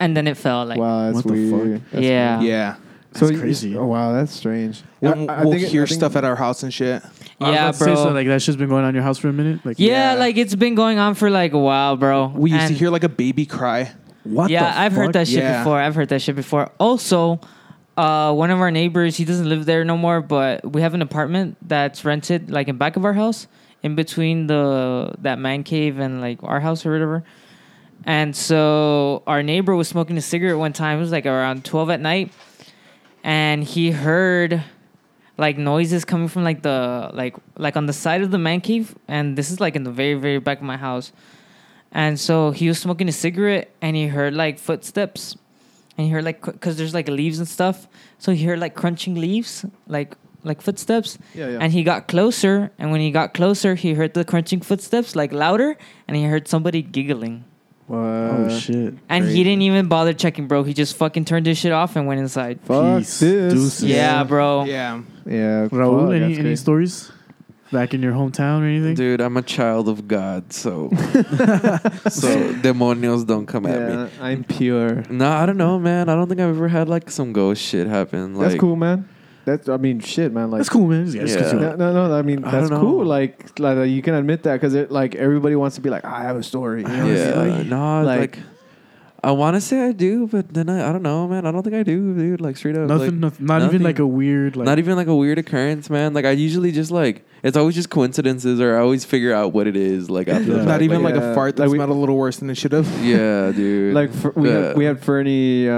Speaker 11: and then it fell. Like
Speaker 8: Wow, that's
Speaker 11: what the
Speaker 8: weird. That's
Speaker 11: yeah,
Speaker 8: weird.
Speaker 4: Yeah.
Speaker 8: So you- Oh wow, that's strange.
Speaker 4: And
Speaker 8: I- I
Speaker 4: we'll
Speaker 8: think it- I
Speaker 4: hear
Speaker 8: think-
Speaker 4: stuff at our house and
Speaker 1: I
Speaker 4: shit.
Speaker 1: was
Speaker 11: Yeah,
Speaker 1: about to say,
Speaker 11: bro.
Speaker 1: so, like that shit's been going on in your house for a minute. Like
Speaker 11: yeah, like it's been going on for like a while, bro.
Speaker 4: We used to
Speaker 11: And-
Speaker 4: hear like a baby cry.
Speaker 1: What?
Speaker 11: yeah, I've heard that shit
Speaker 4: Yeah.
Speaker 11: before. I've heard that shit before. Also, uh, one of our neighbors, he doesn't live there no more, but we have an apartment that's rented like in back of our house, in between the that man cave and like our house or whatever. And so our neighbor was smoking a cigarette one time. It was like around twelve at night, and he heard like noises coming from like the like like on the side of the man cave, and this is like in the very very back of my house
Speaker 17: And so he was smoking a cigarette and he heard like footsteps. And he heard like, because there's like leaves and stuff. So he heard like crunching leaves, like like footsteps.
Speaker 8: Yeah, yeah.
Speaker 17: And he got closer. And when he got closer, he heard the crunching footsteps like louder. And he heard somebody giggling.
Speaker 8: Uh,
Speaker 1: Oh shit!
Speaker 17: And he didn't even bother checking, bro. He just fucking turned his shit off and went inside.
Speaker 8: Fuck
Speaker 1: Peace.
Speaker 8: this.
Speaker 1: Deuces.
Speaker 17: Yeah,
Speaker 6: Oh.
Speaker 17: bro.
Speaker 4: Yeah.
Speaker 8: Yeah.
Speaker 1: Raul, any,
Speaker 8: fuck, that's
Speaker 1: any
Speaker 8: great.
Speaker 1: stories back in your hometown or anything?
Speaker 12: Dude, I'm a child of God,
Speaker 1: (laughs)
Speaker 12: so so demonios don't come
Speaker 8: Yeah,
Speaker 12: at me.
Speaker 8: I'm pure.
Speaker 12: No, I don't know, man. I don't think I've ever had like some ghost shit happen. Like,
Speaker 8: That's cool, man. That's I mean, shit, man. Like
Speaker 1: That's cool, man. Yeah,
Speaker 12: Yeah.
Speaker 1: it's good to know.
Speaker 8: No, no, no. I mean,
Speaker 12: I
Speaker 8: that's
Speaker 12: don't know.
Speaker 8: cool. Like, like you can admit that because like everybody wants to be like, I have a story. You know what I'm
Speaker 12: Yeah,
Speaker 8: saying?
Speaker 12: no, like,
Speaker 8: like-
Speaker 12: I want to say I do, but then I, I don't know, man. I don't think I do, dude. Like straight up,
Speaker 1: Nothing,
Speaker 12: like,
Speaker 1: noth- not even like a weird, like
Speaker 12: not even like a weird occurrence, man. Like I usually just like it's always just coincidences, or I always figure out what it is. Like after the
Speaker 6: Not
Speaker 12: fact,
Speaker 6: even like
Speaker 8: yeah.
Speaker 6: a fart that
Speaker 8: uh, Like we-
Speaker 6: smelled a little worse than it should have.
Speaker 12: yeah, dude.
Speaker 8: like for, we
Speaker 12: Yeah.
Speaker 8: had, we had Fernie uh,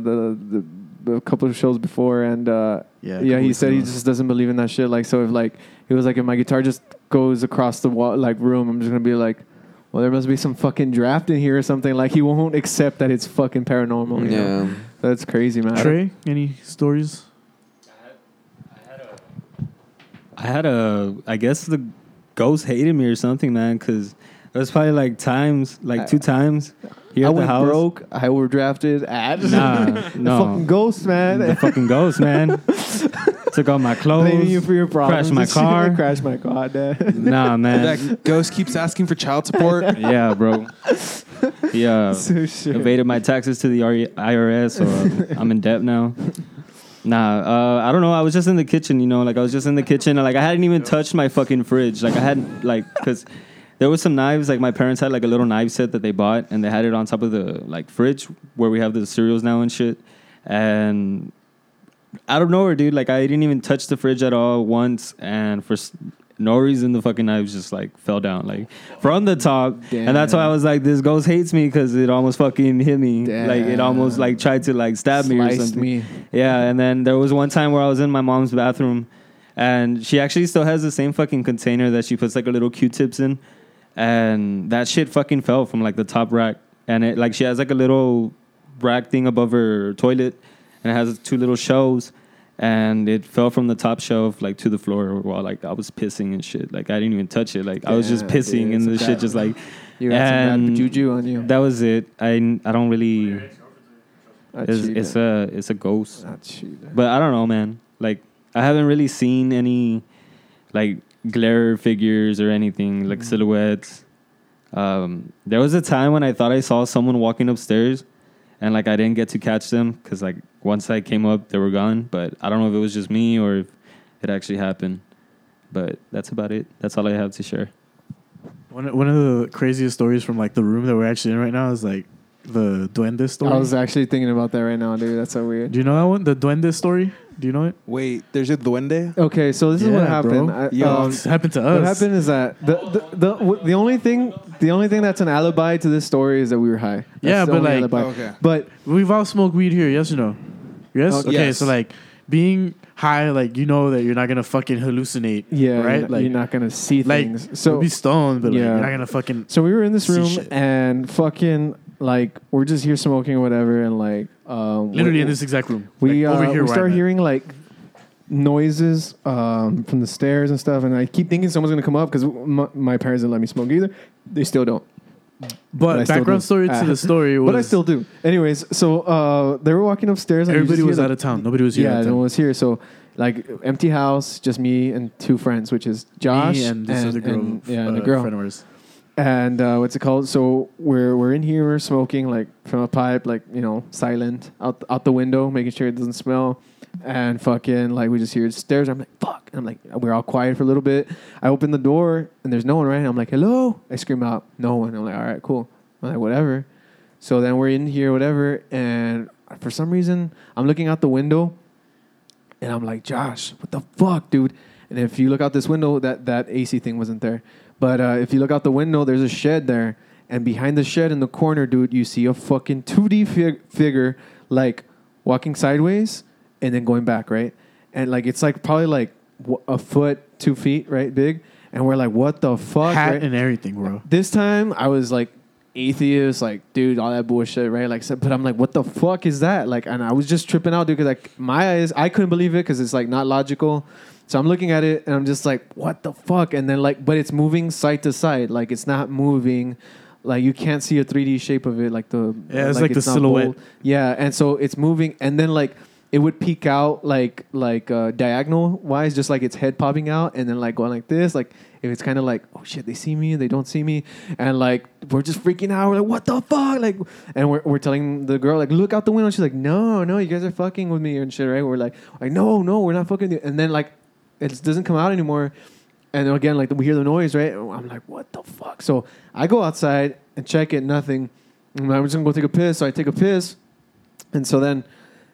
Speaker 8: the, the the couple of shows before, and uh,
Speaker 1: Yeah, a
Speaker 8: yeah,
Speaker 1: couple
Speaker 8: he
Speaker 1: weeks
Speaker 8: said he
Speaker 1: ago.
Speaker 8: just doesn't believe in that shit. Like, so if like he was like, if my guitar just goes across the wall, like room, I'm just gonna be like. Well, there must be some fucking draft in here or something. Like he won't accept that it's fucking paranormal. you know?
Speaker 12: yeah.
Speaker 8: that's crazy, man.
Speaker 1: Trey. Any stories?
Speaker 13: I had a, I guess the ghost hated me or something, man, because it was probably like times, like two times here
Speaker 8: I
Speaker 13: at the
Speaker 8: went
Speaker 13: house.
Speaker 8: broke. I were drafted. At (laughs)
Speaker 13: Nah, no.
Speaker 8: fucking ghost,
Speaker 13: The
Speaker 8: man.
Speaker 13: fucking ghost,
Speaker 8: (laughs)
Speaker 13: man. Took all my clothes.
Speaker 8: Blaming you for your problems.
Speaker 13: crashed my car.
Speaker 8: (laughs) crashed my car, dad.
Speaker 13: Nah, man.
Speaker 6: That (laughs) ghost keeps asking for child
Speaker 8: (laughs)
Speaker 6: support.
Speaker 13: yeah, bro. Yeah.
Speaker 8: So (laughs) shit.
Speaker 13: evaded my taxes to the RE IRS, so um, I'm in debt now. Nah, uh, I don't know. I was just in the kitchen, you know, like I was just in the kitchen, and, like I hadn't even touched my fucking fridge. Like I hadn't, like,
Speaker 8: (laughs)
Speaker 13: because there was some knives. Like my parents had like a little knife set that they bought, and they had it on top of the like fridge where we have the cereals now and shit. And I don't know her, dude. Like I didn't even touch the fridge at all once, and for s- no reason, the fucking knives just like fell down, like from the top. And that's why I was like, this ghost hates me because it almost fucking hit me. Like it almost like tried to like stab me or
Speaker 8: Sliced
Speaker 13: something.
Speaker 8: me.
Speaker 13: Yeah. And then there was one time where I was in my mom's bathroom, and she actually still has the same fucking container that she puts like a little Q-tips in, and that shit fucking fell from like the top rack, and it like she has like a little rack thing above her toilet, and it has two little shelves, and it fell from the top shelf like to the floor while like I was pissing and shit. Like I didn't even touch it. Like I was just
Speaker 8: Damn,
Speaker 13: pissing
Speaker 8: dude,
Speaker 13: and
Speaker 8: some
Speaker 13: the
Speaker 8: bad-
Speaker 13: shit just like.
Speaker 8: You had some bad
Speaker 13: and
Speaker 8: juju on you.
Speaker 13: That was it. I I don't really.
Speaker 8: I
Speaker 13: It's,
Speaker 8: cheated.
Speaker 13: it's a it's a ghost.
Speaker 8: I cheated.
Speaker 13: But I don't know, man. Like I haven't really seen any like glare figures or anything like silhouettes. Um, there was a time when I thought I saw someone walking upstairs, and like I didn't get to catch them because like once I came up, they were gone. But I don't know if it was just me or if it actually happened. But that's about it. That's all I have to share.
Speaker 1: One of- one of the craziest stories from like the room that we're actually in right now is like the duende story.
Speaker 8: I
Speaker 11: Oh,
Speaker 8: was actually thinking about that right now, dude. That's so weird.
Speaker 1: Do you know that one? The duende story. Do you know it?
Speaker 6: Wait, there's a duende.
Speaker 8: Okay, so this is
Speaker 1: Yeah,
Speaker 8: what happened.
Speaker 1: bro.
Speaker 8: I-
Speaker 6: Yo,
Speaker 8: um,
Speaker 1: It's happened to
Speaker 8: what
Speaker 1: us.
Speaker 8: happened is that the the, the w- the only thing the only thing that's an alibi to this story is that we were high. That's
Speaker 1: Yeah,
Speaker 8: the
Speaker 1: but,
Speaker 8: only
Speaker 1: like-
Speaker 8: alibi.
Speaker 6: Okay.
Speaker 8: but
Speaker 1: We've all smoked weed here, yes or no? Yes.
Speaker 8: Okay.
Speaker 1: Okay.
Speaker 6: Yes.
Speaker 1: So like being high, like you know that you're not gonna fucking hallucinate.
Speaker 8: yeah,
Speaker 1: Right.
Speaker 8: you're,
Speaker 1: like
Speaker 8: you're not gonna see
Speaker 1: like
Speaker 8: things.
Speaker 1: so
Speaker 8: So
Speaker 1: be stoned, but like,
Speaker 8: Yeah.
Speaker 1: you're not gonna fucking.
Speaker 8: So we were in this
Speaker 1: See
Speaker 8: room
Speaker 1: shit.
Speaker 8: and fucking like we're just here smoking or whatever, and like um,
Speaker 1: Literally
Speaker 8: we-
Speaker 1: in this exact room.
Speaker 8: we
Speaker 1: Like,
Speaker 8: uh, we
Speaker 1: where I'm
Speaker 8: start
Speaker 1: at.
Speaker 8: hearing like noises um, from the stairs and stuff, and I keep thinking someone's gonna come up because my, my parents didn't let me smoke either. They still don't.
Speaker 1: But,
Speaker 8: I still
Speaker 1: background
Speaker 8: do.
Speaker 1: story to
Speaker 8: Ah. (laughs)
Speaker 1: the story was.
Speaker 8: but I still do. Anyways, so uh, they were walking upstairs. And you
Speaker 1: Everybody
Speaker 8: just
Speaker 1: was
Speaker 8: hear,
Speaker 1: out
Speaker 8: like,
Speaker 1: of town. Nobody was here. at
Speaker 8: yeah, no
Speaker 1: the
Speaker 8: one
Speaker 1: time.
Speaker 8: was here. So like empty house, just me and two friends, which is Josh
Speaker 1: Me and this other girl.
Speaker 8: and- yeah, and
Speaker 1: uh,
Speaker 8: a girl
Speaker 1: Friend of ours.
Speaker 8: and uh, what's it called? So we're we're in here, we're smoking like from a pipe, like you know, silent out out the window, making sure it doesn't smell, and fucking like we just hear stairs. I'm like fuck. I'm like we're all quiet for a little bit. I open the door and there's no one. Right? I'm like hello. I scream out, no one. I'm like all right, cool. I'm like whatever. So then we're in here, whatever, and for some reason I'm looking out the window, and I'm like, Josh, what the fuck, dude? And if you look out this window, that, that AC thing wasn't there. But uh, if you look out the window, there's a shed there. And behind the shed in the corner, dude, you see a fucking 2D fig- figure, like walking sideways and then going back, right? And like, it's like probably like w- a foot, two feet, right? Big. And we're like, what the fuck?
Speaker 1: Hat
Speaker 8: right?
Speaker 1: and everything, bro.
Speaker 8: This time I was like atheist, like dude, all that bullshit, right? Like, so- but I'm like, what the fuck is that? Like, and I was just tripping out, dude, because like my eyes, I couldn't believe it because it's like not logical. So I'm looking at it and I'm just like, what the fuck? And then like, but it's moving side to side, like it's not moving. Like you can't see a 3D shape of it, like the
Speaker 1: Yeah, it's like the
Speaker 8: not
Speaker 1: silhouette.
Speaker 8: bold. Yeah, and so it's moving, and then like it would peek out like like uh, diagonal wise, just like its head popping out, and then like going like this, like if it's kind of like oh shit, they see me, they don't see me, and like we're just freaking out, we're like what the fuck, like, and we're, we're telling the girl like look out the window, she's like no no, you guys are fucking with me and shit, right? We're like like no no, we're not fucking, with you. and then like it doesn't come out anymore. And then again, like we hear the noise, right? And I'm like, what the fuck? So I go outside and check it, nothing. I'm like, I'm just gonna go take a piss. So I take a piss, and so then,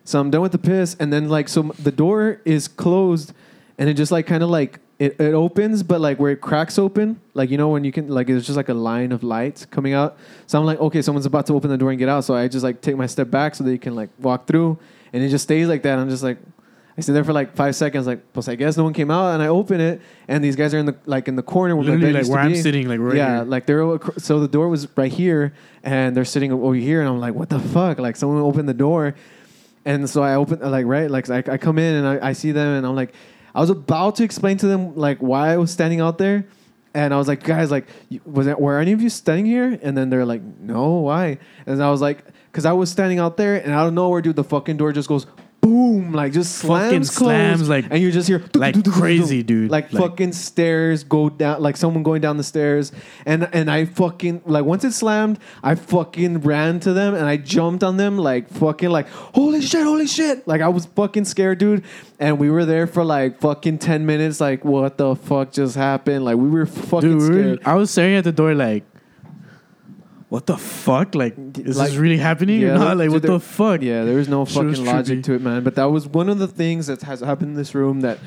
Speaker 8: so I'm done with the piss, and then like, so m- the door is closed, and it just like kind of like it, it opens, but like where it cracks open, like you know when you can like it's just like a line of light coming out. So I'm like, okay, someone's about to open the door and get out. So I just like take my step back so they can like walk through, and it just stays like that. I'm just like, I sit there for like five seconds, like, plus I guess no one came out, and I open it, and these guys are in the like in the corner where my
Speaker 1: Literally,
Speaker 8: bed
Speaker 1: like,
Speaker 8: used to
Speaker 1: where I'm
Speaker 8: be.
Speaker 1: sitting, like, right
Speaker 8: yeah,
Speaker 1: here.
Speaker 8: like they're all acro- so the door was right here, and they're sitting over here, and I'm like, what the fuck? Like someone opened the door, and so I open like right, like I, I come in and I, I see them, and I'm like, I was about to explain to them like why I was standing out there, and I was like, guys, like, you- was that, were any of you standing here? And then they're like, no, why? And I was like, because I was standing out there, and out of nowhere, dude, the fucking door just goes boom, like just slams,
Speaker 1: Fucking slams,
Speaker 8: closed,
Speaker 1: like-
Speaker 8: and you just hear
Speaker 1: like crazy, dude.
Speaker 8: like, fucking stairs go down, like someone going down the stairs, and and I fucking like once it slammed, I fucking ran to them and I jumped on them like fucking like holy shit, holy shit, like I was fucking scared, dude. And we were there for like fucking ten minutes, like what the fuck just happened? Like we were fucking
Speaker 1: dude, we were-
Speaker 8: scared.
Speaker 1: I was staring at the door like, what the fuck? Like, is
Speaker 8: like-
Speaker 1: this really happening
Speaker 8: Yeah,
Speaker 1: or not? Like,
Speaker 8: dude,
Speaker 1: what
Speaker 8: there-
Speaker 1: the fuck?
Speaker 8: Yeah, there was no
Speaker 1: Shit was
Speaker 8: fucking logic
Speaker 1: trippy.
Speaker 8: to it, man. But that was one of the things that has happened in this room that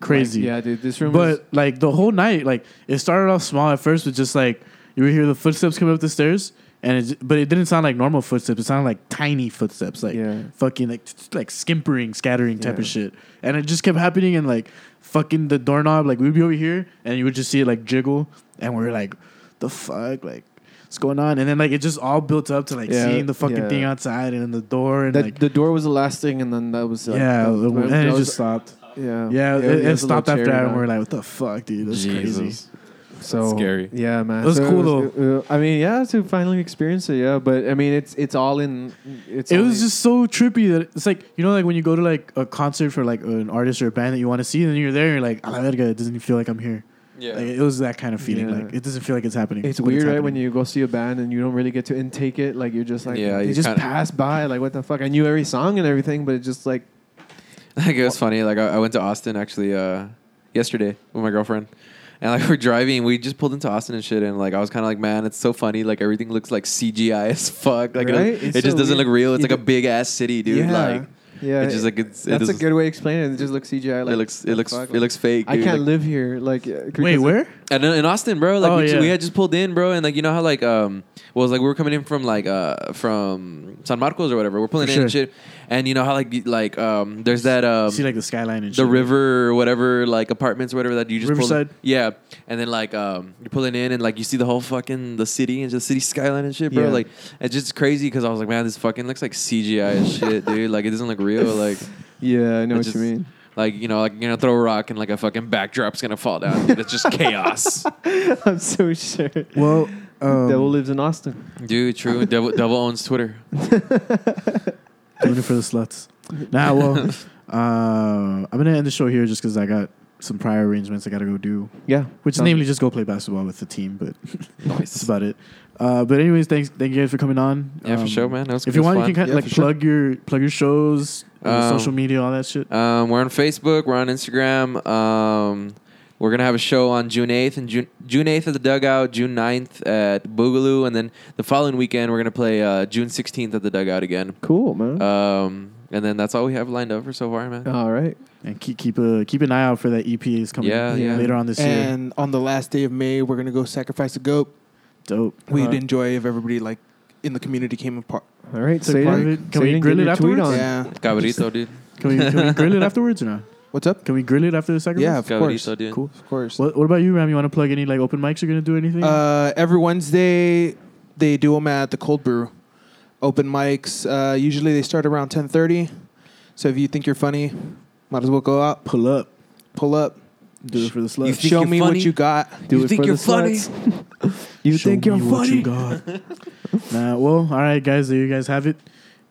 Speaker 1: Crazy.
Speaker 8: Like, yeah, dude, this room. was,
Speaker 1: But like the whole night, like it started off small at first with just like you would hear the footsteps coming up the stairs, and it, j- but it didn't sound like normal footsteps. It sounded like tiny footsteps, like fucking like t- t- like skimpering, scattering type
Speaker 8: Yeah.
Speaker 1: of shit. And it just kept happening, and like fucking the doorknob, like we'd be over here, and you would just see it like jiggle, and we are like, the fuck, like. What's going on? And then like it just all built up to like
Speaker 8: Yeah,
Speaker 1: seeing the fucking
Speaker 8: yeah.
Speaker 1: thing outside and then the door and
Speaker 8: that
Speaker 1: like
Speaker 8: the door was the last thing, and then that was like,
Speaker 1: yeah,
Speaker 8: that was-
Speaker 1: and
Speaker 8: that
Speaker 1: it
Speaker 8: was-
Speaker 1: just stopped.
Speaker 8: Yeah,
Speaker 1: Yeah, it, it
Speaker 8: was a little
Speaker 1: stopped after
Speaker 8: cherry
Speaker 1: that,
Speaker 8: on
Speaker 1: and
Speaker 8: it.
Speaker 1: we are like, "What the fuck, dude? That's crazy."
Speaker 12: Jesus.
Speaker 8: So
Speaker 12: Scary.
Speaker 8: Yeah, man.
Speaker 1: It was
Speaker 8: So
Speaker 1: cool,
Speaker 8: was- uh, I mean, yeah, to finally experience it. Yeah, but I mean, it's it's all in. It's
Speaker 1: it
Speaker 8: all
Speaker 1: was
Speaker 8: in-
Speaker 1: just so trippy that it's like you know, like when you go to like a concert for like an artist or a band that you want to see, and then you're there, and you're like, "A la verga, it doesn't feel like I'm here."
Speaker 12: Yeah.
Speaker 1: Like, it was that kind of feeling.
Speaker 8: Yeah.
Speaker 1: Like it doesn't feel like it's happening.
Speaker 8: It's
Speaker 1: but
Speaker 8: weird, right?
Speaker 1: happening.
Speaker 8: When you go see a band and you don't really get to intake it, like you're just like,
Speaker 12: Yeah,
Speaker 8: they
Speaker 12: you
Speaker 8: just
Speaker 12: kinda-
Speaker 8: pass by. Like, what the fuck? I knew every song and everything, but it just like,
Speaker 12: (laughs) Like it was funny. Like I, I went to Austin actually uh, yesterday with my girlfriend, and like (laughs) we're driving. We just pulled into Austin and shit, and like I was kind of like, man, it's so funny. Like everything looks like CGI as (laughs) fuck. Like it-
Speaker 8: Right?
Speaker 12: it,
Speaker 8: It's
Speaker 12: just
Speaker 8: so
Speaker 12: doesn't
Speaker 8: weird.
Speaker 12: look real. It's
Speaker 8: You
Speaker 12: like a
Speaker 8: don't-
Speaker 12: big ass city, dude.
Speaker 8: Yeah.
Speaker 12: Like
Speaker 8: yeah,
Speaker 12: it's just like it's,
Speaker 8: that's
Speaker 12: it
Speaker 8: a good way to explain it. It just looks CGI. Like,
Speaker 12: looks- it
Speaker 8: what the
Speaker 12: looks- it looks fake,
Speaker 8: I
Speaker 12: dude,
Speaker 8: can't
Speaker 12: like-
Speaker 8: live here. Like, uh,
Speaker 1: Wait,
Speaker 8: because-
Speaker 1: where?
Speaker 12: And then in Austin, bro, like
Speaker 1: Oh,
Speaker 12: we, ju-
Speaker 1: yeah.
Speaker 12: we had just pulled in, bro, and like you know how like um well, it was like we were coming in from like uh from San Marcos or whatever. We're pulling
Speaker 1: For
Speaker 12: in and
Speaker 1: sure.
Speaker 12: shit, and you know how like y- like um there's that um
Speaker 1: see like the skyline and
Speaker 12: the
Speaker 1: shit.
Speaker 12: river or whatever like apartments or whatever that you just pull in.
Speaker 1: Riverside?
Speaker 12: yeah, and then like um you're pulling in and like you see the whole fucking the city and just city skyline and shit, bro.
Speaker 8: Yeah.
Speaker 12: Like it's just crazy because I was like, man, this fucking looks like CGI as shit, dude. Like it doesn't
Speaker 1: (laughs)
Speaker 12: look real, like.
Speaker 8: Yeah, I know
Speaker 12: It
Speaker 8: what
Speaker 12: just-
Speaker 8: you mean. (laughs)
Speaker 12: Like you know, like you're gonna throw a rock and like a fucking backdrop's gonna fall down. dude. It's
Speaker 1: (laughs)
Speaker 12: just chaos.
Speaker 8: I'm so sure.
Speaker 12: (laughs)
Speaker 1: well, um,
Speaker 8: Devil lives in Austin.
Speaker 12: Dude, true. Devil, devil owns Twitter.
Speaker 1: doing it for the sluts. Nah,
Speaker 12: (laughs)
Speaker 1: well, uh, I'm gonna end the show here just because I got some prior arrangements I gotta go do.
Speaker 8: Yeah,
Speaker 1: which is
Speaker 8: sounds-
Speaker 1: namely just go play basketball with the team,
Speaker 12: (laughs)
Speaker 1: but that's about it. Uh, but anyways, thanks, thank you guys for coming on. Um,
Speaker 12: Yeah, for sure, man. That was-
Speaker 1: if
Speaker 12: it
Speaker 1: you
Speaker 12: was
Speaker 1: want,
Speaker 12: fun.
Speaker 1: you can kind
Speaker 12: Yeah,
Speaker 1: like
Speaker 12: for sure.
Speaker 1: plug your plug your shows, uh,
Speaker 12: Um,
Speaker 1: social media, all that shit.
Speaker 12: Um, we're on Facebook. We're on Instagram. Um, we're gonna have a show on June 8th and June June 8th at the Dugout. June 9th at Boogaloo, and then the following weekend we're gonna play uh, June 16th at the Dugout again.
Speaker 8: Cool, man.
Speaker 12: Um, and then that's all we have lined up for so far, man.
Speaker 8: All right.
Speaker 1: And keep keep a keep an eye out for that EP is coming
Speaker 12: Yeah, yeah.
Speaker 1: later on this year.
Speaker 6: and on the last day of May, we're gonna go sacrifice a goat.
Speaker 1: Dope.
Speaker 6: We'd
Speaker 1: Uh,
Speaker 8: Uh-huh.
Speaker 6: enjoy if everybody like in the community came apart.
Speaker 8: All right,
Speaker 1: Took
Speaker 8: say it.
Speaker 1: part of it. Can
Speaker 8: Say
Speaker 1: we
Speaker 8: and
Speaker 1: grill it
Speaker 8: give your tweet
Speaker 1: afterwards?
Speaker 8: on.
Speaker 6: Yeah.
Speaker 12: Cabrito, dude.
Speaker 1: Can we, can we grill it afterwards or not?
Speaker 6: What's up?
Speaker 1: Can we grill it after the sacrifice?
Speaker 6: Yeah, of course.
Speaker 12: Cabrito, dude.
Speaker 1: Cool.
Speaker 6: Of course.
Speaker 1: Mm.
Speaker 4: Uh,
Speaker 1: What, what about you, Ram? You want to plug any like open mics you're gonna do anything?
Speaker 6: Uh, every Wednesday,
Speaker 4: they do them at the Cold Brew, open mics. Uh, usually they start around ten thirty. So if you think you're funny, might as well go out.
Speaker 1: Pull up.
Speaker 4: Pull up.
Speaker 1: Do it for the sluts.
Speaker 4: You Show me what you got.
Speaker 1: Do it for the sluts.
Speaker 4: you
Speaker 1: Show
Speaker 4: think you're
Speaker 1: me what
Speaker 4: funny?
Speaker 1: you got.
Speaker 4: (laughs)
Speaker 1: nah, well, all right, guys. There you guys have it.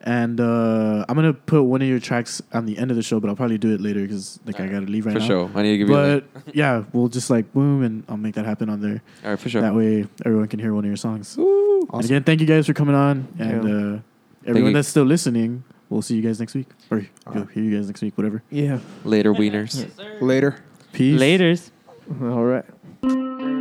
Speaker 1: And uh, I'm gonna put one of your tracks on the end of the show, but I'll probably do it later because like I gotta leave right
Speaker 12: For
Speaker 1: now.
Speaker 12: sure. I need to give you a
Speaker 1: but,
Speaker 12: (laughs)
Speaker 1: But yeah, we'll just like boom, and I'll make that happen on there.
Speaker 12: All right, for sure.
Speaker 1: That way, everyone can hear one of your songs. And
Speaker 4: Awesome.
Speaker 1: again, thank you guys for coming on, and
Speaker 4: Yeah.
Speaker 1: uh,
Speaker 12: you.
Speaker 1: everyone that's still listening, we'll see you guys next week, or you'll hear you guys next week, whatever.
Speaker 4: Yeah.
Speaker 12: Later, wieners.
Speaker 4: Later.
Speaker 1: Peace.
Speaker 18: Laters.
Speaker 8: (laughs) All right.
Speaker 19: Bye.